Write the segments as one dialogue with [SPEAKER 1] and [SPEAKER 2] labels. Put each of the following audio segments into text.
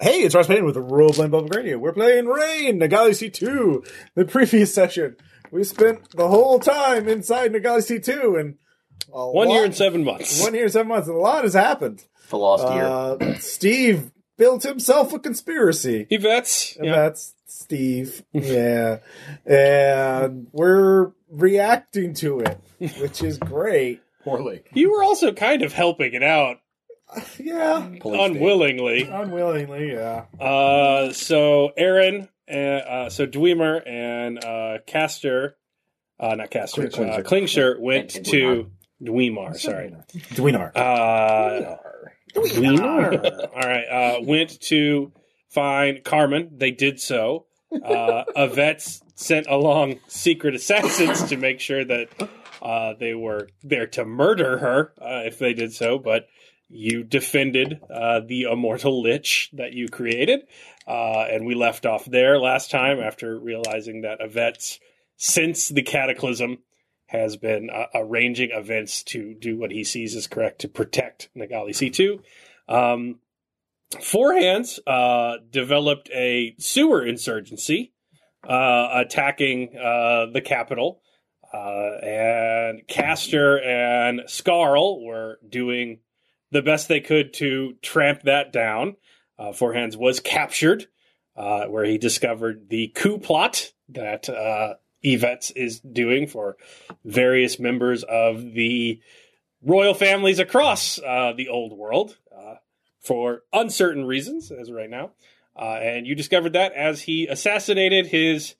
[SPEAKER 1] Hey, it's Ross Payne with Role Playing Public Radio. We're playing Rain, Nagali C2. The previous session, we spent the whole time inside Nagali C2, and a
[SPEAKER 2] One year
[SPEAKER 1] lot-
[SPEAKER 2] and seven months.
[SPEAKER 1] one year and seven months, and a lot has happened.
[SPEAKER 3] the lost year.
[SPEAKER 1] Uh, Steve built himself a conspiracy.
[SPEAKER 2] Yvette's.
[SPEAKER 1] And
[SPEAKER 2] yeah.
[SPEAKER 1] That's Steve. Yeah. and we're reacting to it, which is great.
[SPEAKER 3] Poorly.
[SPEAKER 2] You were also kind of helping it out
[SPEAKER 1] Yeah.
[SPEAKER 2] unwillingly.
[SPEAKER 1] Unwillingly, yeah.
[SPEAKER 2] Uh, so Aaron, uh, uh, so Dwemer and uh, Caster, uh, not Caster,
[SPEAKER 3] Klingsher.
[SPEAKER 2] uh, Klingsher went
[SPEAKER 3] And- and
[SPEAKER 2] to Dwemer. Sorry.
[SPEAKER 1] Dwinar.
[SPEAKER 2] Uh, Dwemer. All right. Uh, went to find Carmen. They did so. Uh, Yvette's sent along secret assassins to make sure that uh, they were there to murder her uh, if they did so, but you defended uh, the immortal lich that you created. Uh, and we left off there last time after realizing that Yvette's, since the cataclysm, has been uh, arranging events to do what he sees is correct to protect Nagali C2. Um, Four Hands uh, developed a sewer insurgency uh, attacking uh, the capital. Uh, and Castor and Scarl were doing the best they could to tramp that down. Uh, Four Hands was captured, uh, where he discovered the coup plot that uh, Yvette's is doing for various members of the royal families across uh, the old world uh, for uncertain reasons, as of right now. Uh, and you discovered that as he assassinated his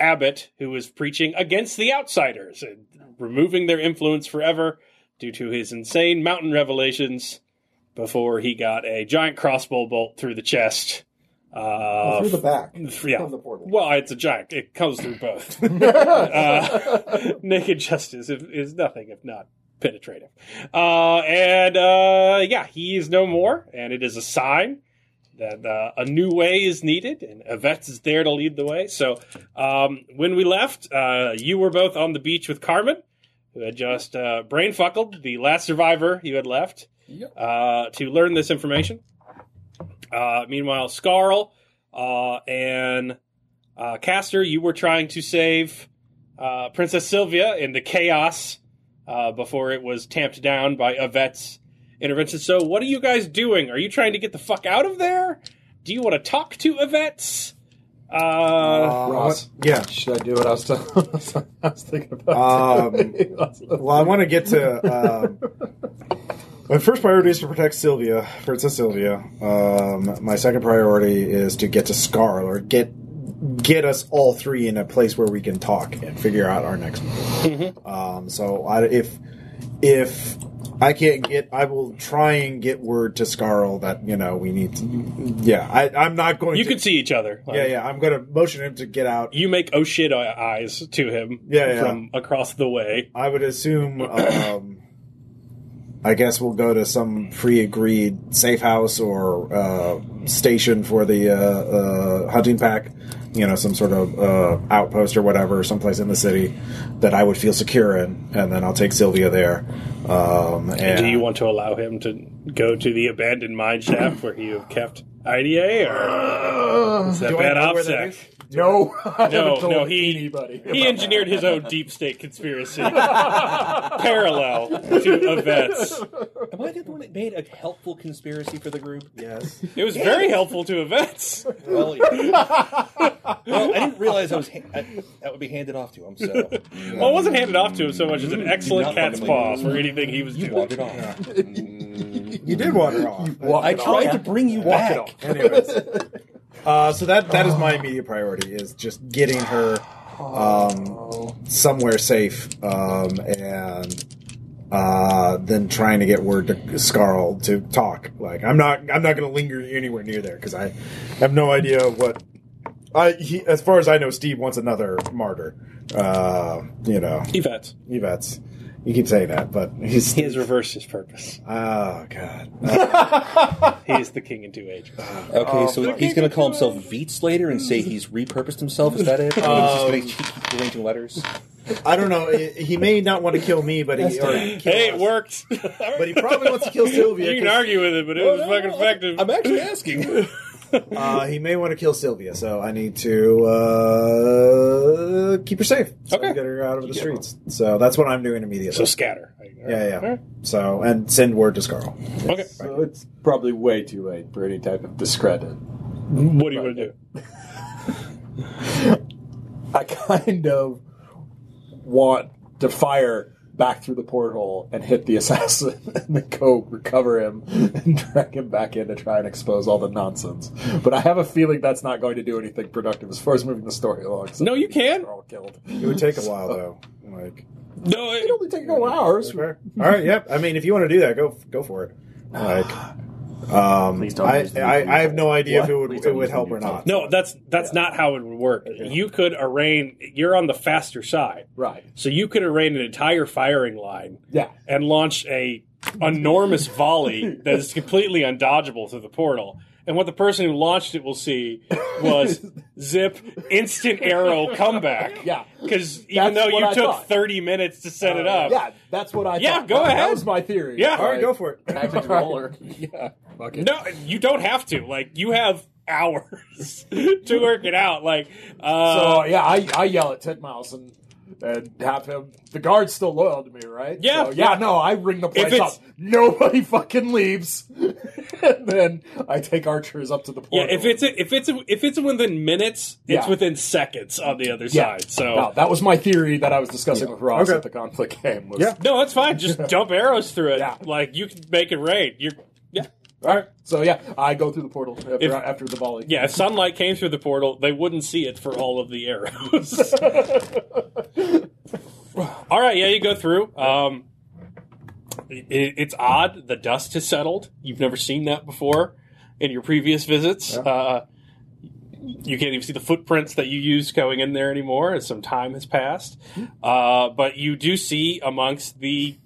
[SPEAKER 2] abbot, who was preaching against the outsiders and removing their influence forever due to his insane mountain revelations before he got a giant crossbow bolt through the chest. Uh,
[SPEAKER 1] Through the back.
[SPEAKER 2] yeah.
[SPEAKER 3] From the portal.
[SPEAKER 2] Well, it's a giant. It comes through both. Uh, naked justice is, is nothing if not penetrative. Uh, and uh, yeah, he is no more, and it is a sign that uh, a new way is needed, and Yvette is there to lead the way. So um, when we left, uh, you were both on the beach with Carmen, who had just uh, brain fuckled the last survivor you had left
[SPEAKER 3] Yep.
[SPEAKER 2] uh, to learn this information. Uh, meanwhile, Scarl uh, and uh, Castor, you were trying to save uh, Princess Sylvia in the chaos uh, before it was tamped down by Yvette's intervention. So, what are you guys doing? Are you trying to get the fuck out of there? Do you want to talk to Yvette's? Uh,
[SPEAKER 3] Ross.
[SPEAKER 1] what- yeah.
[SPEAKER 3] Should I do what I was, t- I was thinking
[SPEAKER 1] Um,
[SPEAKER 3] about? doing?
[SPEAKER 1] Well, I want to get to. Um, my first priority is to protect Sylvia, Princess Sylvia. Um, my second priority is to get to Scarl or get get us all three in a place where we can talk and figure out our next move. Um, so I, if if I can't get, I will try and get word to Scarl that you know we need. To, yeah, I, I'm not going.
[SPEAKER 2] you
[SPEAKER 1] to,
[SPEAKER 2] can see each other. Like,
[SPEAKER 1] Yeah, yeah. I'm going to motion him to get out.
[SPEAKER 2] You make oh shit eyes to him
[SPEAKER 1] Yeah, yeah.
[SPEAKER 2] from across the way.
[SPEAKER 1] I would assume. Um, I guess we'll go to some pre-agreed safe house or uh, station for the uh, uh, hunting pack. You know, some sort of uh, outpost or whatever, someplace in the city that I would feel secure in, and then I'll take Sylvia there. Um, and
[SPEAKER 2] Do you want to allow him to go to the abandoned mine shaft where you have kept IDA, or is that
[SPEAKER 1] Do I
[SPEAKER 2] bad
[SPEAKER 1] know where
[SPEAKER 2] OPSEC?
[SPEAKER 1] that is?
[SPEAKER 3] no, I
[SPEAKER 2] No,
[SPEAKER 3] haven't told
[SPEAKER 2] no, he-
[SPEAKER 3] anybody.
[SPEAKER 2] He engineered his own deep state conspiracy parallel to events.
[SPEAKER 4] Am I the one that made a helpful conspiracy for the group?
[SPEAKER 1] Yes.
[SPEAKER 2] It was very helpful to events.
[SPEAKER 4] Well, yeah. well I didn't realize I was ha- I, that would be handed off to him. So
[SPEAKER 2] Well, it wasn't handed off to him so much as an excellent
[SPEAKER 4] not
[SPEAKER 2] cat's
[SPEAKER 4] fucking
[SPEAKER 2] paw
[SPEAKER 4] leave.
[SPEAKER 2] for anything he was
[SPEAKER 4] you
[SPEAKER 2] doing.
[SPEAKER 4] walked it off.
[SPEAKER 1] You did wander off.
[SPEAKER 3] Walk
[SPEAKER 4] I
[SPEAKER 3] it
[SPEAKER 4] tried
[SPEAKER 3] off.
[SPEAKER 4] to bring you
[SPEAKER 3] Walk it
[SPEAKER 4] back.
[SPEAKER 3] off.
[SPEAKER 1] Anyways, uh, so that that is my immediate priority is just getting her um, somewhere safe, um, and uh, then trying to get word to Scarl to talk. Like I'm not I'm not going to linger anywhere near there because I have no idea what. I he, as far as I know, Steve wants another martyr. Uh, you know,
[SPEAKER 2] Yvette.
[SPEAKER 1] Yvette's. You keep saying that, but he's
[SPEAKER 2] He has reversed his purpose.
[SPEAKER 1] oh god.
[SPEAKER 2] He is the king in two ages.
[SPEAKER 4] Okay, so he's going to call himself Veets later and say he's repurposed himself. Is that it? And he's just going to keep arranging letters.
[SPEAKER 1] I don't know. He he may not want to kill me, but he or kill
[SPEAKER 2] Hey,
[SPEAKER 1] us.
[SPEAKER 2] it worked.
[SPEAKER 1] But he probably wants to kill Sylvia.
[SPEAKER 2] you can
[SPEAKER 1] 'cause-
[SPEAKER 2] argue with it, but it was fucking effective.
[SPEAKER 4] I'm actually asking.
[SPEAKER 1] Uh, he may want to kill Sylvia, so I need to uh, keep her safe. So
[SPEAKER 2] Okay.
[SPEAKER 1] Get her out of the streets. So that's what I'm doing
[SPEAKER 2] so
[SPEAKER 1] immediately.
[SPEAKER 2] scatter.
[SPEAKER 1] yeah, yeah.
[SPEAKER 2] All right.
[SPEAKER 1] So and send word to Scarl.
[SPEAKER 2] Okay.
[SPEAKER 3] So it's probably way too late for any type of discredit.
[SPEAKER 2] What do you want to do?
[SPEAKER 3] I kind of want to fire back through the porthole and hit the assassin and then go recover him and drag him back in to try and expose all the nonsense. But I have a feeling that's not going to do anything productive as far as moving the story along. So
[SPEAKER 2] No, you can.
[SPEAKER 3] We're all killed.
[SPEAKER 1] It would take a while though. Like
[SPEAKER 2] No,
[SPEAKER 3] It
[SPEAKER 2] it,
[SPEAKER 3] only take a couple hours.
[SPEAKER 1] okay. all right, yep. I mean, if you want to do that, go go for it. Like. Um,
[SPEAKER 5] Please don't
[SPEAKER 1] I,
[SPEAKER 5] use the
[SPEAKER 1] I,
[SPEAKER 5] new
[SPEAKER 1] I have no idea if it
[SPEAKER 3] What?
[SPEAKER 1] would
[SPEAKER 5] Please
[SPEAKER 1] it
[SPEAKER 5] don't
[SPEAKER 1] would
[SPEAKER 5] use the
[SPEAKER 1] help
[SPEAKER 5] new
[SPEAKER 1] or not.
[SPEAKER 2] no, that's that's not how it would work. You could arraign. You're on the faster side,
[SPEAKER 3] Right.
[SPEAKER 2] so you could arraign an entire firing line
[SPEAKER 3] Yeah.
[SPEAKER 2] and launch a enormous volley that is completely undodgeable through the portal. And what the person who launched it will see was zip instant arrow comeback.
[SPEAKER 3] Yeah.
[SPEAKER 2] Because even
[SPEAKER 3] That's
[SPEAKER 2] though you
[SPEAKER 3] what I
[SPEAKER 2] took
[SPEAKER 3] thought. Oh,
[SPEAKER 2] 30 minutes to set it up,
[SPEAKER 3] Yeah, that's what I
[SPEAKER 2] Yeah,
[SPEAKER 3] thought.
[SPEAKER 2] go
[SPEAKER 3] That-
[SPEAKER 2] ahead.
[SPEAKER 3] That was my theory.
[SPEAKER 2] Yeah.
[SPEAKER 1] All right, go for it.
[SPEAKER 5] Tactics roller.
[SPEAKER 3] Yeah. Fuck it.
[SPEAKER 2] No, you don't have to. Like you have hours to work it out. Like uh,
[SPEAKER 3] So yeah, I, I yell at Titmouse and and have him. The guard's still loyal to me, right?
[SPEAKER 2] Yeah.
[SPEAKER 3] So, yeah. No, I ring the place
[SPEAKER 2] it's-
[SPEAKER 3] up. Nobody fucking leaves. and then I take archers up to the
[SPEAKER 2] yeah,
[SPEAKER 3] portal.
[SPEAKER 2] if it's a, if it's a, if it's within minutes, it's
[SPEAKER 3] Yeah.
[SPEAKER 2] within seconds on the other
[SPEAKER 3] Yeah.
[SPEAKER 2] side. So
[SPEAKER 3] No, that was my theory that I was discussing with Ross
[SPEAKER 1] Okay.
[SPEAKER 3] at the conflict game. Was,
[SPEAKER 1] Yeah.
[SPEAKER 2] no, that's fine. Just dump arrows through it.
[SPEAKER 3] Yeah.
[SPEAKER 2] Like you can make it rain. You're yeah.
[SPEAKER 3] All right. So yeah, I go through the portal after,
[SPEAKER 2] If-
[SPEAKER 3] after the volley.
[SPEAKER 2] Yeah, if sunlight came through the portal, they wouldn't see it for all of the arrows. all right, yeah, you go through. Um, it, it's odd. The dust has settled. You've never seen that before in your previous visits. Uh, you can't even see the footprints that you used going in there anymore, as some time has passed. Uh, but you do see amongst the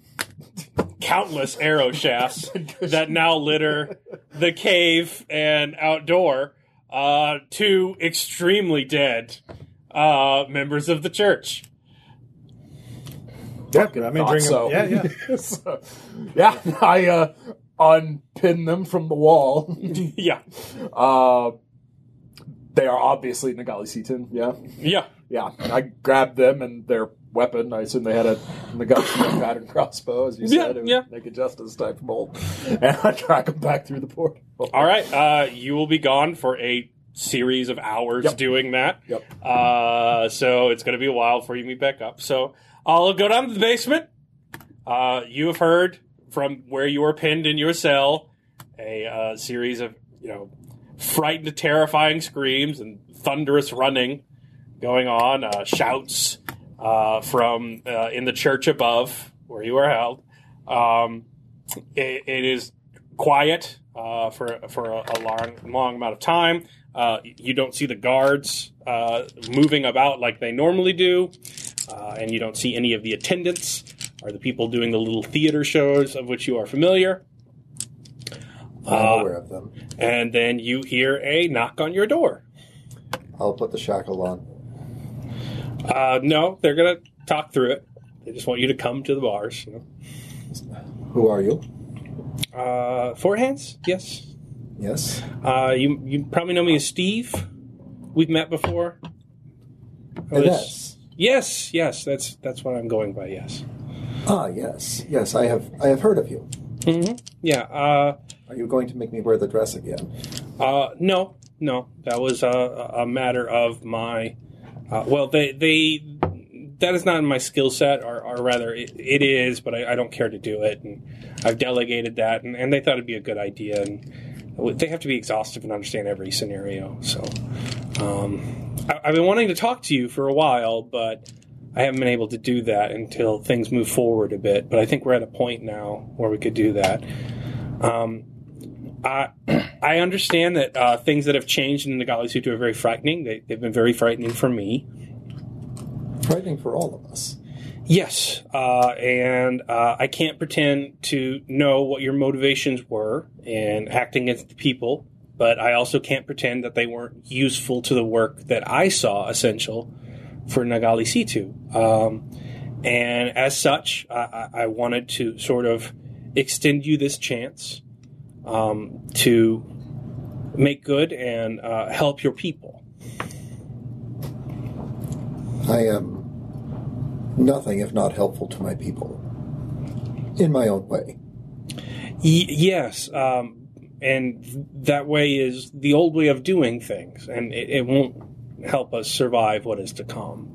[SPEAKER 2] countless arrow shafts that now litter the cave and outdoor uh, two extremely dead uh, members of the church.
[SPEAKER 1] Yeah, I mean,
[SPEAKER 3] Thought
[SPEAKER 1] bring
[SPEAKER 3] so.
[SPEAKER 1] him. Yeah, yeah.
[SPEAKER 3] So, yeah, I uh, unpin them from the wall.
[SPEAKER 2] Yeah,
[SPEAKER 3] uh, they are obviously Nagali Seaton. Yeah.
[SPEAKER 2] yeah.
[SPEAKER 3] Yeah, I grabbed them and their weapon. I assume they had a Nagashi pattern crossbow, as you
[SPEAKER 2] Yeah,
[SPEAKER 3] said. It was
[SPEAKER 2] yeah.
[SPEAKER 3] Naked Justice type bolt. And I track them back through the portal.
[SPEAKER 2] All right, uh, you will be gone for a series of hours
[SPEAKER 3] Yep.
[SPEAKER 2] doing that.
[SPEAKER 3] Yep.
[SPEAKER 2] Uh, so it's going to be a while before you meet back up. So I'll go down to the basement. Uh, you have heard from where you were pinned in your cell a uh, series of you know frightened, terrifying screams and thunderous running going on, uh, shouts uh, from uh, in the church above where you are held. Um, it, it is quiet uh, for for a, a long long amount of time. Uh, you don't see the guards uh, moving about like they normally do, uh, and you don't see any of the attendants or the people doing the little theater shows of which you are familiar.
[SPEAKER 6] I'm
[SPEAKER 2] Uh,
[SPEAKER 6] aware of them.
[SPEAKER 2] And then you hear a knock on your door.
[SPEAKER 6] I'll put the shackle on.
[SPEAKER 2] Uh, no, they're gonna talk through it. They just want you to come to the bars. You
[SPEAKER 6] Who are you?
[SPEAKER 2] know. uh, four hands, yes.
[SPEAKER 6] Yes.
[SPEAKER 2] Uh, you you probably know me as Steve. We've met before.
[SPEAKER 3] Oh,
[SPEAKER 2] I was-
[SPEAKER 6] Yes.
[SPEAKER 2] Yes, yes, that's that's what I'm going by. Yes.
[SPEAKER 6] Ah, yes, yes. I have, I have heard of you.
[SPEAKER 2] hmm Yeah. Uh,
[SPEAKER 6] Are you going to make me wear the dress again?
[SPEAKER 2] uh, no, no, that was a, a matter of my. Uh, well, they they that is not in my skill set, or, or rather, it, it is, but I, I don't care to do it, and I've delegated that, and, and they thought it'd be a good idea, and they have to be exhaustive and understand every scenario. So, um, I, I've been wanting to talk to you for a while, but. I haven't been able to do that until things move forward a bit, but I think we're at a point now where we could do that. Um, I I understand that uh, things that have changed in the Gali Sutu are very frightening. They, they've been very frightening for me.
[SPEAKER 6] Frightening for all of us.
[SPEAKER 2] Yes, uh, and uh, I can't pretend to know what your motivations were in acting against the people, but I also can't pretend that they weren't useful to the work that I saw essential for Nagali Situ. Um, and as such, I, I I wanted to sort of extend you this chance um, to make good and uh, help your people.
[SPEAKER 3] I am nothing if not helpful to my people. In my own way.
[SPEAKER 2] Y- yes, um, and that way is the old way of doing things, and it, it won't help us survive what is to come.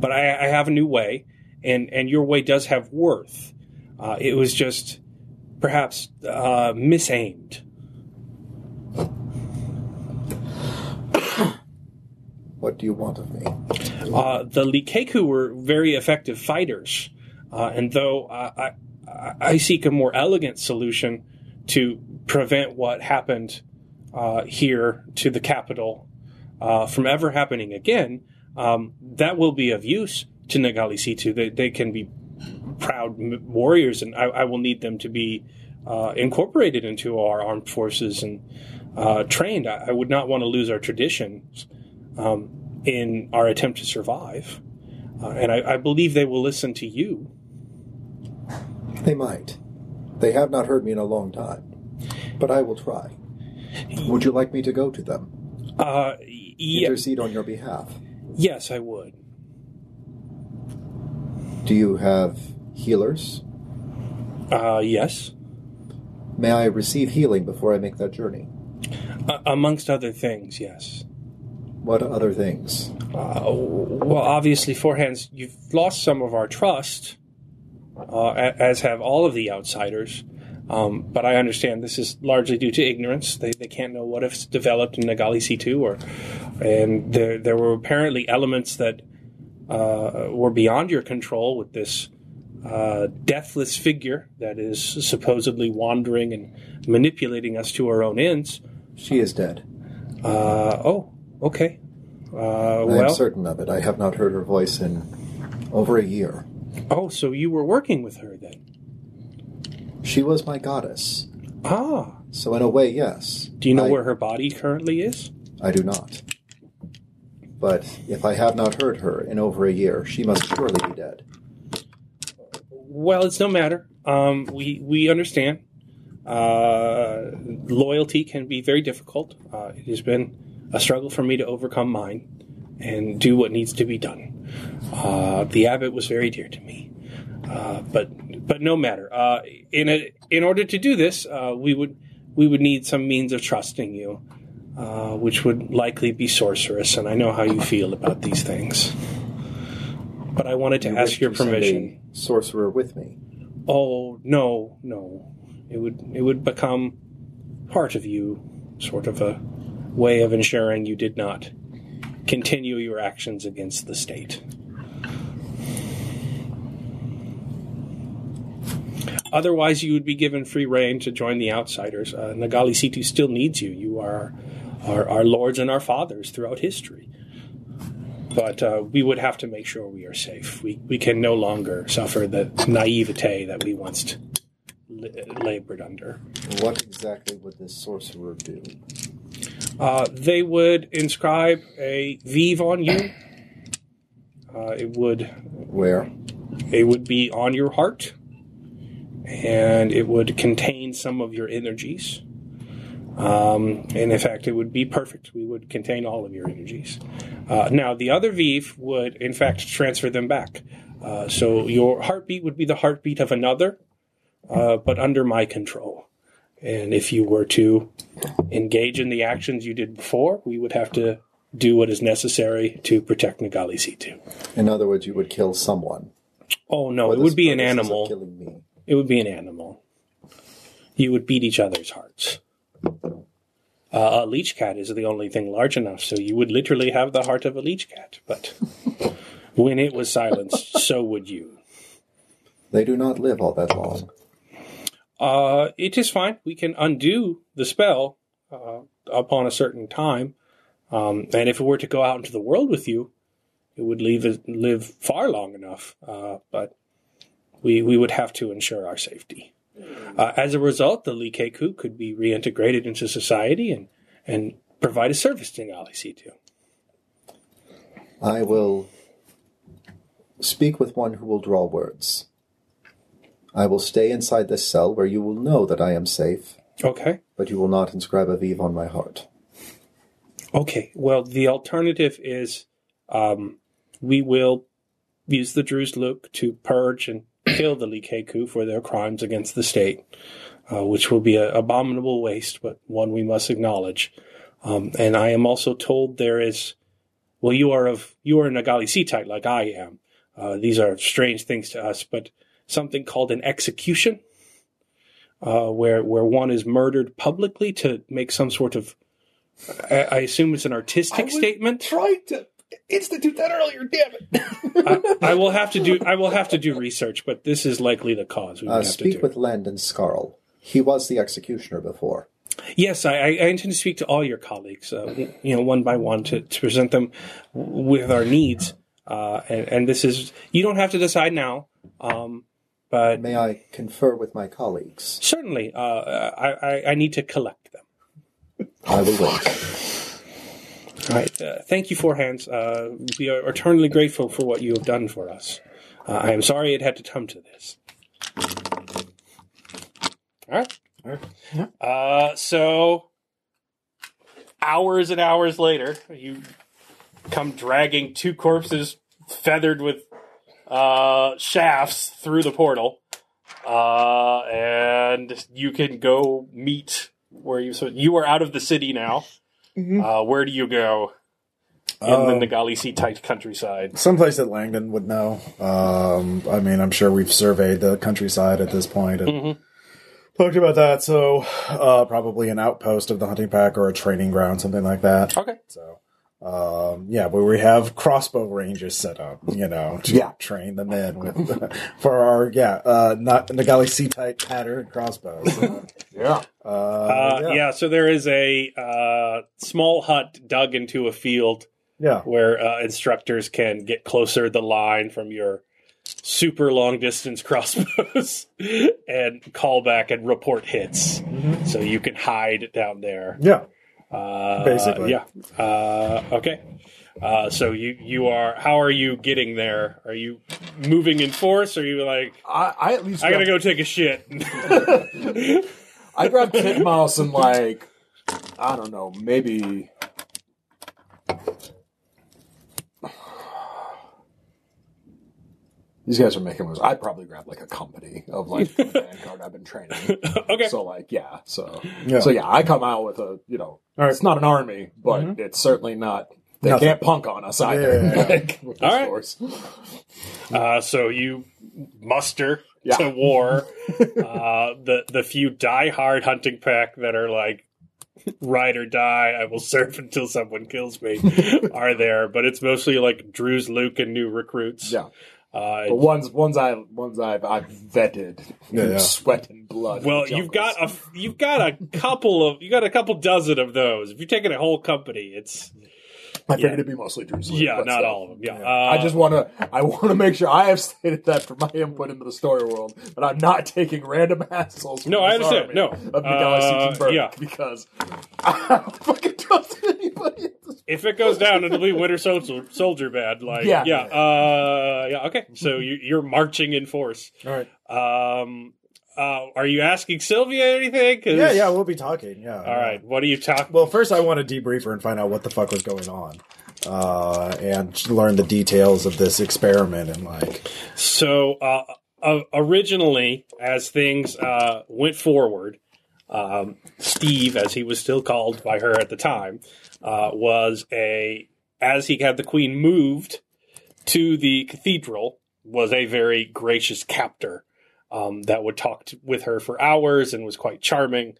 [SPEAKER 2] But I, I have a new way, and and your way does have worth. Uh, it was just perhaps uh, misaimed.
[SPEAKER 3] What do you want of me?
[SPEAKER 2] Uh, the Likeku were very effective fighters, uh, and though I, I, I seek a more elegant solution to prevent what happened uh, here to the capital uh, from ever happening again, um, that will be of use to Nagali Situ. They, they can be proud m- warriors, and I, I will need them to be uh, incorporated into our armed forces and uh, trained. I, I would not want to lose our traditions um, in our attempt to survive. Uh, and I, I believe they will listen to you.
[SPEAKER 3] They might. They have not heard me in a long time. But I will try. Would you like me to go to them?
[SPEAKER 2] Uh, y- y-
[SPEAKER 3] Intercede on your behalf.
[SPEAKER 2] yes, I would.
[SPEAKER 3] Do you have healers?
[SPEAKER 2] Uh, yes,
[SPEAKER 3] May I receive healing before I make that journey?
[SPEAKER 2] uh, amongst other things, yes.
[SPEAKER 3] What other things?
[SPEAKER 2] Uh, well, obviously, forehands, you've lost some of our trust, uh, a- as have all of the outsiders. Um, but I understand this is largely due to ignorance. They, they can't know what has developed in Nagali C2, or and there there were apparently elements that uh, were beyond your control with this uh, deathless figure that is supposedly wandering and manipulating us to our own ends.
[SPEAKER 3] She is dead.
[SPEAKER 2] Uh, oh, okay. Uh,
[SPEAKER 3] I am
[SPEAKER 2] well,
[SPEAKER 3] certain of it. I have not heard her voice in over a year.
[SPEAKER 2] Oh, so you were working with her then?
[SPEAKER 3] She was my goddess.
[SPEAKER 2] Ah.
[SPEAKER 3] So in a way, yes.
[SPEAKER 2] Do you know
[SPEAKER 3] I,
[SPEAKER 2] where her body currently is?
[SPEAKER 3] I do not. But if I have not heard her in over a year, she must surely be dead.
[SPEAKER 2] Well, it's no matter. Um, we we understand. Uh, loyalty can be very difficult. Uh, it has been a struggle for me to overcome mine and do what needs to be done. Uh, the abbot was very dear to me, uh, but but no matter. Uh, in a, in order to do this, uh, we would we would need some means of trusting you, uh, which would likely be sorceress. And I know how you feel about these things, but I wanted to
[SPEAKER 3] You
[SPEAKER 2] ask
[SPEAKER 3] wish
[SPEAKER 2] your
[SPEAKER 3] to send a
[SPEAKER 2] permission.
[SPEAKER 3] Sorcerer with me.
[SPEAKER 2] Oh no, no. It would it would become part of you, sort of a way of ensuring you did not continue your actions against the state. Otherwise, you would be given free reign to join the outsiders. Uh, Nagali Situ still needs you. You are our, our lords and our fathers throughout history. But uh, we would have to make sure we are safe. We, we can no longer suffer the naivete that we once li- labored under.
[SPEAKER 3] What exactly would this sorcerer do?
[SPEAKER 2] Uh, they would inscribe a vive on you. Uh, it would
[SPEAKER 3] Where?
[SPEAKER 2] it would be on your heart, and it would contain some of your energies. Um, and in fact, it would be perfect. We would contain all of your energies. Uh, now, the other Vive would, in fact, transfer them back. Uh, so your heartbeat would be the heartbeat of another, uh, but under my control. And if you were to engage in the actions you did before, we would have to do what is necessary to protect Nagali C2.
[SPEAKER 3] In other words, you would kill someone.
[SPEAKER 2] Oh no,
[SPEAKER 3] for
[SPEAKER 2] it
[SPEAKER 3] the
[SPEAKER 2] would be an
[SPEAKER 3] purposes of
[SPEAKER 2] animal.
[SPEAKER 3] Killing me.
[SPEAKER 2] It would be an animal. You would beat each other's hearts. Uh, a leech cat is the only thing large enough, so you would literally have the heart of a leech cat. But when it was silenced, so would you.
[SPEAKER 3] They do not live all that long.
[SPEAKER 2] Uh, it is fine. We can undo the spell uh, upon a certain time. Um, and if it were to go out into the world with you, it would leave it, live far long enough. Uh, but we, we would have to ensure our safety. Uh, as a result, the Likeku could be reintegrated into society and, and provide a service to Ngali C2.
[SPEAKER 3] I will speak with one who will draw words. I will stay inside this cell where you will know that I am safe,
[SPEAKER 2] Okay.
[SPEAKER 3] but you will not inscribe a vive on my heart.
[SPEAKER 2] Okay. Well, the alternative is um, we will use the Druze Luke to purge and kill the Likeku for their crimes against the state, uh, which will be an abominable waste, but one we must acknowledge. Um, and I am also told there is, well, you are of you are a Nagali Sea type like I am. Uh, these are strange things to us, but something called an execution, uh, where where one is murdered publicly to make some sort of I, I assume it's an artistic statement.
[SPEAKER 3] Tried to institute that earlier. Damn it!
[SPEAKER 2] I, I will have to do. I will have to do research, but this is likely the cause we would
[SPEAKER 7] Uh,
[SPEAKER 2] have to do.
[SPEAKER 7] speak with Landon Scarl. He was the executioner before.
[SPEAKER 2] yes, I, I I intend to speak to all your colleagues, uh, you know, one by one, to, to present them w- with our needs. Uh, and, and this is you don't have to decide now, um, but
[SPEAKER 7] May I confer with my colleagues?
[SPEAKER 2] certainly uh, I, I, I need to collect them.
[SPEAKER 7] I will wait.
[SPEAKER 2] All right. Uh, thank you, Four Hands. Uh, we are eternally grateful for what you have done for us. Uh, I am sorry it had to come to this. All right. All right. Uh, so, hours and hours later, you come dragging two corpses feathered with uh, shafts through the portal. Uh, and you can go meet where you. So, you are out of the city now. Uh, where do you go in the Nagali Sea tight countryside?
[SPEAKER 1] Someplace that Langdon would know. Um, I mean, I'm sure we've surveyed the countryside at this point and
[SPEAKER 2] Mm-hmm.
[SPEAKER 1] talked about that. So, uh, probably an outpost of the hunting pack or a training ground, something like that.
[SPEAKER 2] Okay.
[SPEAKER 1] So, um, yeah, where we have crossbow ranges set up, you know, to
[SPEAKER 7] Yeah.
[SPEAKER 1] train the men with for our yeah, uh, not Nagali sea type pattern crossbows.
[SPEAKER 3] Yeah.
[SPEAKER 1] Uh,
[SPEAKER 2] Uh, yeah.
[SPEAKER 1] yeah,
[SPEAKER 2] so there is a uh, small hut dug into a field
[SPEAKER 1] yeah.
[SPEAKER 2] where uh, instructors can get closer the line from your super long distance crossbows and call back and report hits. So you can hide down there.
[SPEAKER 1] Yeah.
[SPEAKER 2] Uh,
[SPEAKER 1] Basically.
[SPEAKER 2] yeah. Uh, okay. Uh, so you you are how are you getting there? Are you moving in force? are you like
[SPEAKER 3] I, I at least
[SPEAKER 2] I gotta
[SPEAKER 3] grabbed-
[SPEAKER 2] go take a shit.
[SPEAKER 3] I grabbed Kid Mouse and like I don't know, maybe These guys are making moves. I probably grabbed like a company of like the Vanguard I've been training.
[SPEAKER 2] okay.
[SPEAKER 3] So like yeah, so
[SPEAKER 1] Yeah.
[SPEAKER 3] so yeah, I come out with a you know
[SPEAKER 1] All right.
[SPEAKER 3] it's not an army, but
[SPEAKER 2] Mm-hmm.
[SPEAKER 3] it's certainly not they
[SPEAKER 1] Nothing.
[SPEAKER 3] can't punk on us either.
[SPEAKER 1] Yeah.
[SPEAKER 3] Like, with
[SPEAKER 2] All
[SPEAKER 3] this
[SPEAKER 2] right.
[SPEAKER 3] force.
[SPEAKER 2] Uh, so you muster
[SPEAKER 3] Yeah.
[SPEAKER 2] to war uh, the the few diehard hunting pack that are like ride or die. I will serve until someone kills me. are there, but it's mostly like Drew's, Luke, and new recruits.
[SPEAKER 3] Yeah.
[SPEAKER 2] Uh,
[SPEAKER 3] But ones ones I ones I've I've vetted
[SPEAKER 1] Yeah,
[SPEAKER 3] through
[SPEAKER 1] yeah.
[SPEAKER 3] sweat and blood. in
[SPEAKER 2] well,
[SPEAKER 3] the
[SPEAKER 2] you've
[SPEAKER 3] jungles.
[SPEAKER 2] got a you've got a couple of you got a couple dozen of those. If you're taking a whole company, it's
[SPEAKER 3] I figured it'd be mostly Jerusalem.
[SPEAKER 2] yeah,
[SPEAKER 3] but
[SPEAKER 2] not
[SPEAKER 3] still.
[SPEAKER 2] all of them. Yeah, Uh,
[SPEAKER 3] I just want to. I want to make sure I have stated that for my input into the story world that I'm not taking random assholes. From
[SPEAKER 2] No, I
[SPEAKER 3] this
[SPEAKER 2] understand.
[SPEAKER 3] army
[SPEAKER 2] No.
[SPEAKER 3] of Miguel
[SPEAKER 2] Uh,
[SPEAKER 3] Burke
[SPEAKER 2] yeah.
[SPEAKER 3] because I don't fucking trust anybody. at this-
[SPEAKER 2] if it goes down, it'll be Winter Soldier, soldier bad. Like, yeah,
[SPEAKER 3] Yeah.
[SPEAKER 2] yeah, uh, yeah. Okay, so you, you're marching in force.
[SPEAKER 1] All right.
[SPEAKER 2] Um, uh, are you asking Sylvia anything? 'Cause-
[SPEAKER 1] Yeah, yeah, we'll be talking. Yeah.
[SPEAKER 2] All right. What are you talking?
[SPEAKER 1] Well, first I want to debrief her and find out what the fuck was going on, uh, and learn the details of this experiment and like.
[SPEAKER 2] So uh, uh, originally, as things uh, went forward, um, Steve, as he was still called by her at the time, uh, was a as he had the queen moved to the cathedral was a very gracious captor um, that would talk to, with her for hours and was quite charming.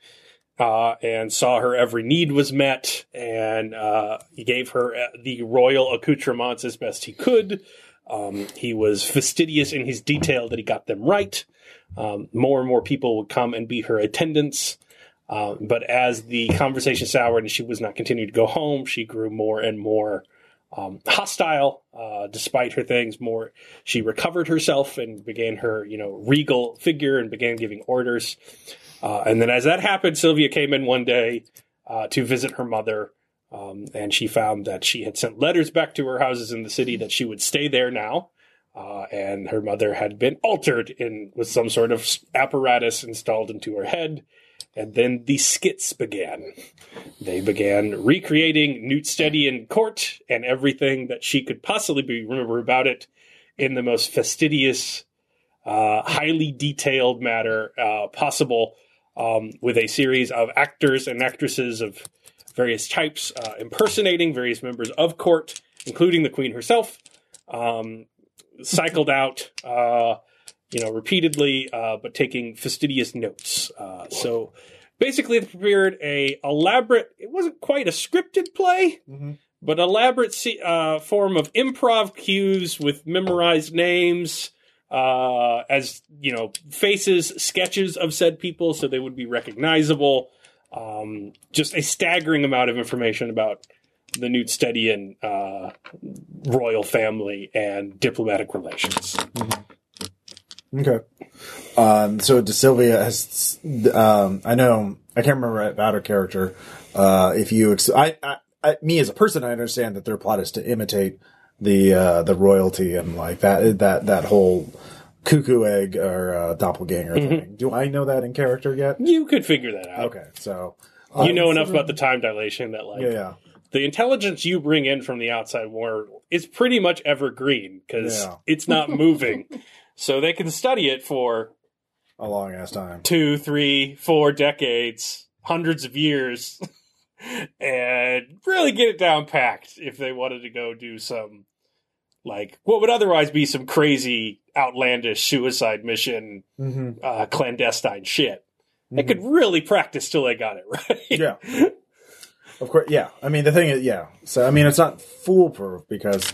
[SPEAKER 2] Uh, and saw her every need was met, and uh, he gave her uh, the royal accoutrements as best he could. Um, he was fastidious in his detail that he got them right. Um, more and more people would come and be her attendants. Uh, but as the conversation soured and she was not continuing to go home, she grew more and more um, hostile. Uh, despite her things, more she recovered herself and began her you know regal figure and began giving orders. Uh, and then as that happened, Sylvia came in one day uh, to visit her mother. Um, and she found that she had sent letters back to her houses in the city that she would stay there now uh, and her mother had been altered in with some sort of s- apparatus installed into her head, And then the skits began. They began recreating Newtsteadian court and everything that she could possibly be remember about it in the most fastidious, uh, highly detailed manner uh, possible, um, with a series of actors and actresses of various types uh, impersonating various members of court, including the queen herself, um, cycled out. Uh, you know, repeatedly, uh, but taking fastidious notes. Uh, so basically, they prepared a elaborate. It wasn't quite a scripted play, but elaborate se- uh, form of improv cues with memorized names uh, as you know faces, sketches of said people, so they would be recognizable. Um, just a staggering amount of information about the Newtsteadian uh, royal family and diplomatic relations.
[SPEAKER 1] Okay. Um, so De Silvia has. Um, I know. I can't remember about her character. Uh, if you, ex- I, I, I, me as a person, I understand that their plot is to imitate the uh, the royalty and like that that that whole cuckoo egg or uh, doppelganger thing. Do I know that in character yet?
[SPEAKER 2] You could figure that out.
[SPEAKER 1] Okay, so
[SPEAKER 2] you know enough about the time dilation that like
[SPEAKER 1] yeah, yeah,
[SPEAKER 2] the intelligence you bring in from the outside world is pretty much evergreen because
[SPEAKER 1] Yeah.
[SPEAKER 2] it's not moving so they can study it for
[SPEAKER 1] a long ass time.
[SPEAKER 2] two three four decades hundreds of years and really get it down packed if they wanted to go do some like what would otherwise be some crazy outlandish suicide mission
[SPEAKER 1] Mm-hmm.
[SPEAKER 2] uh, clandestine shit they could really practice till they got it right
[SPEAKER 1] Yeah. Of course, yeah. I mean, the thing is, yeah. So, I mean, it's not foolproof because,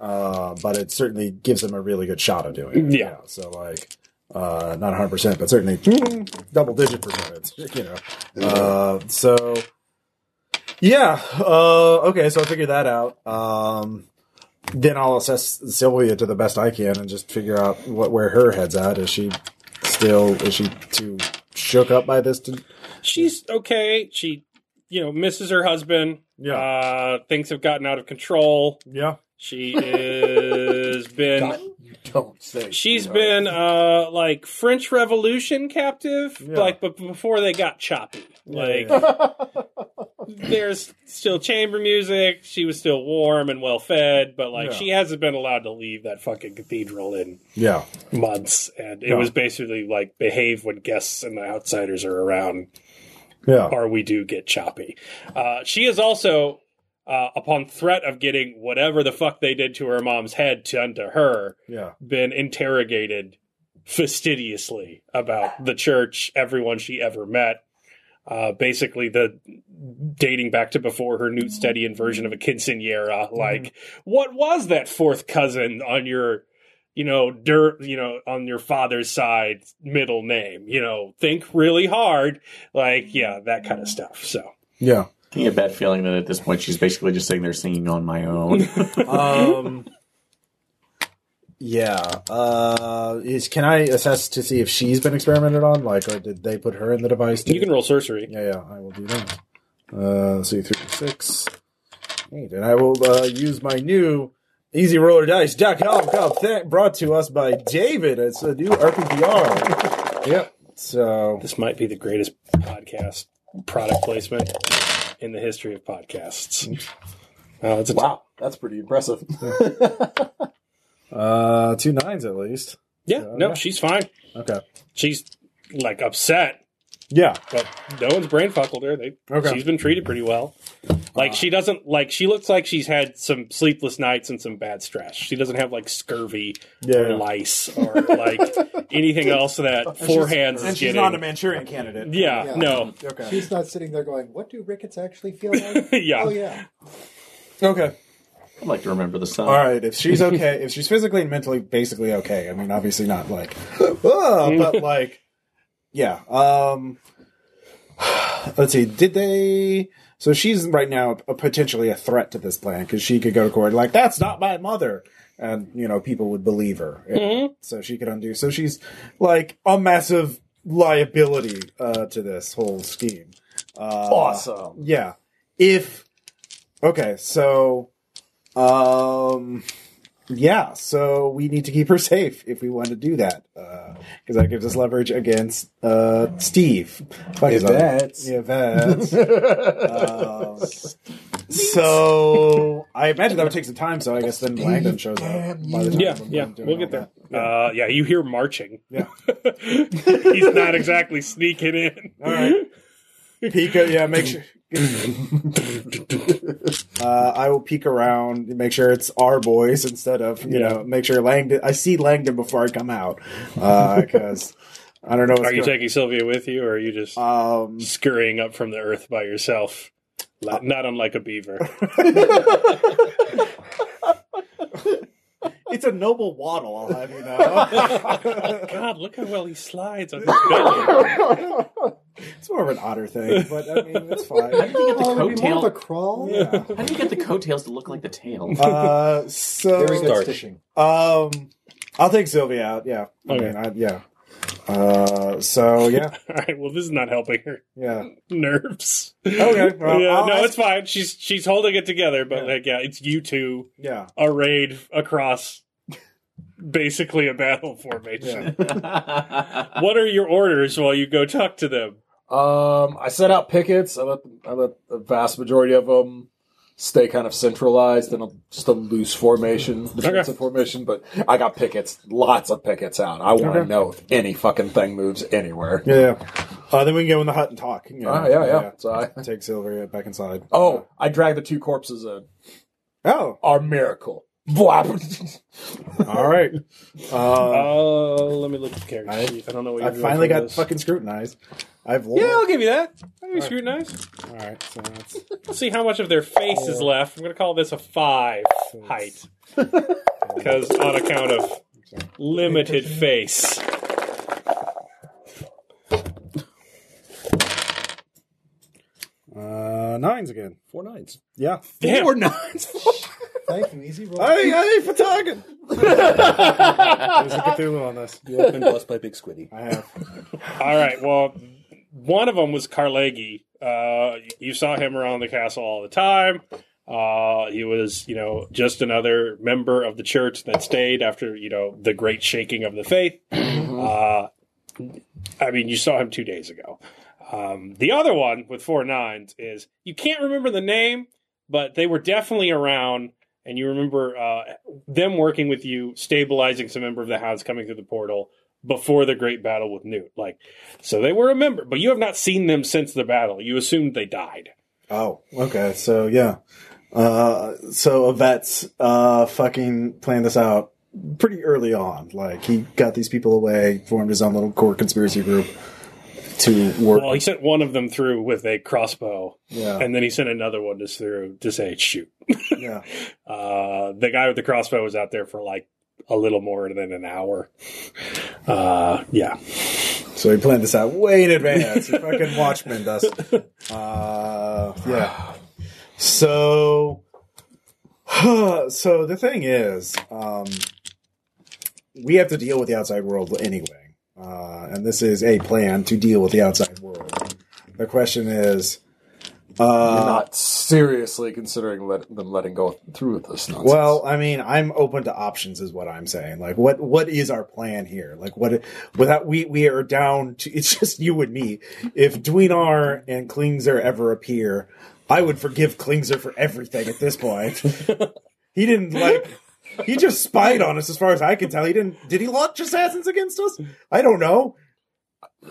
[SPEAKER 1] uh, but it certainly gives them a really good shot of doing it.
[SPEAKER 2] Yeah.
[SPEAKER 1] So, like, uh, not 100%, but certainly double digit percentage, you know. Uh, so, yeah. Uh, okay, so I figured that out. Um, then I'll assess Sylvia to the best I can and just figure out what where her head's at. Is she still, is she too shook up by this to
[SPEAKER 2] she's okay. She, you know, misses her husband.
[SPEAKER 1] Yeah.
[SPEAKER 2] Uh, things have gotten out of control.
[SPEAKER 1] Yeah.
[SPEAKER 2] She is
[SPEAKER 3] God,
[SPEAKER 2] been
[SPEAKER 3] you don't say.
[SPEAKER 2] she's
[SPEAKER 3] sweetheart.
[SPEAKER 2] been uh like French Revolution captive,
[SPEAKER 1] Yeah.
[SPEAKER 2] like but before they got choppy. Like there's still chamber music. She was still warm and well fed, but like
[SPEAKER 1] Yeah.
[SPEAKER 2] she hasn't been allowed to leave that fucking cathedral in
[SPEAKER 1] yeah.
[SPEAKER 2] months. And it
[SPEAKER 1] No.
[SPEAKER 2] was basically like behave when guests and the outsiders are around.
[SPEAKER 1] Yeah.
[SPEAKER 2] or we do get choppy. Uh, she is also, uh, upon threat of getting whatever the fuck they did to her mom's head done to her,
[SPEAKER 1] Yeah.
[SPEAKER 2] been interrogated fastidiously about the church, everyone she ever met. Uh, basically, the dating back to before her Newt Steadian version of a quinceanera. Like, what was that fourth cousin on your, you know, dirt, you know, on your father's side middle name? You know, think really hard. Like, yeah, that kind of stuff. So,
[SPEAKER 1] Yeah.
[SPEAKER 5] I get a bad feeling that at this point she's basically just sitting there singing on my own.
[SPEAKER 1] Um. Yeah. Uh, is can I assess to see if she's been experimented on? Like, or did they put her in the device?
[SPEAKER 2] you can roll sorcery.
[SPEAKER 1] Yeah, yeah. I will do that. Uh, see three six eight, and I will uh, use my new Easy Roller Dice com cup th- brought to us by David. It's a new RPGR. yep. So
[SPEAKER 2] This might be the greatest podcast product placement in the history of podcasts. Uh, it's a
[SPEAKER 3] Wow, that's pretty impressive.
[SPEAKER 1] uh, two nines at least.
[SPEAKER 2] Yeah,
[SPEAKER 1] So,
[SPEAKER 2] no,
[SPEAKER 1] yeah.
[SPEAKER 2] she's fine.
[SPEAKER 1] Okay.
[SPEAKER 2] She's like upset,
[SPEAKER 1] Yeah.
[SPEAKER 2] but no one's brain fuckled her. They,
[SPEAKER 1] Okay.
[SPEAKER 2] She's been treated pretty well. Like she doesn't like she looks like she's had some sleepless nights and some bad stress. She doesn't have like scurvy
[SPEAKER 1] Yeah.
[SPEAKER 2] or lice or like anything else that four hands is getting.
[SPEAKER 1] Manchurian candidate.
[SPEAKER 2] yeah,
[SPEAKER 8] Yeah.
[SPEAKER 2] no,
[SPEAKER 1] Okay.
[SPEAKER 8] She's not sitting there going, "What do rickets actually feel like?"
[SPEAKER 2] yeah.
[SPEAKER 8] Oh yeah,
[SPEAKER 1] Okay.
[SPEAKER 5] I'd like to remember the song.
[SPEAKER 1] All right, if she's okay, if she's physically and mentally basically okay, I mean, obviously not like,
[SPEAKER 8] Ah,
[SPEAKER 1] "Ugh," but like, yeah. Um, let's see. Did they? So she's right now a, potentially a threat to this plan because she could go to court like that's not my mother, and you know people would believe her. you know, So she could undo. So she's like a massive liability uh, to this whole scheme. Uh,
[SPEAKER 3] awesome.
[SPEAKER 1] yeah. If okay, so um yeah, so we need to keep her safe if we want to do that, because that gives us leverage against uh, Steve. Fuck his other-
[SPEAKER 3] Yvette.
[SPEAKER 1] Yeah, that's. Um, so I imagine that would take some time. So I guess then Langdon shows up. By the time
[SPEAKER 2] Yeah,
[SPEAKER 1] I'm-
[SPEAKER 2] yeah,
[SPEAKER 1] I'm doing
[SPEAKER 2] we'll
[SPEAKER 1] all
[SPEAKER 2] get there.
[SPEAKER 1] that.
[SPEAKER 2] Uh, yeah, you hear marching.
[SPEAKER 1] Yeah.
[SPEAKER 2] He's not exactly sneaking in.
[SPEAKER 1] All right. Pika, yeah, make sure. uh, I will peek around, and make sure it's our boys instead of you
[SPEAKER 2] Yeah.
[SPEAKER 1] know, make sure Langdon. I see Langdon before I come out because I don't know. What's
[SPEAKER 2] Are you
[SPEAKER 1] going-
[SPEAKER 2] taking Sylvia with you, or are you just
[SPEAKER 1] Um,
[SPEAKER 2] scurrying up from the earth by yourself?
[SPEAKER 1] Uh,
[SPEAKER 2] Li- Not unlike a beaver.
[SPEAKER 1] it's a noble waddle. I'll have you know.
[SPEAKER 2] God, look how well he slides on his belly.
[SPEAKER 1] it's more of an otter thing, but I mean, it's fine.
[SPEAKER 5] How do you get the
[SPEAKER 4] Oh, it'd be more of a
[SPEAKER 5] coattail?
[SPEAKER 4] crawl.
[SPEAKER 1] Yeah.
[SPEAKER 5] How do you get the coattails to look like the tail?
[SPEAKER 1] Uh, so
[SPEAKER 4] Very good
[SPEAKER 9] Starch.
[SPEAKER 4] stitching.
[SPEAKER 1] Um, I'll take Sylvia out. Yeah. I
[SPEAKER 2] Okay.
[SPEAKER 1] mean, I, yeah. Uh, so yeah,
[SPEAKER 2] All right, well, this is not helping her
[SPEAKER 1] yeah.
[SPEAKER 2] nerves.
[SPEAKER 1] Okay, well,
[SPEAKER 2] yeah,
[SPEAKER 1] I'll
[SPEAKER 2] no,
[SPEAKER 1] ask-
[SPEAKER 2] it's fine. She's she's holding it together, but
[SPEAKER 1] Yeah.
[SPEAKER 2] like, yeah, it's you two
[SPEAKER 1] Yeah.
[SPEAKER 2] arrayed across basically a battle formation.
[SPEAKER 1] Yeah. Uh,
[SPEAKER 2] What are your orders while you go talk to them?
[SPEAKER 3] Um, I set out pickets. I let I let the vast majority of them stay kind of centralized in a, just a loose formation, defensive formation. But I got pickets, lots of pickets out. I want to know if any fucking thing moves anywhere.
[SPEAKER 1] Yeah. yeah. Uh, then we can go in the hut and talk. You know,
[SPEAKER 3] Ah, yeah, yeah. So I,
[SPEAKER 1] Take Sylvia back inside.
[SPEAKER 3] oh, I dragged the two corpses in.
[SPEAKER 1] Oh,
[SPEAKER 3] Our miracle. Blop.
[SPEAKER 1] all right. Uh,
[SPEAKER 2] Oh, let me look at the character
[SPEAKER 1] I-
[SPEAKER 2] sheet. I don't know what
[SPEAKER 1] I
[SPEAKER 2] you're
[SPEAKER 1] finally
[SPEAKER 2] doing
[SPEAKER 1] got
[SPEAKER 2] for this.
[SPEAKER 1] fucking scrutinized. I've
[SPEAKER 2] Yeah, I'll
[SPEAKER 1] lowered.
[SPEAKER 2] give you that. I'll be scrutinized.
[SPEAKER 1] All right. So that's
[SPEAKER 2] Let's see how much of their face is left. I'm going to call this a five height because on account of limited face.
[SPEAKER 1] uh, nines again.
[SPEAKER 9] Four nines.
[SPEAKER 1] Yeah.
[SPEAKER 2] Damn.
[SPEAKER 4] Thank you. Easy roll.
[SPEAKER 1] Hey, hey, for talking. There's a Cthulhu on this.
[SPEAKER 9] You have been blessed by Big Squiddy.
[SPEAKER 1] I have.
[SPEAKER 2] All right. Well, one of them was Carnegie. Uh, you saw him around the castle all the time. Uh, he was, you know, just another member of the church that stayed after, you know, the great shaking of the faith. Uh, I mean, you saw him two days ago. Um, the other one with four nines is you can't remember the name, but they were definitely around, and you remember uh, them working with you, stabilizing some member of the hounds coming through the portal before the great battle with Newt. Like, so they were a member, but you have not seen them since the battle. You assumed they died.
[SPEAKER 1] Oh, okay. So yeah, uh, so Yvette's uh, fucking planned this out pretty early on. Like he got these people away, formed his own little core conspiracy group to work.
[SPEAKER 2] Well, he sent one of them through with a crossbow,
[SPEAKER 1] yeah,
[SPEAKER 2] and then he sent another one just through to say shoot.
[SPEAKER 1] yeah.
[SPEAKER 2] Uh, the guy with the crossbow was out there for like a little more than an hour. Uh, yeah,
[SPEAKER 1] So he planned this out way in advance. He fucking Watchmen does. Uh, yeah. So, so the thing is, um, we have to deal with the outside world anyway, uh, and this is a plan to deal with the outside world. The question is,
[SPEAKER 3] You're
[SPEAKER 1] uh,
[SPEAKER 3] not seriously considering let, them letting go through with this nonsense.
[SPEAKER 1] well, I mean, I'm open to options, is what I'm saying. Like, what what is our plan here? Like, what without we we are down to it's just you and me. If Dwinar and Klingzer ever appear, I would forgive Klingzer for everything at this point. he didn't like. He just spied on us, as far as I can tell. He didn't. Did he launch assassins against us? I don't know.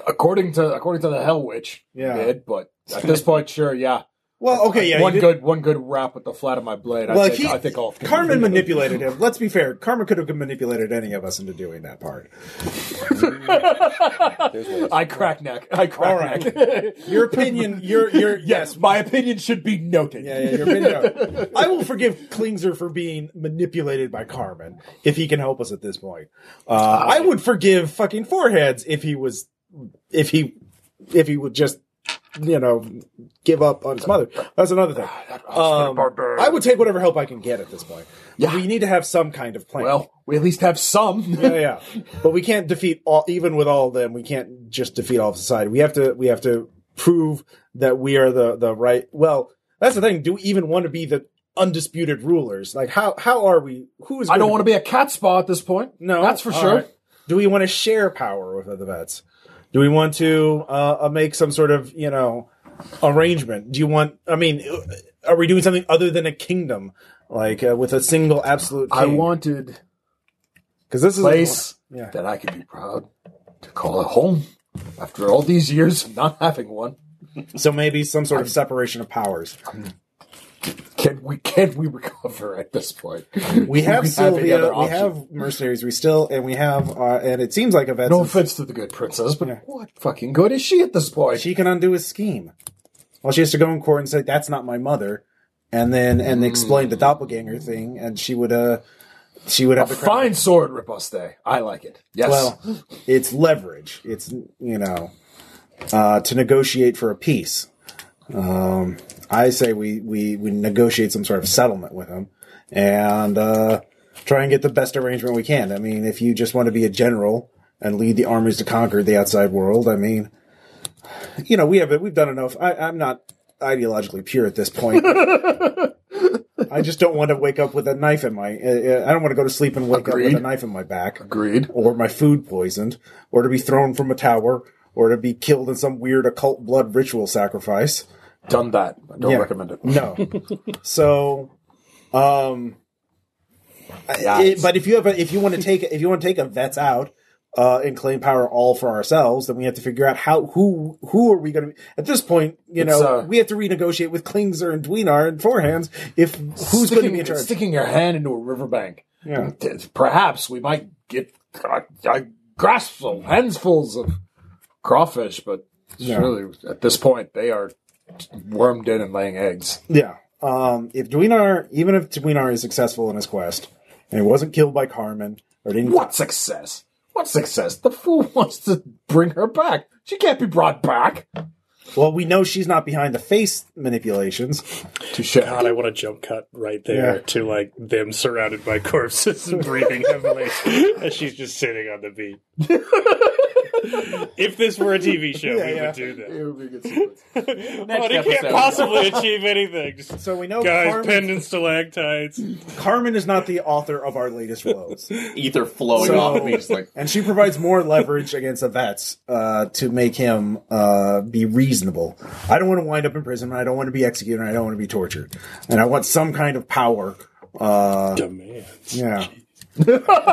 [SPEAKER 3] according to according to the Hell Witch,
[SPEAKER 1] Yeah.
[SPEAKER 3] did, but at this point, sure, yeah.
[SPEAKER 1] Well, okay, yeah. he
[SPEAKER 3] one
[SPEAKER 1] did-
[SPEAKER 3] good one good rap with the flat of my blade.
[SPEAKER 1] Well,
[SPEAKER 3] I, think,
[SPEAKER 1] he-
[SPEAKER 3] I think all of
[SPEAKER 1] Carmen manipulated him. Let's be fair. Carmen could have manipulated any of us into doing that part.
[SPEAKER 9] There's ways.
[SPEAKER 3] I crack neck. I crack
[SPEAKER 1] All right.
[SPEAKER 3] neck.
[SPEAKER 1] Your opinion. Your your yes.
[SPEAKER 3] yes, my opinion should be noted.
[SPEAKER 1] Yeah, yeah, you're bingo. I will forgive Klingzer for being manipulated by Carmen if he can help us at this point. Uh, I would forgive fucking foreheads if he was, if he, if he would just, you know, give up on his mother. That's another thing. Um, I would take whatever help I can get at this point.
[SPEAKER 3] Yeah.
[SPEAKER 1] We need to have some kind of plan.
[SPEAKER 3] Well, we at least have some.
[SPEAKER 1] Oh, yeah, yeah. But we can't defeat all, even with all of them, we can't just defeat all of society. We have to, we have to prove that we are the, the right. Well, that's the thing. Do we even want to be the undisputed rulers. Like how how are we? Who is?
[SPEAKER 3] I don't
[SPEAKER 1] gonna-
[SPEAKER 3] want to be a cat spa at this point.
[SPEAKER 1] No,
[SPEAKER 3] that's for
[SPEAKER 1] all
[SPEAKER 3] sure.
[SPEAKER 1] right. Do we want to share power with other vets? Do we want to uh, uh, make some sort of you know arrangement? Do you want? I mean, are we doing something other than a kingdom, like uh, with a single absolute?
[SPEAKER 3] I
[SPEAKER 1] king?
[SPEAKER 3] wanted
[SPEAKER 1] because this is
[SPEAKER 3] place
[SPEAKER 1] Yeah.
[SPEAKER 3] that I could be proud to call it home after all these years of not having one.
[SPEAKER 1] so maybe some sort of separation of powers.
[SPEAKER 3] Can we can we recover at this point?
[SPEAKER 1] We have
[SPEAKER 3] any other
[SPEAKER 1] Sylvia, we
[SPEAKER 3] option?
[SPEAKER 1] have mercenaries, we still, and we have, uh, and it seems like a vet.
[SPEAKER 3] no offense to the good princess, but what fucking good is she at this point?
[SPEAKER 1] she can undo his scheme. Well, she has to go in court and say that's not my mother, and then and explain the doppelganger thing, and she would uh she would
[SPEAKER 3] a
[SPEAKER 1] have to cry.
[SPEAKER 3] fine sword, Riposte. I like it. Yes.
[SPEAKER 1] Well, it's leverage. It's you know uh, to negotiate for a peace. Um, I say we we we negotiate some sort of settlement with him and uh, try and get the best arrangement we can. I mean, if you just want to be a general and lead the armies to conquer the outside world, I mean, you know, we have we've done enough. I, I'm not ideologically pure at this point. I just don't want to wake up with a knife in my. Uh, uh, I don't want to go to sleep and wake up with
[SPEAKER 3] Agreed.
[SPEAKER 1] a knife in my back
[SPEAKER 3] Agreed.
[SPEAKER 1] or my food poisoned, or to be thrown from a tower, or to be killed in some weird occult blood ritual sacrifice.
[SPEAKER 3] Done that. I don't
[SPEAKER 1] Yeah.
[SPEAKER 3] recommend it.
[SPEAKER 1] No. so, um,
[SPEAKER 3] Yeah.
[SPEAKER 1] it- but if you have a, if you want to take if you want to take a vets out uh, and claim power all for ourselves, then we have to figure out how who who are we going to be at this point. You
[SPEAKER 3] It's,
[SPEAKER 1] know,
[SPEAKER 3] uh,
[SPEAKER 1] we have to renegotiate with Klingzer and Dwinar and Forehands if who's going to be in charge.
[SPEAKER 3] Sticking your hand into a riverbank.
[SPEAKER 1] Yeah.
[SPEAKER 3] Perhaps we might get a, a graspful, handsfuls of crawfish, but
[SPEAKER 1] Yeah.
[SPEAKER 3] surely at this point they are wormed in and laying eggs.
[SPEAKER 1] Yeah. Um, if Dwinar, even if Dwinar is successful in his quest and he wasn't killed by Carmen or didn't
[SPEAKER 3] What success? What success? The fool wants to bring her back. She can't be brought back.
[SPEAKER 1] Well, we know she's not behind the face manipulations.
[SPEAKER 3] Touche.
[SPEAKER 10] God, I want a jump cut right there
[SPEAKER 1] Yeah.
[SPEAKER 10] to like them surrounded by corpses and breathing heavily as she's just sitting on the beat. if this were a TV show, we
[SPEAKER 1] yeah.
[SPEAKER 10] would do that.
[SPEAKER 3] It would be a good sequence.
[SPEAKER 10] but he can't
[SPEAKER 11] episode.
[SPEAKER 10] possibly achieve anything. Just,
[SPEAKER 1] So we know
[SPEAKER 10] guys,
[SPEAKER 1] Carmen,
[SPEAKER 10] pendant stalactites.
[SPEAKER 1] Carmen is not the author of our latest woes,
[SPEAKER 11] Ether flowing
[SPEAKER 1] So-
[SPEAKER 11] off me. Just like,
[SPEAKER 1] and she provides more leverage against the vets uh, to make him uh, be reasonable. I don't want to wind up in prison. I don't want to be executed. and I don't want to be tortured, and I want some kind of power. Uh,
[SPEAKER 10] Demands.
[SPEAKER 1] yeah,
[SPEAKER 12] It'd be nice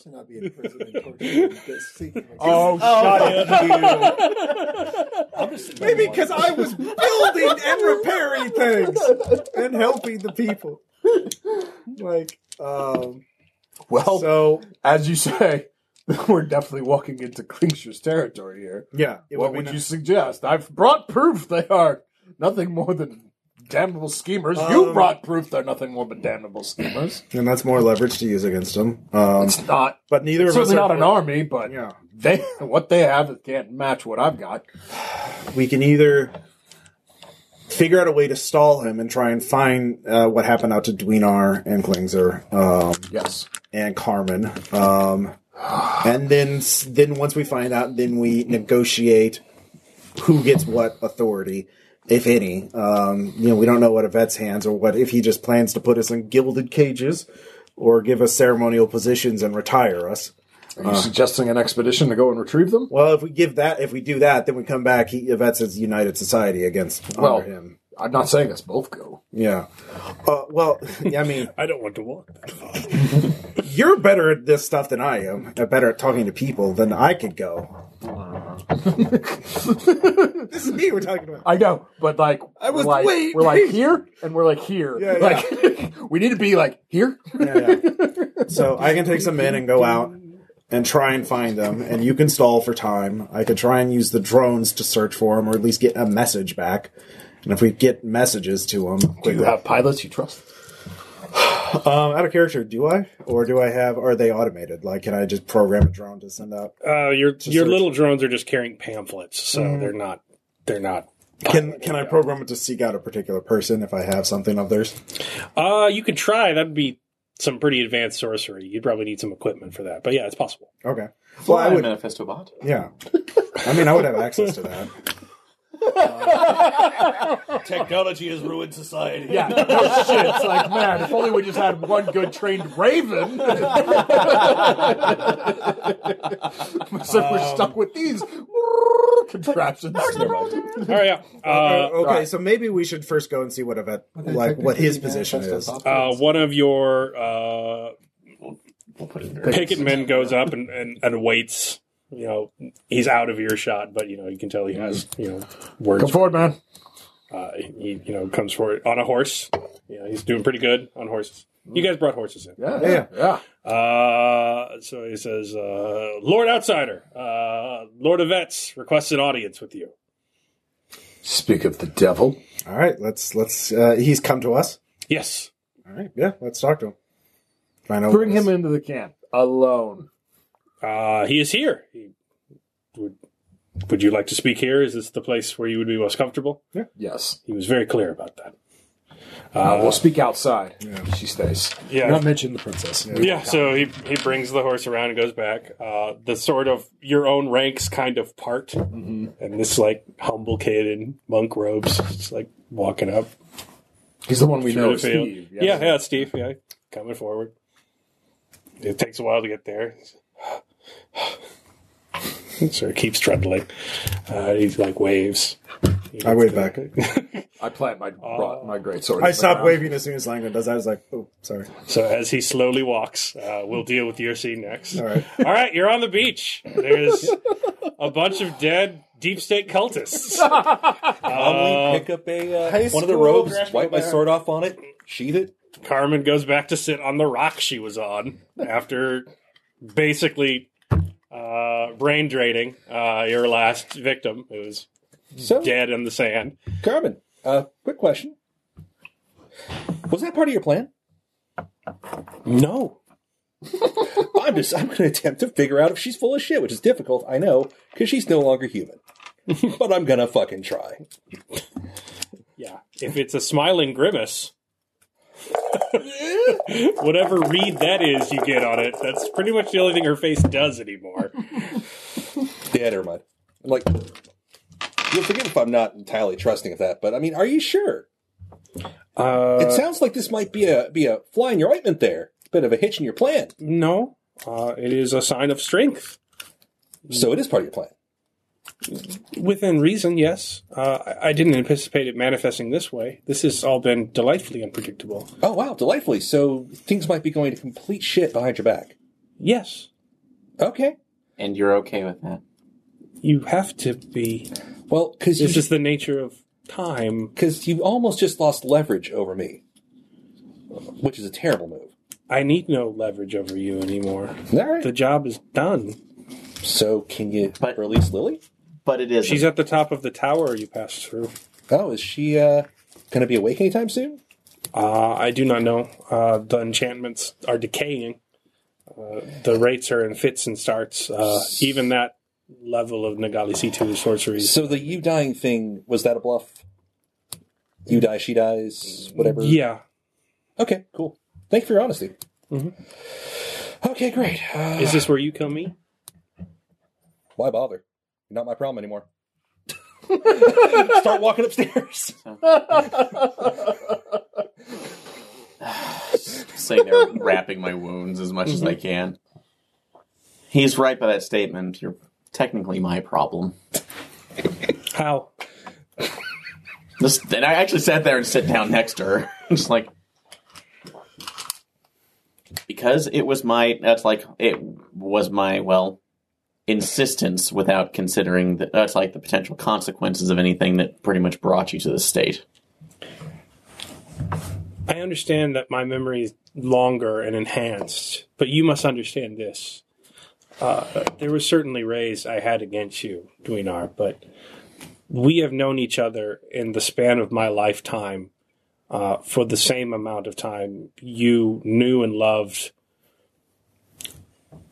[SPEAKER 12] to not be in prison and tortured. and get- see-
[SPEAKER 3] Oh, shut up.
[SPEAKER 1] maybe because I was building and repairing things and helping the people. Like, um,
[SPEAKER 3] Well,
[SPEAKER 1] so
[SPEAKER 3] as you say, we're definitely walking into Klingshir's territory here.
[SPEAKER 1] yeah. it
[SPEAKER 3] what
[SPEAKER 1] be
[SPEAKER 3] would
[SPEAKER 1] nice.
[SPEAKER 3] you suggest? I've brought proof they are nothing more than damnable schemers. you
[SPEAKER 1] Um,
[SPEAKER 3] brought proof they're nothing more but damnable schemers.
[SPEAKER 1] and that's more leverage to use against them. Um,
[SPEAKER 3] It's not
[SPEAKER 1] but neither of us
[SPEAKER 3] certainly
[SPEAKER 1] are,
[SPEAKER 3] not an army, but
[SPEAKER 1] Yeah,
[SPEAKER 3] they what they have it can't match what I've got.
[SPEAKER 1] we can either figure out a way to stall him and try and find uh, what happened out to Dwinar and Klingzer um,
[SPEAKER 3] Yes.
[SPEAKER 1] and Carmen, um, and then then once we find out, then we negotiate who gets what authority. If any, um, you know, we don't know what a vet's hands or what if he just plans to put us in gilded cages or give us ceremonial positions and retire us.
[SPEAKER 3] Are you suggesting an expedition to go and retrieve them?
[SPEAKER 1] Uh, Well, if we give that, if we do that, then we come back. He, that's his United Society against
[SPEAKER 3] Well-
[SPEAKER 1] under him.
[SPEAKER 3] I'm not saying us both go.
[SPEAKER 1] Yeah. Uh, well, I mean,
[SPEAKER 10] I don't want to walk that far.
[SPEAKER 1] you're better at this stuff than I am. uh, Better at talking to people than I could go. this is me we're talking about.
[SPEAKER 3] I know, but like I
[SPEAKER 1] was-
[SPEAKER 3] we're like,
[SPEAKER 1] wait.
[SPEAKER 3] we're like here and we're like here.
[SPEAKER 1] Yeah, yeah.
[SPEAKER 3] Like we need to be like here.
[SPEAKER 1] Yeah, yeah. So I can take some men and go out and try and find them, and you can stall for time. I could try and use the drones to search for them, or at least get a message back. And if we get messages to them,
[SPEAKER 3] You have pilots you trust.
[SPEAKER 1] Um, out of character, do I, or do I have? Are they automated? Like, can I just program a drone to send out?
[SPEAKER 10] Uh, your your
[SPEAKER 1] search.
[SPEAKER 10] little drones are just carrying pamphlets, so
[SPEAKER 2] Mm-hmm.
[SPEAKER 10] they're not they're not.
[SPEAKER 1] Can Can I program it to seek out a particular person if I have something of theirs?
[SPEAKER 10] Uh, you could try. That'd be some pretty advanced sorcery. You'd probably need some equipment for that, but yeah, it's possible.
[SPEAKER 1] Okay. Well, I would.
[SPEAKER 11] manifesto bot.
[SPEAKER 1] Yeah. I mean, I would have access to that.
[SPEAKER 4] Technology has ruined society.
[SPEAKER 3] Yeah, no shit. It's like, man, if only we just had one good trained raven. so
[SPEAKER 1] Um,
[SPEAKER 3] we're stuck with these contraptions.
[SPEAKER 2] All right, yeah. Uh,
[SPEAKER 1] Oh, okay, so maybe we should first go and see what event, like what his position is.
[SPEAKER 2] uh, one of your uh,
[SPEAKER 5] We'll put it in there.
[SPEAKER 2] picket men goes up and, and, and waits. You know, he's out of earshot, but you know you can tell he has you know words.
[SPEAKER 3] Come forward, man.
[SPEAKER 2] Uh, he you know comes forward on a horse. You know, he's doing pretty good on horses. You guys brought horses in.
[SPEAKER 3] Yeah,
[SPEAKER 1] Yeah.
[SPEAKER 3] yeah.
[SPEAKER 2] Uh, so he says, uh, Lord Outsider, uh, Lord of Vets requests an audience with you.
[SPEAKER 3] Speak of the devil.
[SPEAKER 1] All right, let's let's. Uh, he's come to us.
[SPEAKER 2] Yes.
[SPEAKER 1] All right, yeah, let's talk to him. Find out
[SPEAKER 3] Bring
[SPEAKER 1] what
[SPEAKER 3] him into the camp alone.
[SPEAKER 2] Uh, he is here. He would, would you like to speak here? Is this the place where you would be most comfortable?
[SPEAKER 3] Yes.
[SPEAKER 2] He was very clear about that.
[SPEAKER 3] Uh, we'll speak outside. She stays.
[SPEAKER 2] Yeah.
[SPEAKER 13] Not mention the princess.
[SPEAKER 2] Yeah, so he, he brings the horse around and goes back. Uh, the sort of your own ranks kind of part. And this, like, humble kid in monk robes, just like walking up.
[SPEAKER 3] He's the one we
[SPEAKER 2] Through
[SPEAKER 3] know.
[SPEAKER 2] the
[SPEAKER 3] is
[SPEAKER 2] field.
[SPEAKER 3] Steve.
[SPEAKER 2] Yeah, yeah, it's Steve. Yeah, coming forward. It takes a while to get there. so it keeps trundling. Uh, he's like waves.
[SPEAKER 1] I wave back.
[SPEAKER 3] I plant my brought my great sword.
[SPEAKER 1] Uh, I
[SPEAKER 3] in the
[SPEAKER 1] stopped
[SPEAKER 3] ground.
[SPEAKER 1] waving as soon as Langdon does that. I was like, oh, sorry.
[SPEAKER 2] So as he slowly walks, uh, we'll deal with your scene next.
[SPEAKER 1] All right.
[SPEAKER 2] All right, you're on the beach. There's a bunch of dead deep state cultists.
[SPEAKER 4] Calmly pick up a
[SPEAKER 13] high
[SPEAKER 4] uh, one of the
[SPEAKER 13] school
[SPEAKER 4] robes,
[SPEAKER 13] graphic
[SPEAKER 4] wipe my
[SPEAKER 13] novel.
[SPEAKER 4] sword off on it, sheath it.
[SPEAKER 2] Carmen goes back to sit on the rock she was on after basically uh, brain draining uh, your last victim, who was
[SPEAKER 4] So,
[SPEAKER 2] dead in the sand.
[SPEAKER 4] Carmen, uh, quick question: Was that part of your plan? No. I'm just. I'm going to attempt to figure out if she's full of shit, which is difficult, I know, because she's no longer human. but I'm gonna fucking try.
[SPEAKER 2] Yeah. If it's a smiling grimace, whatever read that is you get on it, that's pretty much the only thing her face does anymore.
[SPEAKER 4] Yeah, never mind. I'm like, you'll forgive if I'm not entirely trusting of that, but I mean, are you sure?
[SPEAKER 2] Uh,
[SPEAKER 4] it sounds like this might be a be a fly in your ointment. There, it's a bit of a hitch in your plan.
[SPEAKER 2] no, uh, it is a sign of strength.
[SPEAKER 4] So it is part of your plan.
[SPEAKER 2] Within reason, yes. Uh, I- I didn't anticipate it manifesting this way. This has all been delightfully unpredictable.
[SPEAKER 4] Oh wow, delightfully. So things might be going to complete shit behind your back.
[SPEAKER 2] Yes,
[SPEAKER 4] Okay.
[SPEAKER 5] And you're okay with that.
[SPEAKER 2] you have to be.
[SPEAKER 4] Well, because
[SPEAKER 2] This
[SPEAKER 4] you,
[SPEAKER 2] is the nature of time.
[SPEAKER 4] because you almost just lost leverage over me, which is a terrible move.
[SPEAKER 2] I need no leverage over you anymore.
[SPEAKER 4] All right.
[SPEAKER 2] The job is done.
[SPEAKER 4] so can you
[SPEAKER 5] But-
[SPEAKER 4] release Lily?
[SPEAKER 5] But it is.
[SPEAKER 2] She's at the top of the tower you passed through.
[SPEAKER 4] Oh, is she uh, going to be awake anytime soon?
[SPEAKER 2] Uh, I do not know. Uh, the enchantments are decaying. Uh, the rates are in fits and starts. Uh, even that level of Nagali C2 sorcery.
[SPEAKER 4] So the you dying thing was that a bluff? You die, she dies, whatever.
[SPEAKER 2] Yeah.
[SPEAKER 4] Okay. Cool. Thank you for your honesty. Okay. Great. Uh,
[SPEAKER 2] Is this where you kill me?
[SPEAKER 4] why bother? You're not my problem anymore. Start walking upstairs.
[SPEAKER 5] sitting there wrapping my wounds as much as
[SPEAKER 1] Mm-hmm.
[SPEAKER 5] I can. He's right by that statement. You're technically my problem.
[SPEAKER 2] How?
[SPEAKER 5] This, and I actually sat there and sit down next to her, just like because it was my. That's like it was my well insistence without considering that that's like the potential consequences of anything that pretty much brought you to this state.
[SPEAKER 2] I understand that my memory is longer and enhanced, but you must understand this. Uh, there were certainly rays I had against you, Dwinar, but we have known each other in the span of my lifetime uh, for the same amount of time. You knew and loved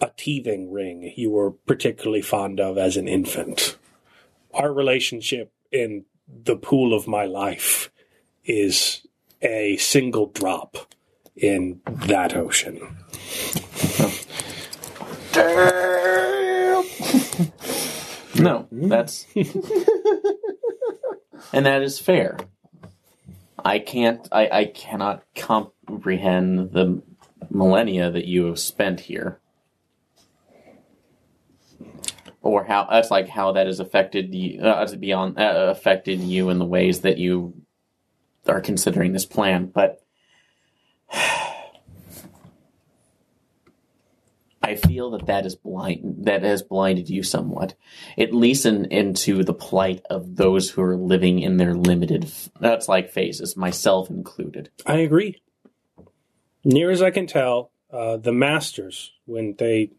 [SPEAKER 2] a teething ring you were particularly fond of as an infant. Our relationship in the pool of my life is a single drop in that ocean.
[SPEAKER 5] No, that's and that is fair. I can't. I, I cannot comprehend the millennia that you have spent here, or how that's like how that has affected you. Uh, it's beyond uh, affected you in the ways that you are considering this plan. But I feel that that is blind. That has blinded you somewhat, at least in, into the plight of those who are living in their limited. f- That's like phases, myself included.
[SPEAKER 2] I agree. Near as I can tell, uh, the masters, when they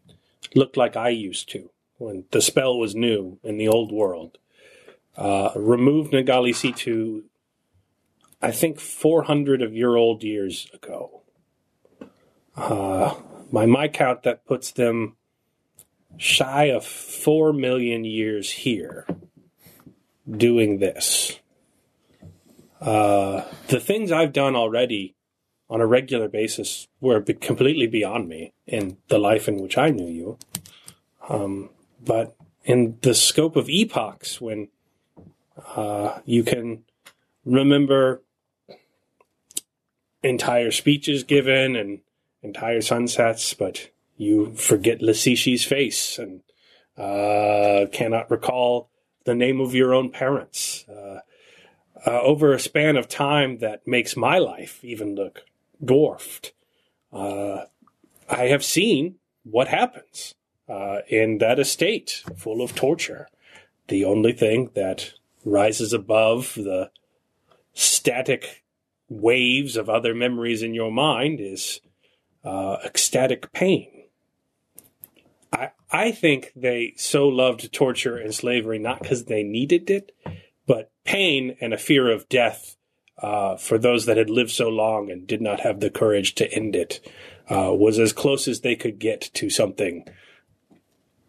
[SPEAKER 2] looked like I used to, when the spell was new in the old world, uh, removed Nagali Situ, I think, 400 of your old years ago. Uh, by my count, that puts them shy of 4 million years here doing this uh, the things I've done already on a regular basis were be- completely beyond me in the life in which I knew you. Um, but in the scope of epochs, when uh, you can remember entire speeches given and entire sunsets, but you forget Lasishi's face and uh, cannot recall the name of your own parents. Uh, uh, over a span of time that makes my life even look dwarfed. Uh, I have seen what happens uh, in that estate full of torture. The only thing that rises above the static waves of other memories in your mind is uh, ecstatic pain. I, I think they so loved torture and slavery not because they needed it, but pain and a fear of death uh, for those that had lived so long and did not have the courage to end it uh, was as close as they could get to something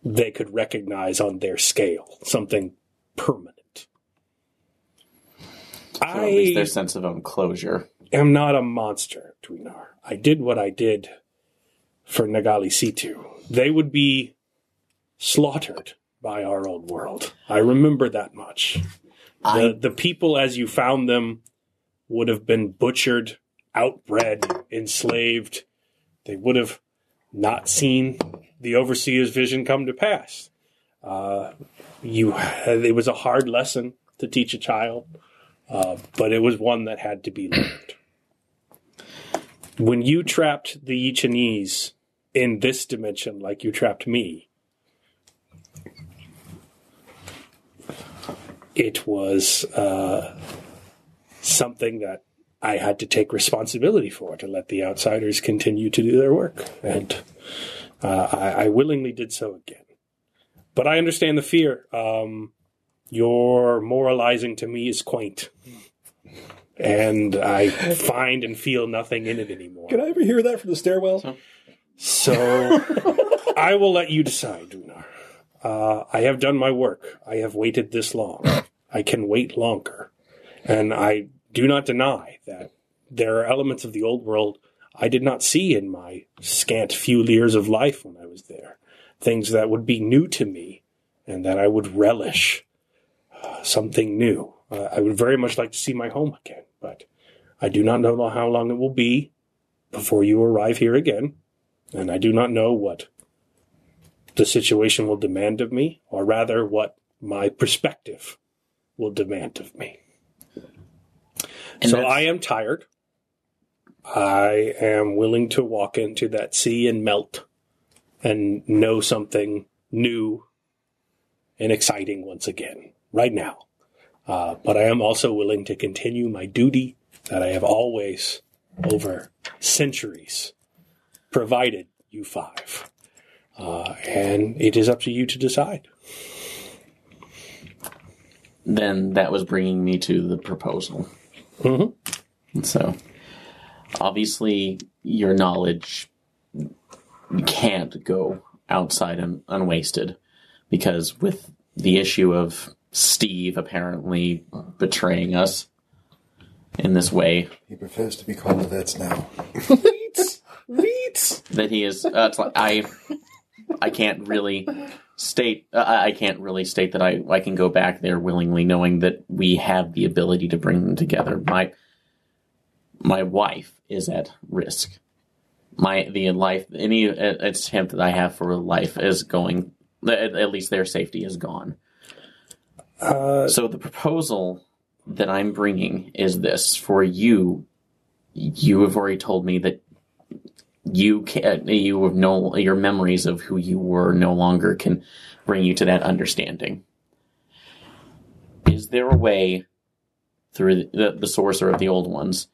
[SPEAKER 2] they could recognize on their scale, something permanent.
[SPEAKER 5] So at least
[SPEAKER 2] I
[SPEAKER 5] their sense of own closure.
[SPEAKER 2] am not a monster, Dwinar. I did what I did for Nagali Situ. They would be slaughtered by our old world. I remember that much.
[SPEAKER 5] I
[SPEAKER 2] The, the people as you found them would have been butchered, outbred, enslaved. They would have not seen the overseer's vision come to pass. Uh, you, it was a hard lesson to teach a child, uh, but it was one that had to be learned. When you trapped the Ichinese in this dimension, like you trapped me, it was uh, something that I had to take responsibility for to let the outsiders continue to do their work. And uh, I, I willingly did so again. But I understand the fear. Um, your moralizing to me is quaint. And I find and feel nothing in it anymore.
[SPEAKER 4] Can I ever hear that from the stairwell?
[SPEAKER 2] So I will let you decide, Dunar. Uh, I have done my work. I have waited this long. I can wait longer. And I do not deny that there are elements of the old world I did not see in my scant few years of life when I was there. Things that would be new to me and that I would relish. Uh, something new. Uh, I would very much like to see my home again, but I do not know how long it will be before you arrive here again and I do not know what the situation will demand of me, or rather, what my perspective will demand of me.
[SPEAKER 5] And
[SPEAKER 2] so
[SPEAKER 5] that's-
[SPEAKER 2] I am tired. I am willing to walk into that sea and melt and know something new and exciting once again, right now. Uh, but I am also willing to continue my duty that I have always over centuries provided you five. Uh, and it is up to you to decide.
[SPEAKER 5] then that was bringing me to the proposal.
[SPEAKER 2] Mhm.
[SPEAKER 5] And So, obviously, your knowledge can't go outside un- unwasted because with the issue of Steve apparently betraying us in this way,
[SPEAKER 1] He prefers to be called Evets now.
[SPEAKER 5] that he is. Uh, it's like I, I can't really state. Uh, I I can't really state that I I can go back there willingly, knowing that we have the ability to bring them together. My my wife is at risk. My the life any uh, attempt that I have for life is going. At, at least their safety is gone.
[SPEAKER 4] Uh,
[SPEAKER 5] So the proposal that I'm bringing is this: for you, you have already told me that you can uh, you have no your memories of who you were no longer can bring you to that understanding. Is there a way through the, the sorcerer of the old ones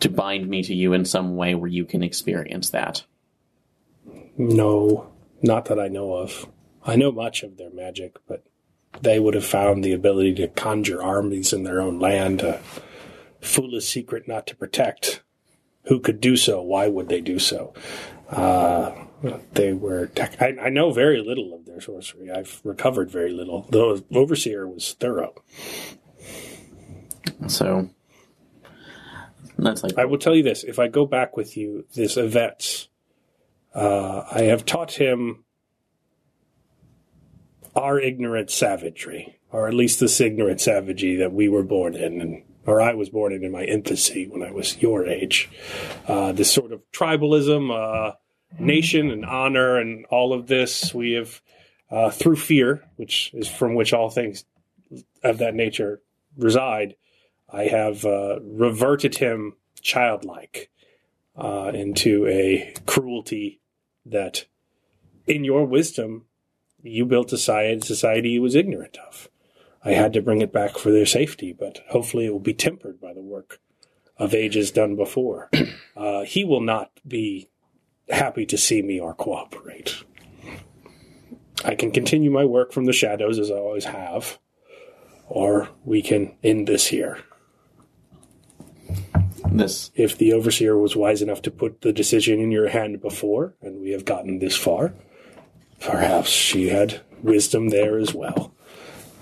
[SPEAKER 5] to bind me to you in some way where you can experience that?
[SPEAKER 2] No, not that I know of. I know much of their magic, but they would have found the ability to conjure armies in their own land to fool a secret not to protect. Who could do so? Why would they do so? Uh, they were. Tech- I, I know very little of their sorcery. I've recovered very little. The overseer was thorough.
[SPEAKER 5] So that's like
[SPEAKER 2] I will tell you this: if I go back with you, this Yvette's, uh, I have taught him our ignorant savagery, or at least this ignorant savagery that we were born in, and or I was born in in my infancy when I was your age. Uh, this sort of tribalism, uh, nation, and honor, and all of this we have uh, through fear, which is from which all things of that nature reside. I have uh, reverted him childlike uh, into a cruelty that, in your wisdom, you built a society, society he was ignorant of. I had to bring it back for their safety, but hopefully it will be tempered by the work of ages done before. Uh, he will not be happy to see me or cooperate. I can continue my work from the shadows as I always have, or we can end this here.
[SPEAKER 5] this.
[SPEAKER 2] if the overseer was wise enough to put the decision in your hand before, and we have gotten this far, perhaps she had wisdom there as well,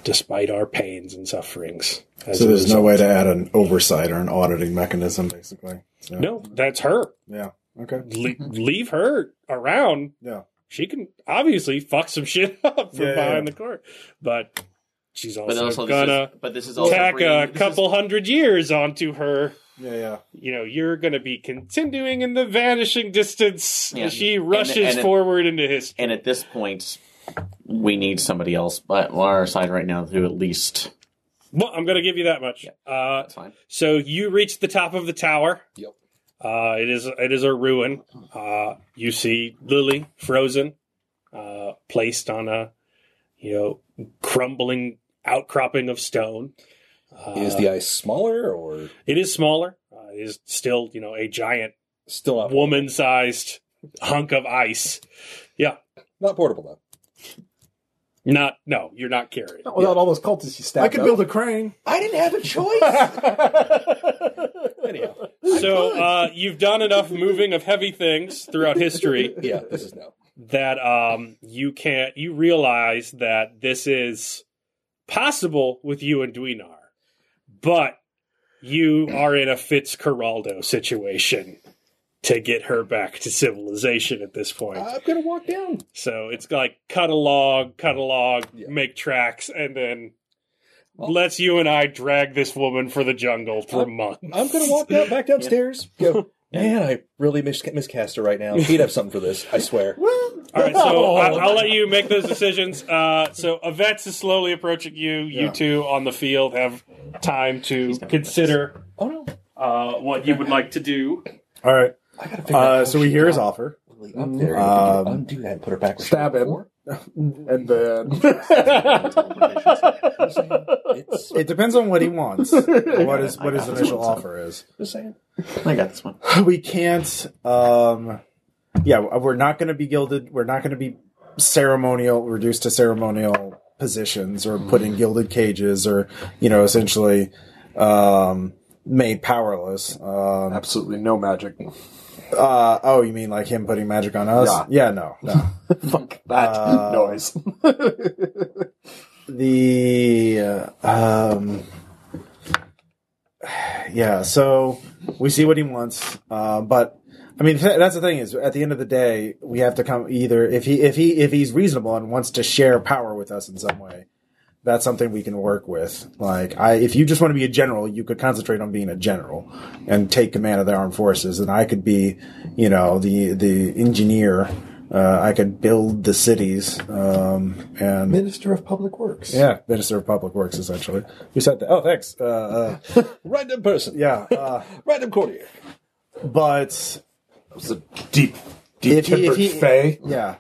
[SPEAKER 2] despite our pains and sufferings. as
[SPEAKER 1] So
[SPEAKER 2] a
[SPEAKER 1] there's no
[SPEAKER 2] result.
[SPEAKER 1] way to add an oversight or an auditing mechanism, basically. So,
[SPEAKER 2] No, that's her.
[SPEAKER 1] Yeah. Okay.
[SPEAKER 2] Le- leave her around.
[SPEAKER 1] Yeah.
[SPEAKER 2] She can obviously fuck some shit up from
[SPEAKER 1] Yeah, yeah,
[SPEAKER 2] behind
[SPEAKER 1] yeah.
[SPEAKER 2] the court, but she's also,
[SPEAKER 5] But also,
[SPEAKER 2] gonna
[SPEAKER 5] this is, but this is also
[SPEAKER 2] tack
[SPEAKER 5] bringing-
[SPEAKER 2] a
[SPEAKER 5] this is-
[SPEAKER 2] couple hundred years onto her.
[SPEAKER 1] Yeah. Yeah.
[SPEAKER 2] you know, you're going to be continuing in the vanishing distance
[SPEAKER 5] Yeah.
[SPEAKER 2] as she
[SPEAKER 5] And-
[SPEAKER 2] rushes
[SPEAKER 5] and it-
[SPEAKER 2] forward into history.
[SPEAKER 5] and at this point, we need somebody else but on our side right now to at least.
[SPEAKER 2] Well, I'm going to give you that much. Uh,
[SPEAKER 5] That's fine.
[SPEAKER 2] so you reach the top of the tower.
[SPEAKER 4] Yep.
[SPEAKER 2] Uh, it is it is a ruin. Uh, you see Lily frozen, uh, placed on a you know crumbling outcropping of stone. Uh,
[SPEAKER 4] is the ice smaller or
[SPEAKER 2] it is smaller. Uh, it is still you know a giant
[SPEAKER 4] still not
[SPEAKER 2] woman sized hunk of ice.
[SPEAKER 4] Not portable though.
[SPEAKER 2] Not no, you're not carrying.
[SPEAKER 3] Not without all those cultists you stabbed
[SPEAKER 1] I could
[SPEAKER 3] up.
[SPEAKER 1] build a crane.
[SPEAKER 4] I didn't have a choice. Anyhow,
[SPEAKER 2] So uh, you've done enough moving of heavy things throughout history
[SPEAKER 4] yeah, this is no.
[SPEAKER 2] that um, you can't. You realize that this is possible with you and Dwinar, but you are in a Fitzcarraldo situation to get her back to civilization at this point.
[SPEAKER 4] I'm gonna walk down.
[SPEAKER 2] so it's like cut a log, cut a log,
[SPEAKER 4] Yeah.
[SPEAKER 2] make tracks, and then.
[SPEAKER 4] Well-
[SPEAKER 2] Let's you and I drag this woman for the jungle for a month.
[SPEAKER 4] I'm gonna walk down back downstairs. Go. Man, I really mis- miscast her right now. He'd have something for this, I swear.
[SPEAKER 2] All right, so
[SPEAKER 1] uh,
[SPEAKER 2] I, I'll let you make those decisions. Uh, so Avets is slowly approaching you. You
[SPEAKER 1] Yeah.
[SPEAKER 2] two on the field have time to consider
[SPEAKER 4] Oh no,
[SPEAKER 2] uh, what you would like to do.
[SPEAKER 1] All right.
[SPEAKER 4] I gotta figure out
[SPEAKER 1] Uh,
[SPEAKER 4] how
[SPEAKER 1] so we
[SPEAKER 4] she
[SPEAKER 1] hear his
[SPEAKER 4] got
[SPEAKER 1] offer.
[SPEAKER 4] Lily up there.
[SPEAKER 1] Um,
[SPEAKER 4] undo that and put her back. where she
[SPEAKER 3] Stab
[SPEAKER 4] was
[SPEAKER 3] him.
[SPEAKER 4] before.
[SPEAKER 3] and then
[SPEAKER 4] It's
[SPEAKER 1] It depends on what he wants. what is
[SPEAKER 5] I
[SPEAKER 1] what
[SPEAKER 5] got
[SPEAKER 1] his
[SPEAKER 5] it.
[SPEAKER 1] initial offer is.
[SPEAKER 4] just saying.
[SPEAKER 5] I got this one.
[SPEAKER 1] we can't um yeah we're not going to be gilded we're not going to be ceremonial reduced to ceremonial positions or put
[SPEAKER 5] Hmm.
[SPEAKER 1] in gilded cages or you know essentially um made powerless um
[SPEAKER 3] absolutely no magic.
[SPEAKER 1] uh oh you mean like him putting magic on us yeah, no no
[SPEAKER 3] Fuck that
[SPEAKER 1] Uh,
[SPEAKER 3] noise.
[SPEAKER 1] the uh, um yeah so we see what he wants uh, but i mean th- that's the thing is at the end of the day we have to come either if he if he if he's reasonable and wants to share power with us in some way that's something we can work with. Like, I, if you just want to be a general, you could concentrate on being a general and take command of the armed forces. And I could be, you know, the the engineer. Uh, I could build the cities. Um, and
[SPEAKER 12] Minister of Public Works.
[SPEAKER 1] yeah, minister of public works essentially. We said that. Oh, thanks. Uh, uh,
[SPEAKER 4] Random person.
[SPEAKER 1] yeah, uh,
[SPEAKER 4] Random courtier.
[SPEAKER 1] but
[SPEAKER 3] It's a deep, deep
[SPEAKER 1] If he- if
[SPEAKER 3] tempered
[SPEAKER 1] he-
[SPEAKER 3] fey.
[SPEAKER 1] yeah,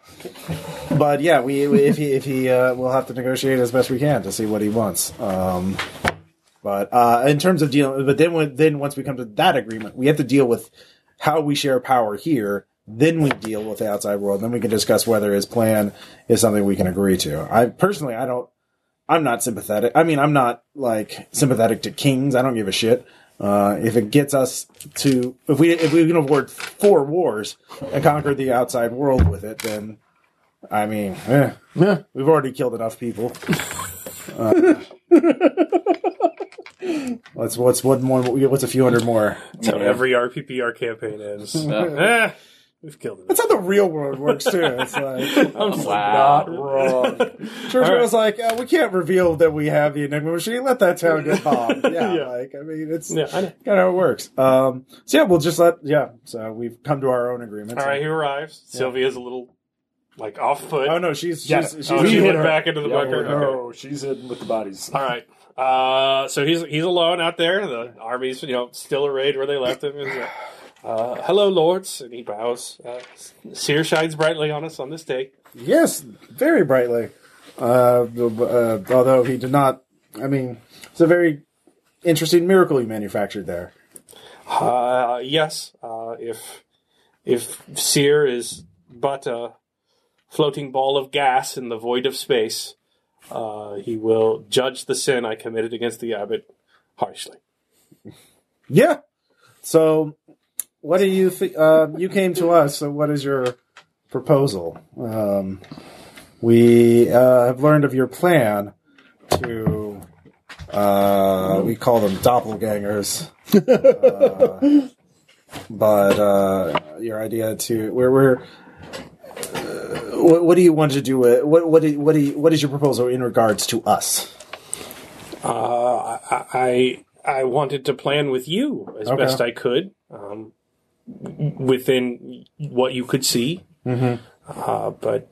[SPEAKER 1] but yeah, we we- if he if he uh, we'll have to negotiate as best we can to see what he wants. Um, but uh, in terms of dealing, but then when, then once we come to that agreement, we have to deal with how we share power here. Then we deal with the outside world. Then we can discuss whether his plan is something we can agree to. I personally, I don't. I'm not sympathetic. I mean, I'm not like sympathetic to kings. I don't give a shit. Uh, if it gets us to, if we if we can avoid four wars and conquer the outside world with it, then I mean, eh, eh, we've already killed enough people. Uh, what's what's one more? What's a few hundred more?
[SPEAKER 11] So
[SPEAKER 2] Every RPPR campaign is. Eh, we've killed it.
[SPEAKER 1] That's how the real world works too. It's like
[SPEAKER 11] wow.
[SPEAKER 3] Wrong.
[SPEAKER 1] Churchill was like, uh, we can't reveal that we have the Enigma machine. Let that town get bombed. Yeah,
[SPEAKER 2] Yeah.
[SPEAKER 1] like I mean, it's
[SPEAKER 2] Yeah, I know.
[SPEAKER 1] kind of how it works. Um, so yeah, we'll just let yeah. So we've come to our own agreement.
[SPEAKER 2] All right, he arrives. Sylvia's a little like off foot.
[SPEAKER 1] Oh no, she's she's,
[SPEAKER 2] Yeah.
[SPEAKER 1] she's,
[SPEAKER 2] Oh,
[SPEAKER 1] she's
[SPEAKER 2] she
[SPEAKER 1] with
[SPEAKER 2] went
[SPEAKER 1] her.
[SPEAKER 2] back into the
[SPEAKER 3] Yeah,
[SPEAKER 2] bunker.
[SPEAKER 3] well,
[SPEAKER 2] Okay.
[SPEAKER 3] No, she's in with the bodies.
[SPEAKER 2] All right. Uh, so he's he's alone out there. The army's you know still arrayed where they left him. And, uh, uh, hello, lords, and he bows. Uh, Seer shines brightly on us on this day.
[SPEAKER 1] Yes, very brightly. Uh, b- uh, although he did not. I mean, it's a very interesting miracle he manufactured there.
[SPEAKER 2] Uh, yes, uh, if if Seer is but a floating ball of gas in the void of space, uh, he will judge the sin I committed against the abbot harshly.
[SPEAKER 1] Yeah. So, what do you think? Uh, you came to us. So, what is your proposal? Um, we uh, have learned of your plan to. Uh, we call them doppelgangers. Uh, but uh, your idea to we're we're. Uh, what, what do you want to do? With, what what do, you- what do you, what is your proposal in regards to us?
[SPEAKER 2] Uh, I, I I wanted to plan with you as
[SPEAKER 1] Okay.
[SPEAKER 2] best I could, um, within what you could see. Uh, but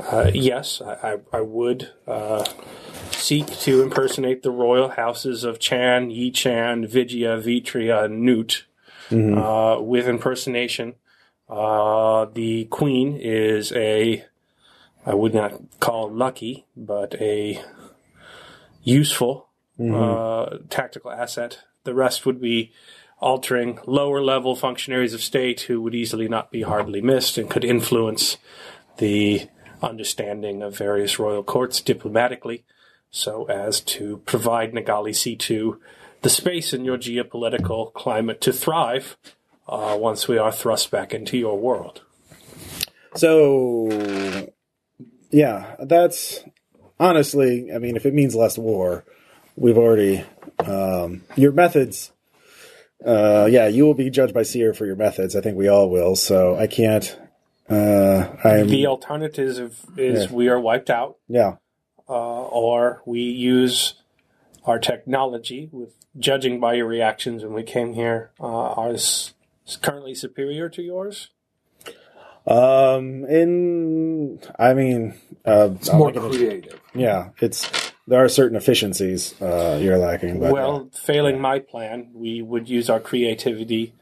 [SPEAKER 2] uh, yes, I, I, I would uh, seek to impersonate the royal houses of Chan, Yi Chan, Vigia, Vitria, and Newt uh, with impersonation. Uh, the queen is a, I would not call lucky, but a useful uh, tactical asset. The rest would be altering lower level functionaries of state who would easily not be hardly missed and could influence the understanding of various royal courts diplomatically so as to provide Nagali C2 the space in your geopolitical climate to thrive uh, once we are thrust back into your world.
[SPEAKER 1] So, yeah, that's honestly. I mean, if it means less war, we've already um, your methods. Uh, yeah, you will be judged by Seer for your methods. I think we all will. So I can't. Uh, I'm
[SPEAKER 2] The alternative is- is
[SPEAKER 1] Yeah.
[SPEAKER 2] we are wiped out
[SPEAKER 1] yeah.
[SPEAKER 2] uh, or we use our technology, with judging by your reactions when we came here, uh, ours is currently superior to yours.
[SPEAKER 1] Um, in I mean, uh,
[SPEAKER 3] It's more creative.
[SPEAKER 1] yeah, it's there are certain efficiencies uh, you're lacking. But
[SPEAKER 2] well, failing my plan, we would use our creativity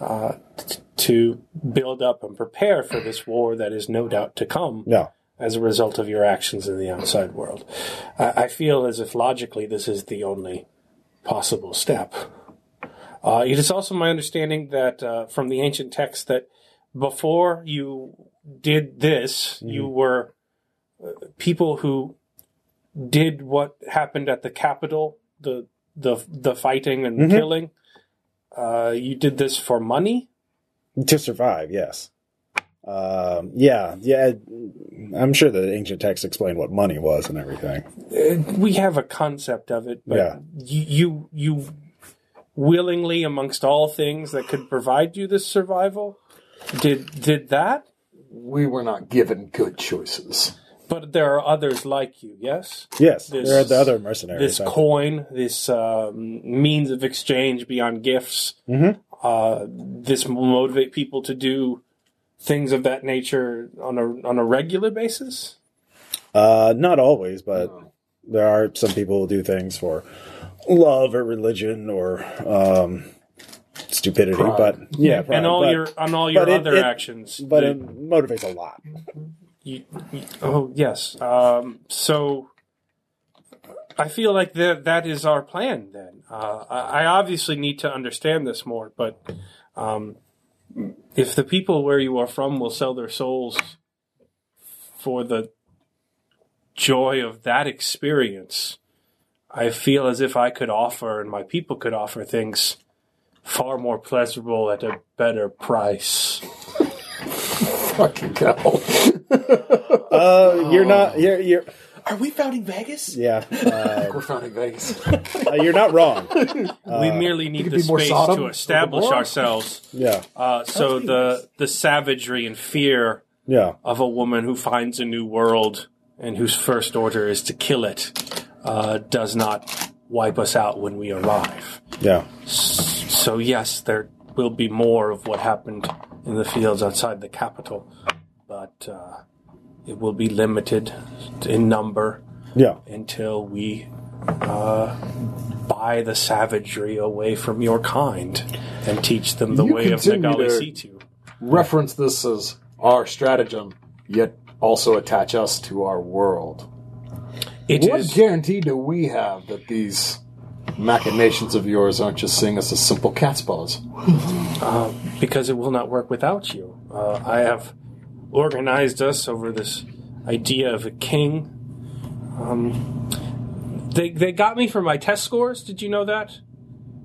[SPEAKER 2] uh, t- to build up and prepare for this war that is no doubt to come.
[SPEAKER 1] yeah,
[SPEAKER 2] as a result of your actions in the outside world. I, I feel as if logically this is the only possible step. Uh, it is also my understanding that uh, from the ancient texts that before you did this, you were uh, people who did what happened at the Capitol, the the the fighting and killing. Uh, you did this for money.
[SPEAKER 1] to survive yes um, yeah yeah i'm sure the ancient texts explain what money was and everything
[SPEAKER 2] we have a concept of it, but
[SPEAKER 1] Yeah.
[SPEAKER 2] you, you you willingly amongst all things that could provide you this survival did did that
[SPEAKER 3] We were not given good choices.
[SPEAKER 2] But there are others like you, yes?
[SPEAKER 14] Yes,
[SPEAKER 2] This-
[SPEAKER 14] there are the other mercenaries.
[SPEAKER 2] This coin, this um, means of exchange beyond gifts,
[SPEAKER 14] Mhm.
[SPEAKER 2] uh, this will motivate people to do things of that nature on a on a regular basis.
[SPEAKER 14] uh, not always, but
[SPEAKER 2] Oh.
[SPEAKER 14] there are some people who do things for love or religion or um, stupidity.
[SPEAKER 2] Pride.
[SPEAKER 14] But yeah, pride,
[SPEAKER 2] and all
[SPEAKER 14] Uh, but,
[SPEAKER 2] your on all your
[SPEAKER 14] but it-
[SPEAKER 2] other
[SPEAKER 14] it-
[SPEAKER 2] actions,
[SPEAKER 14] but
[SPEAKER 2] the-
[SPEAKER 14] it motivates a lot.
[SPEAKER 2] You, you- oh yes. Um, so I feel like that that is our plan. Then uh, I, I obviously need to understand this more. But um, if the people where you are from will sell their souls for the joy of that experience, I feel as if I could offer and my people could offer things far more pleasurable at a better price.
[SPEAKER 3] Fucking hell.
[SPEAKER 14] Uh, you're
[SPEAKER 2] Oh.
[SPEAKER 14] not. You're. you're
[SPEAKER 4] Are we founding Vegas?
[SPEAKER 14] yeah. Uh,
[SPEAKER 3] We're found in Vegas.
[SPEAKER 14] uh, you're not wrong.
[SPEAKER 2] we merely need
[SPEAKER 3] Uh, could
[SPEAKER 2] the
[SPEAKER 3] be more
[SPEAKER 2] space
[SPEAKER 3] Sodom
[SPEAKER 2] to
[SPEAKER 3] or
[SPEAKER 2] establish
[SPEAKER 3] Gomorrah.
[SPEAKER 2] ourselves.
[SPEAKER 14] Yeah.
[SPEAKER 2] Uh, so the the savagery and fear
[SPEAKER 14] Yeah.
[SPEAKER 2] of a woman who finds a new world and whose first order is to kill it uh, does not wipe us out when we arrive.
[SPEAKER 14] Yeah.
[SPEAKER 2] So yes, there will be more of what happened in the fields outside the capital, but uh, it will be limited in number
[SPEAKER 14] Yeah.
[SPEAKER 2] until we uh, buy the savagery away from your kind and teach them the
[SPEAKER 3] You
[SPEAKER 2] way of
[SPEAKER 3] continue
[SPEAKER 2] Nagali
[SPEAKER 3] to-
[SPEAKER 2] Situ.
[SPEAKER 3] Reference this as our stratagem, yet also attach us to our world.
[SPEAKER 2] It
[SPEAKER 3] what
[SPEAKER 2] is-
[SPEAKER 3] guarantee do we have that these machinations of yours aren't just seeing us as simple cat's paws?
[SPEAKER 2] because it will not work without you. Uh, I have organized us over this idea of a king. Um, they they got me for my test scores. Did you know that?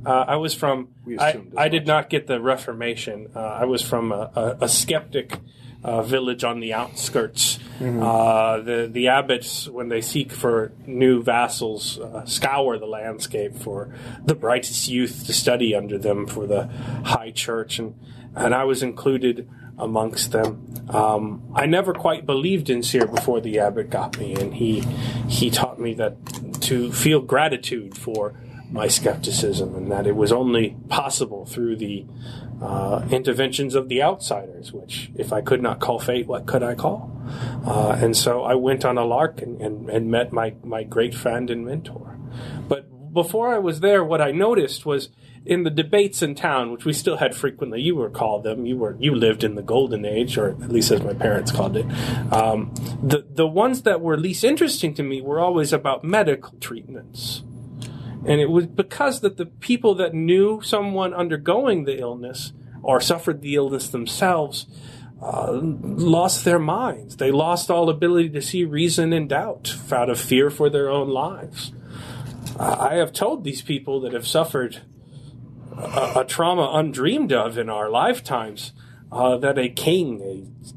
[SPEAKER 2] Uh, I was from.
[SPEAKER 3] We
[SPEAKER 2] I,
[SPEAKER 3] assumed as
[SPEAKER 2] I did
[SPEAKER 3] much.
[SPEAKER 2] not get the Reformation. Uh, I was from a, a, a skeptic uh, village on the outskirts. Uh, the the abbots, when they seek for new vassals, uh, scour the landscape for the brightest youth to study under them for the high church, and and I was included amongst them. Um, I never quite believed in Seer before the abbot got me, and he he taught me that to feel gratitude for my skepticism and that it was only possible through the uh, interventions of the outsiders, which if I could not call fate, what could I call? Uh, and so I went on a lark and, and, and met my, my great friend and mentor. But before I was there, what I noticed was in the debates in town, which we still had frequently, you recall them. You were you lived in the golden age, or at least as my parents called it. Um, the the ones that were least interesting to me were always about medical treatments and it was because that the people that knew someone undergoing the illness or suffered the illness themselves uh, lost their minds. They lost all ability to see reason and doubt out of fear for their own lives. I I have told these people that have suffered a, a trauma undreamed of in our lifetimes uh, that a king,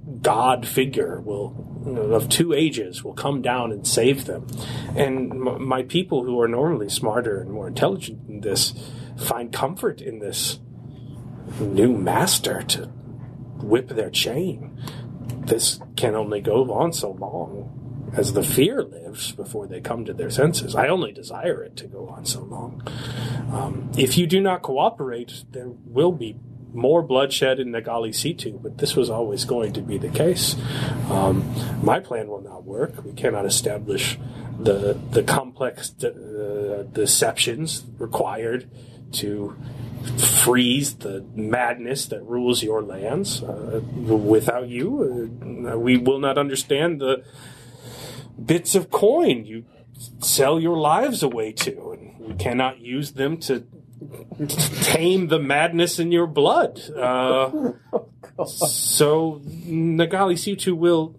[SPEAKER 2] a god figure, will of two ages will come down and save them. And m- my people, who are normally smarter and more intelligent than this, find comfort in this new master to whip their chain. This can only go on so long as the fear lives before they come to their senses. I only desire it to go on so long. Um, if you do not cooperate, there will be more bloodshed in Nagali Situ, but this was always going to be the case. Um, my plan will not work. We cannot establish the the complex de- uh, deceptions required to freeze the madness that rules your lands. Uh, without you, uh, we will not understand the bits of coin you sell your lives away to, and we cannot use them to tame the madness in your blood. Uh, so Nagali Situ will.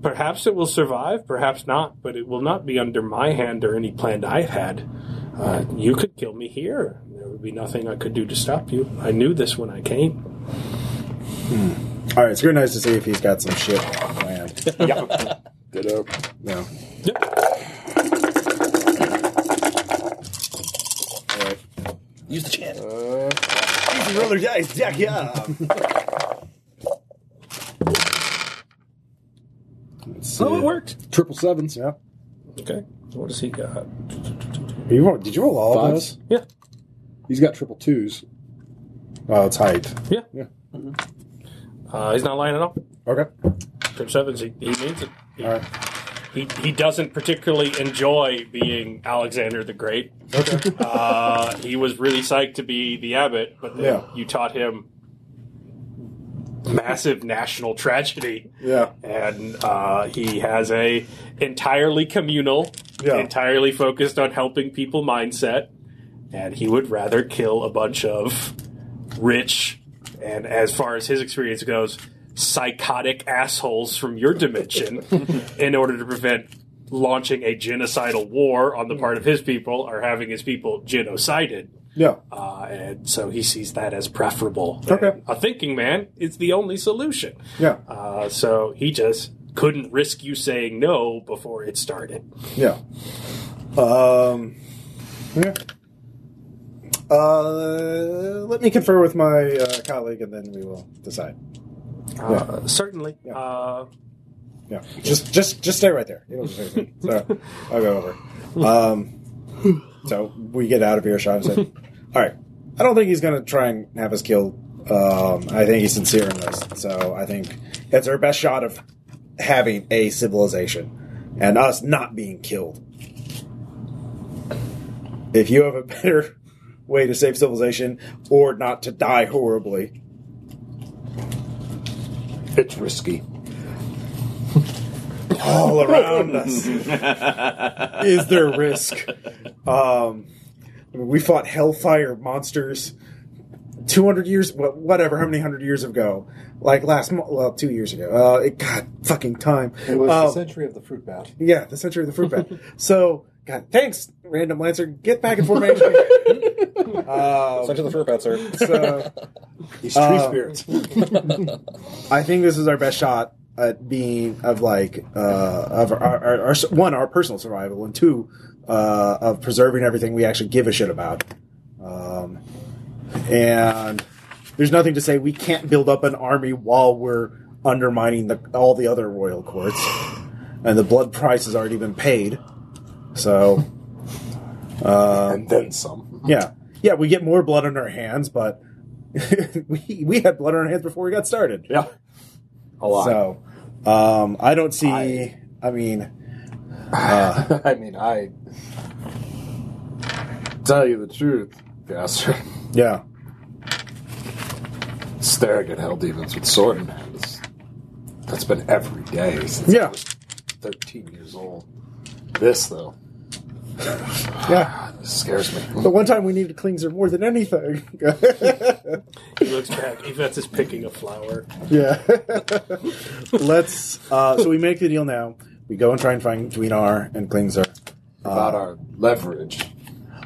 [SPEAKER 2] Perhaps it will survive, perhaps not, but it will not be under my hand or any plan I've had. Uh, you could kill me here. There would be nothing I could do to stop you. I knew this when I came.
[SPEAKER 14] All right. It's very nice to see if he's got some shit planned.
[SPEAKER 2] Yeah.
[SPEAKER 3] Ditto.
[SPEAKER 14] No.
[SPEAKER 4] Use the chant.
[SPEAKER 1] Uh.
[SPEAKER 14] Roller dice. Yeah. Yeah. Let's to.
[SPEAKER 2] Oh, it worked.
[SPEAKER 3] Triple sevens.
[SPEAKER 14] Yeah.
[SPEAKER 2] Okay. What does he got?
[SPEAKER 14] You roll, did you roll all of
[SPEAKER 3] Fives.
[SPEAKER 14] those?
[SPEAKER 2] Yeah.
[SPEAKER 3] He's got triple twos.
[SPEAKER 14] Oh, it's height.
[SPEAKER 2] Mm-hmm. Uh, he's not lying at all.
[SPEAKER 14] Okay.
[SPEAKER 2] Trim sevens. He, he means it. He,
[SPEAKER 14] All right.
[SPEAKER 2] he, he doesn't particularly enjoy being Alexander the Great.
[SPEAKER 14] Okay.
[SPEAKER 2] Uh, he was really psyched to be the abbot, but then
[SPEAKER 1] Yeah.
[SPEAKER 2] you taught him massive national tragedy,
[SPEAKER 1] Yeah.
[SPEAKER 2] and uh, he has a entirely communal,
[SPEAKER 1] Yeah.
[SPEAKER 2] entirely focused on helping people mindset, and he would rather kill a bunch of rich and, as far as his experience goes, psychotic assholes from your dimension in order to prevent launching a genocidal war on the part of his people or having his people genocided.
[SPEAKER 1] Yeah.
[SPEAKER 2] Uh, and so he sees that as preferable.
[SPEAKER 1] Okay.
[SPEAKER 2] And a thinking man is the only solution.
[SPEAKER 1] Yeah.
[SPEAKER 2] Uh, so he just couldn't risk you saying no before it started.
[SPEAKER 1] Yeah. Um. Yeah. Uh, let me confer with my uh, colleague, and then we will decide.
[SPEAKER 2] Uh, Certainly.
[SPEAKER 1] Yeah.
[SPEAKER 2] Uh,
[SPEAKER 1] Yeah, just just just stay right there. You don't say anything. So I'll go over. Um, so we get out of earshot and say, "All right, I don't think he's going to try and have us killed. Um, I think he's sincere in this. So I think that's our best shot of having a civilization and us not being killed. If you have a better way to save civilization or not to die horribly,
[SPEAKER 3] It's risky.
[SPEAKER 1] all around us." is there risk? Um, we fought hellfire monsters 200 years, wha- whatever, how many hundred years ago? Like last, mo- well, two years ago. Uh, it, God, fucking time.
[SPEAKER 12] It was
[SPEAKER 1] Um,
[SPEAKER 12] the century of the fruit bat.
[SPEAKER 1] yeah, the century of the fruit bat. so, God, thanks, Random Lancer. Get back in formation.
[SPEAKER 4] Such as the fur pet, sir.
[SPEAKER 1] so,
[SPEAKER 3] He's tree
[SPEAKER 1] Uh,
[SPEAKER 3] spirits.
[SPEAKER 1] I think this is our best shot at being of like uh, of our, our, our one our personal survival and two uh, of preserving everything we actually give a shit about. Um, and there's nothing to say we can't build up an army while we're undermining the, all the other royal courts, and the blood price has already been paid. So
[SPEAKER 3] and then some.
[SPEAKER 1] yeah, yeah, we get more blood on our hands, but we we had blood on our hands before we got started.
[SPEAKER 3] Yeah. A lot.
[SPEAKER 1] So, um, I don't see. I, mean,
[SPEAKER 3] I mean, I tell you the truth, Gasser.
[SPEAKER 1] yeah,
[SPEAKER 3] Staring at hell demons with sword in hand is that's been every day since
[SPEAKER 1] yeah,
[SPEAKER 3] thirteen years old. This though
[SPEAKER 1] yeah.
[SPEAKER 3] scares me.
[SPEAKER 1] But one time we needed cleanser more than anything.
[SPEAKER 2] he looks back. Yvette's is picking a flower.
[SPEAKER 1] yeah. Let's. Uh, so we make the deal now. We go and try and find Dwinar and cleanser.
[SPEAKER 3] About our leverage.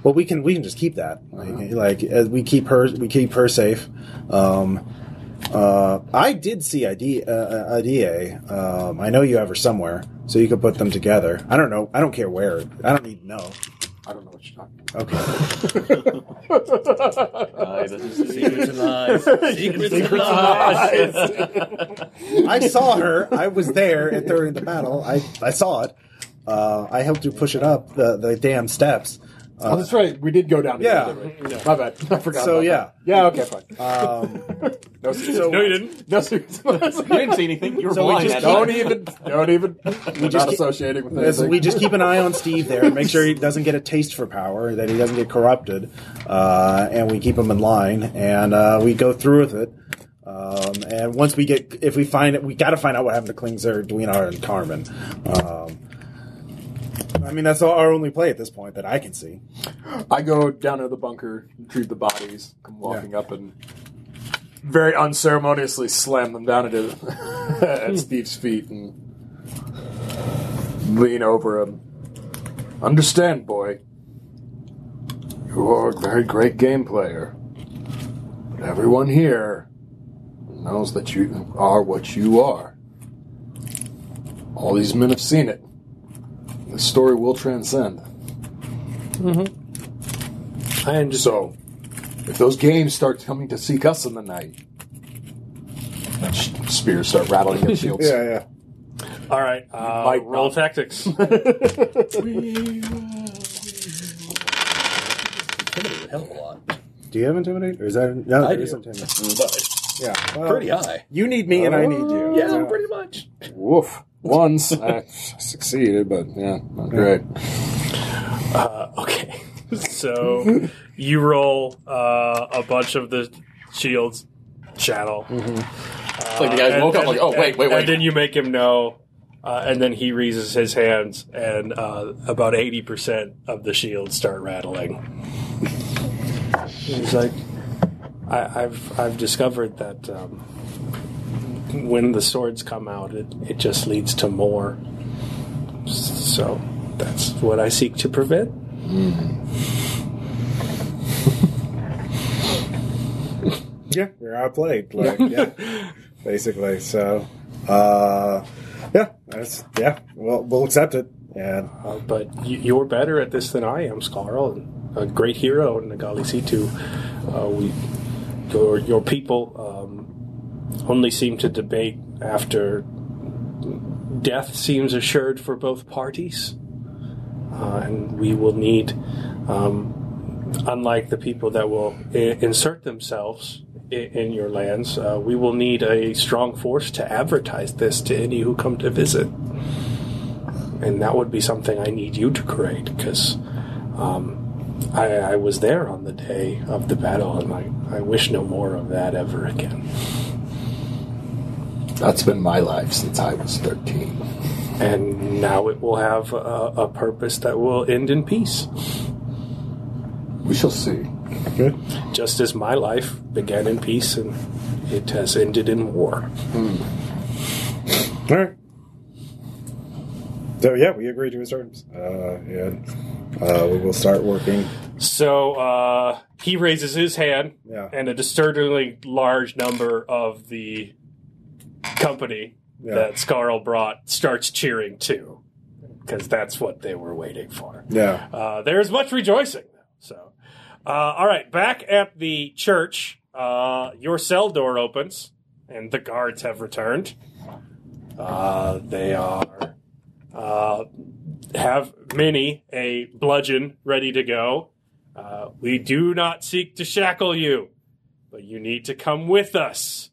[SPEAKER 1] Well, we can we can just keep that. Like, like, as we keep her we keep her safe. Um, uh, I did see ID, uh, uh, IDA. Um, I know you have her somewhere, so you could put them together. I don't know. I don't care where. I don't need to know.
[SPEAKER 3] I don't know what you're talking about.
[SPEAKER 1] Okay.
[SPEAKER 11] Secrets and lies. Secrets and lies.
[SPEAKER 1] I saw her. I was there at, during the battle. I, I saw it. Uh, I helped you push it up the, the damn steps. Uh,
[SPEAKER 3] oh, that's right. We did go down.
[SPEAKER 1] Yeah.
[SPEAKER 3] together, right? My bad. I forgot.
[SPEAKER 1] So
[SPEAKER 3] about
[SPEAKER 1] yeah.
[SPEAKER 3] that. Yeah. Okay. Fine.
[SPEAKER 1] Um,
[SPEAKER 3] No serious.
[SPEAKER 2] No, you didn't.
[SPEAKER 3] No serious.
[SPEAKER 11] You didn't see anything. You were
[SPEAKER 1] So we
[SPEAKER 11] blind.
[SPEAKER 1] just
[SPEAKER 11] at
[SPEAKER 3] don't
[SPEAKER 11] it.
[SPEAKER 3] even. Don't even. We're
[SPEAKER 1] just
[SPEAKER 3] not
[SPEAKER 1] keep-
[SPEAKER 3] associating with
[SPEAKER 1] as
[SPEAKER 3] anything.
[SPEAKER 1] we just keep an eye on Steve there, make sure he doesn't get a taste for power, that he doesn't get corrupted, uh, and we keep him in line, and uh, we go through with it. Um, and once we get, if we find it, we got to find out what happened to Klingzer, Dwinar, and Carmen. Um, I mean, that's our only play at this point that I can see.
[SPEAKER 3] I go down to the bunker, retrieve the bodies, come walking up and very unceremoniously slam them down into at Steve's feet and lean over him. Understand, boy. You are a very great game player. But everyone here knows that you are what you are. All these men have seen it. The story will transcend.
[SPEAKER 2] I am just.
[SPEAKER 3] So, if those games start coming to seek us in the night, sh- spears start rattling at shields.
[SPEAKER 1] yeah.
[SPEAKER 2] All right. Uh,
[SPEAKER 3] Might
[SPEAKER 2] roll
[SPEAKER 3] not.
[SPEAKER 2] tactics.
[SPEAKER 4] Intimidated a hell of a lot.
[SPEAKER 14] Do you have intimidate, or is that no?
[SPEAKER 4] I
[SPEAKER 14] there is
[SPEAKER 4] do. Mm,
[SPEAKER 14] intimidate.
[SPEAKER 4] But
[SPEAKER 1] Yeah.
[SPEAKER 14] Well,
[SPEAKER 4] pretty high.
[SPEAKER 1] You need me and I need you.
[SPEAKER 4] Oh. Yeah, pretty much.
[SPEAKER 3] Woof. Once I succeeded, but yeah, not great.
[SPEAKER 2] Okay. So you roll uh, a bunch of the shields channel.
[SPEAKER 5] Mm-hmm. like the guys
[SPEAKER 2] And-
[SPEAKER 5] woke up
[SPEAKER 2] and-
[SPEAKER 5] like, oh wait,
[SPEAKER 2] and-
[SPEAKER 5] wait, wait.
[SPEAKER 2] And then you make him know, uh, and then he raises his hands, and uh, about eighty percent of the shields start rattling. He's like, I, I've I've discovered that um, when the swords come out, it, it just leads to more. So that's what I seek to prevent.
[SPEAKER 1] Yeah, we're outplayed. Like, yeah, basically. So, uh, yeah, that's yeah. Well, we'll accept it. And
[SPEAKER 2] Uh, but y- you're better at this than I am, Scarl, and a great hero in Nagali Situ. Uh, we, your, your people um, only seem to debate after death seems assured for both parties. Uh, and we will need, um, unlike the people that will I- insert themselves in, in your lands, uh, we will need a strong force to advertise this to any who come to visit and that would be something I need you to create because um, I, I was there on the day of the battle, and I, I wish no more of that ever again.
[SPEAKER 3] That's been my life since I was 13.
[SPEAKER 2] And now it will have a, a purpose that will end in peace,
[SPEAKER 3] We shall see.
[SPEAKER 2] just as my life began in peace and it has ended in war.
[SPEAKER 1] all right. So yeah, we agree to his terms. Uh, and uh, we will start working.
[SPEAKER 2] So uh, he raises his hand,
[SPEAKER 1] Yeah.
[SPEAKER 2] and a disturbingly large number of the company
[SPEAKER 1] Yeah.
[SPEAKER 2] that Scarl brought starts cheering too, because that's what they were waiting for.
[SPEAKER 1] Yeah.
[SPEAKER 2] Uh, there is much rejoicing, though. So, uh, all right, back at the church, uh, your cell door opens, and the guards have returned. Uh, they are uh, have many a bludgeon ready to go. Uh, we do not seek to shackle you, but you need to come with us.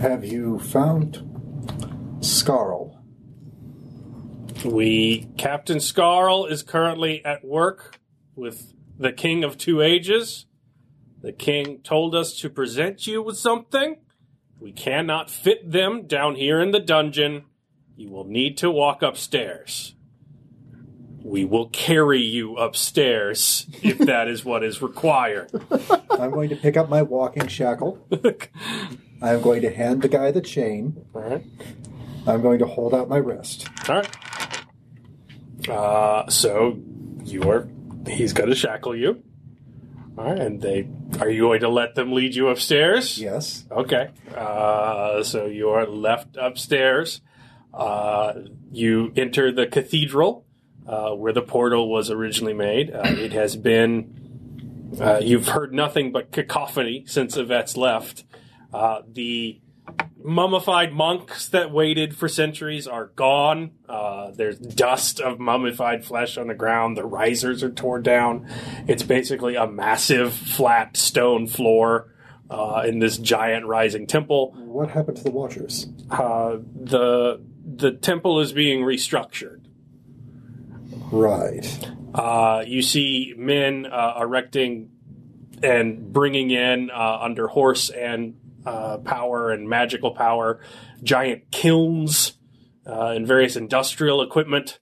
[SPEAKER 12] Have you found Scarl?
[SPEAKER 2] We Captain Scarl is currently at work with the King of Two Ages. The King told us to present you with something. We cannot fit them down here in the dungeon. You will need to walk upstairs. We will carry you upstairs if that is what is required.
[SPEAKER 12] I'm going to pick up my walking shackle. I'm going to hand the guy the chain.
[SPEAKER 2] All right.
[SPEAKER 12] I'm going to hold out my wrist.
[SPEAKER 2] All right. Uh, so you are. He's going to shackle you. All right, and they are you going to let them lead you upstairs?
[SPEAKER 12] Yes.
[SPEAKER 2] Okay. Uh, so you are left upstairs. Uh, you enter the cathedral uh, where the portal was originally made. Uh, it has been. Uh, you've heard nothing but cacophony since Yvette's left. Uh, the mummified monks that waited for centuries are gone. Uh, there's dust of mummified flesh on the ground. The risers are torn down. It's basically a massive flat stone floor uh, in this giant rising temple.
[SPEAKER 12] What happened to the Watchers?
[SPEAKER 2] Uh, the the temple is being restructured.
[SPEAKER 12] Right.
[SPEAKER 2] Uh, you see men uh, erecting and bringing in uh, under horse and uh, power and magical power giant kilns uh, and various industrial equipment.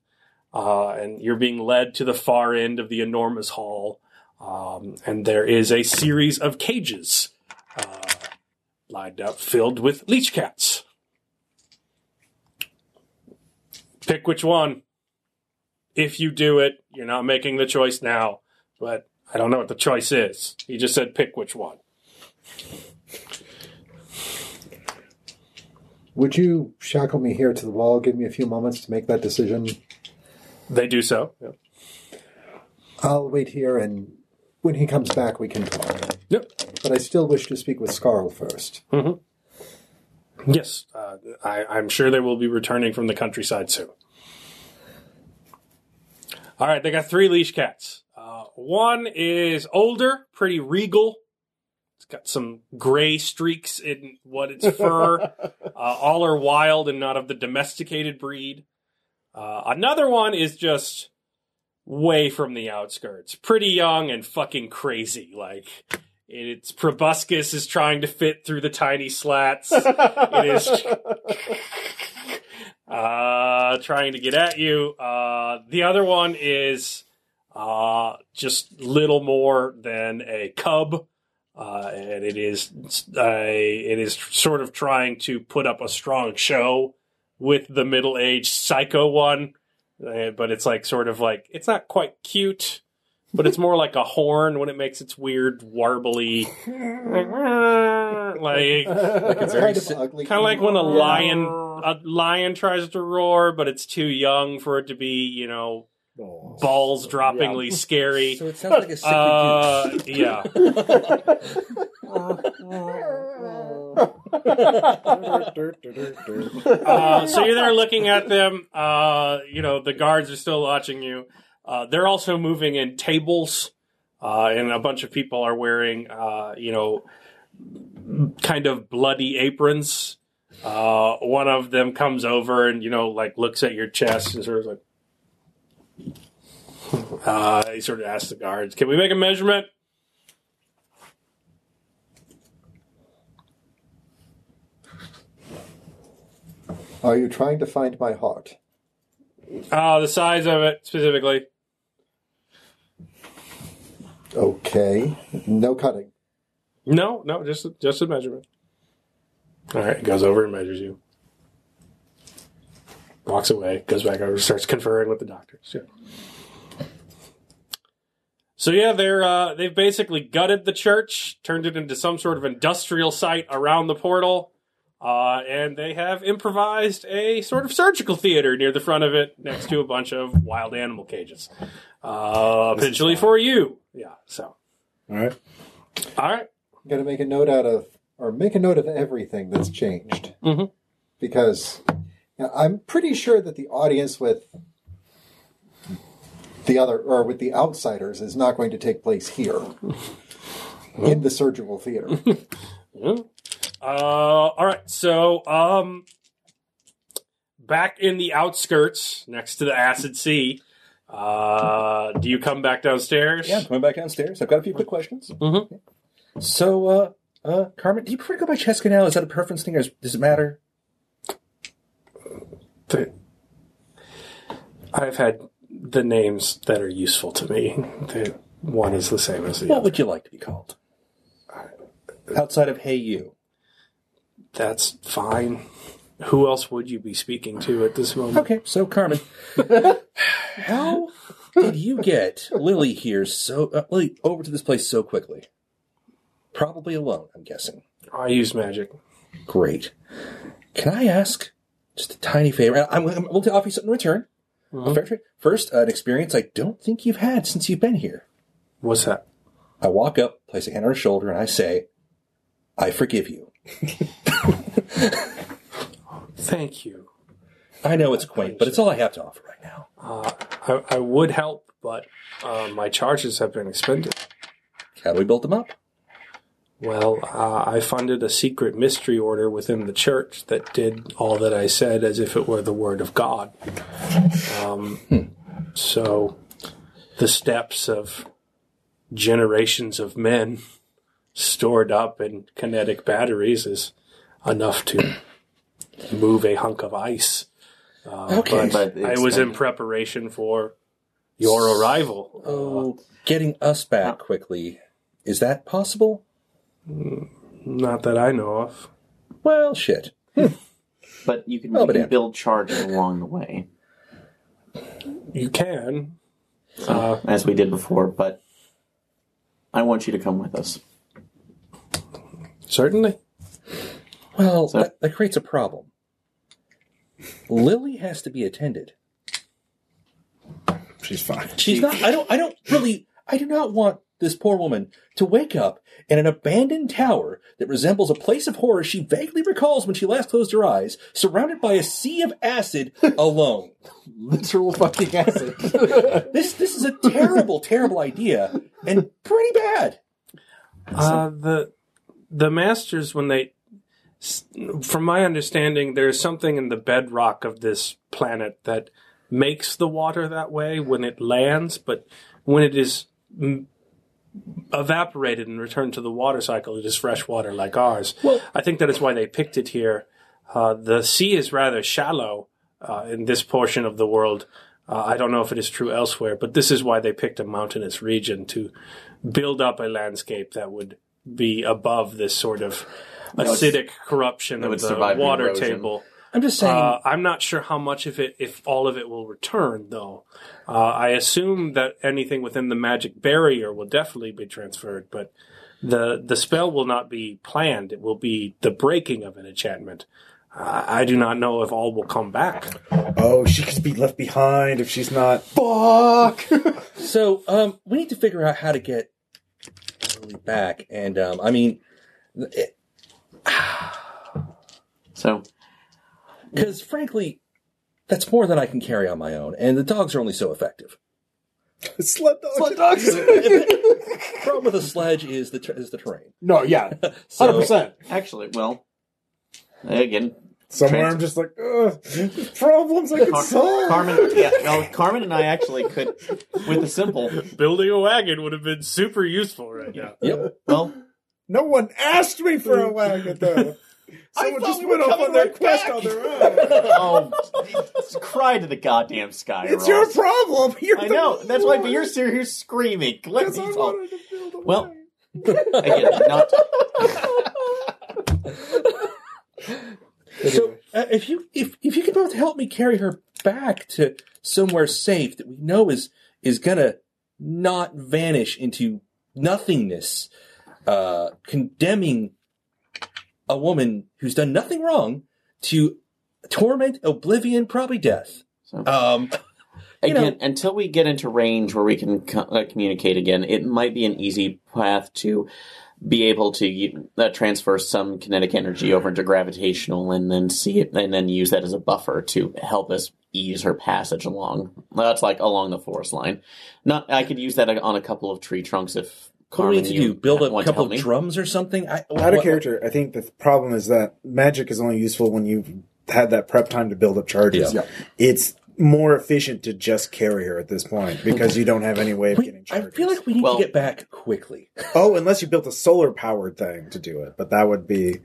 [SPEAKER 2] Uh, and you're being led to the far end of the enormous hall. Um, and there is a series of cages uh, lined up filled with leech cats. Pick which one if you do it, you're not making the choice now. But I don't know what the choice is. He just said pick which one.
[SPEAKER 12] Would you shackle me here to the wall? Give me a few moments to make that decision.
[SPEAKER 2] They do so.
[SPEAKER 12] I'll wait here, and when he comes back, we can talk.
[SPEAKER 2] Yep.
[SPEAKER 12] But I still wish to speak with Scarl first.
[SPEAKER 2] Yes, uh, I, I'm sure they will be returning from the countryside soon. All right, they got three leash cats. Uh, one is older, pretty regal. It's got some gray streaks in what its fur. uh, all are wild and not of the domesticated breed. Uh, another one is just way from the outskirts, pretty young and fucking crazy. Like its proboscis is trying to fit through the tiny slats. it is uh, trying to get at you. Uh, the other one is uh, just little more than a cub, uh, and it is uh, it is sort of trying to put up a strong show with the middle aged psycho one. Uh, but it's like sort of like it's not quite cute, but it's more like a horn when it makes its weird warbly like
[SPEAKER 12] It's
[SPEAKER 4] very
[SPEAKER 12] kind of
[SPEAKER 4] si-
[SPEAKER 12] ugly.
[SPEAKER 2] kind of like when a lion a lion tries to roar but it's too young for it to be you know balls droppingly scary
[SPEAKER 4] So it sounds like a sickly
[SPEAKER 2] uh yeah uh, so you're there looking at them uh you know the guards are still watching you uh they're also moving in tables uh and a bunch of people are wearing uh you know kind of bloody aprons uh, one of them comes over and you know like looks at your chest and sort of like uh, he sort of asks the guards can we make a measurement
[SPEAKER 12] Are you trying to find my heart?
[SPEAKER 2] uh, the size of it specifically
[SPEAKER 12] Okay. No cutting.
[SPEAKER 2] no no just just a measurement all right goes over and measures you walks away goes back over starts conferring with the doctor Sure. So yeah, they're uh, they've basically gutted the church, turned it into some sort of industrial site around the portal, uh, and they have improvised a sort of surgical theater near the front of it, next to a bunch of wild animal cages, uh, potentially for you. Yeah. So. All
[SPEAKER 14] right.
[SPEAKER 2] All right.
[SPEAKER 12] I'm going to make a note out of, or make a note of everything that's changed.
[SPEAKER 2] Mhm.
[SPEAKER 12] Because now, I'm pretty sure that the audience with the other, or with the outsiders, is not going to take place here in the surgical theater.
[SPEAKER 2] Uh, all right. So, um, back in the outskirts, next to the acid sea, uh, do you come back downstairs?
[SPEAKER 4] Yeah, coming back downstairs. I've got a few quick questions.
[SPEAKER 2] Mhm.
[SPEAKER 4] So, uh, uh, Carmen, do you prefer to go by Cheska now? Is that a preference thing, or is- does it matter?
[SPEAKER 2] I've had the names that are useful to me. The one is the same as the
[SPEAKER 4] What
[SPEAKER 2] other.
[SPEAKER 4] would you like to be called? Outside of Hey You.
[SPEAKER 2] That's fine. Who else would you be speaking to at this moment?
[SPEAKER 4] Okay, so Carmen, how did you get Lily here so uh, Lily over to this place so quickly? Probably alone, I'm guessing.
[SPEAKER 2] I use magic.
[SPEAKER 4] Great. Can I ask just a tiny favor? And I'm, I'm willing to offer you something in return. A fair trade. First, an experience I don't think you've had since you've been here.
[SPEAKER 2] What's that?
[SPEAKER 4] I walk up, place a hand on her shoulder, and I say, "I forgive you."
[SPEAKER 2] Thank you.
[SPEAKER 4] I know it's quaint, but it's all I have to offer right now.
[SPEAKER 2] I, I would help, but uh, my charges have been expended.
[SPEAKER 4] How do we build them up?
[SPEAKER 2] Well, uh, I funded a secret mystery order within the church that did all that I said as if it were the word of God. Um, so, the steps of generations of men stored up in kinetic batteries is enough to move a hunk of ice. Uh,
[SPEAKER 4] Okay.
[SPEAKER 2] but
[SPEAKER 11] But
[SPEAKER 2] I was in
[SPEAKER 11] extended.
[SPEAKER 2] preparation for your arrival.
[SPEAKER 4] Oh, getting us back quickly. Is that possible?
[SPEAKER 2] Not that I know of.
[SPEAKER 4] Well, shit.
[SPEAKER 11] But you can,
[SPEAKER 5] Oh,
[SPEAKER 4] Well,
[SPEAKER 11] you
[SPEAKER 4] but
[SPEAKER 11] can
[SPEAKER 4] yeah.
[SPEAKER 11] build charges along the way,
[SPEAKER 2] You can,
[SPEAKER 5] Uh-huh.
[SPEAKER 11] so, as we did before. But I want you to come with us.
[SPEAKER 2] certainly.
[SPEAKER 4] Well,
[SPEAKER 11] So-
[SPEAKER 4] that, that creates a problem. Lily has to be attended.
[SPEAKER 14] She's fine.
[SPEAKER 4] She's not. I don't. I don't really. I do not want this poor woman to wake up in an abandoned tower that resembles a place of horror she vaguely recalls when she last closed her eyes, surrounded by a sea of acid alone.
[SPEAKER 3] Literal fucking acid.
[SPEAKER 4] This this is a terrible, terrible idea and pretty bad.
[SPEAKER 2] Uh, the the masters when they s- from my understanding there's something in the bedrock of this planet that makes the water that way when it lands but when it is mm, evaporated and returned to the water cycle it is fresh water like ours well, i think that is why they picked it here uh, the sea is rather shallow uh, in this portion of the world uh, i don't know if it is true elsewhere but this is why they picked a mountainous region to build up a landscape that would be above this sort of acidic corruption
[SPEAKER 5] would
[SPEAKER 2] of the
[SPEAKER 5] survive the
[SPEAKER 2] water
[SPEAKER 5] erosion.
[SPEAKER 2] table.
[SPEAKER 4] I'm just saying
[SPEAKER 2] Uh, I'm not sure how much of it, if all of it will return, though. Uh, I assume that anything within the magic barrier will definitely be transferred, but the the spell will not be planned. It will be the breaking of an enchantment. Uh, I do not know if all will come back.
[SPEAKER 15] Oh, she could be left behind if she's not.
[SPEAKER 4] So um, we need to figure out how to get Lily back, and um, I mean,
[SPEAKER 5] So
[SPEAKER 4] because frankly, that's more than I can carry on my own, and the dogs are only so effective.
[SPEAKER 15] Slut dog.
[SPEAKER 4] Problem with a sledge is the ter- is the terrain.
[SPEAKER 3] no, yeah,
[SPEAKER 4] So,
[SPEAKER 3] hundred percent.
[SPEAKER 5] actually, well, again,
[SPEAKER 15] Somewhere
[SPEAKER 5] Trans-
[SPEAKER 15] I'm just like, Ugh, problems I can
[SPEAKER 5] Car-
[SPEAKER 15] solve.
[SPEAKER 5] Carmen, yeah, well, Carmen and I actually could with the simple.
[SPEAKER 2] Building a wagon would have been super useful right now.
[SPEAKER 4] Yep.
[SPEAKER 5] Well,
[SPEAKER 15] No one asked me for a wagon, though. Someone just went off on their quest on their own.
[SPEAKER 5] oh, cry to the goddamn sky.
[SPEAKER 15] It's your
[SPEAKER 5] Ross.
[SPEAKER 15] problem. You're
[SPEAKER 5] I
[SPEAKER 15] the
[SPEAKER 5] know.
[SPEAKER 15] one
[SPEAKER 5] That's why,
[SPEAKER 15] who
[SPEAKER 5] but you're sitting here screaming. Let
[SPEAKER 15] wants-
[SPEAKER 5] me
[SPEAKER 15] I
[SPEAKER 5] talk.
[SPEAKER 15] wanted to build a
[SPEAKER 5] Well,
[SPEAKER 15] wagon.
[SPEAKER 5] again, not
[SPEAKER 4] So uh, if you if if you could both help me carry her back to somewhere safe that we know is is gonna not vanish into nothingness, uh, condemning a woman who's done nothing wrong to torment, oblivion, probably death.
[SPEAKER 5] So-
[SPEAKER 4] Um, You
[SPEAKER 5] again
[SPEAKER 4] know-
[SPEAKER 5] until we get into range where we can co- uh, communicate again. It might be an easy path to be able to uh, transfer some kinetic energy over into gravitational, and then see it, and then use that as a buffer to help us ease her passage along. That's like along the forest line. Not, I could use that on a couple of tree trunks if.
[SPEAKER 4] what do we
[SPEAKER 5] Carmen,
[SPEAKER 4] need to
[SPEAKER 5] you
[SPEAKER 4] do? Build a
[SPEAKER 5] want to
[SPEAKER 4] couple
[SPEAKER 5] help me?
[SPEAKER 4] of drums or something? I,
[SPEAKER 1] Out of
[SPEAKER 4] what-
[SPEAKER 1] character, I think the th- problem is that magic is only useful when you've had that prep time to build up charges.
[SPEAKER 4] Yeah.
[SPEAKER 1] It's more efficient to just carry her at this point because you don't have any way of
[SPEAKER 4] we-
[SPEAKER 1] getting
[SPEAKER 4] I
[SPEAKER 1] charges.
[SPEAKER 4] feel like we need
[SPEAKER 5] Well-
[SPEAKER 4] to get back quickly.
[SPEAKER 1] oh, unless you built a solar powered thing to do it, but that would be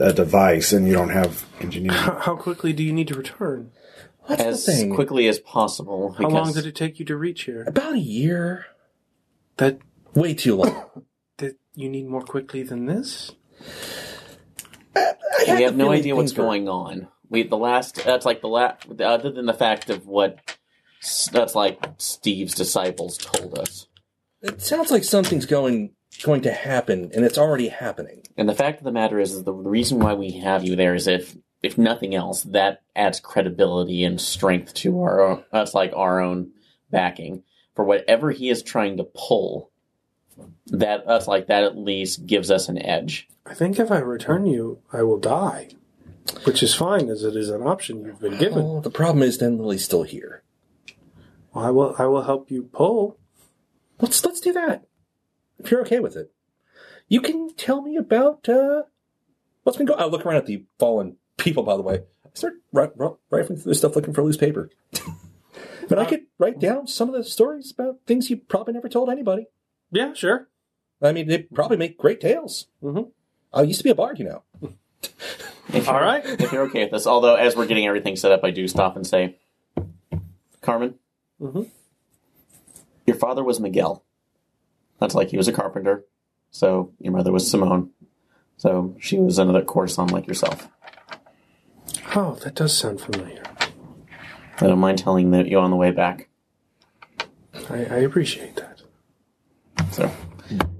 [SPEAKER 1] a device and you don't have engineering.
[SPEAKER 2] How quickly do you need to return?
[SPEAKER 4] What's
[SPEAKER 5] as
[SPEAKER 4] the thing?
[SPEAKER 5] quickly as possible.
[SPEAKER 2] How long
[SPEAKER 5] because-
[SPEAKER 2] did it take you to reach here?
[SPEAKER 4] About a year.
[SPEAKER 2] That
[SPEAKER 4] Way too long.
[SPEAKER 2] that you need more quickly than this?
[SPEAKER 4] I had
[SPEAKER 5] we have
[SPEAKER 4] the
[SPEAKER 5] no
[SPEAKER 4] feeling
[SPEAKER 5] idea what's
[SPEAKER 4] things were-
[SPEAKER 5] going on. We the last that's like the last other than the fact of what s- that's like Steve's disciples told us,
[SPEAKER 4] It sounds like something's going going to happen, and it's already happening.
[SPEAKER 5] and the fact of the matter is, is the reason why we have you there is if if nothing else that adds credibility and strength to our own, that's like our own backing for whatever he is trying to pull. That that's like that at least gives us an edge.
[SPEAKER 2] I think if I return you, I will die, which is fine as it is an option you've been given.
[SPEAKER 4] Well, Oh, the problem is then Lily's still here.
[SPEAKER 2] I will. I will help you pull.
[SPEAKER 4] Let's let's do that. If you're okay with it, you can tell me about uh, what's been going. I look around at the fallen people. By the way, I start ri- ri- rifling through the stuff looking for loose paper. but I could write down some of the stories about things you probably never told anybody.
[SPEAKER 2] Yeah, sure.
[SPEAKER 4] I mean, they probably make great tales.
[SPEAKER 2] Mhm.
[SPEAKER 4] I used to be a bard, you know.
[SPEAKER 5] If
[SPEAKER 2] All
[SPEAKER 5] you're-
[SPEAKER 2] right.
[SPEAKER 5] if you're okay with this. Although, as we're getting everything set up, I do stop and say, Carmen,
[SPEAKER 2] Mhm.
[SPEAKER 5] your father was Miguel. That's like he was a carpenter. So your mother was Simone. So she was another course on like yourself.
[SPEAKER 2] Oh, that does sound familiar.
[SPEAKER 5] I don't mind telling that you on the way back.
[SPEAKER 2] I, I appreciate that.
[SPEAKER 5] So,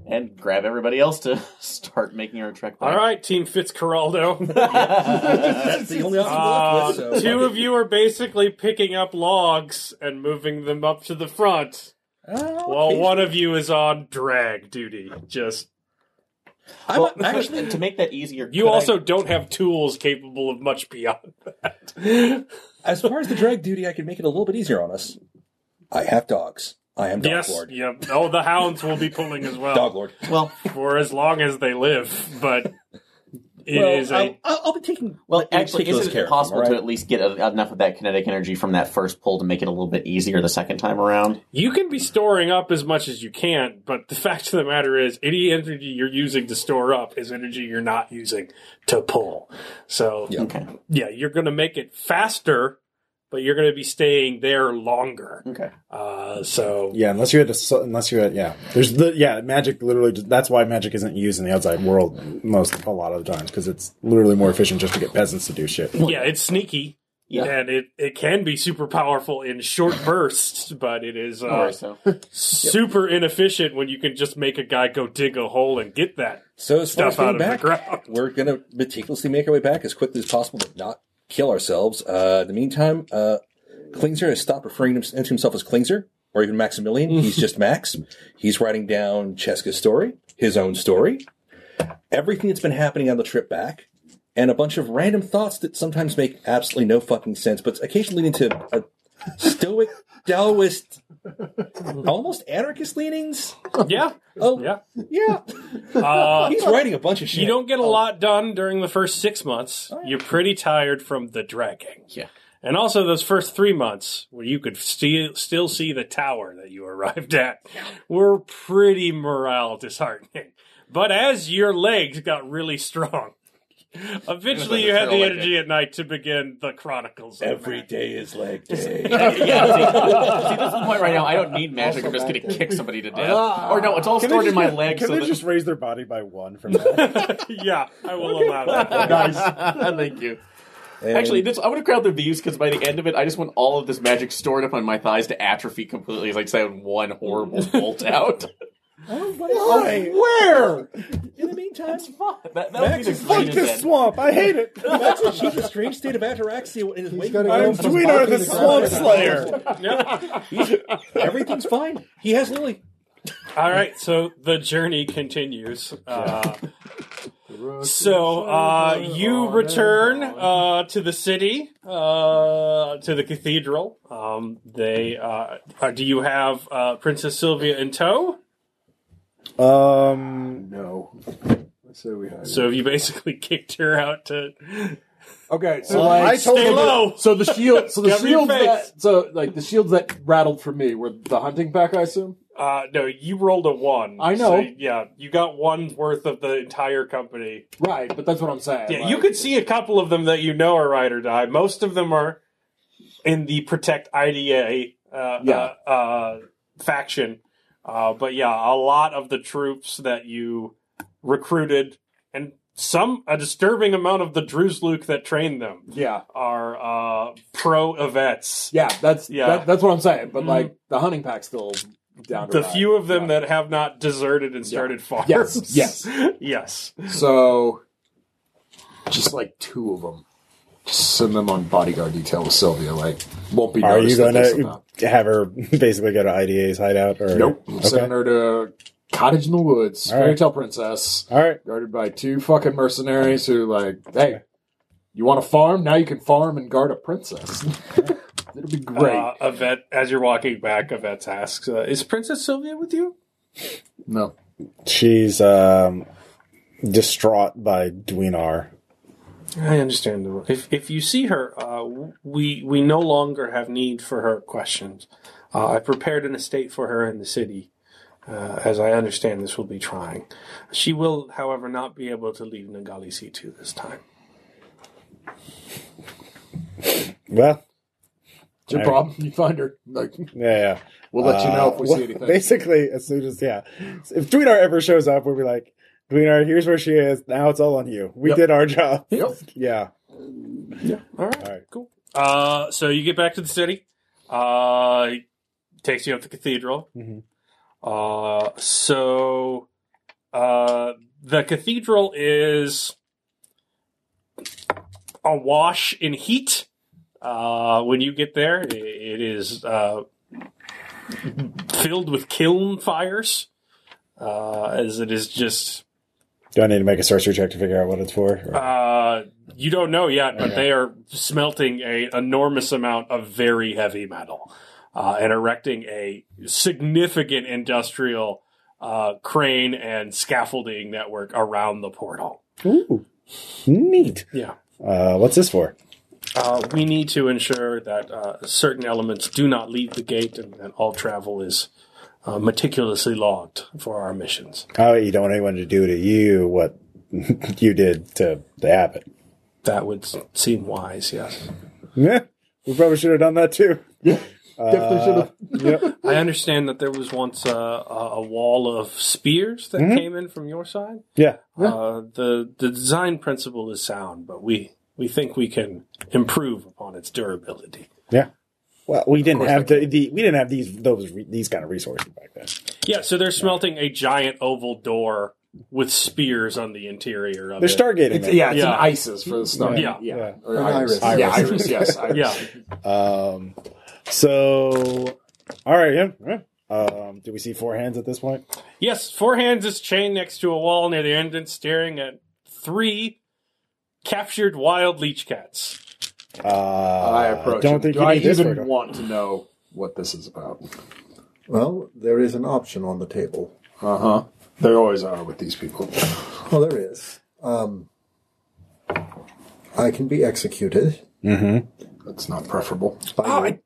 [SPEAKER 5] and grab everybody else to start making our trek. Back.
[SPEAKER 2] All right, Team Fitzcarraldo. Uh,
[SPEAKER 4] That's the only option left.
[SPEAKER 2] Ah,
[SPEAKER 4] with, so-
[SPEAKER 2] Two of you are basically picking up logs and moving them up to the front.
[SPEAKER 4] Ah,
[SPEAKER 2] While one of you is on drag duty, just
[SPEAKER 4] I'm
[SPEAKER 5] Well,
[SPEAKER 4] actually
[SPEAKER 5] to make that easier,
[SPEAKER 2] you
[SPEAKER 5] could I-
[SPEAKER 2] also don't have tools capable of much beyond that.
[SPEAKER 4] as far as the drag duty, I can make it a little bit easier on us. I have dogs. I am dog
[SPEAKER 2] yes,
[SPEAKER 4] lord.
[SPEAKER 2] yep. Oh, the hounds will be pulling as well
[SPEAKER 4] Dog lord.
[SPEAKER 5] well,
[SPEAKER 2] for as long as they live, but it
[SPEAKER 4] well,
[SPEAKER 2] is a
[SPEAKER 4] I'll, I'll, I'll be taking.
[SPEAKER 5] well,
[SPEAKER 4] like,
[SPEAKER 5] actually,
[SPEAKER 4] ridiculous
[SPEAKER 5] isn't
[SPEAKER 4] care
[SPEAKER 5] it
[SPEAKER 4] of them,
[SPEAKER 5] possible
[SPEAKER 4] all
[SPEAKER 5] to
[SPEAKER 4] right?
[SPEAKER 5] at least get a, enough of that kinetic energy from that first pull to make it a little bit easier the second time around?
[SPEAKER 2] You can be storing up as much as you can, but the fact of the matter is, any energy you're using to store up is energy you're not using to pull. So, yeah,
[SPEAKER 5] Okay.
[SPEAKER 2] you're going to make it faster, but you're going to be staying there longer.
[SPEAKER 5] Okay.
[SPEAKER 2] Uh, so,
[SPEAKER 1] Yeah, unless you had to, su- unless you had, yeah. There's the, yeah, magic literally, just- that's why magic isn't used in the outside world most, a lot of the times, because it's literally more efficient just to get peasants to do shit.
[SPEAKER 2] yeah, it's sneaky.
[SPEAKER 5] Yeah.
[SPEAKER 2] And it, it can be super powerful in short bursts, but it is
[SPEAKER 5] All
[SPEAKER 2] uh,
[SPEAKER 5] right. So
[SPEAKER 2] super inefficient when you can just make a guy go dig a hole and get that
[SPEAKER 4] So as far
[SPEAKER 2] stuff
[SPEAKER 4] as being
[SPEAKER 2] out of
[SPEAKER 4] back,
[SPEAKER 2] the ground.
[SPEAKER 4] we're going to meticulously make our way back as quickly as possible, but not kill ourselves. Uh, in the meantime, uh, Klingser has stopped referring to himself as Klingser or even Maximilian. He's just Max. He's writing down Cheska's story, his own story, everything that's been happening on the trip back, and a bunch of random thoughts that sometimes make absolutely no fucking sense, but occasionally lead into a stoic, Taoist, almost anarchist leanings.
[SPEAKER 2] yeah.
[SPEAKER 4] Oh,
[SPEAKER 2] Yeah.
[SPEAKER 4] yeah.
[SPEAKER 2] Uh,
[SPEAKER 4] He's writing a bunch of shit.
[SPEAKER 2] You don't get a lot done during the first six months. You're pretty tired from the dragging.
[SPEAKER 5] Yeah.
[SPEAKER 2] And also those first three months where you could still still see the tower that you arrived at were pretty morale disheartening. But as your legs got really strong, eventually you had the energy at night to begin the chronicles. of
[SPEAKER 4] Every
[SPEAKER 2] that.
[SPEAKER 4] day is leg day.
[SPEAKER 5] yeah, see, see, that's the point right now. I don't need magic. Ah. I'm just going to kick somebody to death. or no, it's all
[SPEAKER 1] Can they
[SPEAKER 5] stored in
[SPEAKER 1] just
[SPEAKER 5] my
[SPEAKER 1] get-
[SPEAKER 5] legs.
[SPEAKER 1] Can
[SPEAKER 5] so
[SPEAKER 1] they
[SPEAKER 5] that-
[SPEAKER 1] just raise their body by one from that?
[SPEAKER 2] yeah, I will allow
[SPEAKER 5] Oh,
[SPEAKER 2] that.
[SPEAKER 5] Thank you. Actually, this I want to crowd the views because by the end of it, I just want all of this magic stored up on my thighs to atrophy completely. As I sound one horrible bolt out.
[SPEAKER 1] Why?
[SPEAKER 12] Where?
[SPEAKER 4] In the meantime,
[SPEAKER 5] That, that would be the
[SPEAKER 1] Fuck
[SPEAKER 5] greatest
[SPEAKER 1] this
[SPEAKER 5] end.
[SPEAKER 1] swamp! I hate it!
[SPEAKER 4] he's a strange state of ataraxia. And is
[SPEAKER 12] He's gotta
[SPEAKER 1] I'm
[SPEAKER 12] go from
[SPEAKER 1] Tweener
[SPEAKER 12] Bucky
[SPEAKER 1] the
[SPEAKER 12] to
[SPEAKER 1] Swamp
[SPEAKER 12] Groundhog.
[SPEAKER 1] Slayer!
[SPEAKER 4] everything's fine. He has Lily.
[SPEAKER 2] All right, so the journey continues. Uh, so uh, you return uh, to the city, uh, to the cathedral. Um, they uh, uh, do you have uh, Princess Sylvia in tow?
[SPEAKER 1] Um,
[SPEAKER 3] No. So we have.
[SPEAKER 2] So have you basically kicked her out to
[SPEAKER 3] Okay, so
[SPEAKER 1] I
[SPEAKER 3] like,
[SPEAKER 1] told
[SPEAKER 2] stay
[SPEAKER 1] you
[SPEAKER 2] low?
[SPEAKER 3] so the shield, so the
[SPEAKER 2] Cover your
[SPEAKER 3] shields
[SPEAKER 2] face.
[SPEAKER 3] that, so like the shields that rattled for me were the hunting pack, I assume.
[SPEAKER 2] Uh, no, you rolled a one.
[SPEAKER 3] I
[SPEAKER 2] So,
[SPEAKER 3] know.
[SPEAKER 2] yeah, you got one worth of the entire company.
[SPEAKER 3] Right, but that's what I'm saying.
[SPEAKER 2] Yeah,
[SPEAKER 3] like-
[SPEAKER 2] you could see a couple of them that you know are ride or die. Most of them are in the protect IDA uh,
[SPEAKER 3] Yeah.
[SPEAKER 2] uh, uh, faction, uh, but yeah, a lot of the troops that you recruited and some a disturbing amount of the Druzluk that trained them
[SPEAKER 3] Yeah,
[SPEAKER 2] are uh, pro Avets.
[SPEAKER 3] yeah, that's
[SPEAKER 2] Yeah.
[SPEAKER 3] yeah, that, that's what I'm saying. But
[SPEAKER 2] Mm.
[SPEAKER 3] like the hunting pack still down. to
[SPEAKER 2] The
[SPEAKER 3] ride.
[SPEAKER 2] few of them
[SPEAKER 3] Yeah.
[SPEAKER 2] that have not deserted and started farms.
[SPEAKER 3] Yes, yes.
[SPEAKER 2] yes.
[SPEAKER 3] So, just like two of them, just send them on bodyguard detail with Sylvia. Like, won't be.
[SPEAKER 1] Are you
[SPEAKER 3] noticed
[SPEAKER 1] going
[SPEAKER 3] that they sent out.
[SPEAKER 1] to have her basically go to IDA's hideout? Or
[SPEAKER 3] Nope. I'm
[SPEAKER 1] Okay.
[SPEAKER 3] Sending her to cottage in the woods,
[SPEAKER 1] All right.
[SPEAKER 3] fairy tale princess,
[SPEAKER 1] All right.
[SPEAKER 3] guarded by two fucking mercenaries who, like, hey, you want to farm? Now you can farm and guard a princess. It'll be great.
[SPEAKER 2] Uh, Yvette, as you're walking back, Yvette asks, uh, "Is Princess Sylvia with you?"
[SPEAKER 3] no.
[SPEAKER 1] She's um, distraught by Dwinar.
[SPEAKER 2] I understand the if if you see her, uh, w- we we no longer have need for her questions. Uh, I prepared an estate for her in the city. Uh, as I understand, this will be trying. She will, however, not be able to leave Nagali C2 this time.
[SPEAKER 1] Well,
[SPEAKER 3] It's
[SPEAKER 1] All
[SPEAKER 3] your
[SPEAKER 1] right.
[SPEAKER 3] problem. You find her. Like,
[SPEAKER 1] yeah, yeah.
[SPEAKER 3] we'll let you know if we
[SPEAKER 1] well,
[SPEAKER 3] see anything.
[SPEAKER 1] Basically, as soon as yeah, if Dwinar ever shows up, we'll be like, Dwinar, here's where she is. Now it's all on you. We
[SPEAKER 3] Yep.
[SPEAKER 1] did our job.
[SPEAKER 3] Yep.
[SPEAKER 1] Yeah.
[SPEAKER 2] All right,
[SPEAKER 1] All right.
[SPEAKER 2] cool. Uh, so you get back to the city. Uh, takes you up the cathedral.
[SPEAKER 1] Mhm.
[SPEAKER 2] Uh, so uh, the cathedral is awash in heat. Uh, when you get there, I- it is uh, filled with kiln fires, uh, as it is just
[SPEAKER 1] Do I need to make a sorcery check to figure out what it's for? Or-
[SPEAKER 2] uh, you don't know yet, but they are smelting a enormous amount of very heavy metal uh, and erecting a significant industrial uh, crane and scaffolding network around the portal.
[SPEAKER 1] Ooh, neat.
[SPEAKER 2] Yeah.
[SPEAKER 1] Uh, what's this for?
[SPEAKER 2] Uh, we need to ensure that uh, certain elements do not leave the gate and, and all travel is uh, meticulously logged for our missions.
[SPEAKER 1] Oh, you don't want anyone to do to you what you did to the abbot.
[SPEAKER 2] That would seem wise, yes.
[SPEAKER 1] Yeah, we probably should have done that too. Yeah,
[SPEAKER 2] Uh, I understand that there was once a, a, a wall of spears that
[SPEAKER 1] Mhm.
[SPEAKER 2] came in from your side.
[SPEAKER 1] Yeah,
[SPEAKER 2] Uh, the the design principle is sound, but we we think we can improve upon its durability.
[SPEAKER 1] yeah. Well, we didn't have the, the we didn't have these those re- these kind of resources back then.
[SPEAKER 2] Yeah, so they're smelting a giant oval door with spears on the interior of
[SPEAKER 1] They're
[SPEAKER 2] it.
[SPEAKER 1] stargating.
[SPEAKER 3] It's,
[SPEAKER 1] it.
[SPEAKER 3] yeah, it's
[SPEAKER 2] Yeah.
[SPEAKER 3] an ISIS for the start.
[SPEAKER 2] Yeah.
[SPEAKER 3] yeah.
[SPEAKER 1] Yeah.
[SPEAKER 3] Or
[SPEAKER 12] An
[SPEAKER 3] iris.
[SPEAKER 12] iris.
[SPEAKER 3] Yeah, iris. Yes, iris.
[SPEAKER 2] Yeah.
[SPEAKER 1] Um, so, all right, yeah. yeah. Um, do we see four hands at this point?
[SPEAKER 2] Yes, four hands is chained next to a wall near the entrance, staring at three captured wild leech cats.
[SPEAKER 1] Uh,
[SPEAKER 3] I approach.
[SPEAKER 1] Don't
[SPEAKER 3] him.
[SPEAKER 1] think
[SPEAKER 3] Do
[SPEAKER 1] you
[SPEAKER 3] I
[SPEAKER 1] need this
[SPEAKER 3] even
[SPEAKER 1] photo.
[SPEAKER 3] want to know what this is about?
[SPEAKER 12] Well, there is an option on the table.
[SPEAKER 3] Uh huh. There always are with these people.
[SPEAKER 12] Well, there is. Um, I can be executed.
[SPEAKER 3] That's not preferable.
[SPEAKER 2] Oh, I,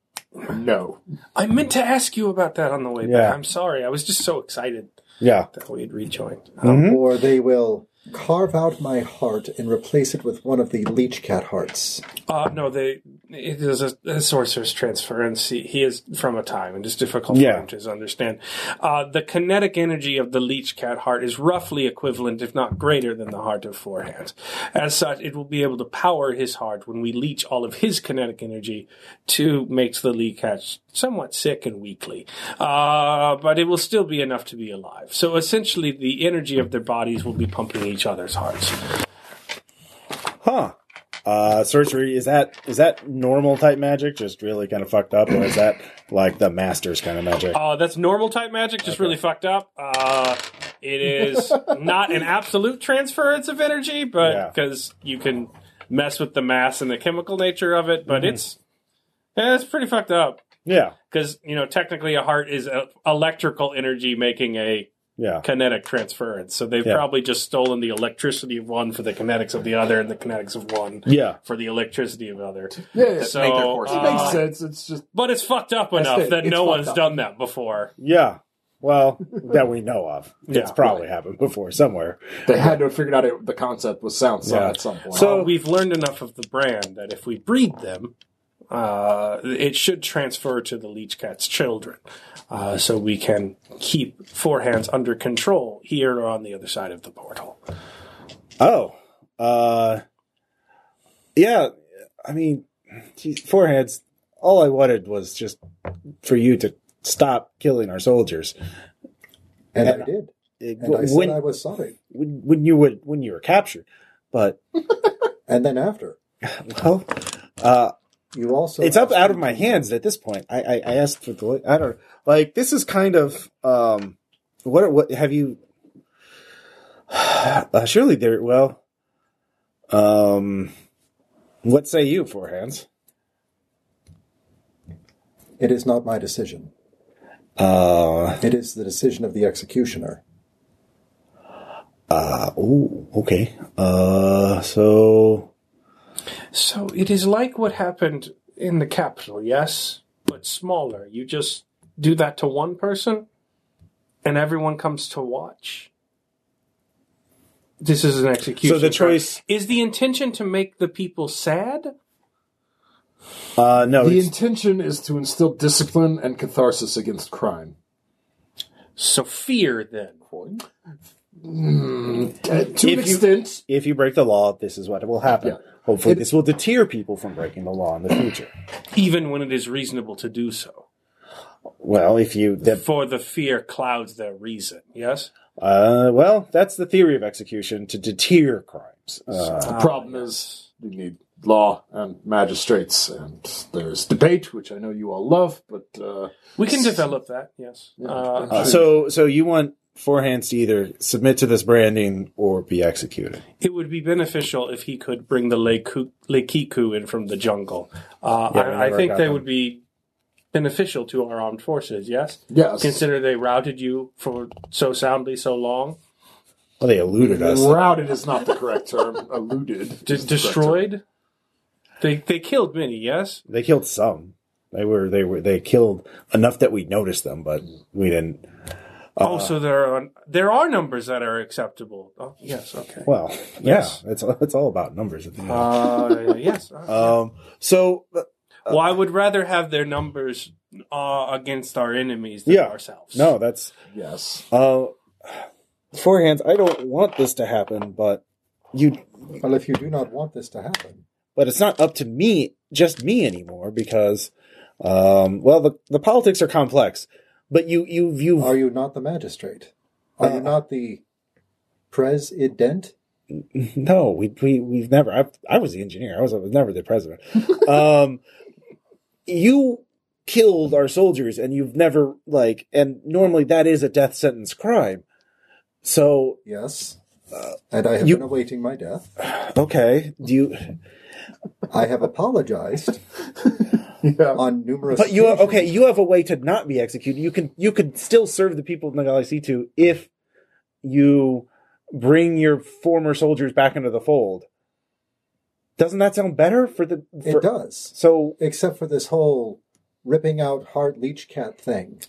[SPEAKER 3] No.
[SPEAKER 2] I meant to ask you about that on the way
[SPEAKER 1] Yeah.
[SPEAKER 2] back. I'm sorry. I was just so excited
[SPEAKER 1] Yeah.
[SPEAKER 2] that we had rejoined.
[SPEAKER 12] or they will carve out my heart and replace it with one of the leech cat hearts.
[SPEAKER 2] Uh, no, they. It is a, a sorcerer's transference. He, he is from a time, and it's difficult
[SPEAKER 1] Yeah.
[SPEAKER 2] for him to understand. Uh, the kinetic energy of the leech cat heart is roughly equivalent, if not greater, than the heart of four hands. As such, it will be able to power his heart when we leech all of his kinetic energy to makes the leech cat somewhat sick and weakly. Uh, but it will still be enough to be alive. So essentially, the energy of their bodies will be pumping each other's hearts.
[SPEAKER 1] Huh. Uh, sorcery is that is that normal type magic, just really kind of fucked up, or is that like the masters kind of magic?
[SPEAKER 2] Uh, that's normal type magic, just really fucked up. Uh, it is not an absolute transference of energy,
[SPEAKER 1] Yeah.
[SPEAKER 2] but because you can mess with the mass and the chemical nature of it,
[SPEAKER 3] Mm-hmm.
[SPEAKER 2] but it's yeah, it's pretty fucked up
[SPEAKER 1] Yeah,
[SPEAKER 2] because you know technically a heart is a electrical energy making a
[SPEAKER 1] yeah,
[SPEAKER 2] kinetic transference. So they've
[SPEAKER 1] Yeah.
[SPEAKER 2] probably just stolen the electricity of one for the kinetics of the other, and the kinetics of one
[SPEAKER 1] yeah.
[SPEAKER 2] for the electricity of the other.
[SPEAKER 3] Yeah, yeah.
[SPEAKER 2] So,
[SPEAKER 5] make their courses.
[SPEAKER 2] uh,
[SPEAKER 3] it makes sense. It's just
[SPEAKER 2] But it's fucked up
[SPEAKER 3] That's
[SPEAKER 2] enough
[SPEAKER 3] it.
[SPEAKER 2] that
[SPEAKER 3] It's
[SPEAKER 2] no
[SPEAKER 3] fucked
[SPEAKER 2] one's
[SPEAKER 3] up.
[SPEAKER 2] done that before.
[SPEAKER 1] Yeah. Well, that we know of. it's
[SPEAKER 2] Yeah.
[SPEAKER 1] probably happened before somewhere.
[SPEAKER 3] they had to have figured out it, the concept was sound side
[SPEAKER 1] Yeah.
[SPEAKER 3] at some point.
[SPEAKER 2] So we've learned enough of the brand that if we breed them, uh, it should transfer to the leech cat's children, uh, so we can keep four hands under control here or on the other side of the portal.
[SPEAKER 1] Oh. Uh Yeah, I mean, geez, four hands. All I wanted was just for you to stop killing our soldiers.
[SPEAKER 12] And,
[SPEAKER 1] And-
[SPEAKER 12] I did.
[SPEAKER 1] It-
[SPEAKER 12] And I said
[SPEAKER 1] when,
[SPEAKER 12] I was sorry.
[SPEAKER 1] when when you would when you were captured. But
[SPEAKER 12] And then after.
[SPEAKER 1] well, uh
[SPEAKER 12] You also.
[SPEAKER 1] it's up
[SPEAKER 12] asked
[SPEAKER 1] out
[SPEAKER 12] me
[SPEAKER 1] of my
[SPEAKER 12] to-
[SPEAKER 1] hands at this point. I, I, I asked for the I don't like this is kind of um what what have you uh, surely there well um what say you four hands
[SPEAKER 12] It is not my decision.
[SPEAKER 1] uh
[SPEAKER 12] It is the decision of the executioner.
[SPEAKER 1] uh oh okay uh so
[SPEAKER 2] So it is like what happened in the capital, yes, but smaller. You just do that to one person, and everyone comes to watch. This is an execution.
[SPEAKER 1] So the choice-
[SPEAKER 2] is the intention to make the people sad
[SPEAKER 1] uh no
[SPEAKER 3] the
[SPEAKER 1] it's-
[SPEAKER 3] intention is to instill discipline and catharsis against crime.
[SPEAKER 2] So fear then.
[SPEAKER 3] Uh, to
[SPEAKER 1] If you-
[SPEAKER 3] an extent,
[SPEAKER 1] if you break the law this is what will happen hopefully this will deter people from breaking the law in the future
[SPEAKER 2] Even when it is reasonable to do so.
[SPEAKER 1] well if you the
[SPEAKER 2] For the fear clouds their reason, yes?
[SPEAKER 1] Uh, well, that's the theory of execution to deter crimes. Uh,
[SPEAKER 3] the problem is you need law and magistrates, and there's debate, which I know you all love, but uh,
[SPEAKER 2] We can develop that, yes. Uh,
[SPEAKER 1] Uh, so, so you want four hands to either submit to this branding or be executed.
[SPEAKER 2] It would be beneficial if he could bring the Leiku- Leikiku in from the jungle. Uh,
[SPEAKER 1] Yeah, we
[SPEAKER 2] I, I
[SPEAKER 1] never
[SPEAKER 2] think
[SPEAKER 1] got
[SPEAKER 2] they
[SPEAKER 1] them.
[SPEAKER 2] would be beneficial to our armed forces, yes?
[SPEAKER 3] Yes.
[SPEAKER 2] Consider they routed you for so soundly so long.
[SPEAKER 1] Well, they eluded us.
[SPEAKER 3] routed is not the correct term. Alluded,
[SPEAKER 2] De- destroyed? They, they killed many, yes?
[SPEAKER 1] They killed some. They were they were they killed enough that we noticed them, but we didn't. Uh.
[SPEAKER 2] oh, so there are, there are numbers that are acceptable. Oh, yes, okay.
[SPEAKER 1] Well,
[SPEAKER 2] Yes.
[SPEAKER 1] yeah, it's it's all about numbers. At the end.
[SPEAKER 2] Uh, yes. uh,
[SPEAKER 1] um, so uh,
[SPEAKER 2] well, I would rather have their numbers uh, against our enemies than
[SPEAKER 1] Yeah.
[SPEAKER 2] ourselves.
[SPEAKER 1] no, that's
[SPEAKER 3] Yes.
[SPEAKER 1] uh, four hands. I don't want this to happen, but you,
[SPEAKER 12] Well, if you do not want this to happen,
[SPEAKER 1] but it's not up to me, just me anymore, because um, well, the the politics are complex. But you you you
[SPEAKER 12] are you not the magistrate? Are you not the president?
[SPEAKER 1] No, we we we've never. I, I was the engineer. I was, I was never the president. um, you killed our soldiers, and you've never like. And normally, that is a death sentence crime. So
[SPEAKER 12] Yes. Uh, and I have
[SPEAKER 1] you-
[SPEAKER 12] been awaiting my death.
[SPEAKER 1] okay, do you?
[SPEAKER 12] I have apologized on numerous.
[SPEAKER 1] But you have,
[SPEAKER 12] occasions.
[SPEAKER 1] okay. You have a way to not be executed. You can you can still serve the people of Nagali C two if you bring your former soldiers back into the fold. Doesn't that sound better for the? For,
[SPEAKER 12] It does,
[SPEAKER 1] So
[SPEAKER 12] except for this whole ripping out hard leech cat thing.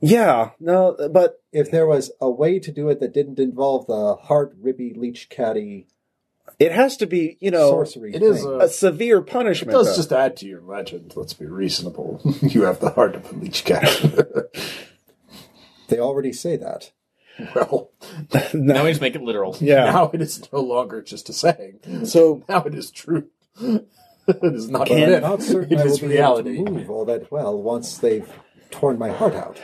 [SPEAKER 1] yeah, no, but
[SPEAKER 12] If there was a way to do it that didn't involve the heart rippy leech catty
[SPEAKER 1] It has to be, you know,
[SPEAKER 12] sorcery,
[SPEAKER 3] It is
[SPEAKER 12] thing.
[SPEAKER 1] a
[SPEAKER 3] a.
[SPEAKER 1] severe
[SPEAKER 3] It
[SPEAKER 1] punishment.
[SPEAKER 3] does
[SPEAKER 1] though.
[SPEAKER 3] just add to your legend. Let's be reasonable. you have the heart of a leech cat.
[SPEAKER 12] They already say that.
[SPEAKER 3] well,
[SPEAKER 5] Now we just make it literal.
[SPEAKER 1] yeah.
[SPEAKER 3] now it is no longer just a saying.
[SPEAKER 1] so
[SPEAKER 3] Now it is true. it is not a
[SPEAKER 1] Can-
[SPEAKER 3] myth.
[SPEAKER 12] I'm not certain I
[SPEAKER 3] it
[SPEAKER 12] will
[SPEAKER 3] is
[SPEAKER 12] be
[SPEAKER 3] reality.
[SPEAKER 12] able to move all that well once they've torn my heart out.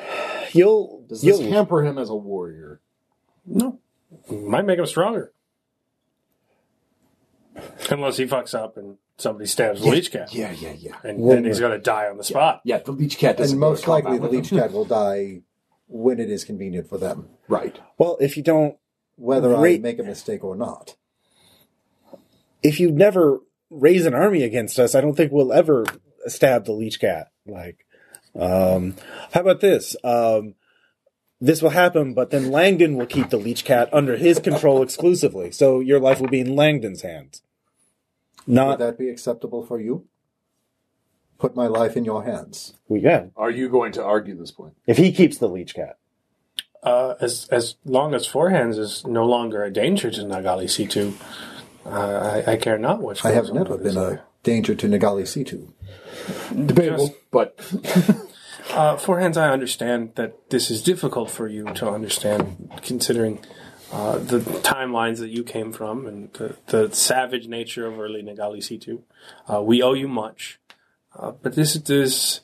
[SPEAKER 1] you'll
[SPEAKER 3] Does this
[SPEAKER 1] you'll
[SPEAKER 3] hamper him as a warrior?
[SPEAKER 2] No. Might make him stronger. Unless he fucks up and somebody stabs the leech cat.
[SPEAKER 3] Yeah, yeah, yeah.
[SPEAKER 2] And then he's going to die on the spot.
[SPEAKER 3] Yeah, the leech cat doesn't.
[SPEAKER 12] and
[SPEAKER 3] go to
[SPEAKER 12] most
[SPEAKER 3] combat
[SPEAKER 12] likely the
[SPEAKER 3] with
[SPEAKER 12] leech
[SPEAKER 3] him.
[SPEAKER 12] cat will die when it is convenient for them,
[SPEAKER 3] Right.
[SPEAKER 1] well if you don't
[SPEAKER 12] whether I
[SPEAKER 1] Great.
[SPEAKER 12] make a mistake or not.
[SPEAKER 1] if you never raise an army against us, I don't think we'll ever stab the leech cat. Like, um, how about this? Um, this will happen, but then Langdon will keep the leech cat under his control exclusively. So your life will be in Langdon's hands.
[SPEAKER 12] Would
[SPEAKER 1] Not
[SPEAKER 12] that be acceptable for you? Put my life in your hands.
[SPEAKER 1] we yeah.
[SPEAKER 3] Are you going to argue this point?
[SPEAKER 1] If he keeps the leech cat.
[SPEAKER 2] Uh, as as long as Four Hands is no longer a danger to Nagali C2, uh, I, I care not which
[SPEAKER 12] I have
[SPEAKER 2] goes on
[SPEAKER 12] never
[SPEAKER 2] with
[SPEAKER 12] been
[SPEAKER 2] this.
[SPEAKER 12] a danger to Nagali Situ.
[SPEAKER 3] Debatable, but
[SPEAKER 2] Uh, Four Hands, I understand that this is difficult for you to understand, considering uh, the timelines that you came from and the, the savage nature of early Nagali C2. Uh, we owe you much. Uh, but this is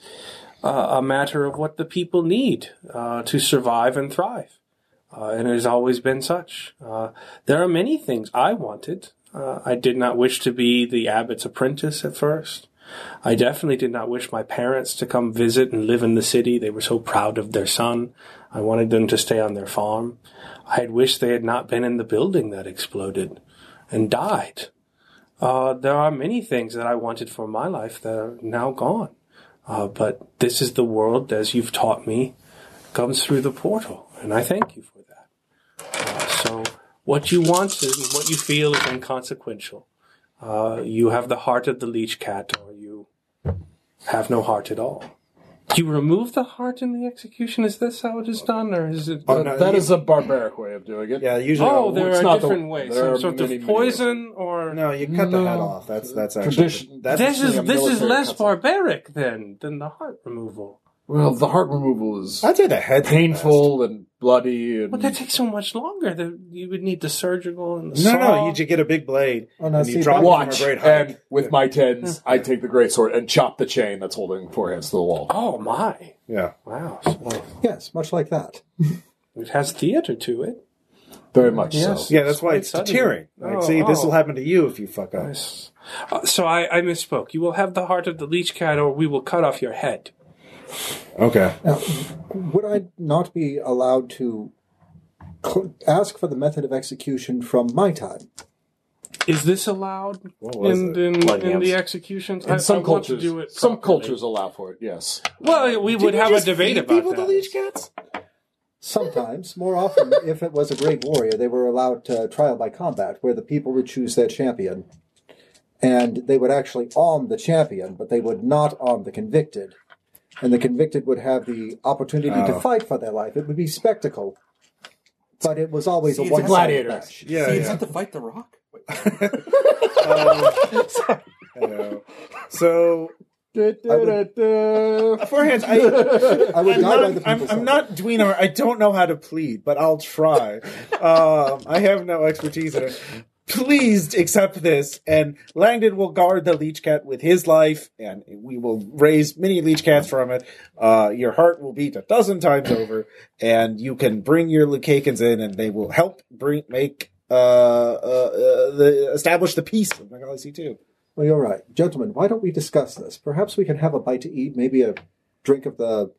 [SPEAKER 2] uh, a matter of what the people need uh, to survive and thrive. Uh, and it has always been such. Uh, there are many things I wanted. Uh, I did not wish to be the abbot's apprentice at first. I definitely did not wish my parents to come visit and live in the city. They were so proud of their son. I wanted them to stay on their farm. I had wished they had not been in the building that exploded and died. Uh, there are many things that I wanted for my life that are now gone. Uh, but this is the world, as you've taught me, comes through the portal, and I thank you for that. Uh, so, what you want is what you feel is inconsequential. Uh, you have the heart of the leech cat, or you have no heart at all. You remove the heart in the execution. Is this how it is done, or is it?
[SPEAKER 16] no,
[SPEAKER 3] that
[SPEAKER 16] you-
[SPEAKER 3] is a barbaric way of doing it.
[SPEAKER 1] Yeah, usually
[SPEAKER 2] oh, there
[SPEAKER 3] it's
[SPEAKER 2] are
[SPEAKER 3] not the-
[SPEAKER 2] different ways.
[SPEAKER 3] there
[SPEAKER 2] Some
[SPEAKER 3] are
[SPEAKER 2] sort
[SPEAKER 3] many,
[SPEAKER 2] of
[SPEAKER 3] many
[SPEAKER 2] poison, or
[SPEAKER 16] No, you cut the head
[SPEAKER 3] No.
[SPEAKER 16] off. That's that's actually
[SPEAKER 3] Tradition.
[SPEAKER 16] That's
[SPEAKER 2] this is
[SPEAKER 3] a
[SPEAKER 2] this is
[SPEAKER 3] military
[SPEAKER 2] less
[SPEAKER 3] cutscene.
[SPEAKER 2] barbaric then than the heart removal.
[SPEAKER 3] Well, the heart removal is
[SPEAKER 16] I'd say the head's the
[SPEAKER 3] painful and bloody, and
[SPEAKER 2] But that takes so much longer that you would need the surgical and the
[SPEAKER 1] No,
[SPEAKER 2] saw.
[SPEAKER 1] no, you just get a big blade
[SPEAKER 12] Oh, no,
[SPEAKER 1] and you
[SPEAKER 12] see,
[SPEAKER 1] drop
[SPEAKER 12] that-
[SPEAKER 1] it from a
[SPEAKER 3] watch.
[SPEAKER 1] great height.
[SPEAKER 3] And with my tens, I take the great sword and chop the chain that's holding four hands to the wall.
[SPEAKER 2] Oh my!
[SPEAKER 1] yeah.
[SPEAKER 2] Wow, so
[SPEAKER 12] Yes, much like that.
[SPEAKER 2] it has theater to it.
[SPEAKER 3] Very much
[SPEAKER 2] Yes.
[SPEAKER 3] so.
[SPEAKER 1] Yeah, that's why it's
[SPEAKER 2] Suddenly.
[SPEAKER 1] deterring. Like,
[SPEAKER 2] Oh,
[SPEAKER 1] see, this
[SPEAKER 2] oh.
[SPEAKER 1] will happen to you if you fuck up.
[SPEAKER 2] Uh, so I, I misspoke. You will have the heart of the leech cat, or we will cut off your head.
[SPEAKER 1] Okay.
[SPEAKER 12] Would I not be allowed to cl- ask for the method of execution from my time?
[SPEAKER 2] Is this allowed
[SPEAKER 1] What was
[SPEAKER 2] in
[SPEAKER 1] it?
[SPEAKER 2] in,
[SPEAKER 11] Bloody
[SPEAKER 2] in the
[SPEAKER 11] hands.
[SPEAKER 2] executions?
[SPEAKER 3] In
[SPEAKER 2] I, I
[SPEAKER 3] some
[SPEAKER 2] want to
[SPEAKER 3] cultures,
[SPEAKER 2] do it
[SPEAKER 3] some
[SPEAKER 2] properly.
[SPEAKER 3] cultures allow for it. Yes,
[SPEAKER 2] Well, we would
[SPEAKER 1] Did you
[SPEAKER 2] have a
[SPEAKER 1] just
[SPEAKER 2] debate
[SPEAKER 1] feed
[SPEAKER 2] about
[SPEAKER 1] people
[SPEAKER 2] that.
[SPEAKER 1] to leech cats?
[SPEAKER 12] Sometimes, more often, if it was a great warrior, they were allowed uh, trial by combat, where the people would choose their champion, and they would actually arm the champion, but they would not arm the convicted, and the convicted would have the opportunity to fight for their life. It would be spectacle, but it was always
[SPEAKER 4] See,
[SPEAKER 12] a
[SPEAKER 4] it's a
[SPEAKER 12] one
[SPEAKER 3] gladiator.
[SPEAKER 12] match.
[SPEAKER 1] Yeah,
[SPEAKER 4] See,
[SPEAKER 1] yeah.
[SPEAKER 4] it's not to fight the rock.
[SPEAKER 1] Oh. I know. So
[SPEAKER 3] Da-da-da-da.
[SPEAKER 1] beforehand, I,
[SPEAKER 12] I would
[SPEAKER 1] I'm
[SPEAKER 12] die by the
[SPEAKER 1] not, I'm,
[SPEAKER 12] people's
[SPEAKER 1] I'm not Dweener. I don't know how to plead, but I'll try. um, I have no expertise in it. Please accept this, and Langdon will guard the leech cat with his life, and we will raise many leech cats from it. Uh, your heart will beat a dozen times over, and you can bring your Lucacans in, and they will help bring make uh, uh, uh the establish the peace of Megalisi too.
[SPEAKER 12] Well, you're right. Gentlemen, why don't we discuss this? Perhaps we can have a bite to eat, maybe a drink of the.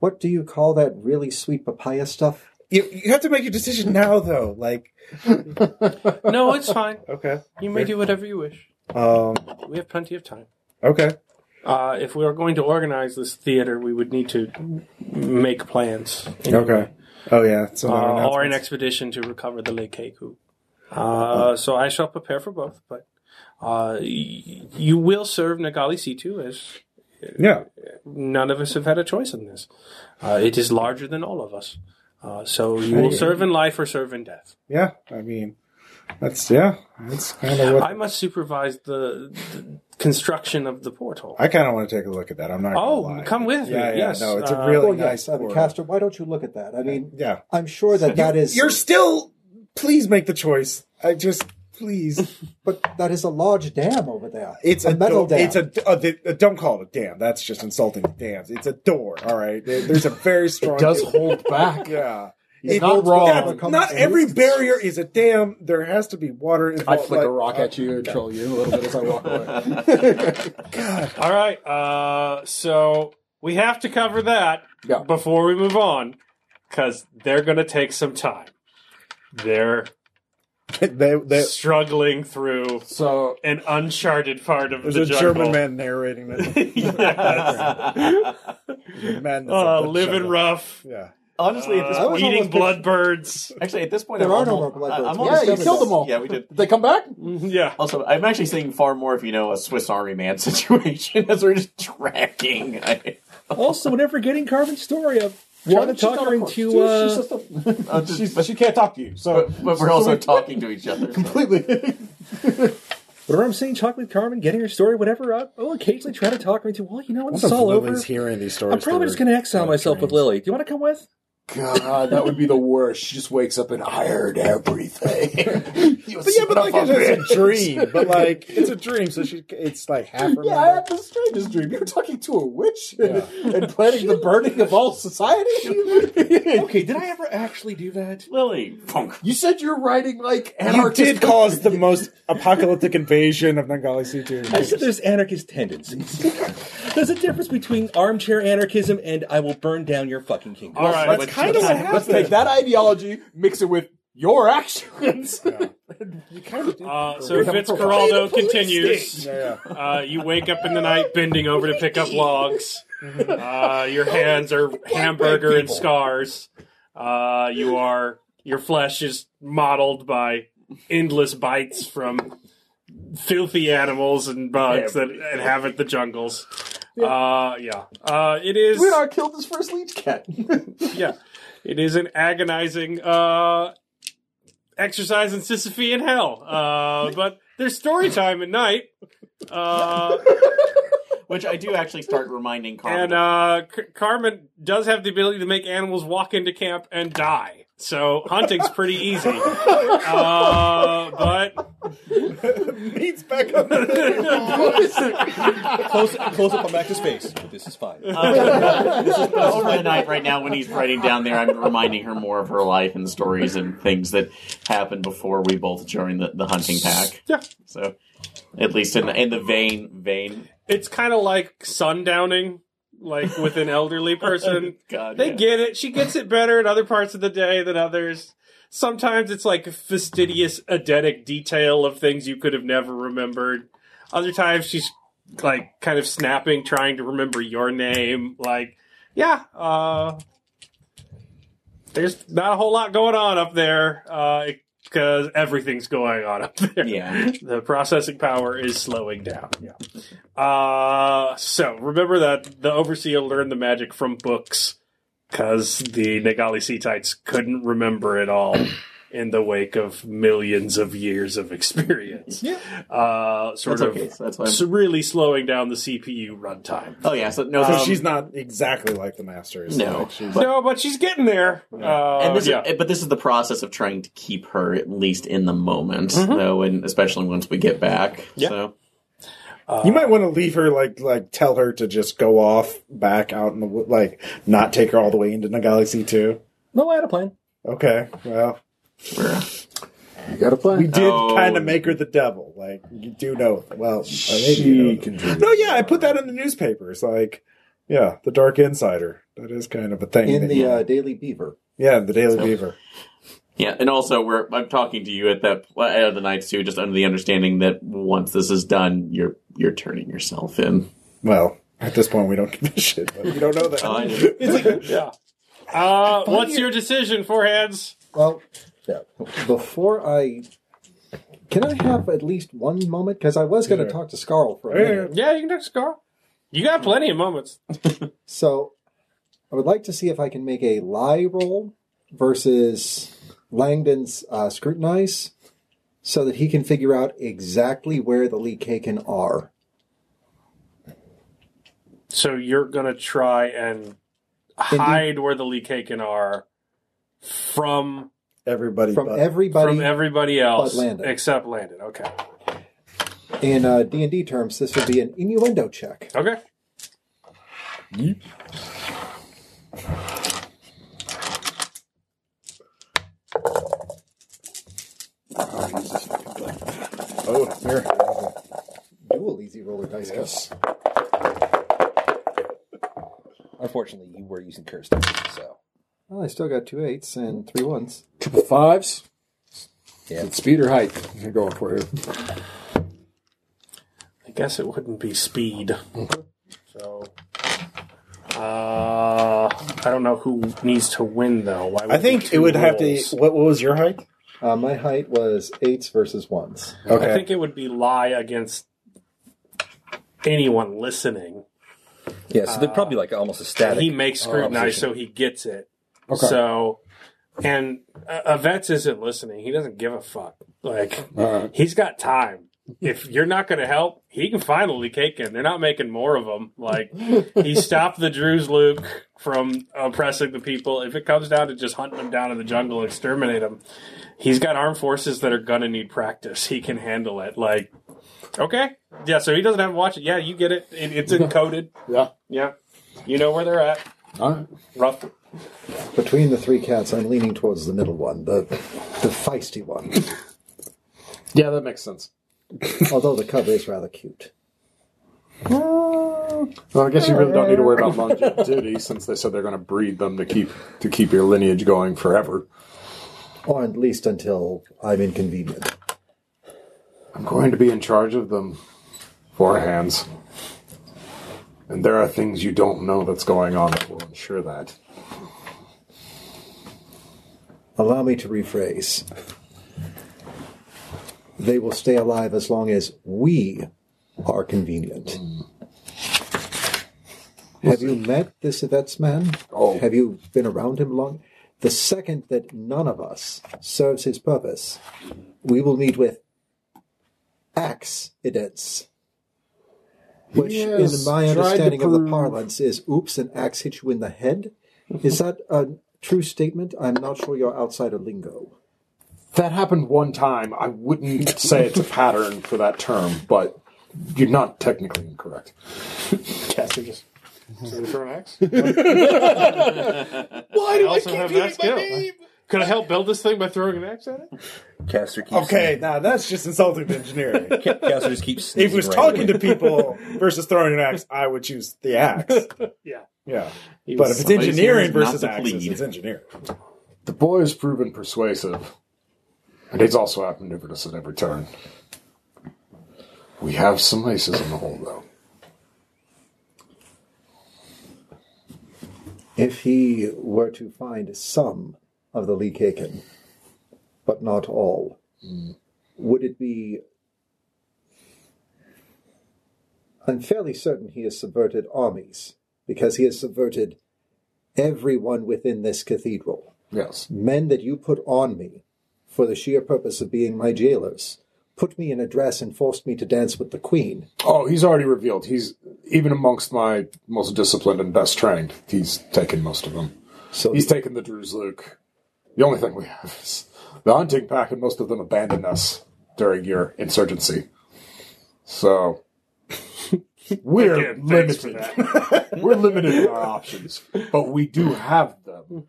[SPEAKER 12] What do you call that really sweet papaya stuff?
[SPEAKER 1] You, you have to make your decision now, though. Like,
[SPEAKER 2] No, it's fine.
[SPEAKER 1] okay,
[SPEAKER 2] You may do whatever you wish.
[SPEAKER 1] um,
[SPEAKER 2] We have plenty of time.
[SPEAKER 1] okay.
[SPEAKER 2] Uh, if we are going to organize this theater, we would need to make plans.
[SPEAKER 1] Okay. Oh yeah. So
[SPEAKER 2] Uh,
[SPEAKER 1] there are
[SPEAKER 2] or an
[SPEAKER 1] announcements.
[SPEAKER 2] expedition to recover the late Keku. Uh, so I shall prepare for both, but uh, y- you will serve Nagali Situ as
[SPEAKER 1] yeah.
[SPEAKER 2] none of us have had a choice in this. Uh, it is larger than all of us. Uh, so you will serve in life or serve in death.
[SPEAKER 1] Yeah. I mean, that's yeah. That's kind of what
[SPEAKER 2] I must supervise the, the construction of the portal.
[SPEAKER 1] I kind of want to take a look at that. I'm not. gonna
[SPEAKER 2] Oh,
[SPEAKER 1] lie.
[SPEAKER 2] come with me.
[SPEAKER 1] Yeah, yeah,
[SPEAKER 2] Yes.
[SPEAKER 1] No, it's a
[SPEAKER 2] Uh,
[SPEAKER 1] really
[SPEAKER 3] Oh,
[SPEAKER 12] Well,
[SPEAKER 1] nice.
[SPEAKER 12] Oh, yes, I mean,
[SPEAKER 1] order.
[SPEAKER 12] Castor, why don't you look at that? I mean,
[SPEAKER 1] Yeah.
[SPEAKER 12] I'm sure that that is-
[SPEAKER 1] You're still. Please make the choice. I just please.
[SPEAKER 12] but that is a large dam over there.
[SPEAKER 1] It's a,
[SPEAKER 12] metal
[SPEAKER 1] door-
[SPEAKER 12] dam.
[SPEAKER 1] It's a. Uh, the, uh, don't call it a dam. That's just insulting to dams. It's a door. All right. There- there's a very strong.
[SPEAKER 3] does hold back.
[SPEAKER 1] Yeah.
[SPEAKER 3] He's not wrong.
[SPEAKER 1] yeah, not every barrier is a dam. There has to be water
[SPEAKER 3] I
[SPEAKER 1] involved.
[SPEAKER 3] flick
[SPEAKER 1] like- uh,
[SPEAKER 3] a rock at you and troll you a little bit as I walk away.
[SPEAKER 2] All right. Uh, so we have to cover that
[SPEAKER 3] Yeah.
[SPEAKER 2] before we move on because they're going to take some time. They're
[SPEAKER 14] they, they,
[SPEAKER 2] struggling through
[SPEAKER 3] So
[SPEAKER 2] an uncharted part of
[SPEAKER 14] there's
[SPEAKER 2] the
[SPEAKER 14] a
[SPEAKER 2] jungle.
[SPEAKER 14] German man narrating that.
[SPEAKER 2] yes.
[SPEAKER 14] man, that's
[SPEAKER 2] Uh,
[SPEAKER 14] a good
[SPEAKER 2] living
[SPEAKER 14] shot.
[SPEAKER 2] rough.
[SPEAKER 14] Yeah.
[SPEAKER 5] Honestly, at this
[SPEAKER 2] uh,
[SPEAKER 5] point,
[SPEAKER 2] eating blood birds.
[SPEAKER 5] actually, at this point,
[SPEAKER 12] There
[SPEAKER 5] I'm
[SPEAKER 12] are no
[SPEAKER 5] almost-
[SPEAKER 12] more blood
[SPEAKER 5] I- I'm
[SPEAKER 12] birds.
[SPEAKER 5] almost
[SPEAKER 12] Yeah, you
[SPEAKER 5] done
[SPEAKER 12] killed
[SPEAKER 5] with
[SPEAKER 12] them
[SPEAKER 5] this.
[SPEAKER 12] all.
[SPEAKER 5] Yeah, we did.
[SPEAKER 3] they come back.
[SPEAKER 2] Yeah.
[SPEAKER 5] Also, I'm actually seeing far more of you know a Swiss Army Man situation as we're just tracking. I,
[SPEAKER 4] Also, never getting Carmen's story of trying to
[SPEAKER 3] She's
[SPEAKER 4] talk
[SPEAKER 3] not
[SPEAKER 4] her
[SPEAKER 3] a corpse.
[SPEAKER 4] into.
[SPEAKER 3] Dude,
[SPEAKER 4] Uh,
[SPEAKER 3] she's just a-
[SPEAKER 5] I'm just-
[SPEAKER 3] but she can't talk to you. So,
[SPEAKER 5] but, but we're also talking to each other. so.
[SPEAKER 3] completely.
[SPEAKER 4] whatever I'm saying, talk with Carmen, getting her story, whatever. I- I'll occasionally try to talk her into. Well, you know what?
[SPEAKER 14] What
[SPEAKER 4] It's
[SPEAKER 14] if
[SPEAKER 4] all over.
[SPEAKER 14] Lily's hearing these stories?
[SPEAKER 4] I'm probably just going to exile myself with Lily. Do you want to come with?
[SPEAKER 3] God, that would be the worst. She just wakes up and I heard everything. You
[SPEAKER 14] But yeah, but like
[SPEAKER 3] son of a
[SPEAKER 14] it's a
[SPEAKER 3] bitch.
[SPEAKER 14] dream. But like it's a dream, so she it's like half remembered.
[SPEAKER 3] Yeah, I had the strangest dream. You were talking to a witch and, and planning the burning of all society.
[SPEAKER 4] Okay, did I ever actually do that?
[SPEAKER 5] Lily, punk.
[SPEAKER 3] you said you're writing like
[SPEAKER 1] You
[SPEAKER 3] anarchist.
[SPEAKER 1] did cause the most apocalyptic invasion of Nangali C2.
[SPEAKER 4] I said there's anarchist tendencies. there's a difference between armchair anarchism and I will burn down your fucking kingdom.
[SPEAKER 2] All right.
[SPEAKER 1] That's kind of what
[SPEAKER 3] Let's take
[SPEAKER 1] happened.
[SPEAKER 3] that ideology, mix it with your actions.
[SPEAKER 2] Uh, so Fitzcarraldo continues.
[SPEAKER 1] Yeah, yeah.
[SPEAKER 2] Uh, you wake up in the night, bending over to pick up logs. Uh, your hands are hamburger and scars. Uh, you are your flesh is mottled by endless bites from filthy animals and bugs that inhabit the jungles. Uh, yeah, uh, it is.
[SPEAKER 3] we are killed this first leech cat.
[SPEAKER 2] Yeah, it is an agonizing uh, exercise in Sisyphe in hell. Uh, but there's story time at night. Uh,
[SPEAKER 5] Which I do actually start reminding Carmen.
[SPEAKER 2] uh, and uh, C- Carmen does have the ability to make animals walk into camp and die.
[SPEAKER 10] so hunting's pretty easy. Uh, but
[SPEAKER 1] Meat's back up. What is
[SPEAKER 4] Close, close up on back to space. But this is fine.
[SPEAKER 5] over the night right now when he's writing down there i'm reminding her more of her life and stories and things that happened before we both joined the, the hunting pack
[SPEAKER 2] Yeah.
[SPEAKER 5] so at least in the, in the vein vein
[SPEAKER 2] it's kind of like sundowning, like with an elderly person.
[SPEAKER 5] God,
[SPEAKER 2] They
[SPEAKER 5] yeah.
[SPEAKER 2] get it. She gets it better in other parts of the day than others. Sometimes it's like fastidious eidetic detail of things you could have never remembered. Other times she's like kind of snapping, trying to remember your name. Like, yeah, uh, there's not a whole lot going on up there because everything's going on up there.
[SPEAKER 5] Yeah.
[SPEAKER 2] the processing power is slowing down. Yeah. Uh, so remember that the overseer learned the magic from books because the Nagali Seatites couldn't remember it all in the wake of millions of years of experience. Yeah. Uh, sort
[SPEAKER 5] that's
[SPEAKER 2] of
[SPEAKER 5] okay so that's why I'm-
[SPEAKER 2] s- really slowing down the CPU runtime.
[SPEAKER 5] oh yeah so no
[SPEAKER 1] So
[SPEAKER 5] um,
[SPEAKER 1] she's not exactly like the master. Is
[SPEAKER 5] No.
[SPEAKER 1] like she's,
[SPEAKER 2] no, but she's getting there. Uh,
[SPEAKER 5] and this
[SPEAKER 2] yeah.
[SPEAKER 5] is, but this is the process of trying to keep her at least in the moment though and especially once we get back
[SPEAKER 2] Mm-hmm. Yeah.
[SPEAKER 5] so
[SPEAKER 1] you might want to leave her like like tell her to just go off back out in the wo- like not take her all the way into the galaxy too.
[SPEAKER 4] No, I had a plan.
[SPEAKER 1] Okay, well
[SPEAKER 5] we're
[SPEAKER 3] You got a
[SPEAKER 1] we
[SPEAKER 3] plan.
[SPEAKER 1] did
[SPEAKER 5] Oh.
[SPEAKER 1] kind of make her the devil. Like you do know. Well, maybe you know
[SPEAKER 3] She
[SPEAKER 1] that.
[SPEAKER 3] can do
[SPEAKER 1] No, yeah, I put that in the newspapers. Like, yeah, the Dark Insider. That is kind of a thing.
[SPEAKER 12] in
[SPEAKER 1] that-
[SPEAKER 12] the uh, Daily Beaver.
[SPEAKER 1] yeah, the Daily Beaver.
[SPEAKER 5] Yeah, and also we're I'm talking to you at that at the nights too, just under the understanding that once this is done, you're you're turning yourself in.
[SPEAKER 1] Well, at this point, we don't give a shit. But we don't know that.
[SPEAKER 5] Oh, I do.
[SPEAKER 2] yeah. Uh, what's your decision, foreheads?
[SPEAKER 12] Well, yeah. before I. Can I have at least one moment? Because I was going to
[SPEAKER 1] Yeah.
[SPEAKER 12] talk to Scarl for a
[SPEAKER 1] Yeah.
[SPEAKER 12] minute.
[SPEAKER 2] Yeah, you can take Scar. You got plenty of moments.
[SPEAKER 12] So I would like to see if I can make a lie roll versus Langdon's uh, scrutinize so that he can figure out exactly where the Lee Kaken are.
[SPEAKER 2] So you're gonna try and hide where the Lee Kaken are from
[SPEAKER 1] Everybody,
[SPEAKER 12] From
[SPEAKER 1] but
[SPEAKER 12] everybody
[SPEAKER 2] from everybody else
[SPEAKER 12] Landon.
[SPEAKER 2] except Landon. Okay.
[SPEAKER 12] in uh, D&D terms, this would be an innuendo check.
[SPEAKER 2] Okay.
[SPEAKER 1] oh, here.
[SPEAKER 12] Dual easy roller dice. Yes.
[SPEAKER 4] Unfortunately, you were using cursed dice, so
[SPEAKER 12] Well, I still got two eights and three ones.
[SPEAKER 3] Triple fives.
[SPEAKER 4] Yeah.
[SPEAKER 3] It's speed or height you're going for here.
[SPEAKER 2] I guess it wouldn't be speed. So uh, I don't know who needs to win though. Why would
[SPEAKER 1] I
[SPEAKER 2] be
[SPEAKER 1] think it
[SPEAKER 2] two
[SPEAKER 1] would have to.
[SPEAKER 2] rolls?
[SPEAKER 1] What, what was your height?
[SPEAKER 12] Uh, my height was eights versus ones.
[SPEAKER 1] Okay.
[SPEAKER 2] I think it would be lie against anyone listening.
[SPEAKER 4] yeah. So they're probably like almost a static.
[SPEAKER 2] He makes scrutinize,
[SPEAKER 4] opposition.
[SPEAKER 2] so he gets it.
[SPEAKER 3] Okay.
[SPEAKER 2] So, and uh, Avets isn't listening. He doesn't give a fuck. Like
[SPEAKER 3] Alright.
[SPEAKER 2] he's got time. If you're not going to help, he can finally cake in. They're not making more of them. Like he stopped the Druze Luke from oppressing the people. If it comes down to just hunting them down in the jungle, exterminate them. He's got armed forces that are going to need practice. He can handle it. Like okay, yeah. So he doesn't have to watch it. Yeah, you get it. it it's encoded.
[SPEAKER 3] Yeah.
[SPEAKER 2] Yeah, you know where they're at.
[SPEAKER 3] All right.
[SPEAKER 2] Rough.
[SPEAKER 12] Between the three cats, I'm leaning towards the middle one, the the feisty one.
[SPEAKER 3] Yeah, that makes sense.
[SPEAKER 12] Although the cub is rather cute.
[SPEAKER 3] Well, I guess you really don't need to worry about longevity since they said they're going to breed them to keep to keep your lineage going forever.
[SPEAKER 12] Or at least until I'm inconvenient.
[SPEAKER 3] I'm going to be in charge of them. Four hands. And there are things you don't know that's going on that will ensure that.
[SPEAKER 12] Allow me to rephrase. They will stay alive as long as we are convenient. Have you met this Yvette's man?
[SPEAKER 3] Oh.
[SPEAKER 12] Have you been around him long? The second that none of us serves his purpose, we will meet with accidents. Which, in
[SPEAKER 3] Yes,
[SPEAKER 12] my
[SPEAKER 3] tried to
[SPEAKER 12] understanding of the
[SPEAKER 3] prove-
[SPEAKER 12] parlance, is oops, an axe hit you in the head. Is that an True statement. I'm not sure you're outside of lingo.
[SPEAKER 3] That happened one time. I wouldn't say it's a pattern for that term, but you're not technically incorrect.
[SPEAKER 17] Caster just. Is it for an axe?
[SPEAKER 4] Why
[SPEAKER 17] I also have that skill. Could I help build this thing by throwing an axe at it?
[SPEAKER 4] Caster keeps
[SPEAKER 1] Okay, now that's just insulting to engineering.
[SPEAKER 4] saying- Ca- Caster just keeps.
[SPEAKER 1] if
[SPEAKER 4] sneezing
[SPEAKER 1] he was
[SPEAKER 4] randomly.
[SPEAKER 1] talking to people versus throwing an axe, I would choose the axe.
[SPEAKER 17] Yeah.
[SPEAKER 1] Yeah. But if it's
[SPEAKER 5] Somebody's
[SPEAKER 1] engineering
[SPEAKER 5] here is not
[SPEAKER 1] versus
[SPEAKER 5] to
[SPEAKER 1] axes,
[SPEAKER 5] plead.
[SPEAKER 1] it's engineering.
[SPEAKER 3] The boy has proven persuasive, and he's also outmaneuvered us at every turn. We have some aces in the hole, though.
[SPEAKER 12] If he were to find some of the Lee Kaken, but not all, would it be. I'm fairly certain he has subverted armies, because he has subverted everyone within this cathedral.
[SPEAKER 3] Yes.
[SPEAKER 12] Men that you put on me for the sheer purpose of being my jailers put me in a dress and forced me to dance with the queen.
[SPEAKER 3] Oh, he's already revealed. He's even amongst my most disciplined and best trained. He's taken most of them.
[SPEAKER 12] So
[SPEAKER 3] He's taken the Druze Luke. The only thing we have is the hunting pack, and most of them abandoned us during your insurgency. So we're
[SPEAKER 17] Again, thanks for
[SPEAKER 3] limited. we're limited in our options, but we do have them.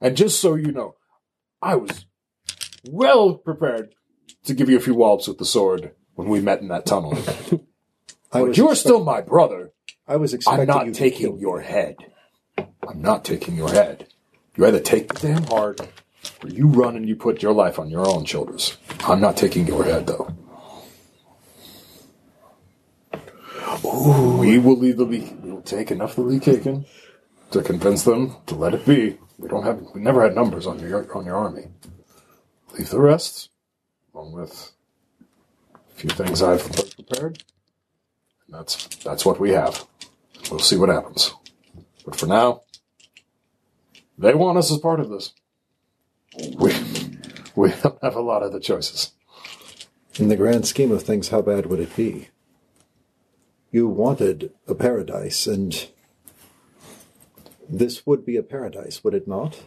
[SPEAKER 3] And just so you know, I was well prepared to give you a few wallops with the sword when we met in that tunnel.
[SPEAKER 12] I
[SPEAKER 3] But
[SPEAKER 12] was,
[SPEAKER 3] Oh, you are
[SPEAKER 12] expect-
[SPEAKER 3] still my brother.
[SPEAKER 12] I was
[SPEAKER 3] I'm
[SPEAKER 12] expecting you
[SPEAKER 3] not
[SPEAKER 12] to
[SPEAKER 3] taking
[SPEAKER 12] kill me.
[SPEAKER 3] your head. I'm not taking your head. You either take the damn heart, or you run and you put your life on your own shoulders. I'm not taking your head, though. We will either be we will take enough of the Lee Kaken to convince them to let it be. We don't have we never had numbers on your on your army. Leave the rest, along with a few things I've prepared. And that's that's what we have. We'll see what happens. But for now, they want us as part of this. We we don't have a lot of the choices.
[SPEAKER 12] In the grand scheme of things, how bad would it be? You wanted a paradise, and this would be a paradise, would it not?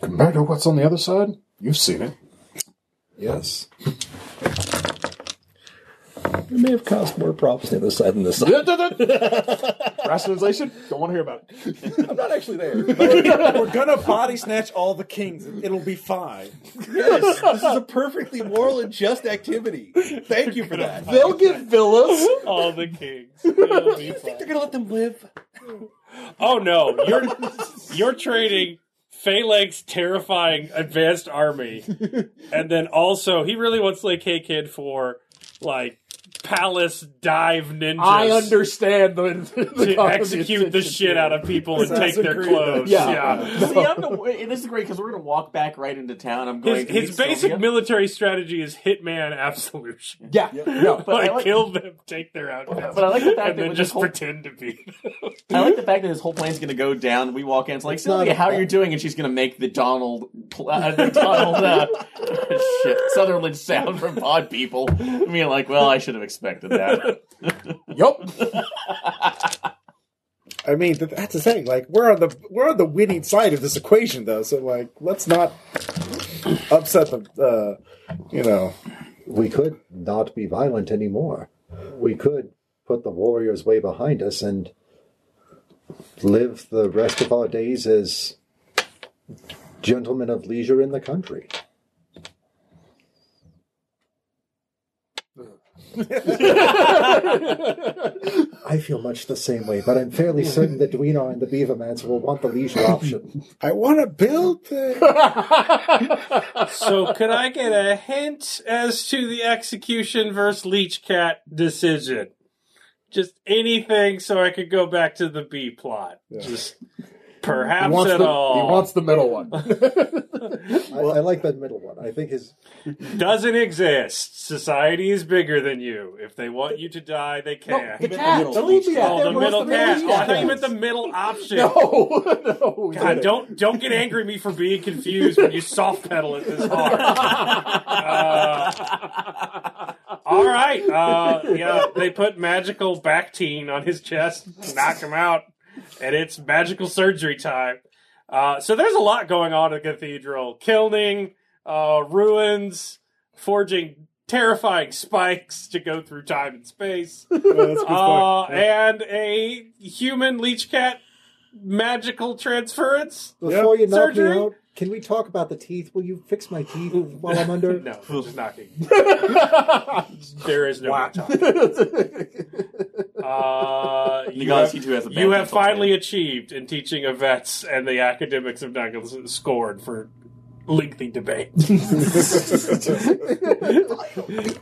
[SPEAKER 3] Compared to what's on the other side, you've seen it.
[SPEAKER 12] Yes.
[SPEAKER 4] It may have caused more problems on this side than this side.
[SPEAKER 3] Rationalization? Don't want to hear about it.
[SPEAKER 4] I'm not actually there.
[SPEAKER 1] We're gonna body snatch all the kings. and It'll be fine.
[SPEAKER 4] yes, this is a perfectly moral and just activity. Thank you for that. I
[SPEAKER 3] They'll get villas.
[SPEAKER 2] All the kings. It'll be fine.
[SPEAKER 4] think they're gonna let them live.
[SPEAKER 2] Oh no, you're you're trading Phalanx terrifying advanced army, and then also he really wants like K Kid for like palace dive ninjas.
[SPEAKER 3] I understand the, the
[SPEAKER 2] To
[SPEAKER 3] company's
[SPEAKER 2] execute the
[SPEAKER 3] intention
[SPEAKER 2] shit
[SPEAKER 3] here.
[SPEAKER 2] out of people and take
[SPEAKER 1] Assassin's
[SPEAKER 2] their
[SPEAKER 1] Creed.
[SPEAKER 2] clothes.
[SPEAKER 3] Yeah.
[SPEAKER 5] See, I'm the, and this is great because we're going to walk back right into town. I'm
[SPEAKER 2] His,
[SPEAKER 5] going to
[SPEAKER 2] his
[SPEAKER 5] meet
[SPEAKER 2] basic
[SPEAKER 5] Sylvia.
[SPEAKER 2] military strategy is hitman absolution.
[SPEAKER 3] Yeah, no.
[SPEAKER 5] But I
[SPEAKER 2] Like,
[SPEAKER 5] like-
[SPEAKER 2] kill them, take their outfits,
[SPEAKER 5] But I like the
[SPEAKER 2] and
[SPEAKER 5] fact that
[SPEAKER 2] then
[SPEAKER 5] with
[SPEAKER 2] just
[SPEAKER 5] this whole-
[SPEAKER 2] pretend to be. them.
[SPEAKER 5] I like the fact that his whole plan's going to go down. We walk in, it's like
[SPEAKER 12] Hmm? not
[SPEAKER 5] Sylvia,
[SPEAKER 12] a-
[SPEAKER 5] how are you doing? And she's going to make the Donald, pl- uh, the Donald uh, shit, Sutherland sound from Pod People. I mean, like, well, I should have expected that.
[SPEAKER 3] Yup.
[SPEAKER 1] I mean, th- that's the thing. Like, we're on the we're on the winning side of this equation, though. So, like, let's not upset the uh, you know.
[SPEAKER 12] We could not be violent anymore. We could put the warrior's way behind us and live the rest of our days as gentlemen of leisure in the country. I feel much the same way, but I'm fairly certain that Dweenar and the Beavermans will want the leisure option.
[SPEAKER 1] I want to build. The-
[SPEAKER 2] so could I get a hint as to the execution versus leech cat decision? Just anything so I could go back to the B plot. Just
[SPEAKER 3] He
[SPEAKER 2] perhaps
[SPEAKER 3] wants,
[SPEAKER 2] at
[SPEAKER 3] the, he
[SPEAKER 2] all.
[SPEAKER 3] wants the middle one.
[SPEAKER 12] I, I like that middle one. I think his
[SPEAKER 2] Doesn't exist. Society is bigger than you. If they want you to die, they can.
[SPEAKER 3] the cat. Don't leave
[SPEAKER 2] oh, the middle cat. Oh, I thought you meant the middle option.
[SPEAKER 3] No, no.
[SPEAKER 2] God, don't don't get angry at me for being confused when you soft pedal it this hard. Uh, all right, uh, yeah, they put magical Bactine on his chest, knock him out, and it's magical surgery time. Uh, so there's a lot going on at the cathedral: kilning, uh, ruins, forging terrifying spikes to go through time and space,
[SPEAKER 1] that's a good
[SPEAKER 2] uh,
[SPEAKER 1] point.
[SPEAKER 2] and a human leech cat magical transference.
[SPEAKER 12] Before you knock
[SPEAKER 2] Surgery?
[SPEAKER 12] me out, can we talk about the teeth? Will you fix my teeth while I'm under?
[SPEAKER 2] No, just knocking. there is no more time. Uh, you
[SPEAKER 5] Nicholas,
[SPEAKER 2] have,
[SPEAKER 5] he too has a bad
[SPEAKER 2] you have
[SPEAKER 5] dental
[SPEAKER 2] finally achieved in teaching of vets, and the academics of Douglas scored for lengthy debate.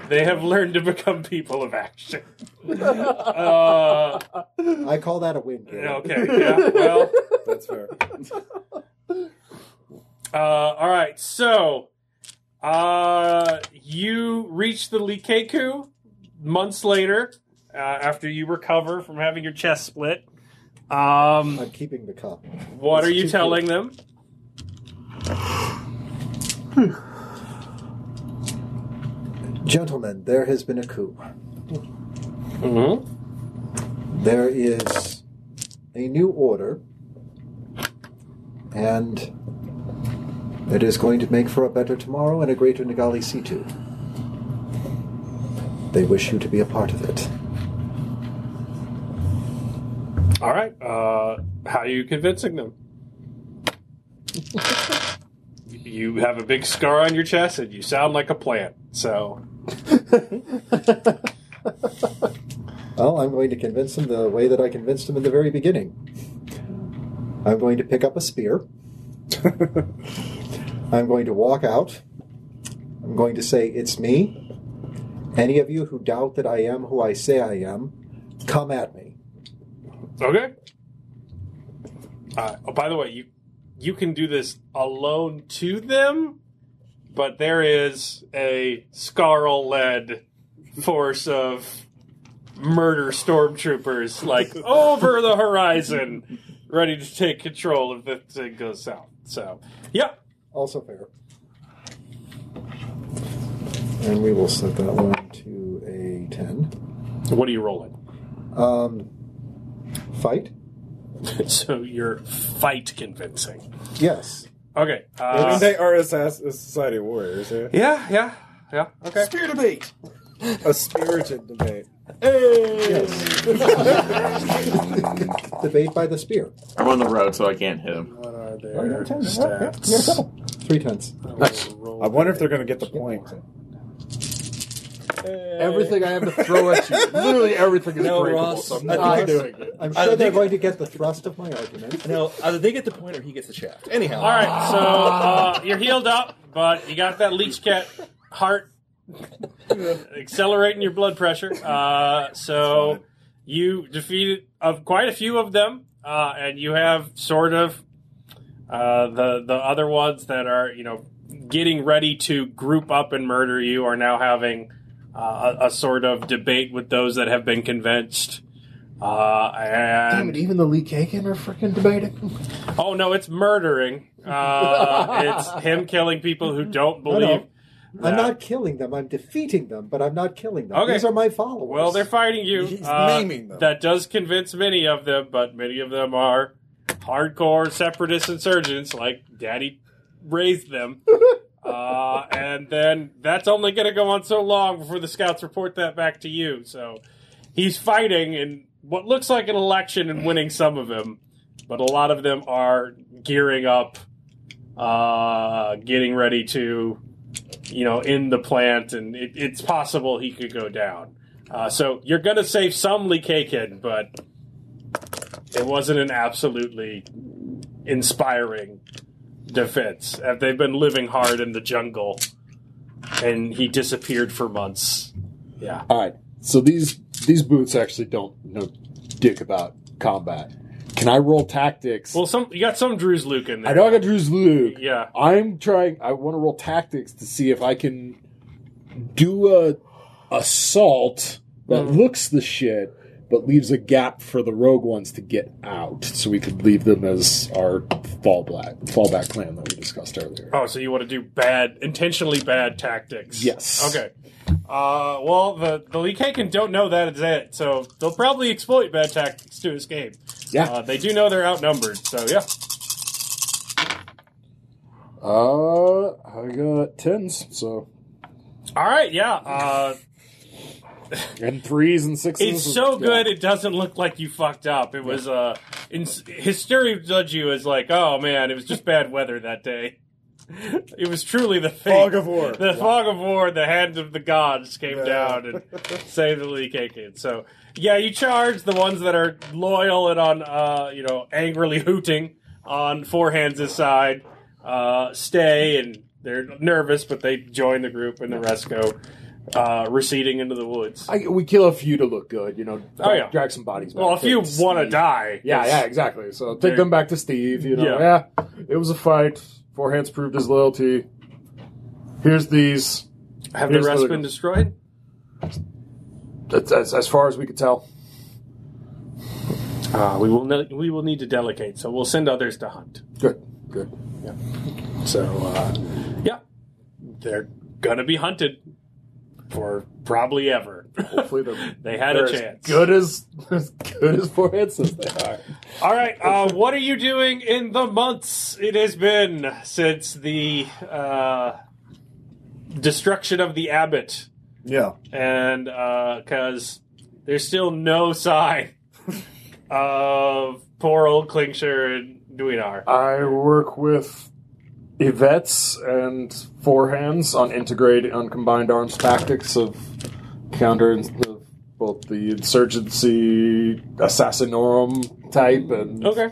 [SPEAKER 2] they have learned to become people of action. Uh,
[SPEAKER 12] I call that a win. Gary.
[SPEAKER 2] okay, yeah, well.
[SPEAKER 1] That's fair.
[SPEAKER 2] Uh, all right, so uh, you reach the Likeku months later uh, after you recover from having your chest split. Um,
[SPEAKER 12] I'm keeping the cup.
[SPEAKER 2] what are
[SPEAKER 12] It's
[SPEAKER 2] you
[SPEAKER 12] too
[SPEAKER 2] telling them?
[SPEAKER 12] Gentlemen, there has been a coup.
[SPEAKER 2] Mm-hmm.
[SPEAKER 12] There is a new order, and it is going to make for a better tomorrow and a greater Nagali Situ. They wish you to be a part of it.
[SPEAKER 2] All right, uh, how are you convincing them? you have a big scar on your chest and you sound like a plant, so.
[SPEAKER 12] Well, I'm going to convince them the way that I convinced them in the very beginning. I'm going to pick up a spear. I'm going to walk out. I'm going to say, It's me. Any of you who doubt that I am who I say I am, come at me.
[SPEAKER 2] Okay. Uh, oh, by the way, you you can do this alone to them, but there is a Scarl led force of murder stormtroopers like over the horizon, ready to take control if the thing goes south. So, yeah,
[SPEAKER 12] Also fair. And we will set that one to a 10.
[SPEAKER 2] what are you rolling?
[SPEAKER 12] Um, fight?
[SPEAKER 2] so you're fight convincing.
[SPEAKER 12] Yes.
[SPEAKER 2] Okay.
[SPEAKER 1] I mean,
[SPEAKER 2] Uh,
[SPEAKER 1] they are assass- society warriors. Yeah?
[SPEAKER 2] yeah, yeah, yeah. Okay.
[SPEAKER 1] A spirited debate.
[SPEAKER 12] Yes. Debate by the spear.
[SPEAKER 5] I'm on the road, so I can't hit him.
[SPEAKER 2] What are their
[SPEAKER 12] you're ten.
[SPEAKER 2] stats?
[SPEAKER 12] Three tenths.
[SPEAKER 1] I wonder if they're going to get the point.
[SPEAKER 18] Everything I have to throw at you, literally everything is
[SPEAKER 4] No,
[SPEAKER 18] breakable.
[SPEAKER 4] Ross,
[SPEAKER 18] so I'm
[SPEAKER 4] I
[SPEAKER 18] not
[SPEAKER 4] think-
[SPEAKER 18] doing it.
[SPEAKER 12] I'm
[SPEAKER 4] I
[SPEAKER 12] sure they're
[SPEAKER 4] think-
[SPEAKER 12] going to get the thrust of my argument.
[SPEAKER 4] No, either they get the point or he gets the shaft. Anyhow,
[SPEAKER 2] All right, so uh, you're healed up, but you got that leech cat heart accelerating your blood pressure. Uh, so you defeated of quite a few of them, uh, and you have sort of uh, the the other ones that are you know getting ready to group up and murder you are now having uh, a, a sort of debate with those that have been convinced. Uh, and
[SPEAKER 18] Damn it, even the Lee Kagan are freaking debating.
[SPEAKER 2] Oh no, it's murdering. Uh, it's him killing people who don't
[SPEAKER 12] No, no.
[SPEAKER 2] believe.
[SPEAKER 12] I'm not killing them. I'm defeating them, but I'm not killing them.
[SPEAKER 2] Okay.
[SPEAKER 12] These are my followers.
[SPEAKER 2] Well, they're fighting you.
[SPEAKER 18] He's
[SPEAKER 2] Uh,
[SPEAKER 18] naming them.
[SPEAKER 2] That does convince many of them, but many of them are hardcore separatist insurgents, like Daddy raised them. uh, and then that's only going to go on so long before the scouts report that back to you. So he's fighting in what looks like an election and winning some of them, but a lot of them are gearing up, uh, getting ready to, you know, end the plant, and it, it's possible he could go down. Uh, so you're gonna save some Likakin, but it wasn't an absolutely inspiring defense. Uh, They've been living hard in the jungle, and he disappeared for months. Yeah.
[SPEAKER 18] All right, so these these boots actually don't know dick about combat. Can I roll tactics?
[SPEAKER 2] Well, some you got some Drew's Luke in there.
[SPEAKER 18] I know I got Drew's Luke.
[SPEAKER 2] Yeah.
[SPEAKER 18] I'm trying. I want to roll tactics to see if I can do a assault that
[SPEAKER 2] Hmm.
[SPEAKER 18] looks the shit, but leaves a gap for the rogue ones to get out, so we could leave them as our fallback fallback plan that we discussed earlier.
[SPEAKER 2] Oh, so you want to do bad, intentionally bad tactics?
[SPEAKER 18] Yes.
[SPEAKER 2] Okay. Uh, well, the the Likakin don't know that is it, so they'll probably exploit bad tactics to escape.
[SPEAKER 18] Yeah.
[SPEAKER 2] Uh, they do know they're outnumbered, so yeah.
[SPEAKER 3] Uh, I got tens, so
[SPEAKER 2] All right, yeah. Uh,
[SPEAKER 3] and threes and sixes.
[SPEAKER 2] it's
[SPEAKER 3] and-
[SPEAKER 2] so
[SPEAKER 3] yeah.
[SPEAKER 2] good it doesn't look like you fucked up. It was uh, in, hysteria judge you as like, oh man, it was just bad weather that day. It was truly the fate.
[SPEAKER 19] Fog of war.
[SPEAKER 2] The fog of war, the hand of the gods came down and saved the Lee Kid. So, yeah, you charge the ones that are loyal and on, uh, you know, angrily hooting on Forehands' side, uh, stay, and they're nervous, but they join the group, and the rest go uh, receding into the woods.
[SPEAKER 3] I, we kill a few to look good, you know. Drag,
[SPEAKER 2] Oh, yeah.
[SPEAKER 3] drag some bodies. Back
[SPEAKER 2] well, if
[SPEAKER 3] to
[SPEAKER 2] you
[SPEAKER 3] Steve.
[SPEAKER 2] want to die,
[SPEAKER 3] yeah,
[SPEAKER 2] it's-
[SPEAKER 3] yeah, exactly. So take them back to Steve. You know,
[SPEAKER 2] Yeah.
[SPEAKER 3] yeah. it was a fight. Four hands proved his loyalty. Here's these.
[SPEAKER 2] Have
[SPEAKER 3] Here's
[SPEAKER 2] the rest
[SPEAKER 3] the-
[SPEAKER 2] been destroyed?
[SPEAKER 3] That's as, as far as we could tell.
[SPEAKER 2] Uh, we will. Ne- we will need to delegate, so we'll send others to hunt.
[SPEAKER 3] Good, good.
[SPEAKER 2] So, uh, yeah, they're gonna be hunted for probably ever.
[SPEAKER 3] Hopefully they're,
[SPEAKER 2] they had
[SPEAKER 3] they're
[SPEAKER 2] a
[SPEAKER 3] as
[SPEAKER 2] chance.
[SPEAKER 3] good as as good as four hands as they are.
[SPEAKER 2] All right. Uh, what are you doing in the months it has been since the uh, destruction of the abbot?
[SPEAKER 1] Yeah.
[SPEAKER 2] and because there's still no sign of poor old Klingsher and Duinar.
[SPEAKER 3] I work with Yvette's and forehands on integrate on combined arms tactics of counter of both the insurgency assassinorum type and
[SPEAKER 2] Okay.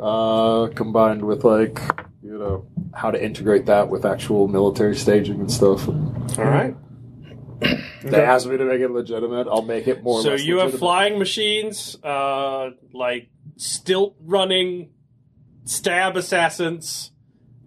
[SPEAKER 3] uh, combined with like you know how to integrate that with actual military staging and stuff.
[SPEAKER 2] All right.
[SPEAKER 3] They asked me to make it legitimate. I'll make it more. or
[SPEAKER 2] So
[SPEAKER 3] less
[SPEAKER 2] you have
[SPEAKER 3] legitimate.
[SPEAKER 2] flying machines, uh, like stilt running, stab assassins,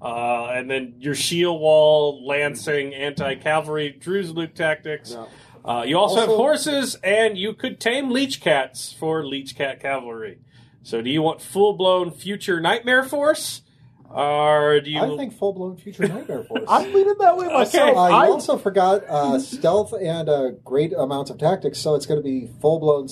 [SPEAKER 2] uh, and then your shield wall, lancing, anti cavalry, Drew's Luke tactics.
[SPEAKER 3] Yeah.
[SPEAKER 2] Uh, you also, have
[SPEAKER 12] Also-
[SPEAKER 2] horses, and you could tame leech cats for leech cat cavalry. So do you want full blown future nightmare force? Or do you.
[SPEAKER 12] I think full blown future nightmare force.
[SPEAKER 3] I'm leaning that way myself.
[SPEAKER 2] Okay,
[SPEAKER 3] I,
[SPEAKER 12] I, also forgot uh, stealth and a great amount of tactics, so it's going to be full blown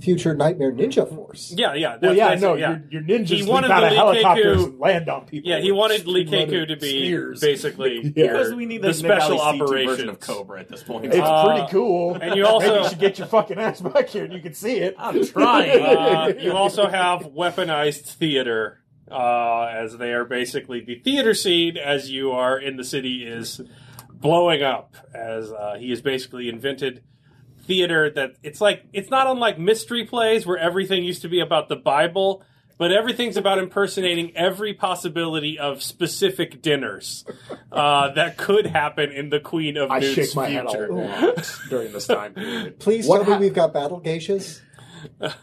[SPEAKER 12] future nightmare ninja force.
[SPEAKER 2] yeah, yeah.
[SPEAKER 3] well,
[SPEAKER 2] that's-
[SPEAKER 3] yeah,
[SPEAKER 2] that's it,
[SPEAKER 3] no,
[SPEAKER 2] yeah.
[SPEAKER 3] Your, your ninjas
[SPEAKER 2] He
[SPEAKER 3] leap
[SPEAKER 2] wanted
[SPEAKER 3] out
[SPEAKER 2] the
[SPEAKER 3] of
[SPEAKER 2] Lee
[SPEAKER 3] helicopters
[SPEAKER 2] Keku-
[SPEAKER 3] and land on people.
[SPEAKER 2] Yeah, he
[SPEAKER 3] with
[SPEAKER 2] wanted Lee
[SPEAKER 3] speed-loaded
[SPEAKER 2] Keku to be
[SPEAKER 3] spears.
[SPEAKER 2] basically
[SPEAKER 3] Yeah.
[SPEAKER 2] your-
[SPEAKER 5] Because we need
[SPEAKER 2] the
[SPEAKER 5] the
[SPEAKER 2] special
[SPEAKER 5] Valley C2 version
[SPEAKER 2] operations.
[SPEAKER 5] of Cobra at this point.
[SPEAKER 3] It's
[SPEAKER 2] Uh,
[SPEAKER 3] pretty cool.
[SPEAKER 2] and you also-
[SPEAKER 3] Maybe you should get your fucking ass back here and you can see it.
[SPEAKER 5] I'm trying.
[SPEAKER 2] Uh, you also have weaponized theater, uh, as they are basically the theater scene as you are in the city is blowing up. As uh, he has basically invented theater that it's like it's not unlike mystery plays where everything used to be about the Bible. But everything's about impersonating every possibility of specific dinners uh, that could happen in the Queen of
[SPEAKER 3] I
[SPEAKER 2] Nude's
[SPEAKER 3] shake my head
[SPEAKER 2] future.
[SPEAKER 3] a lot during this time period.
[SPEAKER 12] Please
[SPEAKER 3] What
[SPEAKER 12] tell me
[SPEAKER 3] hap-
[SPEAKER 12] we've got battle geishas.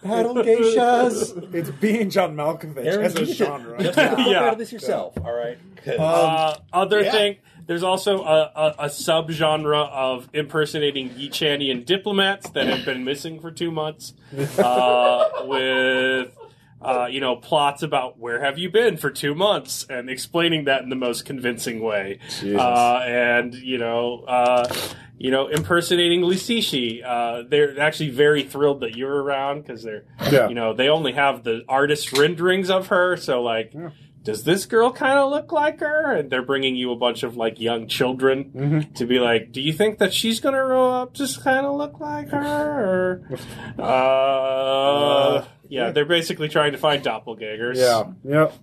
[SPEAKER 12] Battle geishas.
[SPEAKER 1] It's being John Malkovich
[SPEAKER 4] Aaron,
[SPEAKER 1] as a
[SPEAKER 4] you did-
[SPEAKER 1] genre.
[SPEAKER 4] Just get the fuck
[SPEAKER 2] Yeah.
[SPEAKER 4] out of this yourself, all right? 'Cause-
[SPEAKER 2] Uh, other
[SPEAKER 1] Um, yeah.
[SPEAKER 2] thing, there's also a, a, a subgenre of impersonating Yichanian diplomats that have been missing for two months, uh, with uh, you know plots about where have you been for two months and explaining that in the most convincing way, uh, and you know. Uh, you know, impersonating Lisishi. Uh, they're actually very thrilled that you're around because they're,
[SPEAKER 1] Yeah.
[SPEAKER 2] you know, they only have the artist renderings of her. So, like, does this girl kind of look like her? And they're bringing you a bunch of like young children
[SPEAKER 1] Mm-hmm.
[SPEAKER 2] to be like, do you think that she's going to grow up just kind of look like her? Or, uh, yeah, they're basically trying to find doppelgangers.
[SPEAKER 1] Uh, Yeah. Yep.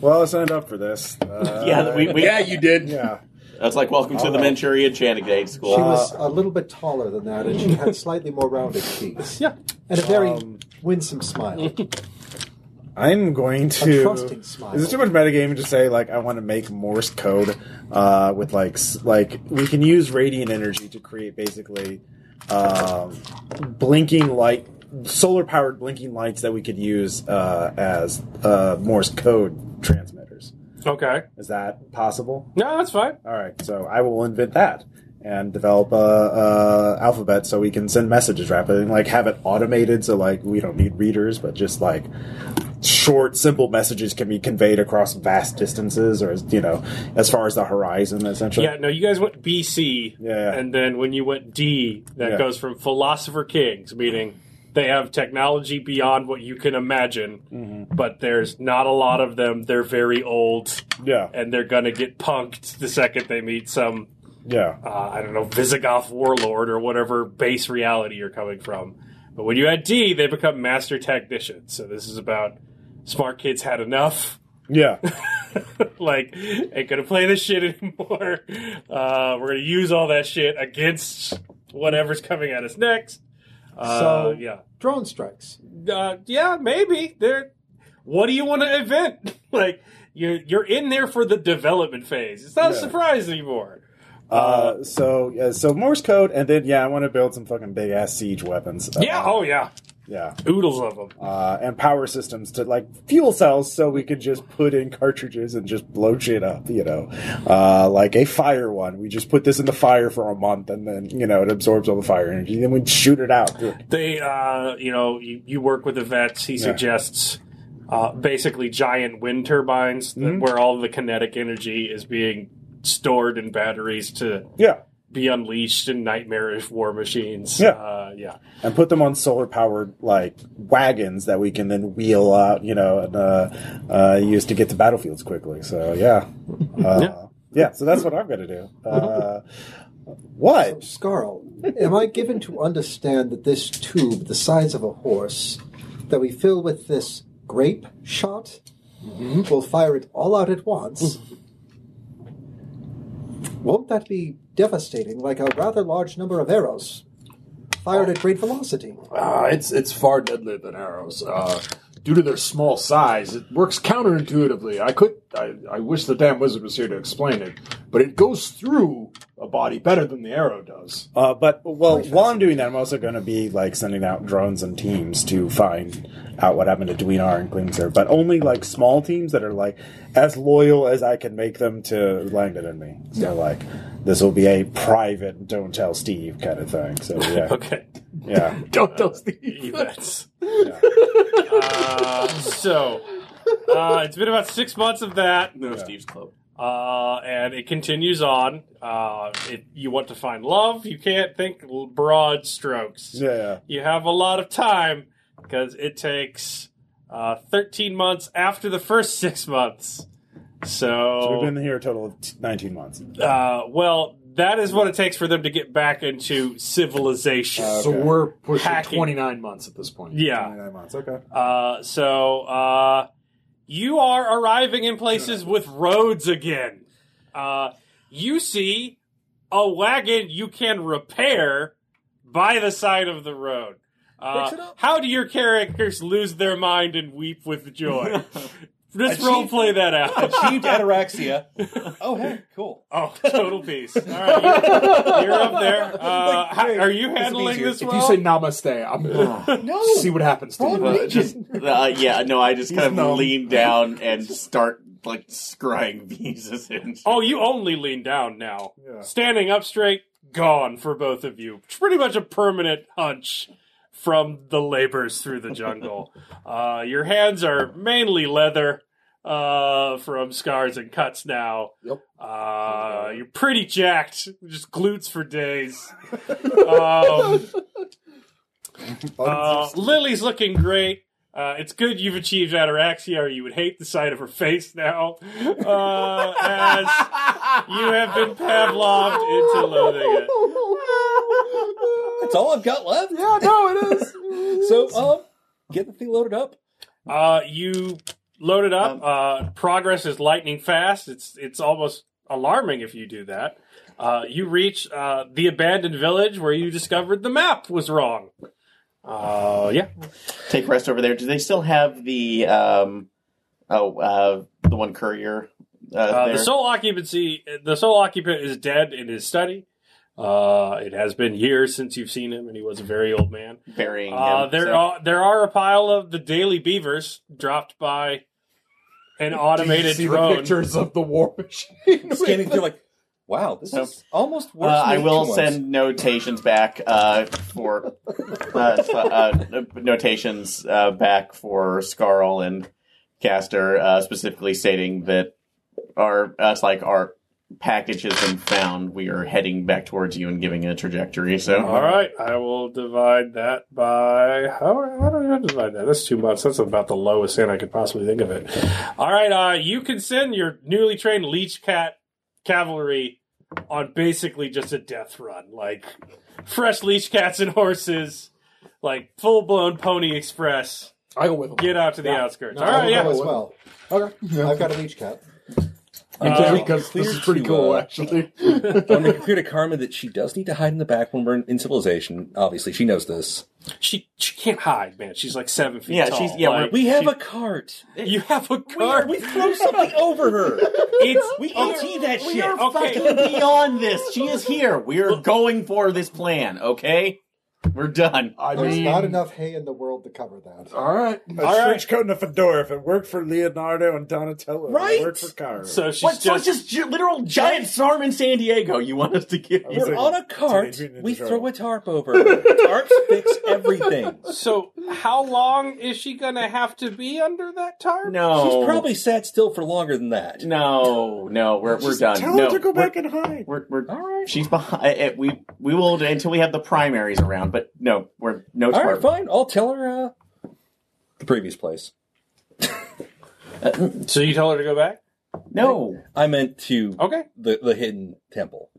[SPEAKER 1] Well, I signed up for this. Uh,
[SPEAKER 5] yeah, we, we,
[SPEAKER 3] Yeah, you did.
[SPEAKER 1] Yeah.
[SPEAKER 5] that's like welcome to
[SPEAKER 2] Uh,
[SPEAKER 5] the Manchuria Chandigate
[SPEAKER 12] She
[SPEAKER 5] School.
[SPEAKER 12] was a little bit taller than that, and she had slightly more rounded cheeks.
[SPEAKER 2] Yeah.
[SPEAKER 12] And a very
[SPEAKER 1] Um,
[SPEAKER 12] winsome smile.
[SPEAKER 1] I'm going
[SPEAKER 12] A
[SPEAKER 1] to.
[SPEAKER 12] trusting smile.
[SPEAKER 1] Is it too much metagaming to say like I want to make Morse code uh, with like s- like we can use radiant energy to create basically um, blinking light solar powered blinking lights that we could use uh, as uh, Morse code transmitters.
[SPEAKER 2] Okay.
[SPEAKER 1] Is that possible?
[SPEAKER 2] No, that's fine.
[SPEAKER 1] All right, so I will invent that and develop a, a alphabet so we can send messages rapidly and like have it automated so like we don't need readers but just like short simple messages can be conveyed across vast distances or you know as far as the horizon essentially
[SPEAKER 2] Yeah, no, you guys went BC.
[SPEAKER 1] Yeah.
[SPEAKER 2] And then when you went D, that
[SPEAKER 1] Yeah.
[SPEAKER 2] goes from philosopher kings, meaning They have technology beyond what you can imagine,
[SPEAKER 1] Mm-hmm.
[SPEAKER 2] but there's not a lot of them. They're very old,
[SPEAKER 1] Yeah.
[SPEAKER 2] and they're gonna get punked the second they meet some
[SPEAKER 1] Yeah.
[SPEAKER 2] uh, I don't know, Visigoth warlord or whatever base reality you're coming from. But when you add D, they become master technicians. So this is about smart kids had enough.
[SPEAKER 1] Yeah.
[SPEAKER 2] like, ain't gonna play this shit anymore. Uh, we're gonna use all that shit against whatever's coming at us next. Uh,
[SPEAKER 3] So-
[SPEAKER 2] yeah,
[SPEAKER 3] Drone strikes.
[SPEAKER 2] uh, yeah, maybe. They're, what do you want to event? like, you're you're in there for the development phase. It's not a surprise anymore.
[SPEAKER 1] Uh, so yeah, so Morse code, and then yeah, I want to build some fucking big ass siege weapons. Uh,
[SPEAKER 2] Yeah. Oh yeah.
[SPEAKER 1] yeah,
[SPEAKER 2] Oodles of them.
[SPEAKER 1] uh, and power systems to like fuel cells, so we could just put in cartridges and just blow shit up. You know, uh, like a fire one. We just put this in the fire for a month, and then you know it absorbs all the fire energy. Then we shoot it out.
[SPEAKER 2] they uh, you know you, you work with the vets he suggests uh, basically giant wind turbines that,
[SPEAKER 1] Mm-hmm.
[SPEAKER 2] where all the kinetic energy is being stored in batteries to
[SPEAKER 1] Yeah,
[SPEAKER 2] be unleashed in nightmarish war machines
[SPEAKER 1] Yeah.
[SPEAKER 2] uh, yeah
[SPEAKER 1] and put them on solar powered like wagons that we can then wheel out. You know, and uh, uh, use to get to battlefields quickly. So yeah, uh, yeah. So that's what I'm gonna do. Uh, what?
[SPEAKER 12] Scarl, am I given to understand that this tube, the size of a horse, that we fill with this grape shot, will fire it all out at once? Won't that be devastating, like a rather large number of arrows fired at great velocity?
[SPEAKER 3] Uh, it's it's far deadlier than arrows. Uh, due to their small size, it works counterintuitively. I could I, I wish the damn wizard was here to explain it, but it goes through a body better than the arrow does.
[SPEAKER 1] Uh, but well, while I'm doing that, I'm also going to be like sending out drones and teams to find out what happened to Dweenar and Klingser, but only like small teams that are like as loyal as I can make them to Langdon and me. So like this will be a private "Don't Tell Steve" kind of thing. So yeah,
[SPEAKER 2] okay
[SPEAKER 1] yeah,
[SPEAKER 5] Uh,
[SPEAKER 3] Don't tell Steve.
[SPEAKER 2] you vets uh, so uh, it's been about six months of that
[SPEAKER 5] No, Steve's club.
[SPEAKER 2] uh, and it continues on uh, it, you want to find love you can't think broad strokes
[SPEAKER 1] yeah, yeah.
[SPEAKER 2] you have a lot of time because it takes uh, 13 months after the first six months.
[SPEAKER 1] So
[SPEAKER 2] So,
[SPEAKER 1] we've been here a total of t- 19 months.
[SPEAKER 2] uh, well, that is what it takes for them to get back into civilization.
[SPEAKER 3] So we're pushing
[SPEAKER 2] Hacking.
[SPEAKER 3] 29 months at this point.
[SPEAKER 2] yeah.
[SPEAKER 1] 29 months. Okay.
[SPEAKER 2] Uh, so, uh, you are arriving in places with roads again. Uh, you see a wagon you can repair by the side of the road. Uh, how do your characters lose their mind and weep with joy? Just role play that out.
[SPEAKER 4] Achieved ataraxia. Oh, hey, cool.
[SPEAKER 2] Oh, total peace. All right, you're, you're up there. Uh, how- are you handling
[SPEAKER 4] easier.
[SPEAKER 2] this
[SPEAKER 3] If
[SPEAKER 2] well?
[SPEAKER 3] you say namaste, I'm gonna
[SPEAKER 4] No.
[SPEAKER 3] see what happens to you.
[SPEAKER 5] Uh, just, uh, yeah, no, I just kind of
[SPEAKER 1] numb.
[SPEAKER 5] lean down and start like scrying visas and shit.
[SPEAKER 2] Oh, you only lean down now. Standing up straight, gone for both of you. Pretty much a permanent hunch from the labors through the jungle. uh, your hands are mainly leather uh, from scars and cuts now.
[SPEAKER 3] Yep.
[SPEAKER 2] Uh, you're pretty jacked, just glutes for days. um, uh, Lily's looking great. Uh, it's good you've achieved ataraxia, or you would hate the sight of her face now. Uh, as you have been Pavloved into loathing it.
[SPEAKER 4] That's all I've got left.
[SPEAKER 3] Yeah, no, it is.
[SPEAKER 4] So, um, get the thing loaded up.
[SPEAKER 2] Uh, you load it up. uh, progress is lightning fast. It's it's almost alarming if you do that. Uh, you reach uh, the abandoned village where you discovered the map was wrong. Uh, yeah.
[SPEAKER 5] Take rest over there. Do they still have the um? Oh, uh, the one courier. Uh,
[SPEAKER 2] Uh,
[SPEAKER 5] there?
[SPEAKER 2] the sole occupancy, the sole occupant is dead in his study. Uh, it has been years since you've seen him, and he was a very old man.
[SPEAKER 5] burying
[SPEAKER 2] Uh,
[SPEAKER 5] him.
[SPEAKER 2] there
[SPEAKER 5] so-
[SPEAKER 2] are there are a pile of the daily beavers dropped by an automated
[SPEAKER 3] see
[SPEAKER 2] drone.
[SPEAKER 3] the pictures of the war machine.
[SPEAKER 4] Scanning through, like, wow, this is almost
[SPEAKER 5] Uh,
[SPEAKER 4] worse. than
[SPEAKER 5] I
[SPEAKER 4] the
[SPEAKER 5] will
[SPEAKER 4] other ones.
[SPEAKER 5] send notations back uh, for uh, s- uh, notations uh, back for Scarl and Caster, uh, specifically stating that our us like our package has been found, we are heading back towards you and giving it a trajectory. So,
[SPEAKER 2] All right, I will divide that by how? How do I divide that? That's too much. That's about the lowest end I could possibly think of it. All right, uh, you can send your newly trained leech cat cavalry on basically just a death run, like fresh leech cats and horses, like full blown pony express.
[SPEAKER 3] I go with them.
[SPEAKER 2] Get out to the outskirts. All
[SPEAKER 12] I
[SPEAKER 2] right,
[SPEAKER 12] will go
[SPEAKER 2] yeah.
[SPEAKER 12] as well.
[SPEAKER 3] Okay.
[SPEAKER 12] I've got a leech cat.
[SPEAKER 5] uh,
[SPEAKER 3] Because this is pretty cool, actually.
[SPEAKER 4] uh, I'm going to clear to Carmen that she does need to hide in the back when we're in, in civilization. Obviously, she knows this.
[SPEAKER 2] She she can't hide, man. She's like seven feet
[SPEAKER 5] Yeah,
[SPEAKER 2] tall.
[SPEAKER 5] she's- yeah,
[SPEAKER 2] Like,
[SPEAKER 4] We have a cart.
[SPEAKER 2] you have a car.
[SPEAKER 4] We throw something over her.
[SPEAKER 2] it's
[SPEAKER 4] We ET that
[SPEAKER 5] Oh, we
[SPEAKER 4] shit.
[SPEAKER 5] are
[SPEAKER 2] Okay.
[SPEAKER 5] fucking beyond this. She is here. We are going for this plan. Okay, we're done.
[SPEAKER 3] I
[SPEAKER 12] There's
[SPEAKER 3] mean,
[SPEAKER 12] not enough hay in the world to cover that.
[SPEAKER 3] all right.
[SPEAKER 14] A trench coat and a fedora. If it worked for Leonardo and Donatello,
[SPEAKER 4] Right?
[SPEAKER 14] it worked for Kyra.
[SPEAKER 2] so she's
[SPEAKER 5] What? so it's
[SPEAKER 2] just
[SPEAKER 5] just gi- literal giant storm in San Diego. You want us to give you?
[SPEAKER 4] We're on a cart.
[SPEAKER 14] Teenage Mutant Ninja
[SPEAKER 4] We
[SPEAKER 14] Turtle.
[SPEAKER 4] throw a tarp over. her. Tarps fix everything.
[SPEAKER 2] So, how long is she gonna have to be under that tarp?
[SPEAKER 5] No,
[SPEAKER 4] She's probably sat still for longer than that.
[SPEAKER 5] no, no. We're we're done.
[SPEAKER 14] Tell
[SPEAKER 5] uh, no,
[SPEAKER 14] her to go
[SPEAKER 5] we're-
[SPEAKER 14] back and hide.
[SPEAKER 5] We're, we're
[SPEAKER 4] All right.
[SPEAKER 5] she's behind. eh, We we will until we have the primaries around. But no, we're no.
[SPEAKER 4] All right,
[SPEAKER 5] tarp.
[SPEAKER 4] fine. I'll tell her uh, the previous place.
[SPEAKER 2] So you tell her to go back?
[SPEAKER 5] No.
[SPEAKER 4] I meant to
[SPEAKER 2] Okay.
[SPEAKER 4] the the hidden temple.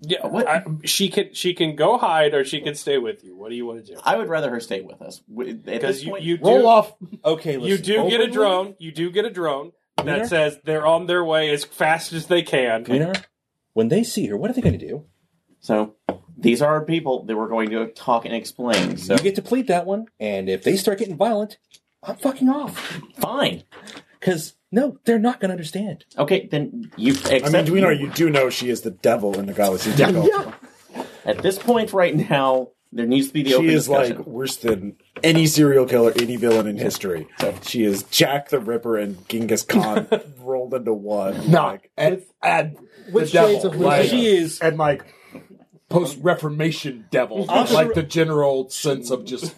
[SPEAKER 2] Yeah.
[SPEAKER 5] What?
[SPEAKER 2] I, she can she can go hide or she can stay with you. What do you want to do?
[SPEAKER 5] I would rather her stay with us. We- At
[SPEAKER 2] Because
[SPEAKER 5] this
[SPEAKER 2] you
[SPEAKER 5] point,
[SPEAKER 2] you
[SPEAKER 3] Roll
[SPEAKER 2] do
[SPEAKER 3] off.
[SPEAKER 4] Okay, listen, Oh,
[SPEAKER 2] you do get a
[SPEAKER 4] Oberlin-
[SPEAKER 2] drone. You do get a drone
[SPEAKER 4] Peter?
[SPEAKER 2] that says they're on their way as fast as they can.
[SPEAKER 4] Gunnar, when they see her, what are they going to do?
[SPEAKER 5] so these are our people that we're going to talk and explain. So
[SPEAKER 4] You get to plead that one, and if they start getting violent, I'm fucking off.
[SPEAKER 5] fine.
[SPEAKER 4] Because no, they're not going to understand.
[SPEAKER 5] Okay, then you.
[SPEAKER 14] I
[SPEAKER 5] Accept
[SPEAKER 14] mean, do we know you do know she is the devil in the galaxy? Deco.
[SPEAKER 5] At this point, right now, there needs to be the
[SPEAKER 14] She
[SPEAKER 5] open
[SPEAKER 14] is
[SPEAKER 5] discussion.
[SPEAKER 14] like worse than any serial killer, any villain in history. She is Jack the Ripper and Genghis Khan rolled into one.
[SPEAKER 3] No.
[SPEAKER 14] Like,
[SPEAKER 3] And, and the
[SPEAKER 12] With shades
[SPEAKER 3] devil.
[SPEAKER 12] of
[SPEAKER 3] Like,
[SPEAKER 12] Lucifer.
[SPEAKER 3] she
[SPEAKER 12] She
[SPEAKER 3] is. And like post Reformation devil.
[SPEAKER 4] Ashura-
[SPEAKER 3] like the general sense of just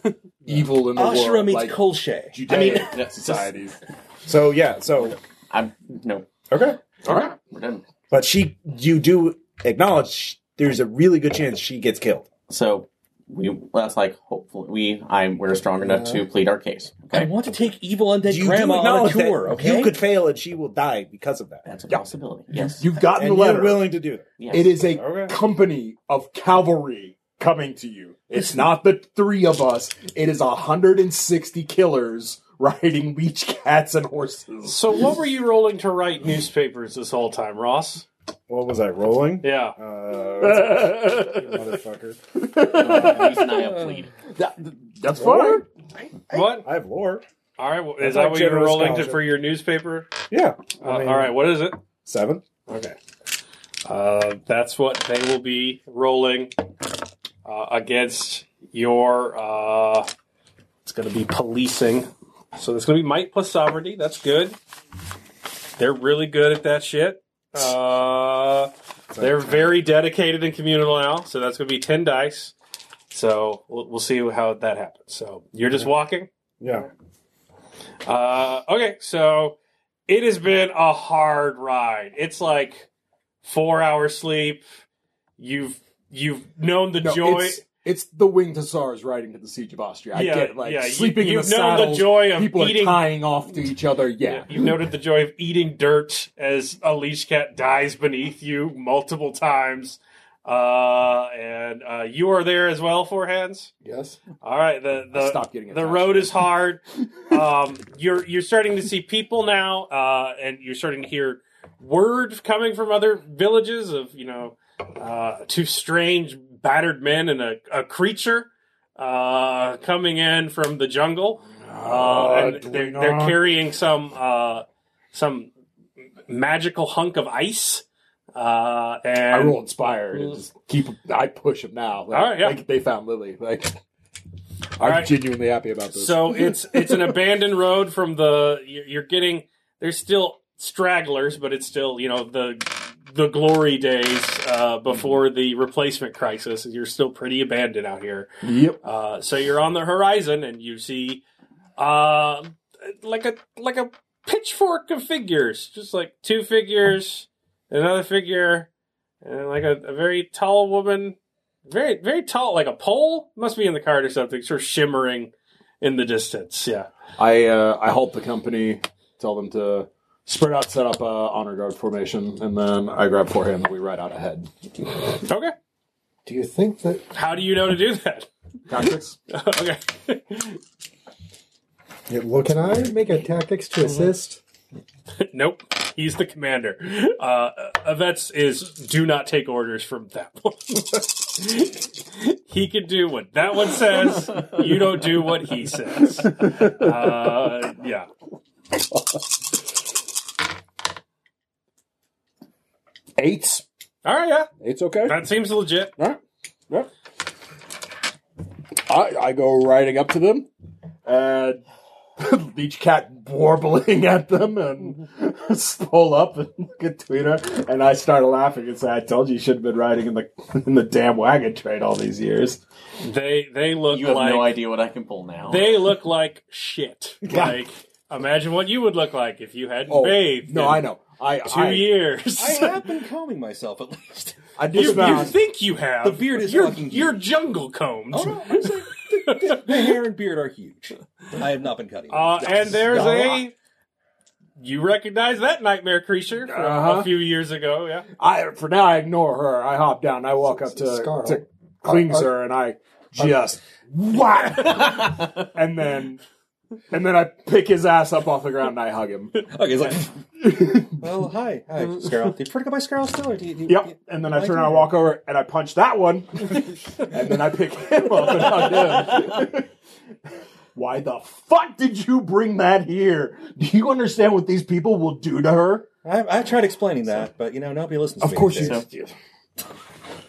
[SPEAKER 3] evil in the
[SPEAKER 4] Ashura
[SPEAKER 3] world.
[SPEAKER 4] meets
[SPEAKER 3] like
[SPEAKER 4] Kolshe.
[SPEAKER 3] Judaic
[SPEAKER 5] I mean, that's just-
[SPEAKER 3] societies.
[SPEAKER 14] so yeah, so
[SPEAKER 5] I'm no.
[SPEAKER 14] okay,
[SPEAKER 3] All right.
[SPEAKER 5] We're done.
[SPEAKER 14] but she, you do acknowledge sh- there's a really good chance she gets killed.
[SPEAKER 5] So we that's like hopefully we I we're strong enough to plead our case.
[SPEAKER 4] I
[SPEAKER 5] Okay,
[SPEAKER 4] want to take evil undead
[SPEAKER 14] You do
[SPEAKER 4] grandma on a
[SPEAKER 14] acknowledge
[SPEAKER 4] tour.
[SPEAKER 14] that
[SPEAKER 4] Okay,
[SPEAKER 14] you could fail and she will die because of that,
[SPEAKER 5] that's a possibility. Yes.
[SPEAKER 3] You've gotten
[SPEAKER 14] and
[SPEAKER 3] the
[SPEAKER 14] you're
[SPEAKER 3] letter.
[SPEAKER 14] willing to do that.
[SPEAKER 5] yes.
[SPEAKER 3] It is a
[SPEAKER 14] Okay.
[SPEAKER 3] company of cavalry coming to you. It's not the three of us. It is 160 killers riding leech cats and horses.
[SPEAKER 2] So what were you rolling to write newspapers this whole time, Ross?
[SPEAKER 14] What was I rolling?
[SPEAKER 2] Yeah.
[SPEAKER 14] Uh, what's that motherfucker.
[SPEAKER 5] Reese and I have plead.
[SPEAKER 3] That's fine.
[SPEAKER 2] What?
[SPEAKER 14] I have lore.
[SPEAKER 2] All right. well, Is
[SPEAKER 14] I
[SPEAKER 2] that
[SPEAKER 14] like
[SPEAKER 2] what you're
[SPEAKER 14] generous
[SPEAKER 2] rolling to,
[SPEAKER 14] scholarship.
[SPEAKER 2] for your newspaper?
[SPEAKER 14] Yeah,
[SPEAKER 2] Uh, all right. What is it?
[SPEAKER 14] seven.
[SPEAKER 2] Okay. Uh, that's what they will be rolling uh, against your. Uh, it's going to be policing. So it's going to be might plus sovereignty. That's good. They're really good at that shit. Uh, they're very dedicated and communal now. So that's going to be 10 dice. So we'll, we'll see how that happens. So you're
[SPEAKER 3] Mm-hmm.
[SPEAKER 2] just walking?
[SPEAKER 14] Yeah,
[SPEAKER 2] Uh, okay, so it has been a hard ride. It's like four hours sleep. You've you've known the
[SPEAKER 3] No,
[SPEAKER 2] joy.
[SPEAKER 3] It's, it's the wing Tazars riding to the siege of Austria. I
[SPEAKER 2] Yeah,
[SPEAKER 3] get it. Like
[SPEAKER 2] yeah, you-
[SPEAKER 3] sleeping in
[SPEAKER 2] you've
[SPEAKER 3] the
[SPEAKER 2] known the
[SPEAKER 3] saddles.
[SPEAKER 2] joy of
[SPEAKER 3] people
[SPEAKER 2] eating-
[SPEAKER 3] are tying off to each other. Yeah.
[SPEAKER 2] You've noted the joy of eating dirt as a leash cat dies beneath you multiple times. Uh, and uh, you are there as well, four hands.
[SPEAKER 12] Yes.
[SPEAKER 2] All right, the the
[SPEAKER 3] Stop getting
[SPEAKER 2] the
[SPEAKER 3] attached.
[SPEAKER 2] road is hard. um, you're you're starting to see people now, uh, and you're starting to hear word coming from other villages of you know uh, two strange battered men and a, a creature uh, coming in from the jungle, uh, and they're, they're carrying some uh, some magical hunk of ice. Uh, and
[SPEAKER 3] I roll inspired and just keep. I push them now. Like,
[SPEAKER 2] All right, yeah.
[SPEAKER 3] like, they found Lily. Like
[SPEAKER 2] All
[SPEAKER 3] I'm
[SPEAKER 2] right.
[SPEAKER 3] genuinely happy about this.
[SPEAKER 2] So it's it's an abandoned road from the you're you're getting there's still stragglers, but it's still you know the the glory days uh, before the replacement crisis. You're still pretty abandoned out here.
[SPEAKER 3] yep.
[SPEAKER 2] Uh, so you're on the horizon and you see uh, like a like a pitchfork of figures, just like two figures another figure, and like a, a very tall woman, very very tall, like a pole must be in the cart or something, sort of shimmering in the distance. Yeah,
[SPEAKER 3] I uh, I halt the company, tell them to spread out, set up a honor guard formation, and then I grab forehand and we ride out ahead.
[SPEAKER 2] okay.
[SPEAKER 12] Do you think that
[SPEAKER 2] How do you know to do that?
[SPEAKER 3] Tactics.
[SPEAKER 2] okay,
[SPEAKER 1] It looks.
[SPEAKER 12] can I make a tactics to assist?
[SPEAKER 2] nope. He's the commander. Uh, Avets is do not take orders from that one. he can do what that one says. You don't do what he says. Uh, yeah.
[SPEAKER 18] Eight.
[SPEAKER 2] All right. Yeah.
[SPEAKER 18] Eight's okay.
[SPEAKER 2] That seems legit.
[SPEAKER 18] All right. Yep. I, I go riding up to them. Uh, Leech Cat warbling at them and pull up and look at Tweeter.
[SPEAKER 3] And I start laughing and say, "I told you you should have been riding in the in the damn wagon train all these years."
[SPEAKER 2] They they look
[SPEAKER 5] You have
[SPEAKER 2] like
[SPEAKER 5] no idea what I can pull now.
[SPEAKER 2] they look like shit. Like imagine what you would look like if you hadn't
[SPEAKER 3] Oh,
[SPEAKER 2] bathed.
[SPEAKER 3] No,
[SPEAKER 2] in
[SPEAKER 3] I know. I
[SPEAKER 2] Two
[SPEAKER 3] I,
[SPEAKER 2] years.
[SPEAKER 4] I have been combing myself at least.
[SPEAKER 3] I
[SPEAKER 2] you, you
[SPEAKER 3] dismount.
[SPEAKER 2] think you have
[SPEAKER 4] The beard is
[SPEAKER 2] you're,
[SPEAKER 4] fucking
[SPEAKER 2] you're jungle combed.
[SPEAKER 4] Oh no, I'm saying the, the- the hair and beard are huge. I have not been cutting. them.
[SPEAKER 2] Uh, and there's
[SPEAKER 3] Yeah.
[SPEAKER 2] a you recognize that nightmare creature from
[SPEAKER 3] Uh-huh.
[SPEAKER 2] a few years ago, yeah.
[SPEAKER 3] I for now I ignore her. I hop down. I walk up to
[SPEAKER 12] Scarl.
[SPEAKER 3] to clings
[SPEAKER 12] Uh, uh,
[SPEAKER 3] her, and I just whack, and then and then I pick his ass up off the ground and I hug him.
[SPEAKER 4] Okay, it's like, well, hi, hi, Scarl. Did you forget about Scarl still, or do you? Do you
[SPEAKER 3] Yep. And then I turn around, and walk over, and I punch that one, and then I pick him up and hug him. Why the fuck did you bring that here? Do you understand what these people will do to her?
[SPEAKER 4] I, I tried explaining that, but you know nobody listens. to
[SPEAKER 18] Of
[SPEAKER 4] me
[SPEAKER 18] course
[SPEAKER 4] these
[SPEAKER 18] you
[SPEAKER 4] days.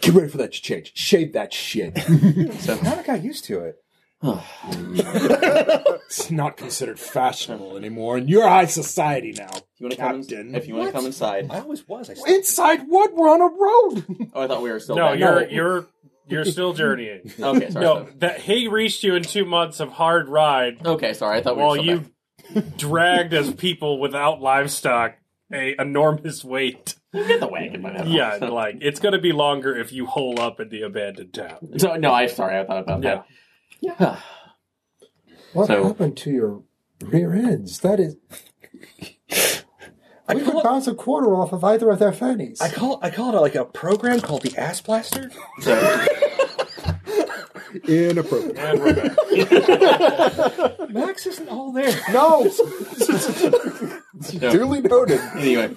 [SPEAKER 18] Get ready for that to change. Shave that shit.
[SPEAKER 4] I got used to it.
[SPEAKER 18] it's not considered fashionable anymore, and you're high society now.
[SPEAKER 5] you wanna come in,
[SPEAKER 18] Captain.
[SPEAKER 5] if you want to come inside.
[SPEAKER 4] I always was. I still,
[SPEAKER 18] Inside what? We're on a road.
[SPEAKER 5] Oh, I thought we were still.
[SPEAKER 2] No,
[SPEAKER 5] back.
[SPEAKER 2] you're you're you're still journeying.
[SPEAKER 5] okay. Sorry.
[SPEAKER 2] no, that he reached you in two months of hard ride
[SPEAKER 5] sorry. Okay, sorry. I thought we were
[SPEAKER 2] while
[SPEAKER 5] still back.
[SPEAKER 2] you dragged as people without livestock a enormous weight.
[SPEAKER 5] get the wagon by now.
[SPEAKER 2] Yeah, like it's gonna be longer if you hole up in the abandoned town.
[SPEAKER 5] So no, I sorry. I thought about that. Yeah.
[SPEAKER 12] What
[SPEAKER 5] So-
[SPEAKER 12] happened to your rear ends? That is. We could bounce a quarter off of either of their fannies.
[SPEAKER 4] I call I call it like a program called the Ass Blaster.
[SPEAKER 5] So
[SPEAKER 18] Inappropriate.
[SPEAKER 2] And we're back.
[SPEAKER 4] Max isn't all there.
[SPEAKER 18] No.
[SPEAKER 5] No.
[SPEAKER 18] Duly noted.
[SPEAKER 5] anyway,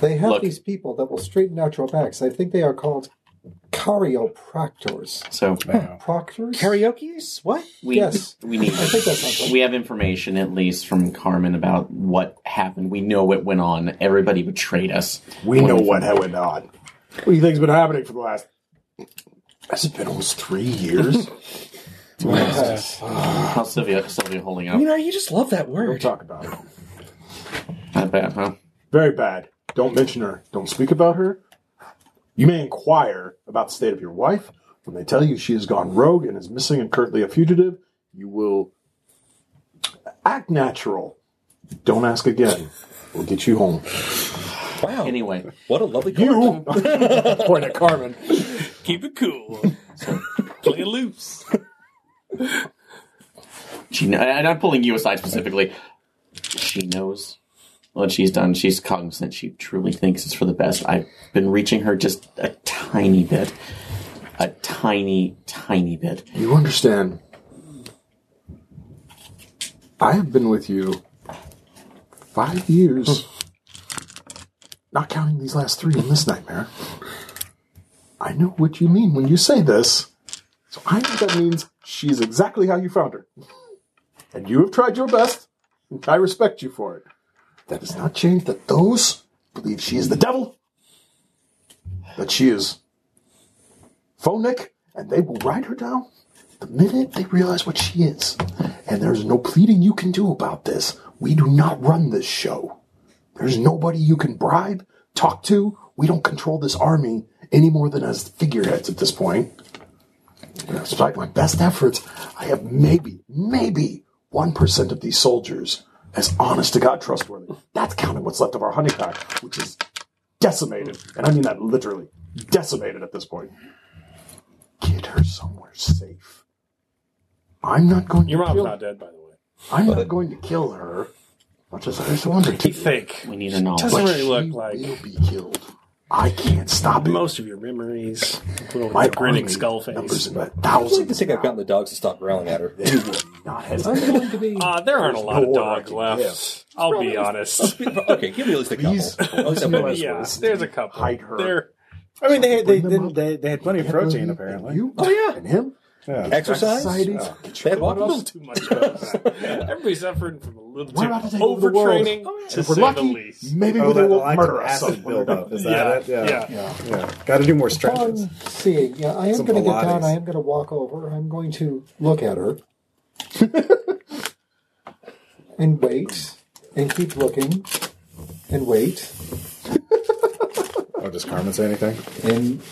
[SPEAKER 12] they have
[SPEAKER 5] Look.
[SPEAKER 12] these people that will straighten out your backs. I think they are called chiropractors.
[SPEAKER 5] so
[SPEAKER 12] Proctors?
[SPEAKER 4] Karaoke's what?
[SPEAKER 5] we
[SPEAKER 12] Yes.
[SPEAKER 5] we need.
[SPEAKER 12] I think that sounds right.
[SPEAKER 5] We have information, at least from Carmen, about what happened. We know what went on. Everybody betrayed us.
[SPEAKER 3] We know what went on. What do you think's been happening for the last? Has it been almost three years?
[SPEAKER 5] How's Sylvia? Sylvia holding up?
[SPEAKER 4] You know, you just love that
[SPEAKER 3] Don't
[SPEAKER 4] word.
[SPEAKER 3] talk about it.
[SPEAKER 5] Not bad, huh?
[SPEAKER 3] Very bad. Don't mention her. Don't speak about her. You may inquire about the state of your wife. When they tell you she has gone rogue and is missing and currently a fugitive, you will act natural. Don't ask again. We'll get you home.
[SPEAKER 4] Wow,
[SPEAKER 5] Anyway,
[SPEAKER 4] what a lovely
[SPEAKER 3] You point at Carmen.
[SPEAKER 2] Keep it cool. Play loose.
[SPEAKER 5] she kn- and I'm pulling you aside specifically. She knows what she's done. She's cognizant. She truly thinks it's for the best. I've been reaching her just a tiny bit, a tiny, tiny bit.
[SPEAKER 3] You understand? I have been with you five years, not counting these last three in this nightmare. I know what you mean when you say this, so I know that means she's exactly how you found her. And you have tried your best, and I respect you for it. That does not change that those believe she is the devil, that she is phonic, and they will ride her down the minute they realize what she is. And there's no pleading you can do about this. We do not run this show. There's nobody you can bribe, talk to. We don't control this army any more than as figureheads at this point. And despite my best efforts, I have maybe, maybe 1% of these soldiers as honest to God trustworthy. That's counting what's left of our honey pack, which is decimated, and I mean that literally, decimated at this point. Get her somewhere safe. I'm not going
[SPEAKER 2] Your
[SPEAKER 3] to
[SPEAKER 2] mom's
[SPEAKER 3] kill
[SPEAKER 2] not dead, by the way.
[SPEAKER 3] I'm not going to kill her. Much as I just wanted to.
[SPEAKER 2] You think?
[SPEAKER 11] We need a knowledge.
[SPEAKER 2] Doesn't really
[SPEAKER 3] She
[SPEAKER 2] look like
[SPEAKER 3] will be killed. I can't stop it.
[SPEAKER 2] most of your memories. Little
[SPEAKER 3] My
[SPEAKER 2] grinning
[SPEAKER 3] army
[SPEAKER 2] skull face.
[SPEAKER 3] numbers about
[SPEAKER 4] I just like to
[SPEAKER 3] thousands.
[SPEAKER 4] think I've gotten the dogs to stop growling at her.
[SPEAKER 3] They will not hesitate.
[SPEAKER 12] going to be.
[SPEAKER 2] Uh, there aren't a lot of
[SPEAKER 3] Lord, I
[SPEAKER 2] dogs
[SPEAKER 3] can
[SPEAKER 2] left. I'll be honest.
[SPEAKER 4] okay, give me at least a couple.
[SPEAKER 3] These-
[SPEAKER 4] At least a couple.
[SPEAKER 2] Yeah, there's a couple.
[SPEAKER 3] Hide her.
[SPEAKER 2] There,
[SPEAKER 14] I mean, they they
[SPEAKER 3] Bring them
[SPEAKER 14] didn't,
[SPEAKER 3] up.
[SPEAKER 14] they, they had plenty of protein apparently.
[SPEAKER 3] You, oh yeah, and him.
[SPEAKER 14] Yeah.
[SPEAKER 4] Exercise?
[SPEAKER 3] Society.
[SPEAKER 4] They have
[SPEAKER 2] a little
[SPEAKER 4] walking
[SPEAKER 2] too much. about that. Everybody's suffering from a little too
[SPEAKER 3] We're about to take over the world. Oh,
[SPEAKER 2] overtraining, to
[SPEAKER 3] If we're
[SPEAKER 2] say
[SPEAKER 3] lucky,
[SPEAKER 2] the least.
[SPEAKER 3] maybe
[SPEAKER 1] Oh,
[SPEAKER 3] they
[SPEAKER 1] that
[SPEAKER 3] won't
[SPEAKER 1] lactic
[SPEAKER 3] murder us.
[SPEAKER 1] acid
[SPEAKER 3] when we're
[SPEAKER 1] buildup.
[SPEAKER 3] done.
[SPEAKER 1] Is
[SPEAKER 2] Yeah,
[SPEAKER 1] that it?
[SPEAKER 2] yeah.
[SPEAKER 3] Yeah.
[SPEAKER 1] yeah. Got to do more stretches.
[SPEAKER 12] Upon seeing, yeah, I am
[SPEAKER 1] Some
[SPEAKER 12] going to get
[SPEAKER 1] Pilates.
[SPEAKER 12] down. I am going to walk over. I'm going to look at her and wait and keep looking and wait
[SPEAKER 1] Oh, does Carmen say anything?
[SPEAKER 12] and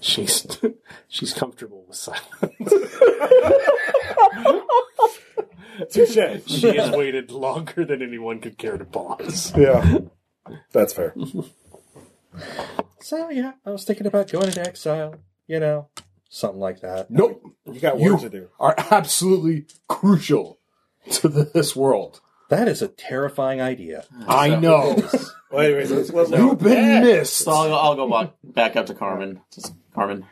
[SPEAKER 2] She's she's comfortable with silence.
[SPEAKER 1] Touche.
[SPEAKER 2] She has waited longer than anyone could care to pause.
[SPEAKER 1] Yeah. That's fair.
[SPEAKER 4] So yeah, I was thinking about going into exile. You know, something like that.
[SPEAKER 3] Nope.
[SPEAKER 1] You got work to do.
[SPEAKER 3] You are absolutely crucial to this world.
[SPEAKER 4] That is a terrifying idea.
[SPEAKER 3] I know.
[SPEAKER 1] Well, anyways, let's, let's,
[SPEAKER 3] You've been missed.
[SPEAKER 5] So I'll, I'll go walk back up to Carmen. Just Carmen.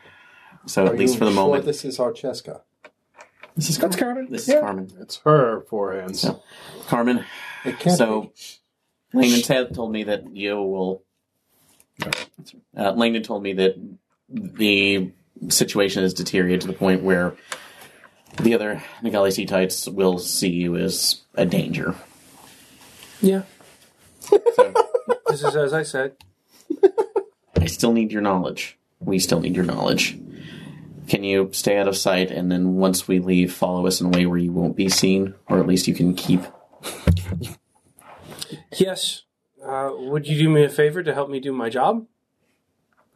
[SPEAKER 5] So
[SPEAKER 12] Are
[SPEAKER 5] at least
[SPEAKER 12] you
[SPEAKER 5] for the
[SPEAKER 12] sure
[SPEAKER 5] moment, this,
[SPEAKER 12] This is Archeska.
[SPEAKER 5] is Carmen.
[SPEAKER 4] That's Carmen.
[SPEAKER 5] This is
[SPEAKER 4] Yeah.
[SPEAKER 5] Carmen.
[SPEAKER 3] It's her forehands.
[SPEAKER 5] So, Carmen.
[SPEAKER 12] It can't
[SPEAKER 5] So
[SPEAKER 12] be.
[SPEAKER 5] Langdon said- told me that you will. Uh, Langdon told me that the situation has deteriorated to the point where the other Nagali Seatites will see you as a danger.
[SPEAKER 2] Yeah,
[SPEAKER 5] So
[SPEAKER 2] this is as I said.
[SPEAKER 5] I still need your knowledge. We still need your knowledge. Can you stay out of sight and then once we leave, follow us in a way where you won't be seen, or at least you can keep.
[SPEAKER 2] Yes. Uh, would you do me a favor to help me do my job?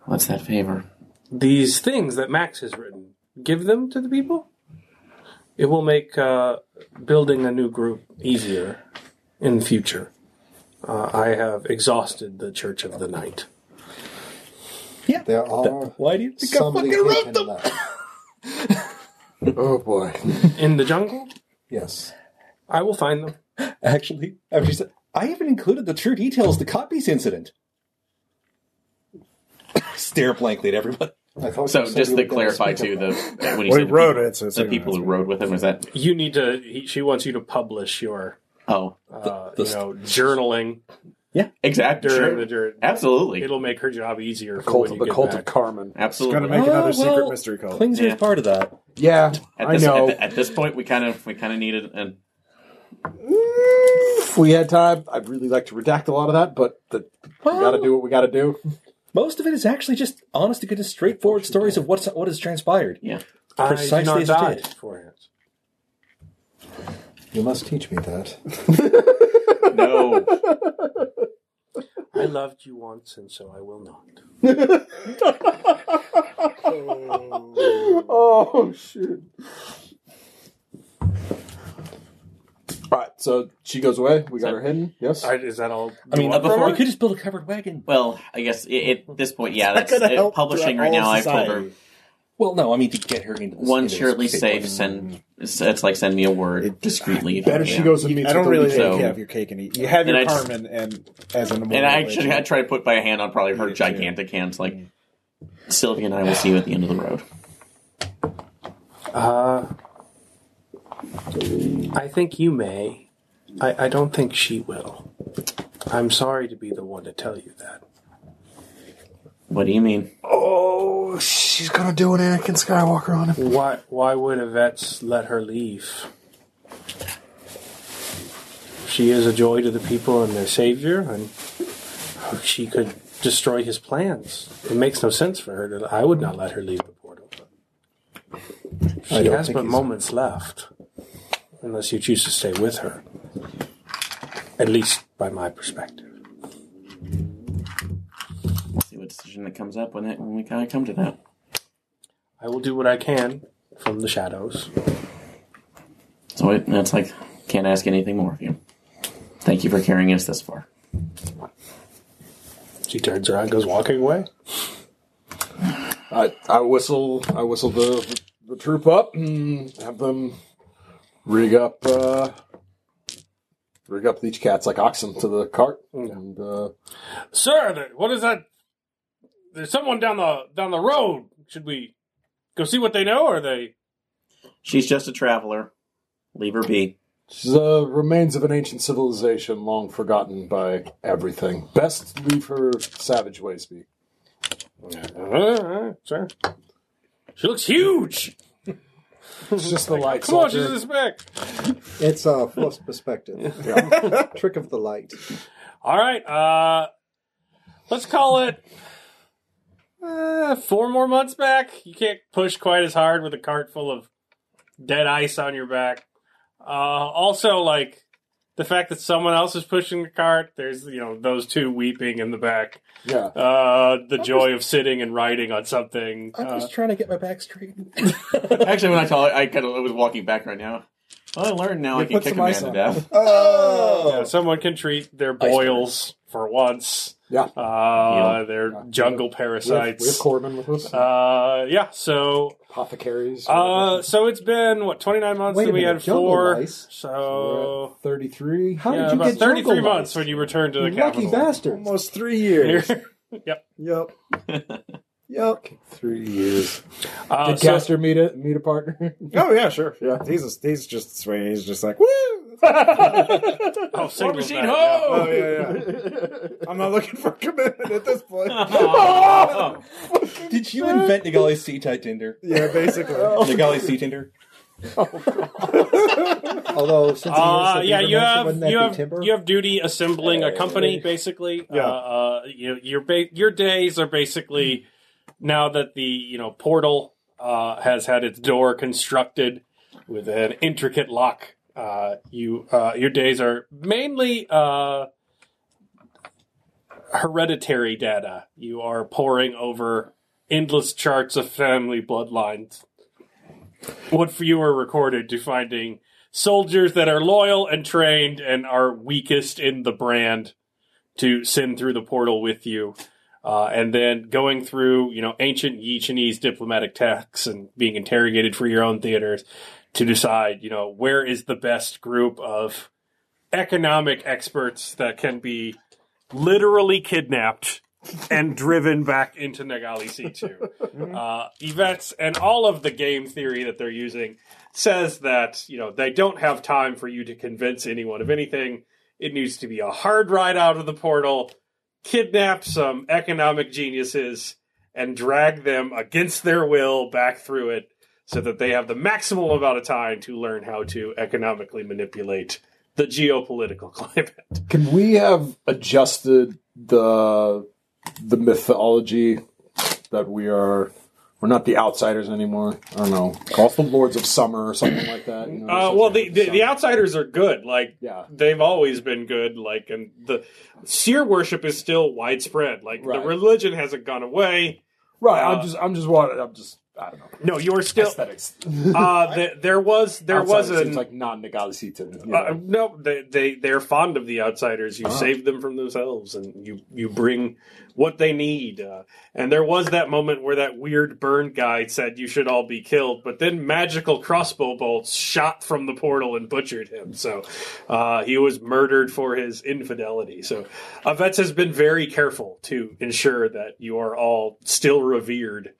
[SPEAKER 5] What's that favor?
[SPEAKER 2] These things that Max has written, give them to the people. It will make uh, building a new group easier in the future. Uh, I have exhausted the Church of the Night.
[SPEAKER 12] There are
[SPEAKER 4] Why do you think I
[SPEAKER 12] somebody
[SPEAKER 4] fucking wrote
[SPEAKER 12] hidden
[SPEAKER 4] them?
[SPEAKER 12] left.
[SPEAKER 3] Oh boy.
[SPEAKER 2] In the jungle,
[SPEAKER 12] Yes.
[SPEAKER 2] I will find them.
[SPEAKER 4] Actually, I, was just- I even included the true details of the copies incident. Stare blankly at everybody.
[SPEAKER 12] I thought
[SPEAKER 5] So
[SPEAKER 12] you said
[SPEAKER 5] just
[SPEAKER 12] you
[SPEAKER 5] to
[SPEAKER 12] were gonna
[SPEAKER 5] clarify
[SPEAKER 12] speak
[SPEAKER 5] too,
[SPEAKER 12] about
[SPEAKER 5] the when you
[SPEAKER 1] Well,
[SPEAKER 5] said
[SPEAKER 1] he wrote
[SPEAKER 5] the,
[SPEAKER 1] it, so it's
[SPEAKER 5] the
[SPEAKER 1] like-
[SPEAKER 5] people who rode with him was that
[SPEAKER 2] You need to. He, she wants you to publish your,
[SPEAKER 5] oh
[SPEAKER 2] uh,
[SPEAKER 4] The- the-
[SPEAKER 2] you know, journaling
[SPEAKER 5] exactly
[SPEAKER 2] during
[SPEAKER 5] sure.
[SPEAKER 2] the during.
[SPEAKER 5] absolutely
[SPEAKER 2] It'll make her job easier. For
[SPEAKER 3] Cult
[SPEAKER 2] when
[SPEAKER 3] of
[SPEAKER 2] you
[SPEAKER 3] the
[SPEAKER 2] get
[SPEAKER 3] cult
[SPEAKER 2] back.
[SPEAKER 3] of Carmen.
[SPEAKER 5] absolutely
[SPEAKER 1] Gonna make another
[SPEAKER 4] Oh,
[SPEAKER 1] secret
[SPEAKER 4] well,
[SPEAKER 1] mystery cult.
[SPEAKER 4] Klingzer
[SPEAKER 5] Yeah.
[SPEAKER 4] is part of that.
[SPEAKER 3] Yeah,
[SPEAKER 5] at
[SPEAKER 3] I
[SPEAKER 5] this,
[SPEAKER 3] know.
[SPEAKER 5] At, at this point we kind of we kind of needed and
[SPEAKER 3] if we had time, I'd really like to redact a lot of that, but the, we got to do what we got to do.
[SPEAKER 4] Most of it is actually just honest to goodness straightforward stories of what's what has transpired.
[SPEAKER 5] yeah
[SPEAKER 4] Precisely
[SPEAKER 2] I
[SPEAKER 4] as
[SPEAKER 2] do
[SPEAKER 4] it
[SPEAKER 2] not die
[SPEAKER 4] did.
[SPEAKER 2] beforehand.
[SPEAKER 12] that. You must teach me that.
[SPEAKER 5] no
[SPEAKER 2] I loved you once, and so I will not.
[SPEAKER 3] Oh shit! All right, so she goes away. We got her hidden. Yes.
[SPEAKER 2] I, is that all?
[SPEAKER 4] I mean,
[SPEAKER 5] Uh, before-
[SPEAKER 4] or we could just build a covered wagon.
[SPEAKER 5] well I guess i at this point yeah that's
[SPEAKER 1] gonna
[SPEAKER 5] uh,
[SPEAKER 1] help
[SPEAKER 5] publishing
[SPEAKER 1] throughout
[SPEAKER 5] right now
[SPEAKER 1] all
[SPEAKER 5] I've told her
[SPEAKER 1] society.
[SPEAKER 4] Well, no, I mean to get her into this.
[SPEAKER 5] once
[SPEAKER 4] into
[SPEAKER 5] you're
[SPEAKER 4] this
[SPEAKER 5] at least
[SPEAKER 4] state.
[SPEAKER 5] safe send it's, it's like send me a word discreetly if
[SPEAKER 3] Better
[SPEAKER 5] you
[SPEAKER 3] she
[SPEAKER 5] can.
[SPEAKER 3] goes and meets.
[SPEAKER 1] I don't
[SPEAKER 3] with
[SPEAKER 1] really
[SPEAKER 3] Odin.
[SPEAKER 1] think
[SPEAKER 5] So-
[SPEAKER 1] you have your cake and eat. You have
[SPEAKER 5] And
[SPEAKER 1] your
[SPEAKER 5] I just-
[SPEAKER 1] Carmen and as an
[SPEAKER 5] and I
[SPEAKER 1] immortal
[SPEAKER 5] actually I
[SPEAKER 1] agent.
[SPEAKER 5] try to put my hand on probably her
[SPEAKER 1] Yeah.
[SPEAKER 5] gigantic hands like Sylvia and I will see you at the end of the road
[SPEAKER 2] Uh, I think you may. I, I don't think she will. I'm sorry to be the one to tell you that.
[SPEAKER 5] what do you mean
[SPEAKER 3] Oh, she's gonna do an Anakin Skywalker on him.
[SPEAKER 2] Why? Why would Yvette's let her leave? She is a joy to the people and their savior, and she could destroy his plans. It makes no sense for her to. I would not let her leave the portal. She
[SPEAKER 12] don't
[SPEAKER 2] has
[SPEAKER 12] think
[SPEAKER 2] but
[SPEAKER 12] he's-
[SPEAKER 2] moments left, unless you choose to stay with her. At least by my perspective.
[SPEAKER 5] we'll see what decision that comes up when it when we kind of come to that
[SPEAKER 2] I will do what I can from the shadows.
[SPEAKER 5] So it, that's like, can't ask anything more of you. Thank you for carrying us this far.
[SPEAKER 20] Misty turns around, goes walking away.
[SPEAKER 3] I, I whistle I whistle the, the troop up and have them rig up uh, rig up each cat's like oxen to the cart
[SPEAKER 1] Mm.
[SPEAKER 3] and uh,
[SPEAKER 2] Sir, th- what is that? There's someone down the down the road. Should we go see what they know? Or are they?
[SPEAKER 5] She's just a traveler. Leave her be.
[SPEAKER 3] the remains of an ancient civilization long forgotten by everything. Best leave her savage ways be.
[SPEAKER 2] Uh, sir, she looks huge.
[SPEAKER 3] It's just the light.
[SPEAKER 2] Come on, she's
[SPEAKER 3] soldier.
[SPEAKER 2] this big.
[SPEAKER 12] It's a uh, forced perspective. Trick of the light.
[SPEAKER 2] All right, uh, let's call it uh, four more months back. You can't push quite as hard with a cart full of dead ice on your back. Uh, also, like the fact that someone else is pushing the cart. There's you know those two weeping in the back.
[SPEAKER 3] Yeah.
[SPEAKER 2] Uh, the joy of sitting and writing on something.
[SPEAKER 4] I'm
[SPEAKER 2] Uh,
[SPEAKER 4] just trying to get my back straight.
[SPEAKER 5] Actually, when I tell her, I kind of I was walking back right now. Well, I learned now I can
[SPEAKER 3] put
[SPEAKER 5] kick a
[SPEAKER 3] some
[SPEAKER 5] man
[SPEAKER 3] ice
[SPEAKER 5] to
[SPEAKER 3] on.
[SPEAKER 5] death.
[SPEAKER 2] you know,
[SPEAKER 1] Oh,
[SPEAKER 2] Uh, someone can treat their boils for once.
[SPEAKER 3] Yeah.
[SPEAKER 2] Uh,
[SPEAKER 5] Yeah.
[SPEAKER 2] Their jungle
[SPEAKER 3] We have, we have
[SPEAKER 2] parasites.
[SPEAKER 3] Corbin with us.
[SPEAKER 2] Uh, yeah. So
[SPEAKER 3] apothecaries.
[SPEAKER 2] Uh, so it's been what twenty nine months
[SPEAKER 12] Wait
[SPEAKER 2] that
[SPEAKER 12] a
[SPEAKER 2] we
[SPEAKER 12] minute,
[SPEAKER 2] had
[SPEAKER 12] jungle
[SPEAKER 2] four.
[SPEAKER 12] mice?
[SPEAKER 2] So
[SPEAKER 3] thirty-three.
[SPEAKER 12] How
[SPEAKER 2] yeah,
[SPEAKER 12] did you
[SPEAKER 2] about
[SPEAKER 12] get
[SPEAKER 2] thirty three
[SPEAKER 12] jungle
[SPEAKER 2] months
[SPEAKER 12] mice?
[SPEAKER 2] when you returned to the
[SPEAKER 12] You lucky
[SPEAKER 2] capital.
[SPEAKER 12] bastard.
[SPEAKER 1] almost three years.
[SPEAKER 2] yep.
[SPEAKER 1] Yep. Yep.
[SPEAKER 3] Three years.
[SPEAKER 2] Uh,
[SPEAKER 3] Did
[SPEAKER 2] so,
[SPEAKER 3] Caster meet a meet a partner?
[SPEAKER 1] Oh yeah, sure.
[SPEAKER 3] Yeah.
[SPEAKER 1] He's a, he's just swinging. He's just like woo.
[SPEAKER 2] oh, single
[SPEAKER 5] machine,
[SPEAKER 2] back,
[SPEAKER 5] ho!
[SPEAKER 1] Oh yeah, yeah. I'm not looking for commitment at this point.
[SPEAKER 4] Did you invent Nigali C Tinder?
[SPEAKER 1] yeah, basically.
[SPEAKER 4] Nigali C Tinder?
[SPEAKER 12] Although, since
[SPEAKER 2] yeah. Uh, yeah, you have
[SPEAKER 12] wouldn't that
[SPEAKER 2] you
[SPEAKER 12] be
[SPEAKER 2] have
[SPEAKER 12] timber?
[SPEAKER 2] you have duty assembling a company basically.
[SPEAKER 1] Yeah.
[SPEAKER 2] Uh, uh, you know, your ba- your days are basically now that the you know portal uh, has had its door constructed with an intricate lock. Uh, you uh, your days are mainly uh, hereditary data. You are poring over endless charts of family bloodlines. What for you are recorded to finding soldiers that are loyal and trained and are weakest in the brand to send through the portal with you. Uh, and then going through, you know, ancient Yichinese diplomatic texts and being interrogated for your own theaters to decide, you know, where is the best group of economic experts that can be literally kidnapped and driven back into Nagali C2. Uh, events and all of the game theory that they're using says that, you know, they don't have time for you to convince anyone of anything. It needs to be a hard ride out of the portal, kidnap some economic geniuses, and drag them against their will back through it so that they have the maximal amount of time to learn how to economically manipulate the geopolitical climate.
[SPEAKER 3] Can we have adjusted the the mythology that we are? We're not the outsiders anymore. I don't know. Call us the Lords of Summer or something like that. you know,
[SPEAKER 2] Uh,
[SPEAKER 3] something
[SPEAKER 2] well, the,
[SPEAKER 3] like
[SPEAKER 2] the
[SPEAKER 3] that.
[SPEAKER 2] the outsiders are good. Like
[SPEAKER 3] Yeah.
[SPEAKER 2] they've always been good. Like and the seer worship is still widespread. Like
[SPEAKER 3] Right.
[SPEAKER 2] the religion hasn't gone away.
[SPEAKER 3] right.
[SPEAKER 2] uh,
[SPEAKER 3] I'm just. I'm just. Wanted, I'm just. I don't know.
[SPEAKER 2] No, you're still.
[SPEAKER 3] Aesthetics.
[SPEAKER 2] Uh, th- there was there was
[SPEAKER 3] Outsider
[SPEAKER 2] an
[SPEAKER 3] seems like non-Negalisita.
[SPEAKER 2] uh, no. They, they they're fond of the outsiders.
[SPEAKER 3] Ah.
[SPEAKER 2] You save them from themselves, and you you bring what they need. Uh, and there was that moment where that weird burn guy said you should all be killed, but then magical crossbow bolts shot from the portal and butchered him. So uh, he was murdered for his infidelity. So Avets has been very careful to ensure that you are all still revered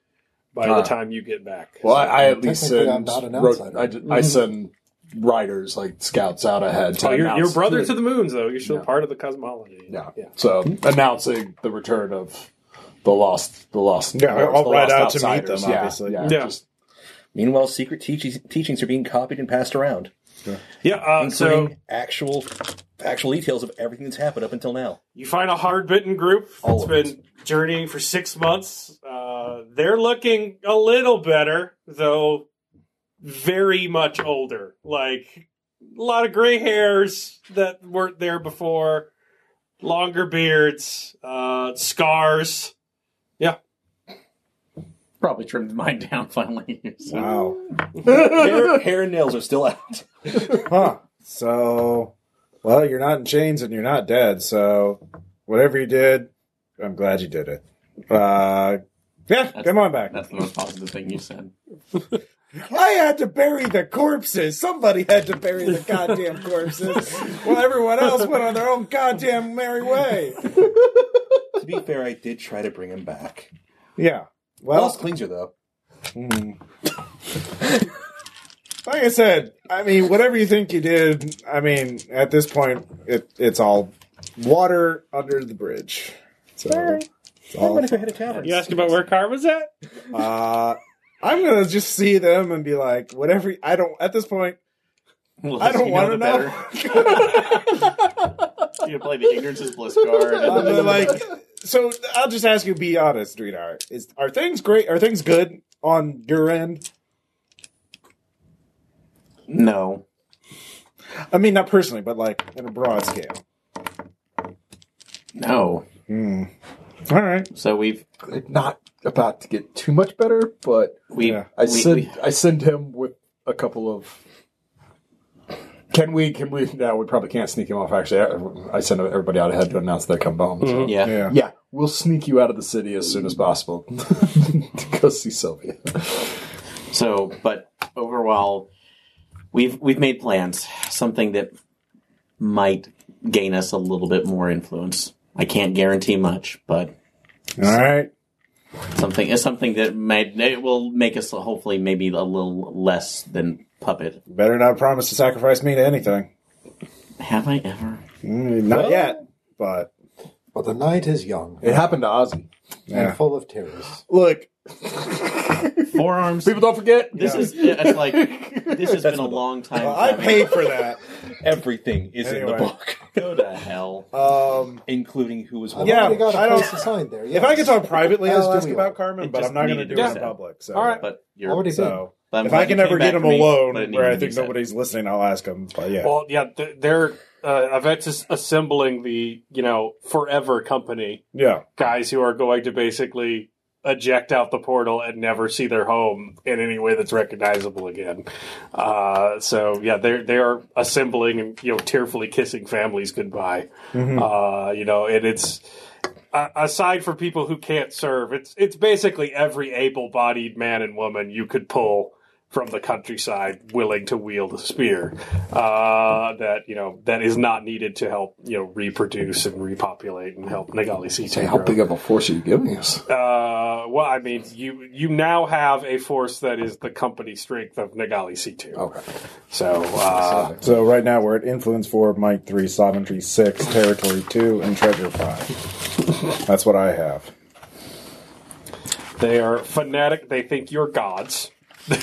[SPEAKER 2] by the
[SPEAKER 3] Ah.
[SPEAKER 2] time you get back.
[SPEAKER 3] Well, I, I at least
[SPEAKER 12] Technically,
[SPEAKER 3] send.
[SPEAKER 12] I'm not an
[SPEAKER 3] ro-
[SPEAKER 12] outsider.
[SPEAKER 3] I, ju- I send riders like scouts out ahead to
[SPEAKER 2] Oh, you're,
[SPEAKER 3] announce-
[SPEAKER 2] you're brother to the moons, though. You're still
[SPEAKER 3] Yeah.
[SPEAKER 2] part of the cosmology.
[SPEAKER 3] Yeah.
[SPEAKER 2] yeah.
[SPEAKER 3] So announcing the return of the lost, the lost.
[SPEAKER 1] Yeah,
[SPEAKER 3] the
[SPEAKER 1] I'll ride out
[SPEAKER 3] lost
[SPEAKER 1] to meet
[SPEAKER 3] outsiders.
[SPEAKER 1] them, obviously.
[SPEAKER 3] Yeah,
[SPEAKER 2] Yeah.
[SPEAKER 3] just-
[SPEAKER 4] Meanwhile, secret teachings, teachings are being copied and passed around,
[SPEAKER 2] Yeah, uh,
[SPEAKER 4] including
[SPEAKER 2] so
[SPEAKER 4] actual actual details of everything that's happened up until now.
[SPEAKER 2] you find a hard bitten group that's
[SPEAKER 4] of
[SPEAKER 2] been journeying for six months. Uh, they're looking a little better, though very much older. Like a lot of gray hairs that weren't there before, longer beards, uh, scars.
[SPEAKER 5] Probably trimmed mine down finally. So-
[SPEAKER 1] Wow.
[SPEAKER 4] hair, hair and nails are still out.
[SPEAKER 1] Huh. So, well, you're not in chains and you're not dead. So, whatever you did, I'm glad you did it. Uh, yeah, come on back.
[SPEAKER 5] That's the most positive thing you said.
[SPEAKER 1] I had to bury the corpses. Somebody had to bury the goddamn corpses. well, everyone else went on their own goddamn merry way.
[SPEAKER 4] to be fair, I did try to bring him back.
[SPEAKER 1] Yeah.
[SPEAKER 4] Well,
[SPEAKER 1] Well,
[SPEAKER 4] Alice cleans her though.
[SPEAKER 1] like I said, I mean, whatever you think you did, I mean, at this point, it, it's all water under the bridge. So, it's all
[SPEAKER 4] hit a tavern.
[SPEAKER 10] You ask about where Karma's at?
[SPEAKER 1] Uh, I'm gonna just see them and be like, whatever. I don't at this point.
[SPEAKER 5] Well,
[SPEAKER 1] I don't want to know.
[SPEAKER 5] You play the ignorance is bliss card.
[SPEAKER 1] I'm gonna, like, so I'll just ask you: Be honest, Dreedar. Is are things great? Are things good on your end?
[SPEAKER 5] no,
[SPEAKER 1] I mean, not personally, but like in a broad scale.
[SPEAKER 5] no.
[SPEAKER 1] All right.
[SPEAKER 5] So we've
[SPEAKER 3] Not about to get too much better, but
[SPEAKER 5] we
[SPEAKER 1] Yeah.
[SPEAKER 3] I
[SPEAKER 5] we,
[SPEAKER 3] send
[SPEAKER 5] we-
[SPEAKER 3] I send him with a couple of. Can we? Can we? No, we probably can't sneak him off. Actually, I, I send everybody out ahead to announce they're coming home.
[SPEAKER 2] Mm-hmm.
[SPEAKER 3] so.
[SPEAKER 5] yeah.
[SPEAKER 1] Yeah.
[SPEAKER 3] Yeah, we'll sneak you out of the city as soon as possible to go see Sylvia.
[SPEAKER 5] So, but overall, we've we've made plans. Something that might gain us a little bit more influence. I can't guarantee much, but
[SPEAKER 1] All right.
[SPEAKER 5] something is something that might it will make us hopefully maybe a little less than puppet.
[SPEAKER 1] Better not promise to sacrifice me to anything.
[SPEAKER 5] Have I ever?
[SPEAKER 1] Mm, Not yet, but
[SPEAKER 12] But the night is young
[SPEAKER 3] It happened to Ozzy.
[SPEAKER 1] yeah.
[SPEAKER 12] and full of terrors.
[SPEAKER 1] look.
[SPEAKER 5] Forearms.
[SPEAKER 3] People don't forget.
[SPEAKER 5] This is it's like this has been a long time.
[SPEAKER 1] I
[SPEAKER 5] coming.
[SPEAKER 1] paid for that.
[SPEAKER 4] Everything is in
[SPEAKER 1] Anyway.
[SPEAKER 4] the book,
[SPEAKER 5] Go to hell.
[SPEAKER 1] Um,
[SPEAKER 4] including who was
[SPEAKER 12] I've
[SPEAKER 4] one.
[SPEAKER 1] Yeah,
[SPEAKER 12] already got
[SPEAKER 1] I
[SPEAKER 12] a
[SPEAKER 1] don't-
[SPEAKER 12] place assigned there.
[SPEAKER 1] If I could talk privately,
[SPEAKER 12] As
[SPEAKER 1] I'll
[SPEAKER 12] do
[SPEAKER 1] ask
[SPEAKER 12] we
[SPEAKER 1] about
[SPEAKER 12] all.
[SPEAKER 1] Carmen,
[SPEAKER 5] It
[SPEAKER 1] but
[SPEAKER 5] just
[SPEAKER 1] I'm not going to
[SPEAKER 5] needed
[SPEAKER 1] do
[SPEAKER 5] to
[SPEAKER 1] it
[SPEAKER 5] be
[SPEAKER 1] in
[SPEAKER 5] said.
[SPEAKER 1] public. So,
[SPEAKER 3] All right.
[SPEAKER 5] But you're
[SPEAKER 12] already been.
[SPEAKER 1] so
[SPEAKER 5] but I'm
[SPEAKER 1] if
[SPEAKER 5] glad
[SPEAKER 1] I
[SPEAKER 5] you
[SPEAKER 1] can
[SPEAKER 5] came
[SPEAKER 1] ever
[SPEAKER 5] back
[SPEAKER 1] get him
[SPEAKER 5] to me,
[SPEAKER 1] alone,
[SPEAKER 5] but it needed
[SPEAKER 1] where I
[SPEAKER 5] to be
[SPEAKER 1] think
[SPEAKER 5] said.
[SPEAKER 1] nobody's listening, I'll ask him. But yeah,
[SPEAKER 2] Well, yeah, th- they're uh, Avets is assembling the you know forever company
[SPEAKER 1] yeah,
[SPEAKER 2] guys who are going to basically eject out the portal and never see their home in any way that's recognizable again. Uh, so yeah, they're they are assembling and you know tearfully kissing families goodbye. Uh, you know, and it's. Uh, aside from people who can't serve, it's it's basically every able-bodied man and woman you could pull from the countryside willing to wield a spear uh, that you know that is not needed to help you know reproduce and repopulate and help Nagali see
[SPEAKER 3] Hey, how big of a force are you giving us?
[SPEAKER 2] uh, well, I mean, you you now have a force that is the company strength of Nagali C two.
[SPEAKER 3] Okay.
[SPEAKER 2] So uh,
[SPEAKER 1] So right now we're at influence four, might three, sovereignty six, territory two, and treasure five. That's what I have.
[SPEAKER 2] they are fanatic. They think you're gods.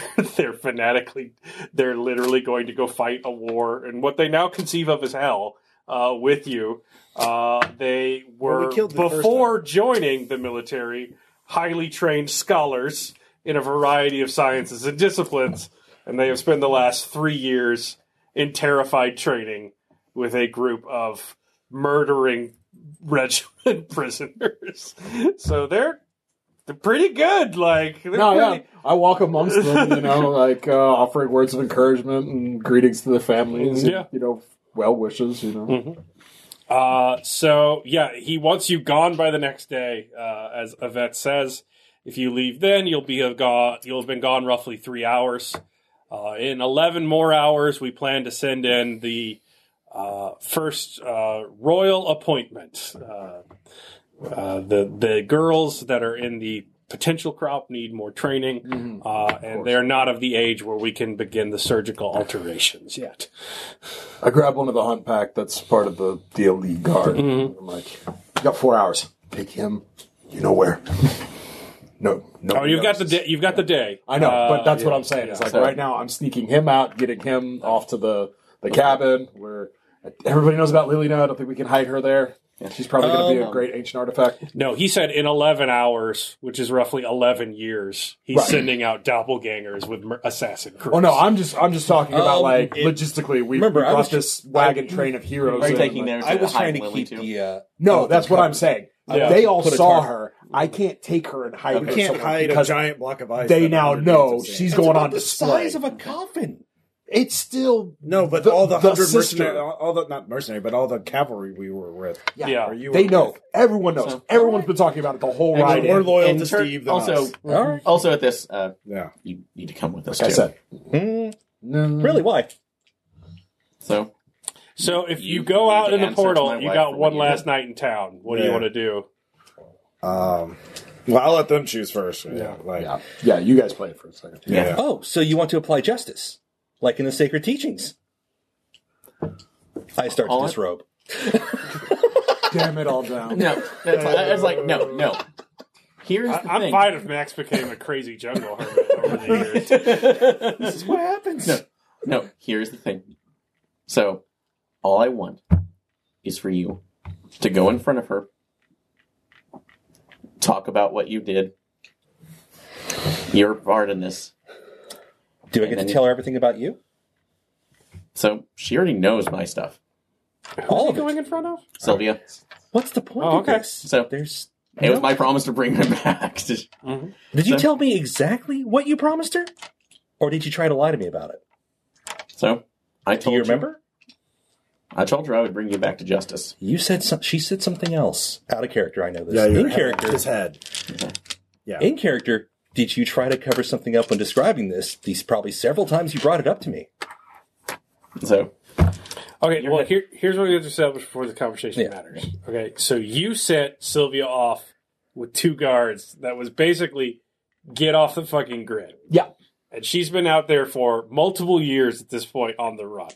[SPEAKER 2] they're fanatically. They're literally going to go fight a war, and what they now conceive of as hell uh, with you. Uh, they were
[SPEAKER 1] Well, we killed the first
[SPEAKER 2] before joining the military, highly trained scholars in a variety of sciences and disciplines, and they have spent the last three years in terrified training with a group of murdering regiment prisoners. So they're they're pretty good. Like they're
[SPEAKER 3] No, yeah.
[SPEAKER 2] pretty,
[SPEAKER 3] I walk amongst them, you know, like uh, offering words of encouragement and greetings to the families. and,
[SPEAKER 2] Yeah.
[SPEAKER 3] you know, well wishes, you know.
[SPEAKER 2] Uh, so yeah, he wants you gone by the next day, uh, as Yvette says. If you leave then, you'll be have gone. You'll have been gone roughly three hours. Uh, in eleven more hours, we plan to send in the uh, first uh, royal appointment. Uh, uh, the the girls that are in the potential crop need more training, uh, and they are not of the age where we can begin the surgical alterations yet.
[SPEAKER 3] I grab one of the hunt pack that's part of the, the elite guard. I'm like, you got four hours. Take him. You know where. No, no.
[SPEAKER 2] Oh, you've got the day. You've got the day.
[SPEAKER 3] I know,
[SPEAKER 2] Uh,
[SPEAKER 3] but that's what
[SPEAKER 2] yeah.
[SPEAKER 3] I'm saying. It's like
[SPEAKER 5] So-
[SPEAKER 3] right now I'm sneaking him out, getting him off to the, the cabin where everybody knows about Lily now. I don't think we can hide her there. She's probably going to be a great ancient artifact.
[SPEAKER 2] No, he said in 11 hours, which is roughly 11 years, he's
[SPEAKER 3] Right.
[SPEAKER 2] sending out doppelgangers with mer- assassin crews.
[SPEAKER 3] Oh no, I'm just I'm just talking about
[SPEAKER 4] Um,
[SPEAKER 3] like
[SPEAKER 4] it-
[SPEAKER 3] logistically. We,
[SPEAKER 4] remember,
[SPEAKER 3] we
[SPEAKER 4] I
[SPEAKER 3] brought
[SPEAKER 4] was
[SPEAKER 3] this wagon train of heroes.
[SPEAKER 5] Are you
[SPEAKER 3] in,
[SPEAKER 5] taking
[SPEAKER 3] like-
[SPEAKER 5] there?
[SPEAKER 4] I was
[SPEAKER 5] hide
[SPEAKER 4] trying to
[SPEAKER 5] Lily
[SPEAKER 4] keep
[SPEAKER 5] too?
[SPEAKER 4] the. Uh,
[SPEAKER 3] No,
[SPEAKER 4] elephant
[SPEAKER 3] that's what
[SPEAKER 4] covered.
[SPEAKER 3] I'm saying.
[SPEAKER 2] Yeah.
[SPEAKER 3] They all
[SPEAKER 4] Put a
[SPEAKER 3] saw
[SPEAKER 4] tarp.
[SPEAKER 3] her. I can't take her and hide
[SPEAKER 1] You
[SPEAKER 3] her
[SPEAKER 1] can't
[SPEAKER 3] somewhere
[SPEAKER 1] hide a
[SPEAKER 3] because
[SPEAKER 1] giant block of ice.
[SPEAKER 3] they
[SPEAKER 1] that
[SPEAKER 3] now
[SPEAKER 1] underneath
[SPEAKER 3] know
[SPEAKER 1] the sand.
[SPEAKER 3] she's
[SPEAKER 4] It's
[SPEAKER 3] going
[SPEAKER 4] about
[SPEAKER 3] on
[SPEAKER 4] the
[SPEAKER 3] display.
[SPEAKER 4] size of a coffin.
[SPEAKER 3] It's still
[SPEAKER 1] No, but
[SPEAKER 3] The-
[SPEAKER 1] all the,
[SPEAKER 3] the
[SPEAKER 1] hundred
[SPEAKER 3] sister.
[SPEAKER 1] mercenary, all all the not mercenary, but all the cavalry we were with.
[SPEAKER 21] Yeah.
[SPEAKER 1] Or you
[SPEAKER 3] they
[SPEAKER 1] were
[SPEAKER 3] know.
[SPEAKER 1] with.
[SPEAKER 3] Everyone knows. Everyone's been talking about it the whole
[SPEAKER 1] We're
[SPEAKER 3] ride. in.
[SPEAKER 1] more loyal
[SPEAKER 5] And
[SPEAKER 1] to
[SPEAKER 5] tur-
[SPEAKER 1] Steve than
[SPEAKER 5] also,
[SPEAKER 1] us.
[SPEAKER 5] also at this, uh,
[SPEAKER 1] Yeah.
[SPEAKER 5] you need to come with us
[SPEAKER 3] Like I
[SPEAKER 5] too.
[SPEAKER 3] said,
[SPEAKER 5] Hmm.
[SPEAKER 22] Really? Why?
[SPEAKER 5] So
[SPEAKER 2] So if you,
[SPEAKER 5] You
[SPEAKER 2] go
[SPEAKER 5] need
[SPEAKER 2] out
[SPEAKER 5] to
[SPEAKER 2] in the
[SPEAKER 5] answer to
[SPEAKER 2] portal,
[SPEAKER 5] my
[SPEAKER 2] you
[SPEAKER 5] wife
[SPEAKER 2] got
[SPEAKER 5] for
[SPEAKER 2] one
[SPEAKER 5] what you
[SPEAKER 2] last
[SPEAKER 5] did.
[SPEAKER 2] night in town. What do you
[SPEAKER 1] Yeah.
[SPEAKER 2] want to do?
[SPEAKER 1] Um, well, I'll let them choose first. Yeah. Like, yeah.
[SPEAKER 3] yeah, yeah. You guys play it for a second.
[SPEAKER 4] Oh, so you want to apply justice, like in the sacred teachings? I start
[SPEAKER 5] All
[SPEAKER 4] to
[SPEAKER 5] I-
[SPEAKER 4] disrobe.
[SPEAKER 3] Damn it all
[SPEAKER 2] Um,
[SPEAKER 3] down.
[SPEAKER 5] no, that's, I was like, no, no. Here's
[SPEAKER 2] I,
[SPEAKER 5] the
[SPEAKER 2] I'm
[SPEAKER 5] thing.
[SPEAKER 2] fine if Max became a crazy jungle hermit over the years.
[SPEAKER 5] this
[SPEAKER 3] is what happens.
[SPEAKER 5] No, no. Here's the thing. So, all I want is for you to go in front of her, talk about what you did, your part in this.
[SPEAKER 4] Do I
[SPEAKER 5] And
[SPEAKER 4] get
[SPEAKER 5] then
[SPEAKER 4] to
[SPEAKER 5] you-
[SPEAKER 4] tell her everything about you?
[SPEAKER 5] So she already knows my stuff,
[SPEAKER 4] All of it.
[SPEAKER 2] Going in front of?
[SPEAKER 5] Sylvia.
[SPEAKER 4] What's the point?
[SPEAKER 2] Oh,
[SPEAKER 4] of
[SPEAKER 2] okay.
[SPEAKER 4] this?
[SPEAKER 5] So-
[SPEAKER 4] there's.
[SPEAKER 5] It was my promise to bring her back. To-
[SPEAKER 4] Did
[SPEAKER 5] so-
[SPEAKER 4] you tell me exactly what you promised her, or did you try to lie to me about it?
[SPEAKER 5] So I
[SPEAKER 4] Do
[SPEAKER 5] told
[SPEAKER 4] you remember?
[SPEAKER 5] I told her I would bring you back to justice.
[SPEAKER 4] You said some, she said something else out of character. I know this.
[SPEAKER 1] yeah you're
[SPEAKER 4] in
[SPEAKER 1] having
[SPEAKER 4] character,
[SPEAKER 1] His head. Yeah.
[SPEAKER 4] in character, did you try to cover something up when describing this? These probably several times you brought it up to me.
[SPEAKER 5] So
[SPEAKER 2] Okay, well, here, here's what we have to establish before the conversation
[SPEAKER 4] Yeah.
[SPEAKER 2] matters. Okay, so you sent Sylvia off with two guards that was basically get off the fucking grid.
[SPEAKER 3] Yeah.
[SPEAKER 2] And she's been out there for multiple years at this point on the run.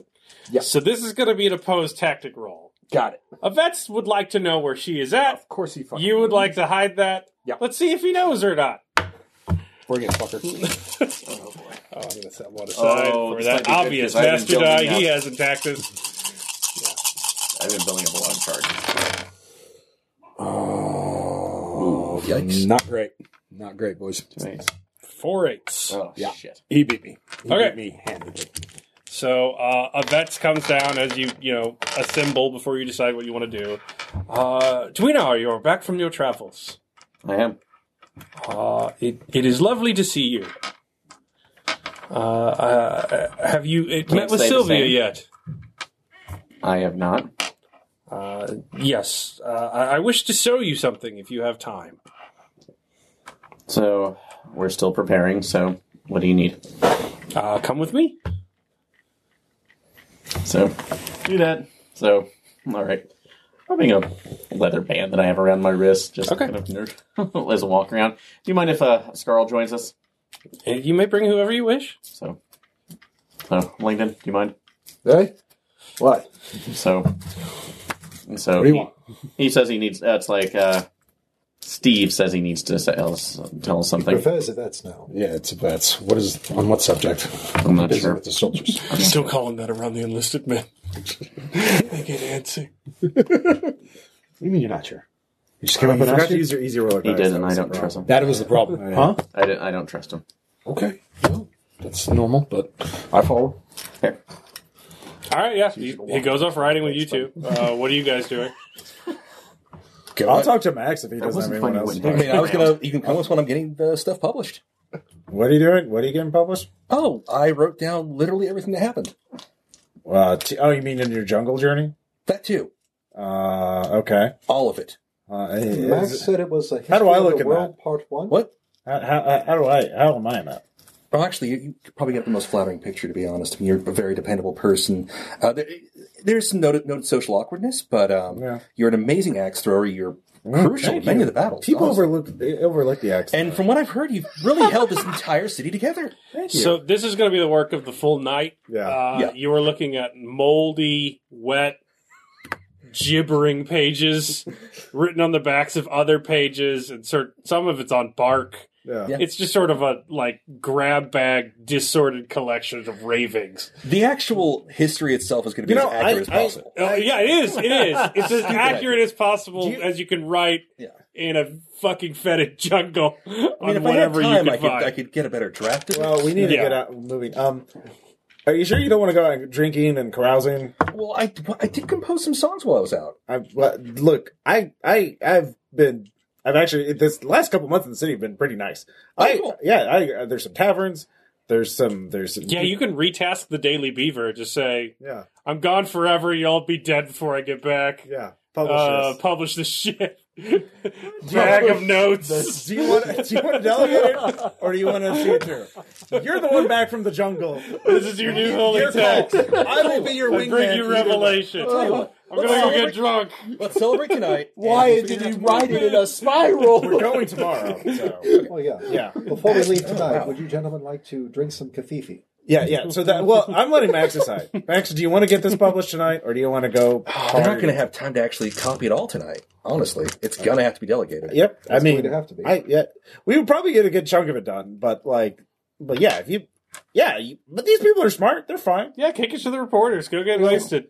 [SPEAKER 3] Yeah.
[SPEAKER 2] So this is going to be an opposed tactic role.
[SPEAKER 3] Got it.
[SPEAKER 2] Avets would like to know where she is at.
[SPEAKER 3] Of course he fucking.
[SPEAKER 2] You would like to hide that?
[SPEAKER 3] Yeah.
[SPEAKER 2] Let's see if he knows or not.
[SPEAKER 3] bring it, fucker.
[SPEAKER 2] Oh, I'm gonna set one aside
[SPEAKER 5] Oh,
[SPEAKER 2] for
[SPEAKER 5] this
[SPEAKER 2] that
[SPEAKER 5] might be good,
[SPEAKER 2] obvious
[SPEAKER 5] 'cause I've been
[SPEAKER 2] master die.
[SPEAKER 5] building up-
[SPEAKER 2] He has attacked us.
[SPEAKER 5] I've been building up a lot of cards.
[SPEAKER 4] Yikes!
[SPEAKER 3] Not great. Not great, boys.
[SPEAKER 2] Four eights.
[SPEAKER 5] Oh
[SPEAKER 3] Yeah.
[SPEAKER 5] shit!
[SPEAKER 3] He beat me. He
[SPEAKER 2] Okay.
[SPEAKER 3] beat me handedly.
[SPEAKER 2] So uh, a vets comes down as you you know assemble before you decide what you want to do. Uh, Twina, you're back from your travels.
[SPEAKER 5] I am.
[SPEAKER 2] Uh, it it is lovely to see you. Uh, uh, have you it met with
[SPEAKER 5] say the
[SPEAKER 2] Sylvia
[SPEAKER 5] same.
[SPEAKER 2] yet?
[SPEAKER 5] I have not.
[SPEAKER 2] Uh, yes. Uh, I, I wish to show you something if you have time.
[SPEAKER 5] So we're still preparing. So what do you need?
[SPEAKER 2] Uh, come with me.
[SPEAKER 5] So do that. So all right. Rubbing a leather band that I have around my wrist, just
[SPEAKER 2] Okay.
[SPEAKER 5] kind of nerd as a walk around. Do you mind if uh, Scarl joins us?
[SPEAKER 2] And Uh, You may bring whoever you wish.
[SPEAKER 5] So, uh, Langdon, do you mind?
[SPEAKER 3] Hey, what?
[SPEAKER 5] So, and so
[SPEAKER 3] do you
[SPEAKER 5] he,
[SPEAKER 3] want?
[SPEAKER 5] he says he needs. That's like uh, Steve says he needs to say, tell us- tell us something.
[SPEAKER 12] Professor, that's now.
[SPEAKER 3] Yeah, it's that's what is on what subject?
[SPEAKER 5] I'm not sure.
[SPEAKER 3] With the soldiers.
[SPEAKER 21] Still calling that around the enlisted men. they get antsy.
[SPEAKER 3] you mean you're not sure? You just
[SPEAKER 1] I
[SPEAKER 3] came up and
[SPEAKER 1] forgot
[SPEAKER 3] asked
[SPEAKER 1] to
[SPEAKER 3] you.
[SPEAKER 1] use your easy roller.
[SPEAKER 5] He
[SPEAKER 1] dice.
[SPEAKER 5] did,
[SPEAKER 1] That
[SPEAKER 5] and I
[SPEAKER 1] was the
[SPEAKER 5] don't
[SPEAKER 1] problem.
[SPEAKER 5] trust him.
[SPEAKER 3] That was the problem, huh?
[SPEAKER 5] I don't, I don't trust him.
[SPEAKER 3] Okay, well, that's normal, but I follow.
[SPEAKER 5] Here.
[SPEAKER 2] All right. Yeah. He, he goes off riding with you two. Uh, what are you guys doing?
[SPEAKER 3] Go
[SPEAKER 1] I'll
[SPEAKER 3] ahead.
[SPEAKER 1] talk to Max if he doesn't have
[SPEAKER 5] wasn't
[SPEAKER 1] anyone
[SPEAKER 5] funny
[SPEAKER 1] else.
[SPEAKER 5] when-
[SPEAKER 4] I mean, I was gonna. You can come with when I'm getting the stuff published.
[SPEAKER 1] What are you doing? What are you getting published?
[SPEAKER 4] Oh, I wrote down literally everything that happened.
[SPEAKER 1] Uh, t- oh, you mean in your jungle journey?
[SPEAKER 4] That too,
[SPEAKER 1] Uh, okay.
[SPEAKER 4] all of it.
[SPEAKER 1] Uh, is-
[SPEAKER 12] Max said it was a history
[SPEAKER 1] How do I look
[SPEAKER 12] of the
[SPEAKER 1] at
[SPEAKER 12] world, part one.
[SPEAKER 4] What?
[SPEAKER 1] how, uh, how, how do I? How am I in that?
[SPEAKER 4] Well, actually, you, you could probably get the most flattering picture, to be honest. I mean, you're a very dependable person. Uh, there, there's some noted, noted social awkwardness, but um,
[SPEAKER 1] Yeah.
[SPEAKER 4] you're an amazing axe thrower. You're crucial in many of the battles.
[SPEAKER 1] People
[SPEAKER 4] honestly.
[SPEAKER 1] overlook they overlook the accent.
[SPEAKER 4] and from what I've heard, you've really held this entire city together.
[SPEAKER 2] So this is going to be the work of the full night.
[SPEAKER 1] Yeah.
[SPEAKER 2] Uh,
[SPEAKER 4] Yeah.
[SPEAKER 2] You were looking at moldy, wet, gibbering pages written on the backs of other pages, and sort some of it's on bark.
[SPEAKER 1] yeah.
[SPEAKER 4] Yeah.
[SPEAKER 2] It's just sort of a like grab bag, disordered collection of ravings.
[SPEAKER 4] The actual history itself is going to be
[SPEAKER 1] You know,
[SPEAKER 4] as accurate
[SPEAKER 1] I-
[SPEAKER 4] as
[SPEAKER 1] I-
[SPEAKER 4] possible.
[SPEAKER 2] Oh, yeah, it is. It is. It's as
[SPEAKER 4] Stupid
[SPEAKER 2] accurate as possible
[SPEAKER 4] Do you-
[SPEAKER 2] as you can write
[SPEAKER 4] Yeah.
[SPEAKER 2] in a fucking fetid jungle
[SPEAKER 4] I mean,
[SPEAKER 2] on
[SPEAKER 4] if I had
[SPEAKER 2] whatever
[SPEAKER 4] time,
[SPEAKER 2] you
[SPEAKER 4] I
[SPEAKER 2] can
[SPEAKER 4] could,
[SPEAKER 2] find.
[SPEAKER 4] I could get a better draft of it.
[SPEAKER 1] Well, we need to
[SPEAKER 2] Yeah.
[SPEAKER 1] get out moving. Um, are you sure you don't want to go out drinking and carousing?
[SPEAKER 4] Well, I, I did compose some songs while I was out.
[SPEAKER 1] I well, look. I I I've been. I've actually this last couple months in the city have been pretty nice. I
[SPEAKER 4] cool.
[SPEAKER 1] yeah. I there's some taverns. There's some. There's some,
[SPEAKER 2] Yeah, you can retask the Daily Beaver. Just say,
[SPEAKER 1] Yeah,
[SPEAKER 2] "I'm gone forever. Y'all be dead before I get back."
[SPEAKER 1] yeah. Publish
[SPEAKER 2] Uh,
[SPEAKER 1] this.
[SPEAKER 2] publish this shit. Bag of notes.
[SPEAKER 1] Do you want? Do you want to delegate it, or do you want to see it through? You're the one back from the jungle.
[SPEAKER 2] This is your new holy
[SPEAKER 1] Your call.
[SPEAKER 2] text.
[SPEAKER 1] I will be your
[SPEAKER 2] I bring
[SPEAKER 1] wingman.
[SPEAKER 2] you revelation. I'm gonna go get drunk.
[SPEAKER 4] Let's celebrate tonight.
[SPEAKER 3] Why did he write it in a spiral?
[SPEAKER 1] We're going tomorrow. So.
[SPEAKER 12] Oh yeah.
[SPEAKER 1] Yeah, Oh,
[SPEAKER 12] Before we leave tonight, would you gentlemen like to drink some kafifi?
[SPEAKER 1] yeah, yeah. So that. Well, I'm letting Max decide. Max, do you want to get this published tonight, or do you want to go?
[SPEAKER 4] I'm not going to have time to actually copy it all tonight. Honestly, it's going to have to be delegated.
[SPEAKER 1] Yep. I
[SPEAKER 12] It's
[SPEAKER 1] mean,
[SPEAKER 12] going to have to be.
[SPEAKER 1] I yeah, we would probably get a good chunk of it done, but like, but yeah, if you, yeah, you, but these people are smart. They're fine.
[SPEAKER 2] Yeah, kick it to the reporters. Go get wasted.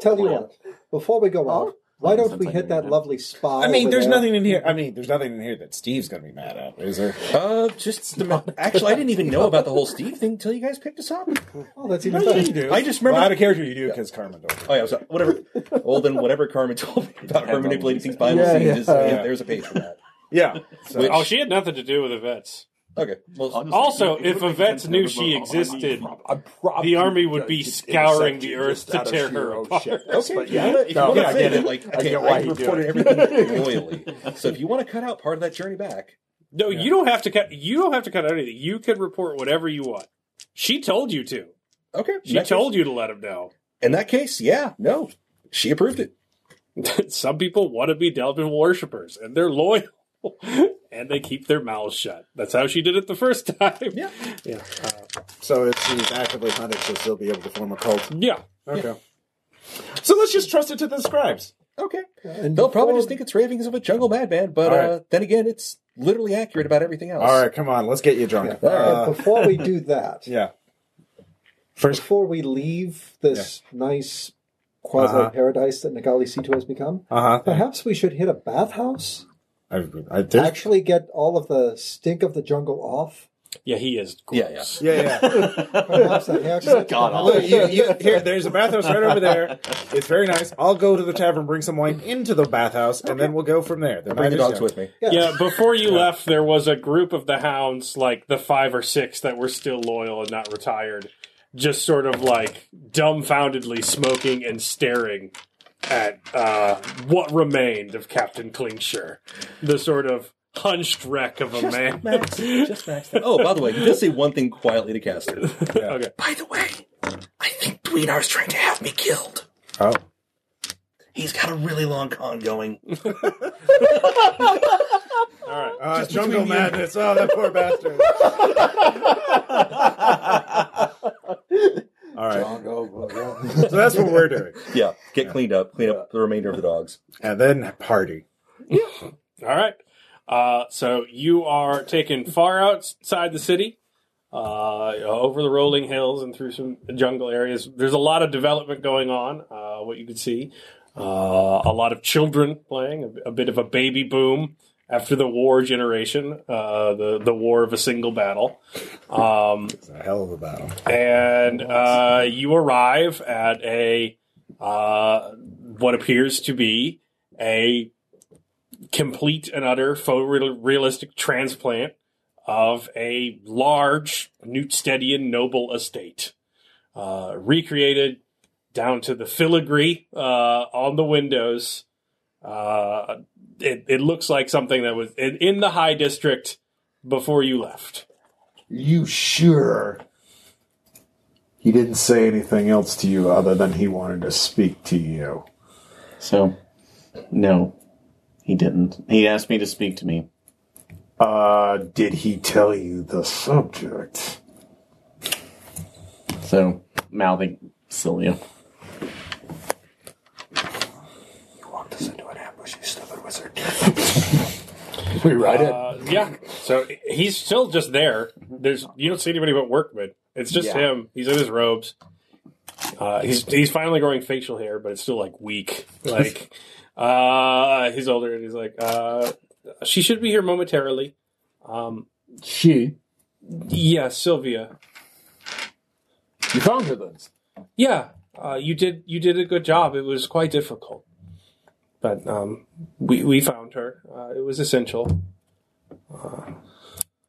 [SPEAKER 12] Tell you what, before we go out, why don't
[SPEAKER 5] Sounds
[SPEAKER 12] we
[SPEAKER 5] like
[SPEAKER 12] hit
[SPEAKER 5] a good
[SPEAKER 12] that
[SPEAKER 5] idea.
[SPEAKER 12] lovely spa?
[SPEAKER 1] I mean,
[SPEAKER 12] over
[SPEAKER 1] there's
[SPEAKER 12] there?
[SPEAKER 1] nothing in here. I mean, there's nothing in here that Steve's gonna be mad at, is there?
[SPEAKER 4] Uh, just actually, I didn't even know about the whole Steve thing until you guys picked us up.
[SPEAKER 12] Oh, that's even better.
[SPEAKER 1] I just remember out of character you do because Carmen.
[SPEAKER 4] Oh yeah, so whatever. Well, then whatever Carmen told me about her manipulating things behind
[SPEAKER 3] Yeah,
[SPEAKER 4] the scenes, is,
[SPEAKER 3] yeah.
[SPEAKER 4] yeah, there's a page for that.
[SPEAKER 1] Yeah. So,
[SPEAKER 2] Oh, she had nothing to do with events.
[SPEAKER 4] Okay. Well,
[SPEAKER 2] Also, if Yvette knew she existed,
[SPEAKER 23] I'm probably
[SPEAKER 2] the army would be
[SPEAKER 23] just
[SPEAKER 2] scouring
[SPEAKER 23] intersect
[SPEAKER 2] the
[SPEAKER 23] you
[SPEAKER 2] earth
[SPEAKER 23] just
[SPEAKER 2] to
[SPEAKER 23] out of
[SPEAKER 2] tear
[SPEAKER 23] sheer
[SPEAKER 2] her
[SPEAKER 23] oh,
[SPEAKER 2] apart.
[SPEAKER 23] shit.
[SPEAKER 4] okay.
[SPEAKER 23] But
[SPEAKER 4] if you wanna- if you want to
[SPEAKER 23] yeah, I
[SPEAKER 4] say
[SPEAKER 23] get
[SPEAKER 4] that,
[SPEAKER 23] it.
[SPEAKER 4] like,
[SPEAKER 23] I
[SPEAKER 4] okay,
[SPEAKER 23] get
[SPEAKER 4] I,
[SPEAKER 23] why you do
[SPEAKER 4] reported
[SPEAKER 23] it.
[SPEAKER 4] everything loyally. So if you want to cut out part of that journey back,
[SPEAKER 2] No, you don't have to cut. You don't have to cut out anything. You can report whatever you want. She told you to.
[SPEAKER 4] okay. in
[SPEAKER 2] She
[SPEAKER 4] that
[SPEAKER 2] told you to let him know.
[SPEAKER 4] case- In that case, yeah, no, she approved it.
[SPEAKER 2] Some people want to be Delvin worshippers, and they're loyal, and they keep their mouths shut. That's how she did it the first time.
[SPEAKER 4] Yeah.
[SPEAKER 2] yeah,
[SPEAKER 1] so it's she's actively hunted, so she'll be able to form a cult.
[SPEAKER 2] yeah.
[SPEAKER 1] Okay. So let's just trust it to the scribes.
[SPEAKER 4] Okay.
[SPEAKER 12] And
[SPEAKER 4] They'll probably
[SPEAKER 12] before-
[SPEAKER 4] just think it's ravings of a jungle madman, but
[SPEAKER 1] All right.
[SPEAKER 4] uh, then again, it's literally accurate about everything else.
[SPEAKER 1] All right, come on, let's get you drunk.
[SPEAKER 12] Yeah.
[SPEAKER 4] Ah.
[SPEAKER 1] Uh,
[SPEAKER 12] And before we do that,
[SPEAKER 1] yeah. First,
[SPEAKER 12] before we leave this nice quasi
[SPEAKER 4] Uh-huh.
[SPEAKER 12] paradise that Nagali Situ has become,
[SPEAKER 1] uh huh.
[SPEAKER 12] perhaps we should hit a bathhouse.
[SPEAKER 1] I, I did.
[SPEAKER 12] Actually, get all of the stink of the jungle off.
[SPEAKER 2] Yeah, he is.
[SPEAKER 4] Yeah,
[SPEAKER 2] Gross.
[SPEAKER 1] Yeah, yeah.
[SPEAKER 12] Perhaps a haircut.
[SPEAKER 5] God
[SPEAKER 1] Look, you, you, here, there's a bathhouse right over there. It's very nice. I'll go to the tavern, bring some wine into the bathhouse, and then we'll go from there. The
[SPEAKER 4] Bring
[SPEAKER 1] night is
[SPEAKER 4] the dogs
[SPEAKER 1] young.
[SPEAKER 4] with me.
[SPEAKER 12] Yeah.
[SPEAKER 2] Yeah, before you left, there was a group of the hounds, like the five or six that were still loyal and not retired, just sort of like dumbfoundedly smoking and staring at uh, what remained of Captain Klingshire, the sort of hunched wreck of a man.
[SPEAKER 4] Max, just Max. Oh, by the way, you did say one thing quietly to Caster.
[SPEAKER 2] Okay.
[SPEAKER 4] By the way, I think Dweenar's trying to have me killed.
[SPEAKER 1] Oh.
[SPEAKER 4] He's got a really long con going.
[SPEAKER 2] All right.
[SPEAKER 1] Uh, jungle madness. Oh, that poor bastard. All right. So that's what we're doing.
[SPEAKER 4] Yeah, get cleaned up, clean up the remainder of the dogs.
[SPEAKER 1] And then party.
[SPEAKER 2] All right. Uh, so you are taken far outside the city, uh, over the rolling hills and through some jungle areas. There's a lot of development going on, uh, what you can see. Uh, a lot of children playing, a, a bit of a baby boom after the war generation, uh, the, the war of a single battle. Um,
[SPEAKER 1] It's a hell of a battle.
[SPEAKER 2] and uh, you arrive at a uh, what appears to be a complete and utter photorealistic transplant of a large Newtsteadian noble estate, uh, recreated down to the filigree uh, on the windows. Uh, it, it looks like something that was in, in the High District before you left.
[SPEAKER 3] You sure? He didn't say anything else to you other than he wanted to speak to you.
[SPEAKER 5] So, no, he didn't. He asked me to speak to me.
[SPEAKER 3] Uh, did he tell you the subject?
[SPEAKER 5] So, mouthing Celia.
[SPEAKER 3] Walked us into an ambush, you stupid wizard.
[SPEAKER 2] Uh, yeah. So he's still just there. There's you don't see anybody but Workman. It's just
[SPEAKER 3] Yeah.
[SPEAKER 2] him. He's in his robes. Uh, he's he's finally growing facial hair, but it's still like weak. Like uh, he's older, and he's like, uh, she should be here momentarily. Um,
[SPEAKER 23] She.
[SPEAKER 2] yeah, Sylvia.
[SPEAKER 23] You found her then.
[SPEAKER 2] Yeah, uh, you did you did a good job. It was quite difficult, but um, we we found her. Uh, it was essential.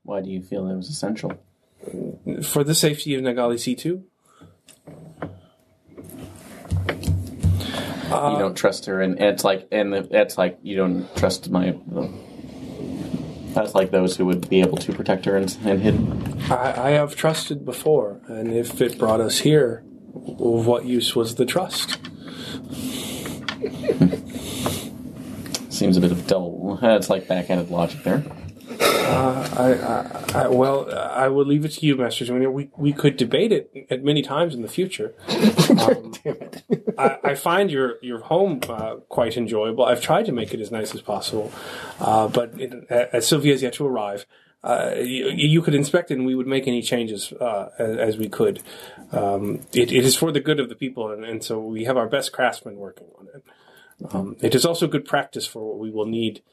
[SPEAKER 5] Why do you feel it was essential?
[SPEAKER 2] for the safety of Nagali C2.
[SPEAKER 5] you don't trust her, and it's like, and it's like you don't trust my. that's like those who would be able to protect her and, and hid.
[SPEAKER 2] I, I have trusted before, and if it brought us here, what use was the trust?
[SPEAKER 5] Seems a bit of double. It's like backhanded logic there.
[SPEAKER 2] I, I, I Uh, well, I will leave it to you, Master Junior. We we could debate it at many times in the future. Um, I, I find your your home uh, quite enjoyable. I've tried to make it as nice as possible, uh, but it, as Sylvia has yet to arrive, uh, you, you could inspect it, and we would make any changes uh, as, as we could. Um, it, it is for the good of the people, and, and so we have our best craftsmen working on it. Um, it is also good practice for what we will need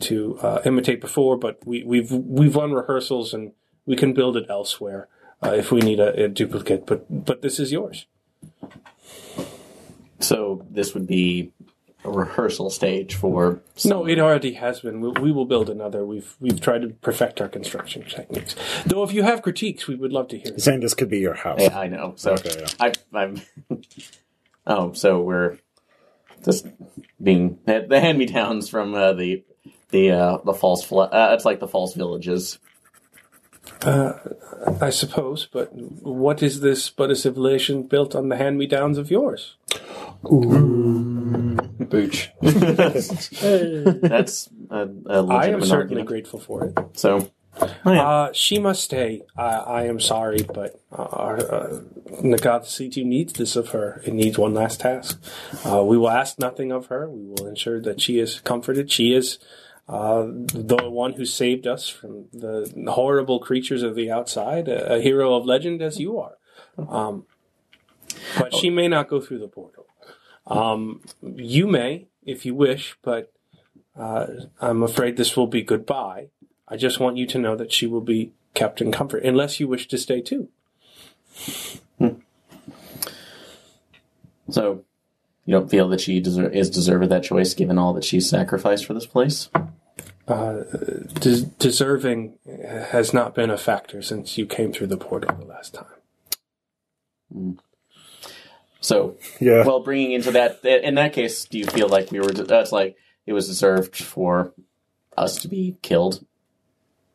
[SPEAKER 2] to uh, imitate before, but we, we've we've run rehearsals and we can build it elsewhere uh, if we need a, a duplicate. But but this is yours.
[SPEAKER 5] So this would be a rehearsal stage for.
[SPEAKER 2] No, it already has been. We, we will build another. We've we've tried to perfect our construction techniques. Though if you have critiques, we would love to hear. them.
[SPEAKER 14] Zandis could be your house.
[SPEAKER 5] Yeah, I know. So
[SPEAKER 14] Okay, yeah.
[SPEAKER 5] I, I'm. oh, so we're just being the hand me downs from uh, the the uh, the false. Fl- uh, it's like the false villages.
[SPEAKER 2] I suppose. But what is this but a civilization built on the hand me downs of yours?
[SPEAKER 3] Booch.
[SPEAKER 5] That's a, a legitimate
[SPEAKER 2] I am certainly
[SPEAKER 5] argument.
[SPEAKER 2] grateful for it.
[SPEAKER 5] So
[SPEAKER 2] Uh, she must stay. I, I am sorry, but uh, our, uh, Nagata C2 needs this of her. It needs one last task. Uh, we will ask nothing of her. We will ensure that she is comforted. She is uh, the one who saved us from the horrible creatures of the outside, a, a hero of legend as you are. Um, but she may not go through the portal. Um, you may, if you wish, but uh, I'm afraid this will be goodbye. I just want you to know that she will be kept in comfort, unless you wish to stay too.
[SPEAKER 5] so you don't feel that she deser- is deserved of that choice, given all that she's sacrificed for this place.
[SPEAKER 2] Des- deserving uh, has not been a factor since you came through the portal the last time.
[SPEAKER 5] So
[SPEAKER 14] Yeah.
[SPEAKER 5] well, bringing into that in that case, do you feel like we were? That's like it was deserved for us to be killed,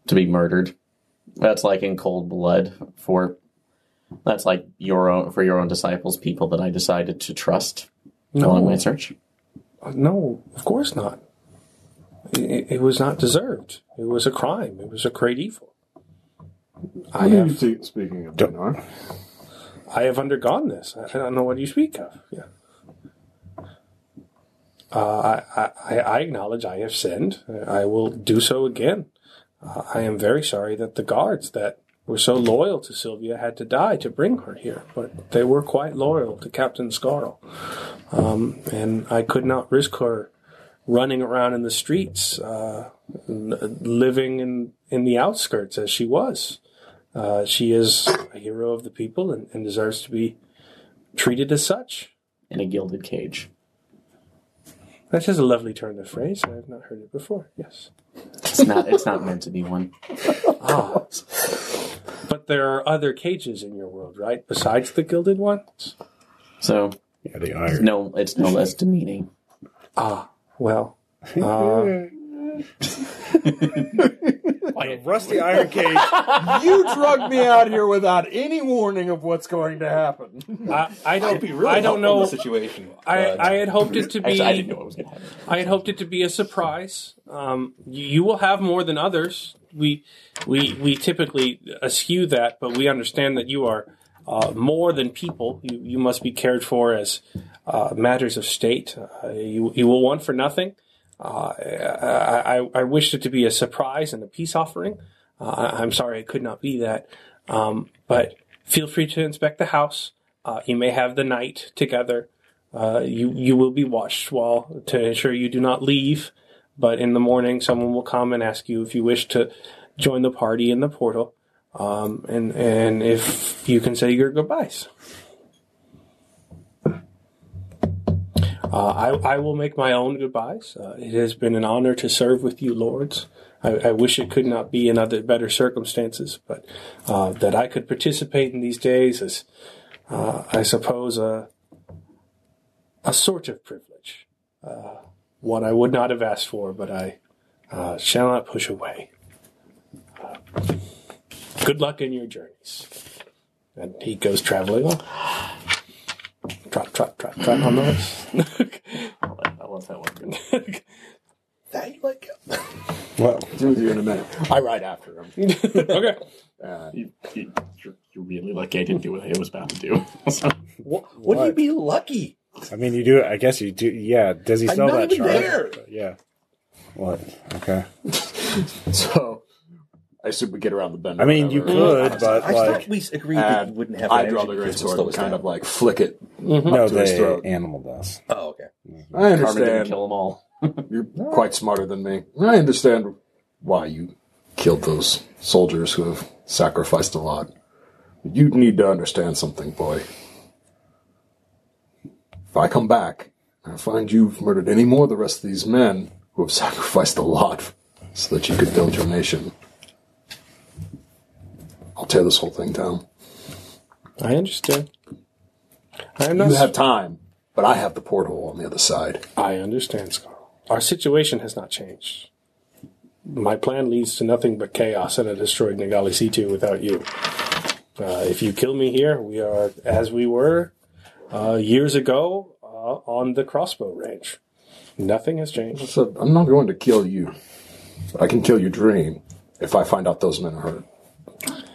[SPEAKER 5] to be murdered. That's like in cold blood for. That's like your own for your own disciples, people that I decided to trust along my search.
[SPEAKER 2] Uh, No, of course not. It, it was not deserved. It was a crime. It was a great evil. I have,
[SPEAKER 3] Speaking of Dinar,
[SPEAKER 2] I have undergone this. I I don't know what you speak of. Yeah. Uh, I, I, I acknowledge I have sinned. I will do so again. Uh, I am very sorry that the guards that were so loyal to Sylvia had to die to bring her here, but they were quite loyal to Captain Scarl. Um, and I could not risk her running around in the streets, uh, n- living in, in the outskirts as she was. Uh, she is a hero of the people and, and deserves to be treated as such.
[SPEAKER 5] in a gilded cage.
[SPEAKER 2] That is a lovely turn of phrase. I have not heard it before. Yes.
[SPEAKER 5] It's not. It's not meant to be one.
[SPEAKER 2] But there are other cages in your world, right? Besides the gilded ones?
[SPEAKER 5] So
[SPEAKER 14] Yeah, the iron.
[SPEAKER 5] no, it's no less demeaning.
[SPEAKER 2] Well, uh,
[SPEAKER 14] Rusty iron cage.
[SPEAKER 3] you drugged me out here without any warning of what's going to happen.
[SPEAKER 2] I, I don't, I don't know.
[SPEAKER 5] situation.
[SPEAKER 2] I, I had hoped it to be.
[SPEAKER 5] Actually, I didn't know what was going to happen.
[SPEAKER 2] I had hoped it to be a surprise. Um, you, you will have more than others. We we we typically eschew that, but we understand that you are uh, more than people. You, you must be cared for as uh, matters of state. Uh, you you will want for nothing. Uh, I, I I wished it to be a surprise and a peace offering. Uh, I, I'm sorry it could not be that. Um, but feel free to inspect the house. Uh, you may have the night together. Uh, you you will be watched while to ensure you do not leave. But in the morning, someone will come and ask you if you wish to join the party in the portal, um, and and if you can say your goodbyes.
[SPEAKER 24] Uh, I, I will make my own goodbyes. Uh, it has been an honor to serve with you, lords. I, I wish it could not be in other better circumstances, but uh, that I could participate in these days is, uh, I suppose, a a sort of privilege, uh, one I would not have asked for, but I uh, shall not push away. Uh, good luck in your journeys. And he goes traveling on. Trot, trot, trot, trot on the horse.
[SPEAKER 5] I love that one.
[SPEAKER 24] that you like.
[SPEAKER 25] Well,
[SPEAKER 3] It's with you in a minute. I ride after him.
[SPEAKER 24] okay.
[SPEAKER 5] You, you, you're, you're really lucky I didn't do what I was about to do. So,
[SPEAKER 4] What, what do you mean lucky?
[SPEAKER 25] I mean, you do. I guess you do. Yeah. Does he sell
[SPEAKER 4] not
[SPEAKER 25] that
[SPEAKER 4] even
[SPEAKER 25] chart?
[SPEAKER 4] there.
[SPEAKER 25] Yeah. What? Okay.
[SPEAKER 3] So I assume we get around the bend.
[SPEAKER 25] I mean, you could, but
[SPEAKER 4] I
[SPEAKER 25] like,
[SPEAKER 4] thought we agreed that you
[SPEAKER 3] And
[SPEAKER 4] wouldn't have.
[SPEAKER 3] I
[SPEAKER 4] an
[SPEAKER 3] draw
[SPEAKER 4] energy
[SPEAKER 3] the
[SPEAKER 4] because
[SPEAKER 3] great
[SPEAKER 4] it's
[SPEAKER 3] sword
[SPEAKER 4] slow
[SPEAKER 3] and
[SPEAKER 4] as
[SPEAKER 3] kind
[SPEAKER 4] down.
[SPEAKER 3] of like flick it.
[SPEAKER 25] no,
[SPEAKER 3] to his
[SPEAKER 25] the
[SPEAKER 3] throat.
[SPEAKER 25] animal does.
[SPEAKER 4] Oh, okay.
[SPEAKER 3] I
[SPEAKER 5] Carmen didn't
[SPEAKER 3] understand.
[SPEAKER 5] kill them all.
[SPEAKER 3] You're quite smarter than me. I understand why you killed those soldiers who have sacrificed a lot. You need to understand something, boy. If I come back and I find you've murdered any more of the rest of these men who have sacrificed a lot so that you could build your nation, I'll tear this whole thing down.
[SPEAKER 24] I understand. I am not.
[SPEAKER 3] You have time, but I have the porthole on the other side.
[SPEAKER 24] I understand, Scarl. Our situation has not changed. My plan leads to nothing but chaos, and I destroyed Nagali C2 without you. Uh, if you kill me here, we are as we were uh, years ago uh, on the crossbow range. Nothing has changed.
[SPEAKER 3] So I'm not going to kill you, but I can kill your dream if I find out those men are hurt.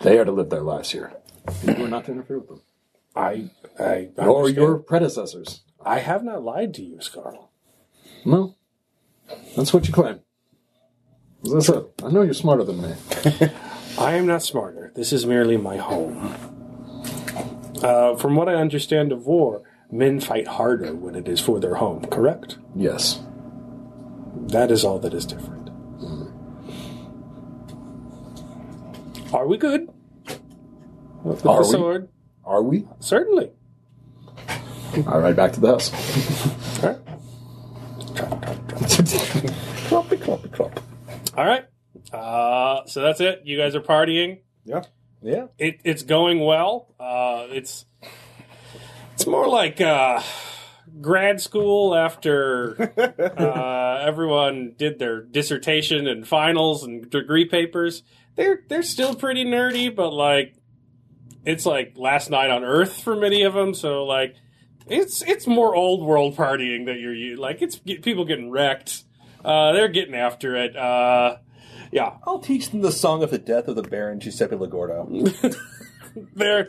[SPEAKER 3] They are to live their lives here. You are not to interfere with them.
[SPEAKER 24] I, I, I
[SPEAKER 3] Or
[SPEAKER 24] understand.
[SPEAKER 3] your predecessors.
[SPEAKER 24] I have not lied to you, Scarl.
[SPEAKER 3] No. That's what you claim. As I said, I know you're smarter than me.
[SPEAKER 24] I am not smarter. This is merely my home. Uh, from what I understand of war, men fight harder when it is for their home, correct?
[SPEAKER 3] Yes.
[SPEAKER 24] That is all that is different. Are we good? With
[SPEAKER 3] Are
[SPEAKER 24] the
[SPEAKER 3] we?
[SPEAKER 24] sword?
[SPEAKER 3] Are we?
[SPEAKER 24] Certainly.
[SPEAKER 3] I ride back to the house.
[SPEAKER 24] All right.
[SPEAKER 4] Cloppy, cloppy, cloppy.
[SPEAKER 2] All right. Uh, so that's it. You guys are partying.
[SPEAKER 1] Yeah.
[SPEAKER 4] Yeah.
[SPEAKER 2] It, it's going well. Uh, it's it's more like uh, grad school after uh, everyone did their dissertation and finals and degree papers. They're they're still pretty nerdy, but like it's like last night on Earth for many of them. So like it's it's more old world partying that you're u- like it's get, people getting wrecked. Uh, they're getting after it. Uh, yeah,
[SPEAKER 4] I'll teach them the song of the death of the Baron Giuseppe Ligordo.
[SPEAKER 2] they're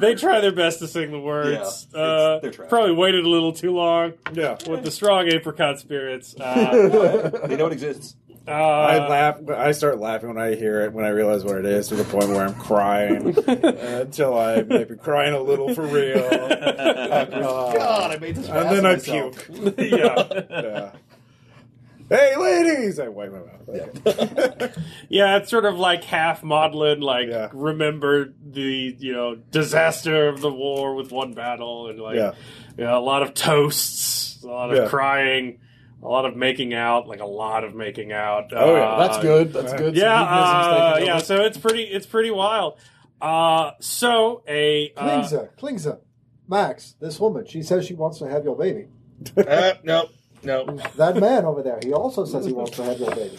[SPEAKER 2] they try their best to sing the words.
[SPEAKER 4] Yeah,
[SPEAKER 2] uh,
[SPEAKER 4] it's- they're trying.
[SPEAKER 2] probably waited a little too long
[SPEAKER 1] Yeah.
[SPEAKER 2] with the strong apricot spirits. Uh,
[SPEAKER 4] they know it exists.
[SPEAKER 2] uh,
[SPEAKER 1] I laugh. I start laughing when I hear it. When I realize what it is, to the point where I'm crying until I maybe crying a little for real, and
[SPEAKER 2] Uh,
[SPEAKER 4] God, I made this.
[SPEAKER 1] then I puke.
[SPEAKER 2] yeah,
[SPEAKER 1] Yeah. Hey, ladies! I wipe my mouth. Okay.
[SPEAKER 2] yeah, it's sort of like half maudlin, like
[SPEAKER 1] Yeah.
[SPEAKER 2] remember the you know disaster of the war with one battle and like
[SPEAKER 1] Yeah.
[SPEAKER 2] you know, a lot of toasts, a lot of
[SPEAKER 1] Yeah.
[SPEAKER 2] crying, a lot of making out, like a lot of making out.
[SPEAKER 1] Oh, yeah,
[SPEAKER 2] Uh,
[SPEAKER 3] That's good. That's good. Some
[SPEAKER 2] Yeah,
[SPEAKER 3] euphemisms
[SPEAKER 2] uh,
[SPEAKER 3] taken
[SPEAKER 2] yeah.
[SPEAKER 3] over.
[SPEAKER 2] So it's pretty, it's pretty wild. Uh, so a uh,
[SPEAKER 12] Klingza, Klingza. Max, this woman, she says she wants to have your baby.
[SPEAKER 4] Uh, no, no.
[SPEAKER 12] That man over there, he also says he wants to have your baby.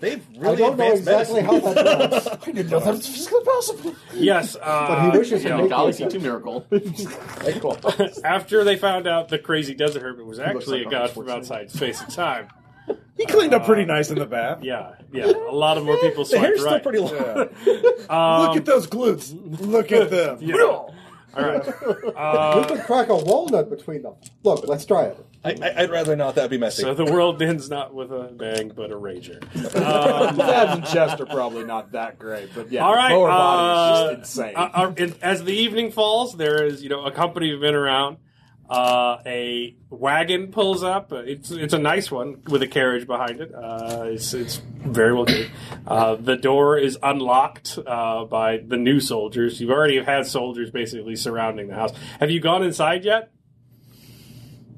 [SPEAKER 4] They've
[SPEAKER 12] I
[SPEAKER 4] really
[SPEAKER 12] don't know
[SPEAKER 4] advanced
[SPEAKER 12] exactly
[SPEAKER 4] medicine.
[SPEAKER 12] how that works.
[SPEAKER 2] yes, uh,
[SPEAKER 12] But he wishes
[SPEAKER 2] you
[SPEAKER 12] to
[SPEAKER 2] know,
[SPEAKER 12] make
[SPEAKER 5] Galaxy
[SPEAKER 12] it.
[SPEAKER 5] 2 Miracle.
[SPEAKER 2] after they found out the crazy desert hermit was actually a
[SPEAKER 5] like
[SPEAKER 2] god
[SPEAKER 5] Arnold
[SPEAKER 2] from
[SPEAKER 5] Schwarzenegger.
[SPEAKER 2] outside space and time.
[SPEAKER 1] He cleaned up pretty nice in the bath.
[SPEAKER 2] Yeah, yeah. A lot of more people
[SPEAKER 4] The hair's
[SPEAKER 2] swiped
[SPEAKER 4] still
[SPEAKER 2] right.
[SPEAKER 4] pretty long.
[SPEAKER 1] Look at those glutes. Look at them.
[SPEAKER 2] Um, Yeah. All right. Uh,
[SPEAKER 12] We
[SPEAKER 1] Uh,
[SPEAKER 12] could crack a walnut between them. Look, let's try it.
[SPEAKER 4] I, I, I'd rather not. That'd be messy.
[SPEAKER 2] So the world ends not with a bang, but a rager.
[SPEAKER 3] His abs Um, and chest are probably not that great, but yeah,
[SPEAKER 2] All right.
[SPEAKER 3] the lower body
[SPEAKER 2] uh,
[SPEAKER 3] is just insane.
[SPEAKER 2] uh, uh, it- as the evening falls, there is you know a company of men around. Uh, a wagon pulls up. It's it's a nice one with a carriage behind it. Uh, it's it's very well made. Uh, the door is unlocked uh, by the new soldiers. You've already have had soldiers basically surrounding the house. Have you gone inside yet?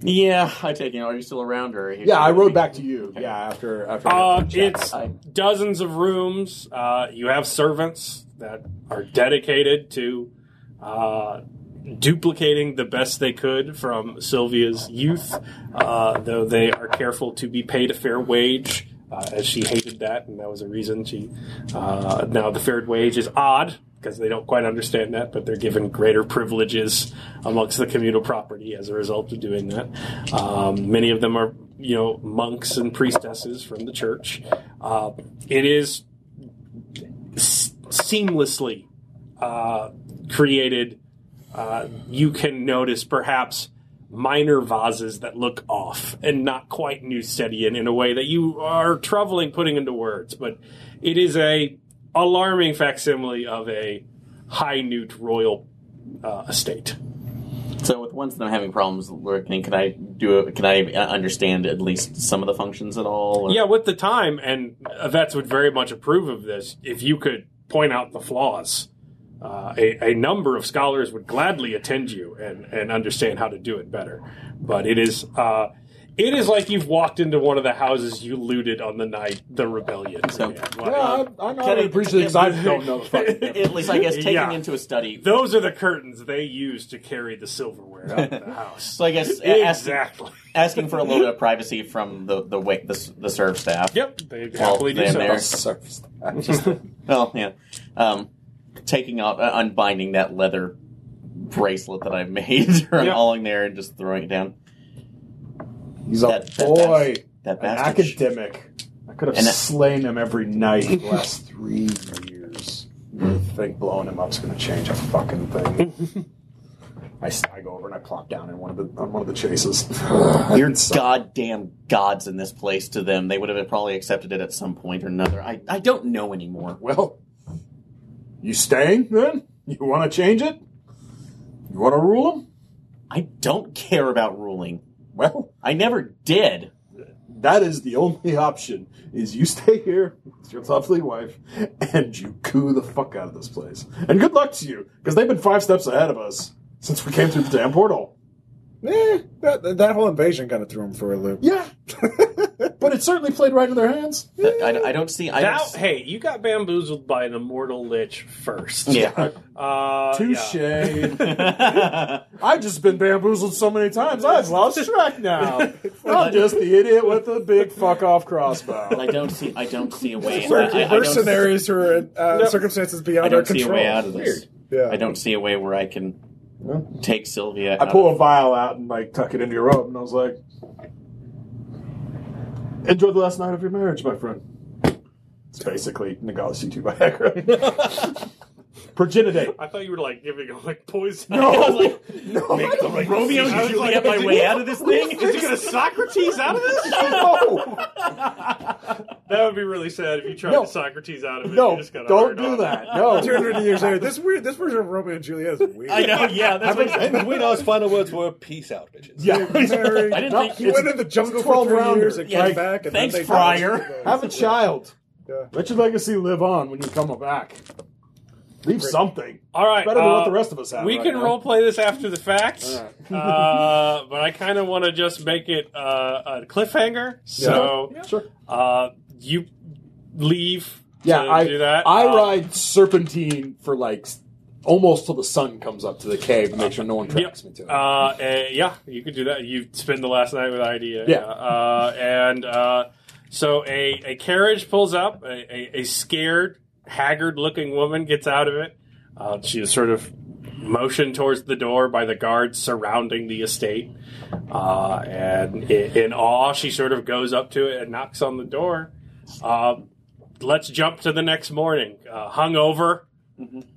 [SPEAKER 5] Yeah, I take it. Are you still around, or are you
[SPEAKER 3] Yeah, I rode back to you. Yeah, after after.
[SPEAKER 2] Uh,
[SPEAKER 3] after the chat.
[SPEAKER 2] it's
[SPEAKER 5] I-
[SPEAKER 2] dozens of rooms. Uh, you have servants that are dedicated to uh, duplicating the best they could from Sylvia's youth, uh, though they are careful to be paid a fair wage, uh, as she hated that, and that was a reason she. Uh, now, the fair wage is odd. Because they don't quite understand that, but they're given greater privileges amongst the communal property as a result of doing that. Um, many of them are, you know, monks and priestesses from the church. Uh, it is s- seamlessly uh, created. Uh, you can notice perhaps minor vases that look off and not quite Nusetian in a way that you are troubling putting into words, but it is a alarming facsimile of a high newt royal uh, estate.
[SPEAKER 5] So with ones that I'm having problems working, can I do? A, can I uh, understand at least some of the functions at all? or-
[SPEAKER 2] Yeah, with the time, and vets would very much approve of this if you could point out the flaws. Uh, a, a number of scholars would gladly attend you and, and understand how to do it better. But it is uh, it is like you've walked into one of the houses you looted on the night the rebellion.
[SPEAKER 5] So-
[SPEAKER 2] began. Like, uh,
[SPEAKER 3] yeah, I'm, I'm not
[SPEAKER 5] Kenny-
[SPEAKER 3] appreciative because I don't know. the fucking difference.
[SPEAKER 5] At least I guess taking
[SPEAKER 2] Yeah.
[SPEAKER 5] into a study.
[SPEAKER 2] those are the curtains they use to carry the silverware out of the house.
[SPEAKER 5] So I guess a- ask-
[SPEAKER 2] exactly.
[SPEAKER 5] asking for a little bit of privacy from the the wait the, s- the serve staff.
[SPEAKER 2] Yep, they
[SPEAKER 5] Well,
[SPEAKER 2] happily do
[SPEAKER 5] then
[SPEAKER 2] so.
[SPEAKER 5] there.
[SPEAKER 3] Surface.
[SPEAKER 5] Well, yeah. Um, taking out uh, unbinding that leather bracelet that I've made, or
[SPEAKER 2] Yep.
[SPEAKER 5] hauling there and just throwing it down.
[SPEAKER 3] He's a
[SPEAKER 5] That- that
[SPEAKER 3] boy,
[SPEAKER 5] That
[SPEAKER 3] an
[SPEAKER 5] bastard. sh-
[SPEAKER 3] academic. I could have
[SPEAKER 5] And that-
[SPEAKER 3] slain him every night the last three years. I think blowing him up's going to change a fucking thing. I, s- I go over and I plop down in one of the on one of the chases.
[SPEAKER 5] You're goddamn gods in this place to them. They would have probably accepted it at some point or another. I, I don't know anymore.
[SPEAKER 3] Well, you staying then? You want to change it? You want to rule him?
[SPEAKER 5] I don't care about ruling.
[SPEAKER 3] Well,
[SPEAKER 5] I never did.
[SPEAKER 3] that is the only option. Is you stay here with your lovely wife and you coo the fuck out of this place. And good luck to you, because they've been five steps ahead of us since we came through the damn portal.
[SPEAKER 1] Eh, that, that whole invasion kind of threw him for a loop.
[SPEAKER 3] Yeah, but it certainly played right into their hands.
[SPEAKER 5] I, I don't see. I don't,
[SPEAKER 2] Thou-
[SPEAKER 5] s-
[SPEAKER 2] hey, you got bamboozled by an immortal lich first.
[SPEAKER 5] yeah.
[SPEAKER 2] Uh,
[SPEAKER 3] Touche.
[SPEAKER 2] yeah.
[SPEAKER 3] I've just been bamboozled so many times. I've lost track now. I'm just the idiot with the big fuck off
[SPEAKER 5] I
[SPEAKER 3] crossbow.
[SPEAKER 5] don't see. I don't see a way.
[SPEAKER 1] There,
[SPEAKER 5] out. I, I
[SPEAKER 1] there are
[SPEAKER 5] don't,
[SPEAKER 1] scenarios or uh, circumstances
[SPEAKER 5] I
[SPEAKER 1] beyond our
[SPEAKER 5] don't see a
[SPEAKER 1] control.
[SPEAKER 5] way out of this.
[SPEAKER 1] Yeah.
[SPEAKER 5] I don't see a way where I can take Sylvia.
[SPEAKER 3] I
[SPEAKER 5] out
[SPEAKER 3] pull
[SPEAKER 5] of-
[SPEAKER 3] a vial out and like tuck it into your robe, and I was like, "Enjoy the last night of your marriage, my friend." It's basically Nagalis C two Viagra. Progenidate.
[SPEAKER 2] I thought you were like giving him like poison.
[SPEAKER 5] No!
[SPEAKER 3] No,
[SPEAKER 5] Make the right
[SPEAKER 2] Romeo
[SPEAKER 5] decision.
[SPEAKER 2] and Juliet
[SPEAKER 5] Is it-
[SPEAKER 2] my way out
[SPEAKER 5] of this thing?
[SPEAKER 2] Is it gonna Socrates out of this?
[SPEAKER 3] no,
[SPEAKER 2] That would be really sad if you tried
[SPEAKER 3] No.
[SPEAKER 2] to Socrates out of it.
[SPEAKER 3] no
[SPEAKER 2] you just got
[SPEAKER 3] don't do that. No,
[SPEAKER 1] 200 years later, this weird. This version of Romeo and Juliet is weird.
[SPEAKER 5] I know. Yeah, that's what
[SPEAKER 26] And between us, final words were peace out, bitches.
[SPEAKER 3] yeah.
[SPEAKER 1] Married.
[SPEAKER 5] I didn't think-
[SPEAKER 1] he went in the jungle
[SPEAKER 3] it's
[SPEAKER 1] for
[SPEAKER 3] 12
[SPEAKER 1] three years
[SPEAKER 3] rounders.
[SPEAKER 1] and
[SPEAKER 5] Yeah,
[SPEAKER 1] came back. And
[SPEAKER 5] thanks,
[SPEAKER 1] then they
[SPEAKER 5] Friar.
[SPEAKER 3] Have a child.
[SPEAKER 1] Yeah.
[SPEAKER 3] Let your legacy live on when you come back. Leave something.
[SPEAKER 2] All right.
[SPEAKER 3] Better than
[SPEAKER 2] uh,
[SPEAKER 3] what the rest of us have.
[SPEAKER 2] We
[SPEAKER 3] right
[SPEAKER 2] can
[SPEAKER 3] now.
[SPEAKER 2] role play this after the fact, uh, but I kind of want to just make it uh, a cliffhanger. So
[SPEAKER 3] Sure.
[SPEAKER 2] uh, you leave.
[SPEAKER 3] Yeah,
[SPEAKER 2] to
[SPEAKER 3] I
[SPEAKER 2] do that.
[SPEAKER 3] I
[SPEAKER 2] Uh,
[SPEAKER 3] ride serpentine for like s- almost till the sun comes up to the cave and make sure no one tracks me to it.
[SPEAKER 2] Uh, uh, yeah, you could do that. You spend the last night with idea.
[SPEAKER 3] Yeah.
[SPEAKER 2] Uh, and uh, so a, a carriage pulls up. A, a, a scared, haggard-looking woman gets out of it. Uh, she is sort of motioned towards the door by the guards surrounding the estate. Uh, and in, in awe, she sort of goes up to it and knocks on the door. Uh, let's jump to the next morning. Uh, hungover,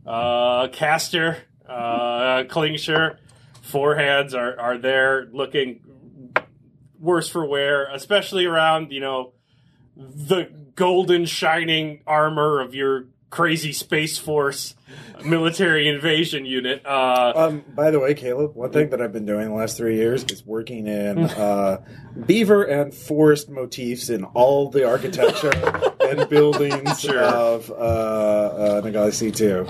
[SPEAKER 2] uh, Caster, uh, Klingsher, foreheads are, are there looking worse for wear, especially around, you know, the golden shining armor of your crazy Space Force military invasion unit. Uh,
[SPEAKER 1] Um, by the way, Caleb, one thing that I've been doing the last three years is working in uh, beaver and forest motifs in all the architecture and buildings of uh, uh, Nagali C two.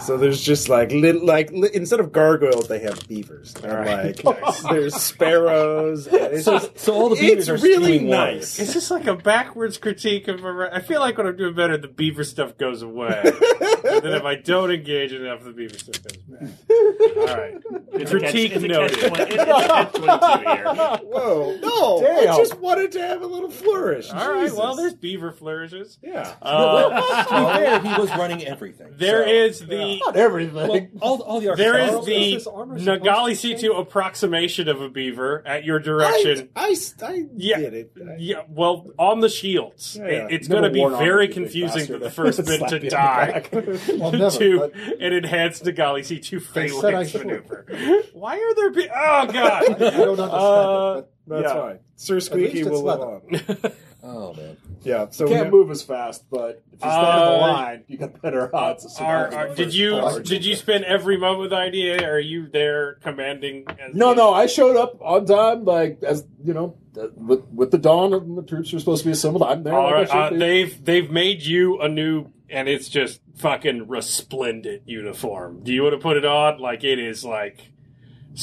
[SPEAKER 1] So there's just like little like li- instead of gargoyles, they have beavers. And, Like there's sparrows. and It's just
[SPEAKER 4] So all the
[SPEAKER 1] it's
[SPEAKER 4] beavers are
[SPEAKER 1] really
[SPEAKER 4] skewing
[SPEAKER 1] nice.
[SPEAKER 4] wise.
[SPEAKER 1] It's
[SPEAKER 2] It's just like a backwards critique of. A, I feel like when I'm doing better, the beaver stuff goes away. and then if I don't engage enough, the beaver stuff goes back. All right.
[SPEAKER 27] It's
[SPEAKER 2] Critique
[SPEAKER 27] a catch,
[SPEAKER 2] noted.
[SPEAKER 27] It's a catch, one- it's a catch 22 here.
[SPEAKER 1] Whoa, no! I
[SPEAKER 3] Damn.
[SPEAKER 1] just wanted to have a little flourish.
[SPEAKER 2] All right. Well,
[SPEAKER 1] Jesus.
[SPEAKER 2] there's beaver flourishes.
[SPEAKER 1] yeah.
[SPEAKER 2] Uh,
[SPEAKER 4] To be fair, he was running everything.
[SPEAKER 2] there
[SPEAKER 4] so-
[SPEAKER 2] is the
[SPEAKER 3] Not everything.
[SPEAKER 4] Well, all, all the
[SPEAKER 2] there
[SPEAKER 4] architects-
[SPEAKER 2] is the
[SPEAKER 12] Is this armor supposed
[SPEAKER 2] Nagali
[SPEAKER 12] to change?
[SPEAKER 2] C2 approximation of a beaver at your
[SPEAKER 1] I,
[SPEAKER 2] direction.
[SPEAKER 1] I, I
[SPEAKER 2] Yeah.
[SPEAKER 1] get it. I-
[SPEAKER 2] Yeah, well, on the shields,
[SPEAKER 1] Yeah, yeah.
[SPEAKER 2] It, it's
[SPEAKER 3] Never
[SPEAKER 2] going to be
[SPEAKER 3] worn armor
[SPEAKER 2] very
[SPEAKER 3] would be
[SPEAKER 2] confusing for the
[SPEAKER 3] faster than
[SPEAKER 2] first bit
[SPEAKER 3] slap you
[SPEAKER 2] to
[SPEAKER 3] in the
[SPEAKER 2] die
[SPEAKER 3] back.
[SPEAKER 12] Well, never.
[SPEAKER 2] to
[SPEAKER 12] but
[SPEAKER 2] an enhanced Nagali C2
[SPEAKER 12] said I
[SPEAKER 2] phalanx
[SPEAKER 12] should.
[SPEAKER 2] maneuver. Why are there be- Oh,
[SPEAKER 12] I don't
[SPEAKER 2] God!
[SPEAKER 12] understand
[SPEAKER 2] Uh,
[SPEAKER 12] it.
[SPEAKER 1] That's
[SPEAKER 2] Yeah.
[SPEAKER 1] fine. Sir
[SPEAKER 12] least
[SPEAKER 1] Squeaky
[SPEAKER 12] it's
[SPEAKER 1] will live
[SPEAKER 12] leather.
[SPEAKER 1] on.
[SPEAKER 2] Uh,
[SPEAKER 4] Oh man,
[SPEAKER 1] Yeah. So we
[SPEAKER 3] can't
[SPEAKER 1] have-
[SPEAKER 3] move as fast, but if you stand in
[SPEAKER 2] Uh,
[SPEAKER 3] the line, you got better odds. Of
[SPEAKER 2] Are,
[SPEAKER 3] survival
[SPEAKER 2] are,
[SPEAKER 3] the
[SPEAKER 2] did
[SPEAKER 3] first
[SPEAKER 2] you
[SPEAKER 3] part.
[SPEAKER 2] did you spend every moment with the idea? Are you there commanding? As
[SPEAKER 3] No, no, I showed up on time, like as you know, uh, with with the dawn of the troops were supposed to be assembled. I'm there.
[SPEAKER 2] All
[SPEAKER 3] like I
[SPEAKER 2] right,
[SPEAKER 3] should
[SPEAKER 2] uh,
[SPEAKER 3] be.
[SPEAKER 2] they've they've made you a new, and it's just fucking resplendent uniform. Do you want to put it on? Like it is like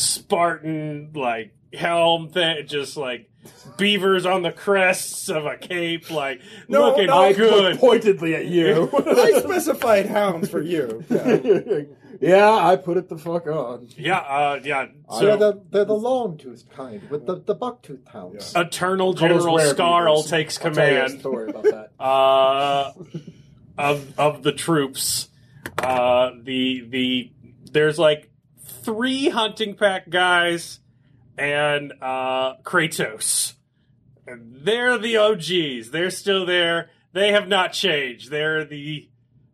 [SPEAKER 2] Spartan, like helm thing, just like beavers on the crests of a cape, like
[SPEAKER 1] No,
[SPEAKER 2] looking
[SPEAKER 1] no, I
[SPEAKER 3] I
[SPEAKER 2] good.
[SPEAKER 3] looked pointedly at
[SPEAKER 1] I
[SPEAKER 3] you.
[SPEAKER 1] specified hounds for you. Yeah.
[SPEAKER 3] yeah, I put it the fuck on.
[SPEAKER 2] yeah, uh, yeah. So
[SPEAKER 12] they're, the, they're the long toothed kind with the, the buck tooth hounds.
[SPEAKER 2] Eternal General
[SPEAKER 3] Those rare
[SPEAKER 2] Scarl
[SPEAKER 3] beavers.
[SPEAKER 2] takes
[SPEAKER 3] I'll tell you a
[SPEAKER 2] command.
[SPEAKER 3] story about that.
[SPEAKER 2] uh, of of the troops. Uh, the the there's like three hunting pack guys and uh, Kratos. And they're the OGs. They're still there. They have not changed. They're the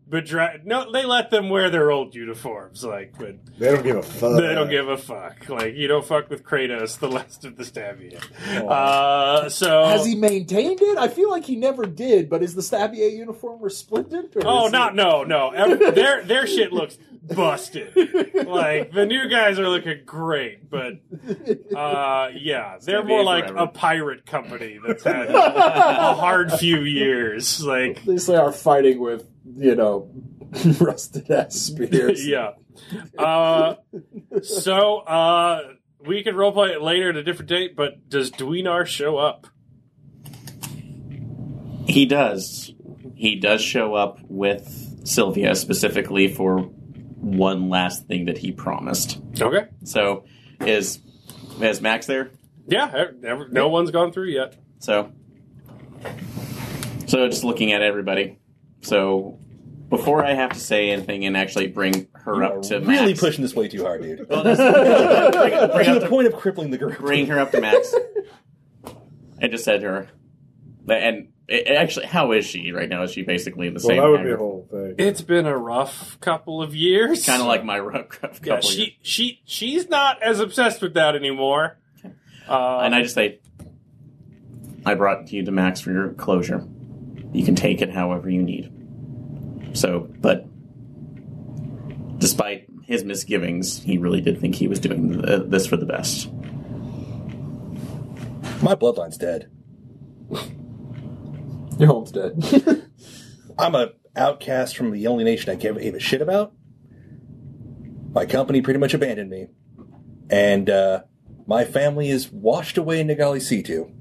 [SPEAKER 2] bedra- no. They let them wear their old uniforms, like, but
[SPEAKER 1] They don't give a fuck.
[SPEAKER 2] they don't give a fuck. Like you don't fuck with Kratos, the last of the Stavian. Uh, so
[SPEAKER 3] Has he maintained it? I feel like he never did. But is the Stabia uniform resplendent? Or
[SPEAKER 2] Oh,
[SPEAKER 3] is
[SPEAKER 2] not
[SPEAKER 3] it-
[SPEAKER 2] no, no. Every, their their shit looks busted. Like the new guys are looking great, but uh, yeah, they're
[SPEAKER 27] be
[SPEAKER 2] more like
[SPEAKER 27] forever.
[SPEAKER 2] a pirate company that's had a hard few years. Like
[SPEAKER 3] At least they are fighting with you know rusted ass spears.
[SPEAKER 2] yeah. Uh, so uh, we can roleplay it later at a different date. But does Dwinar show up?
[SPEAKER 5] He does. He does show up with Sylvia specifically for one last thing that he promised.
[SPEAKER 2] Okay.
[SPEAKER 5] So, is is Max there?
[SPEAKER 2] Yeah. ev- ev- no one's gone through yet.
[SPEAKER 5] So, so just looking at everybody. So, before I have to say anything and actually bring her up to
[SPEAKER 4] really
[SPEAKER 5] Max,
[SPEAKER 4] pushing this way too hard, dude.
[SPEAKER 5] Well, that's- bring, bring
[SPEAKER 4] to
[SPEAKER 5] up
[SPEAKER 4] the
[SPEAKER 5] to
[SPEAKER 4] point of crippling the group.
[SPEAKER 5] bring her up to Max. I just said to her, and it, actually, how is she right now? Is she basically the
[SPEAKER 1] Well,
[SPEAKER 5] same?
[SPEAKER 1] that would be a whole thing.
[SPEAKER 2] It's been a rough couple of years.
[SPEAKER 5] kind of like my rough couple
[SPEAKER 2] Yeah,
[SPEAKER 5] years.
[SPEAKER 2] she she she's not as obsessed with that anymore. Uh,
[SPEAKER 5] and I just say, I brought you to Max for your closure. You can take it however you need. So, but despite his misgivings, he really did think he was doing th- uh, this for the best.
[SPEAKER 4] My bloodline's dead.
[SPEAKER 3] Your home's dead.
[SPEAKER 4] I'm a outcast from the only nation I gave, gave a shit about. My company pretty much abandoned me, and uh, my family is washed away in Nagali Situ.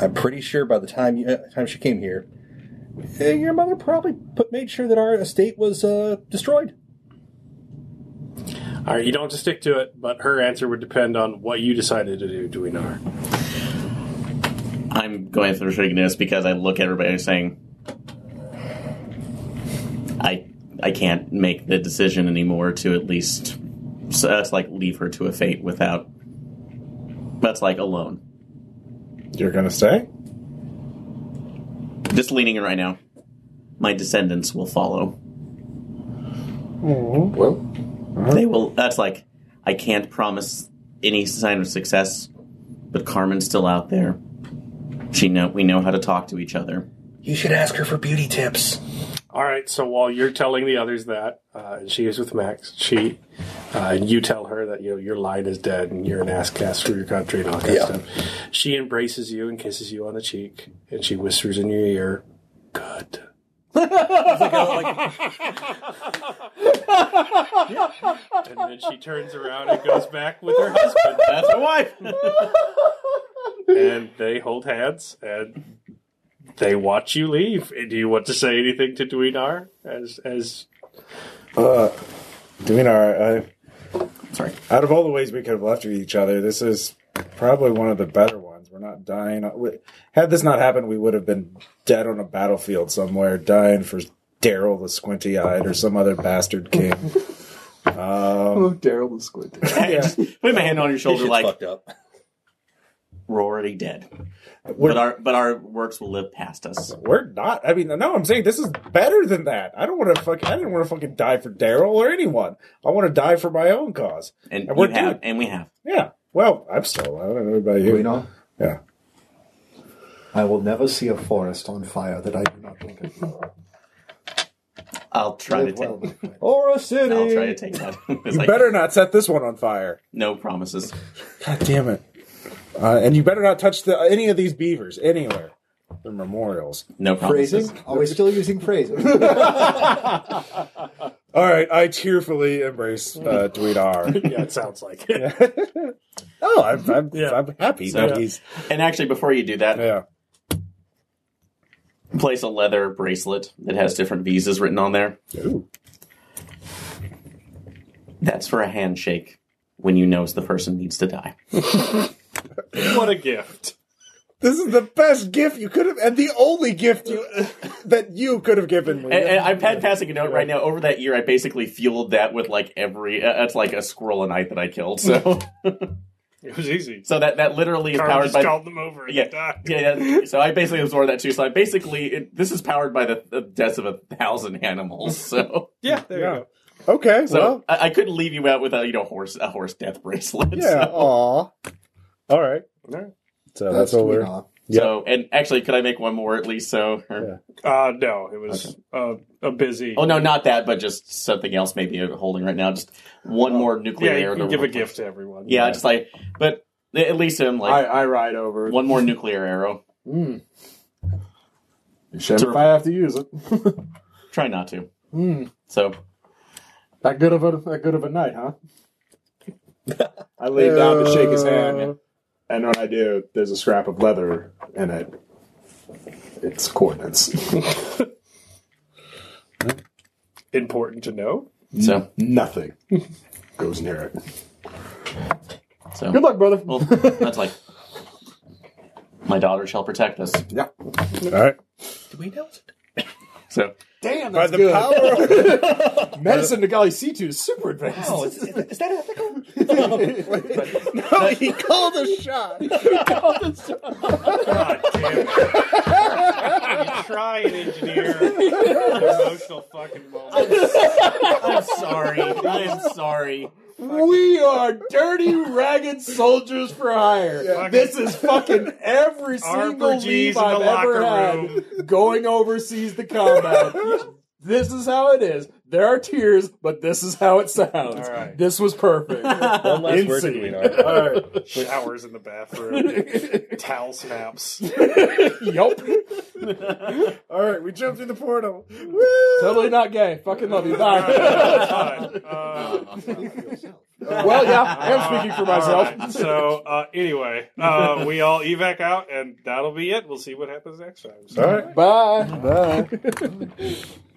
[SPEAKER 4] I'm pretty sure by the time you, uh, time she came here, eh, your mother probably put, made sure that our estate was uh, destroyed.
[SPEAKER 2] Um, all right, you don't have to stick to it, but her answer would depend on what you decided to do. Do we know her?
[SPEAKER 5] I'm going through shakiness because I look at everybody and saying, I I can't make the decision anymore to at least so that's like leave her to a fate without that's like alone.
[SPEAKER 1] You're gonna stay?
[SPEAKER 5] Just leaning in right now. My descendants will follow.
[SPEAKER 3] well,
[SPEAKER 5] They will. That's like I can't promise any sign of success, but Carmen's still out there. She know we know how to talk to each other.
[SPEAKER 4] You should ask her for beauty tips.
[SPEAKER 2] All right, so while you're telling the others that, uh, and she is with Max, she uh, and you tell her that you know your line is dead and you're an ass cast for your country and all that stuff. She embraces you and kisses you on the cheek, and she whispers in your ear, and then she turns around and goes back with her husband. That's my wife. and they hold hands and they watch you leave. And do you want to say anything to Dwinar as as
[SPEAKER 1] Uh, Dweenar, I.
[SPEAKER 5] Sorry.
[SPEAKER 1] Out of all the ways we could have left each other, this is probably one of the better ones. We're not dying. we- Had this not happened, we would have been dead on a battlefield somewhere, dying for Daryl the Squinty Eyed or some other bastard king.
[SPEAKER 2] Oh,
[SPEAKER 1] Um,
[SPEAKER 3] uh, Daryl the Squid.
[SPEAKER 5] Put my hand on your shoulder,
[SPEAKER 28] shit's
[SPEAKER 5] like
[SPEAKER 28] fucked up.
[SPEAKER 5] we're already dead.
[SPEAKER 1] We're-
[SPEAKER 5] but our but our works will live past us.
[SPEAKER 1] we're not. I mean, no. I'm saying this is better than that. I don't want to fuck. I didn't want to fucking die for Daryl or anyone. I want to die for my own cause.
[SPEAKER 5] And,
[SPEAKER 1] And we're
[SPEAKER 5] we have,
[SPEAKER 1] doing-
[SPEAKER 5] and we have.
[SPEAKER 1] Yeah. Well, I'm still alive. I don't know about you.
[SPEAKER 12] We know.
[SPEAKER 1] Yeah.
[SPEAKER 12] I will never see a forest on fire that I do not think of.
[SPEAKER 5] I'll try to
[SPEAKER 12] Live well, my
[SPEAKER 5] take.
[SPEAKER 12] friend.
[SPEAKER 1] Or a city.
[SPEAKER 5] I'll try to take that. It's
[SPEAKER 1] You
[SPEAKER 5] like,
[SPEAKER 1] better not set this one on fire.
[SPEAKER 5] No promises.
[SPEAKER 1] God damn it. Uh, and you better not touch the, any of these beavers anywhere. They're memorials.
[SPEAKER 5] No promises.
[SPEAKER 12] Phrasing? Are we still using phrases?
[SPEAKER 1] All right, I cheerfully embrace uh, Dweedar.
[SPEAKER 29] yeah, it sounds like it.
[SPEAKER 1] oh, I'm, I'm,
[SPEAKER 29] Yeah.
[SPEAKER 1] I'm happy
[SPEAKER 5] So-
[SPEAKER 1] that he's.
[SPEAKER 5] And actually, before you do that,
[SPEAKER 1] Yeah.
[SPEAKER 5] place a leather bracelet that has different visas written on there.
[SPEAKER 1] Ooh.
[SPEAKER 5] That's for a handshake when you know the person needs to die.
[SPEAKER 2] what a gift.
[SPEAKER 1] This is the best gift you could have, and the only gift you that you could have given me.
[SPEAKER 5] And, and I'm pad passing a note right now. Over that year, I basically fueled that with like every. Uh, that's like a squirrel a night that I killed. So,
[SPEAKER 2] It was easy.
[SPEAKER 5] so that that literally is
[SPEAKER 2] Carl
[SPEAKER 5] powered
[SPEAKER 2] just
[SPEAKER 5] by.
[SPEAKER 2] called them over and
[SPEAKER 5] yeah,
[SPEAKER 2] they died.
[SPEAKER 5] yeah, yeah. So I basically absorbed that too. So I basically it, this is powered by the, the deaths of a thousand animals. So,
[SPEAKER 2] Yeah, there
[SPEAKER 1] Yeah.
[SPEAKER 2] you go.
[SPEAKER 1] okay,
[SPEAKER 5] so
[SPEAKER 1] well,
[SPEAKER 5] I, I couldn't leave you out without you know horse a horse death bracelet.
[SPEAKER 1] yeah,
[SPEAKER 5] So,
[SPEAKER 1] aw. All right.
[SPEAKER 2] All right.
[SPEAKER 1] So that's, what we're.
[SPEAKER 12] not.
[SPEAKER 5] so- and actually, could I make one more at least? So or-
[SPEAKER 2] Uh, no, it was uh, a busy.
[SPEAKER 5] oh no, not that, but just something else maybe you're holding right now. Just one more nuclear.
[SPEAKER 2] Oh, yeah, you
[SPEAKER 5] arrow
[SPEAKER 2] can
[SPEAKER 5] to
[SPEAKER 2] give a
[SPEAKER 5] replace-
[SPEAKER 2] gift to everyone.
[SPEAKER 5] Yeah, just like but at least him like
[SPEAKER 3] I, I ride over.
[SPEAKER 5] one more nuclear arrow.
[SPEAKER 3] Mm. Shame
[SPEAKER 5] To-
[SPEAKER 3] if I have to use it.
[SPEAKER 5] Try not to.
[SPEAKER 2] Hmm.
[SPEAKER 3] Mm.
[SPEAKER 5] So
[SPEAKER 3] That good of a that good of a night, huh? I lean down to shake his
[SPEAKER 2] Uh.
[SPEAKER 3] hand, and when I do, there's a scrap of leather in it. It's coordinates.
[SPEAKER 2] important to know.
[SPEAKER 5] so
[SPEAKER 2] Hmm.
[SPEAKER 3] Nothing goes near it.
[SPEAKER 5] so
[SPEAKER 3] Good luck, brother.
[SPEAKER 2] Oh.
[SPEAKER 5] well that's like my daughter shall protect us.
[SPEAKER 3] yeah.
[SPEAKER 1] All right.
[SPEAKER 5] So
[SPEAKER 3] Damn,
[SPEAKER 1] By
[SPEAKER 3] that's
[SPEAKER 1] the
[SPEAKER 3] good.
[SPEAKER 1] power of
[SPEAKER 3] Medicine to Golly C2 is super advanced.
[SPEAKER 5] is that ethical?
[SPEAKER 1] no, he called a shot.
[SPEAKER 2] God damn it. you try and engineer an emotional fucking moment.
[SPEAKER 5] I'm sorry. I am sorry.
[SPEAKER 3] We are dirty, ragged soldiers for hire. This is fucking every single
[SPEAKER 2] RPG
[SPEAKER 3] leave
[SPEAKER 2] in the
[SPEAKER 3] I've ever
[SPEAKER 2] locker room.
[SPEAKER 3] had going overseas to combat. this is how it is. There are tears, but this is how it sounds.
[SPEAKER 2] All right.
[SPEAKER 3] This was perfect.
[SPEAKER 4] One last word to
[SPEAKER 3] Insane.
[SPEAKER 4] Dwenar.
[SPEAKER 2] Showers in the bathroom. Towel snaps.
[SPEAKER 3] yup.
[SPEAKER 1] All right, we jumped through the portal. Woo!
[SPEAKER 3] Totally not gay. Fucking love you. Bye.
[SPEAKER 2] God, uh,
[SPEAKER 3] well, yeah, I am speaking for myself.
[SPEAKER 2] all right. So uh, anyway, uh, we all evac out, and that'll be it. We'll see what happens next time. So,
[SPEAKER 1] All right.
[SPEAKER 3] Bye. Bye.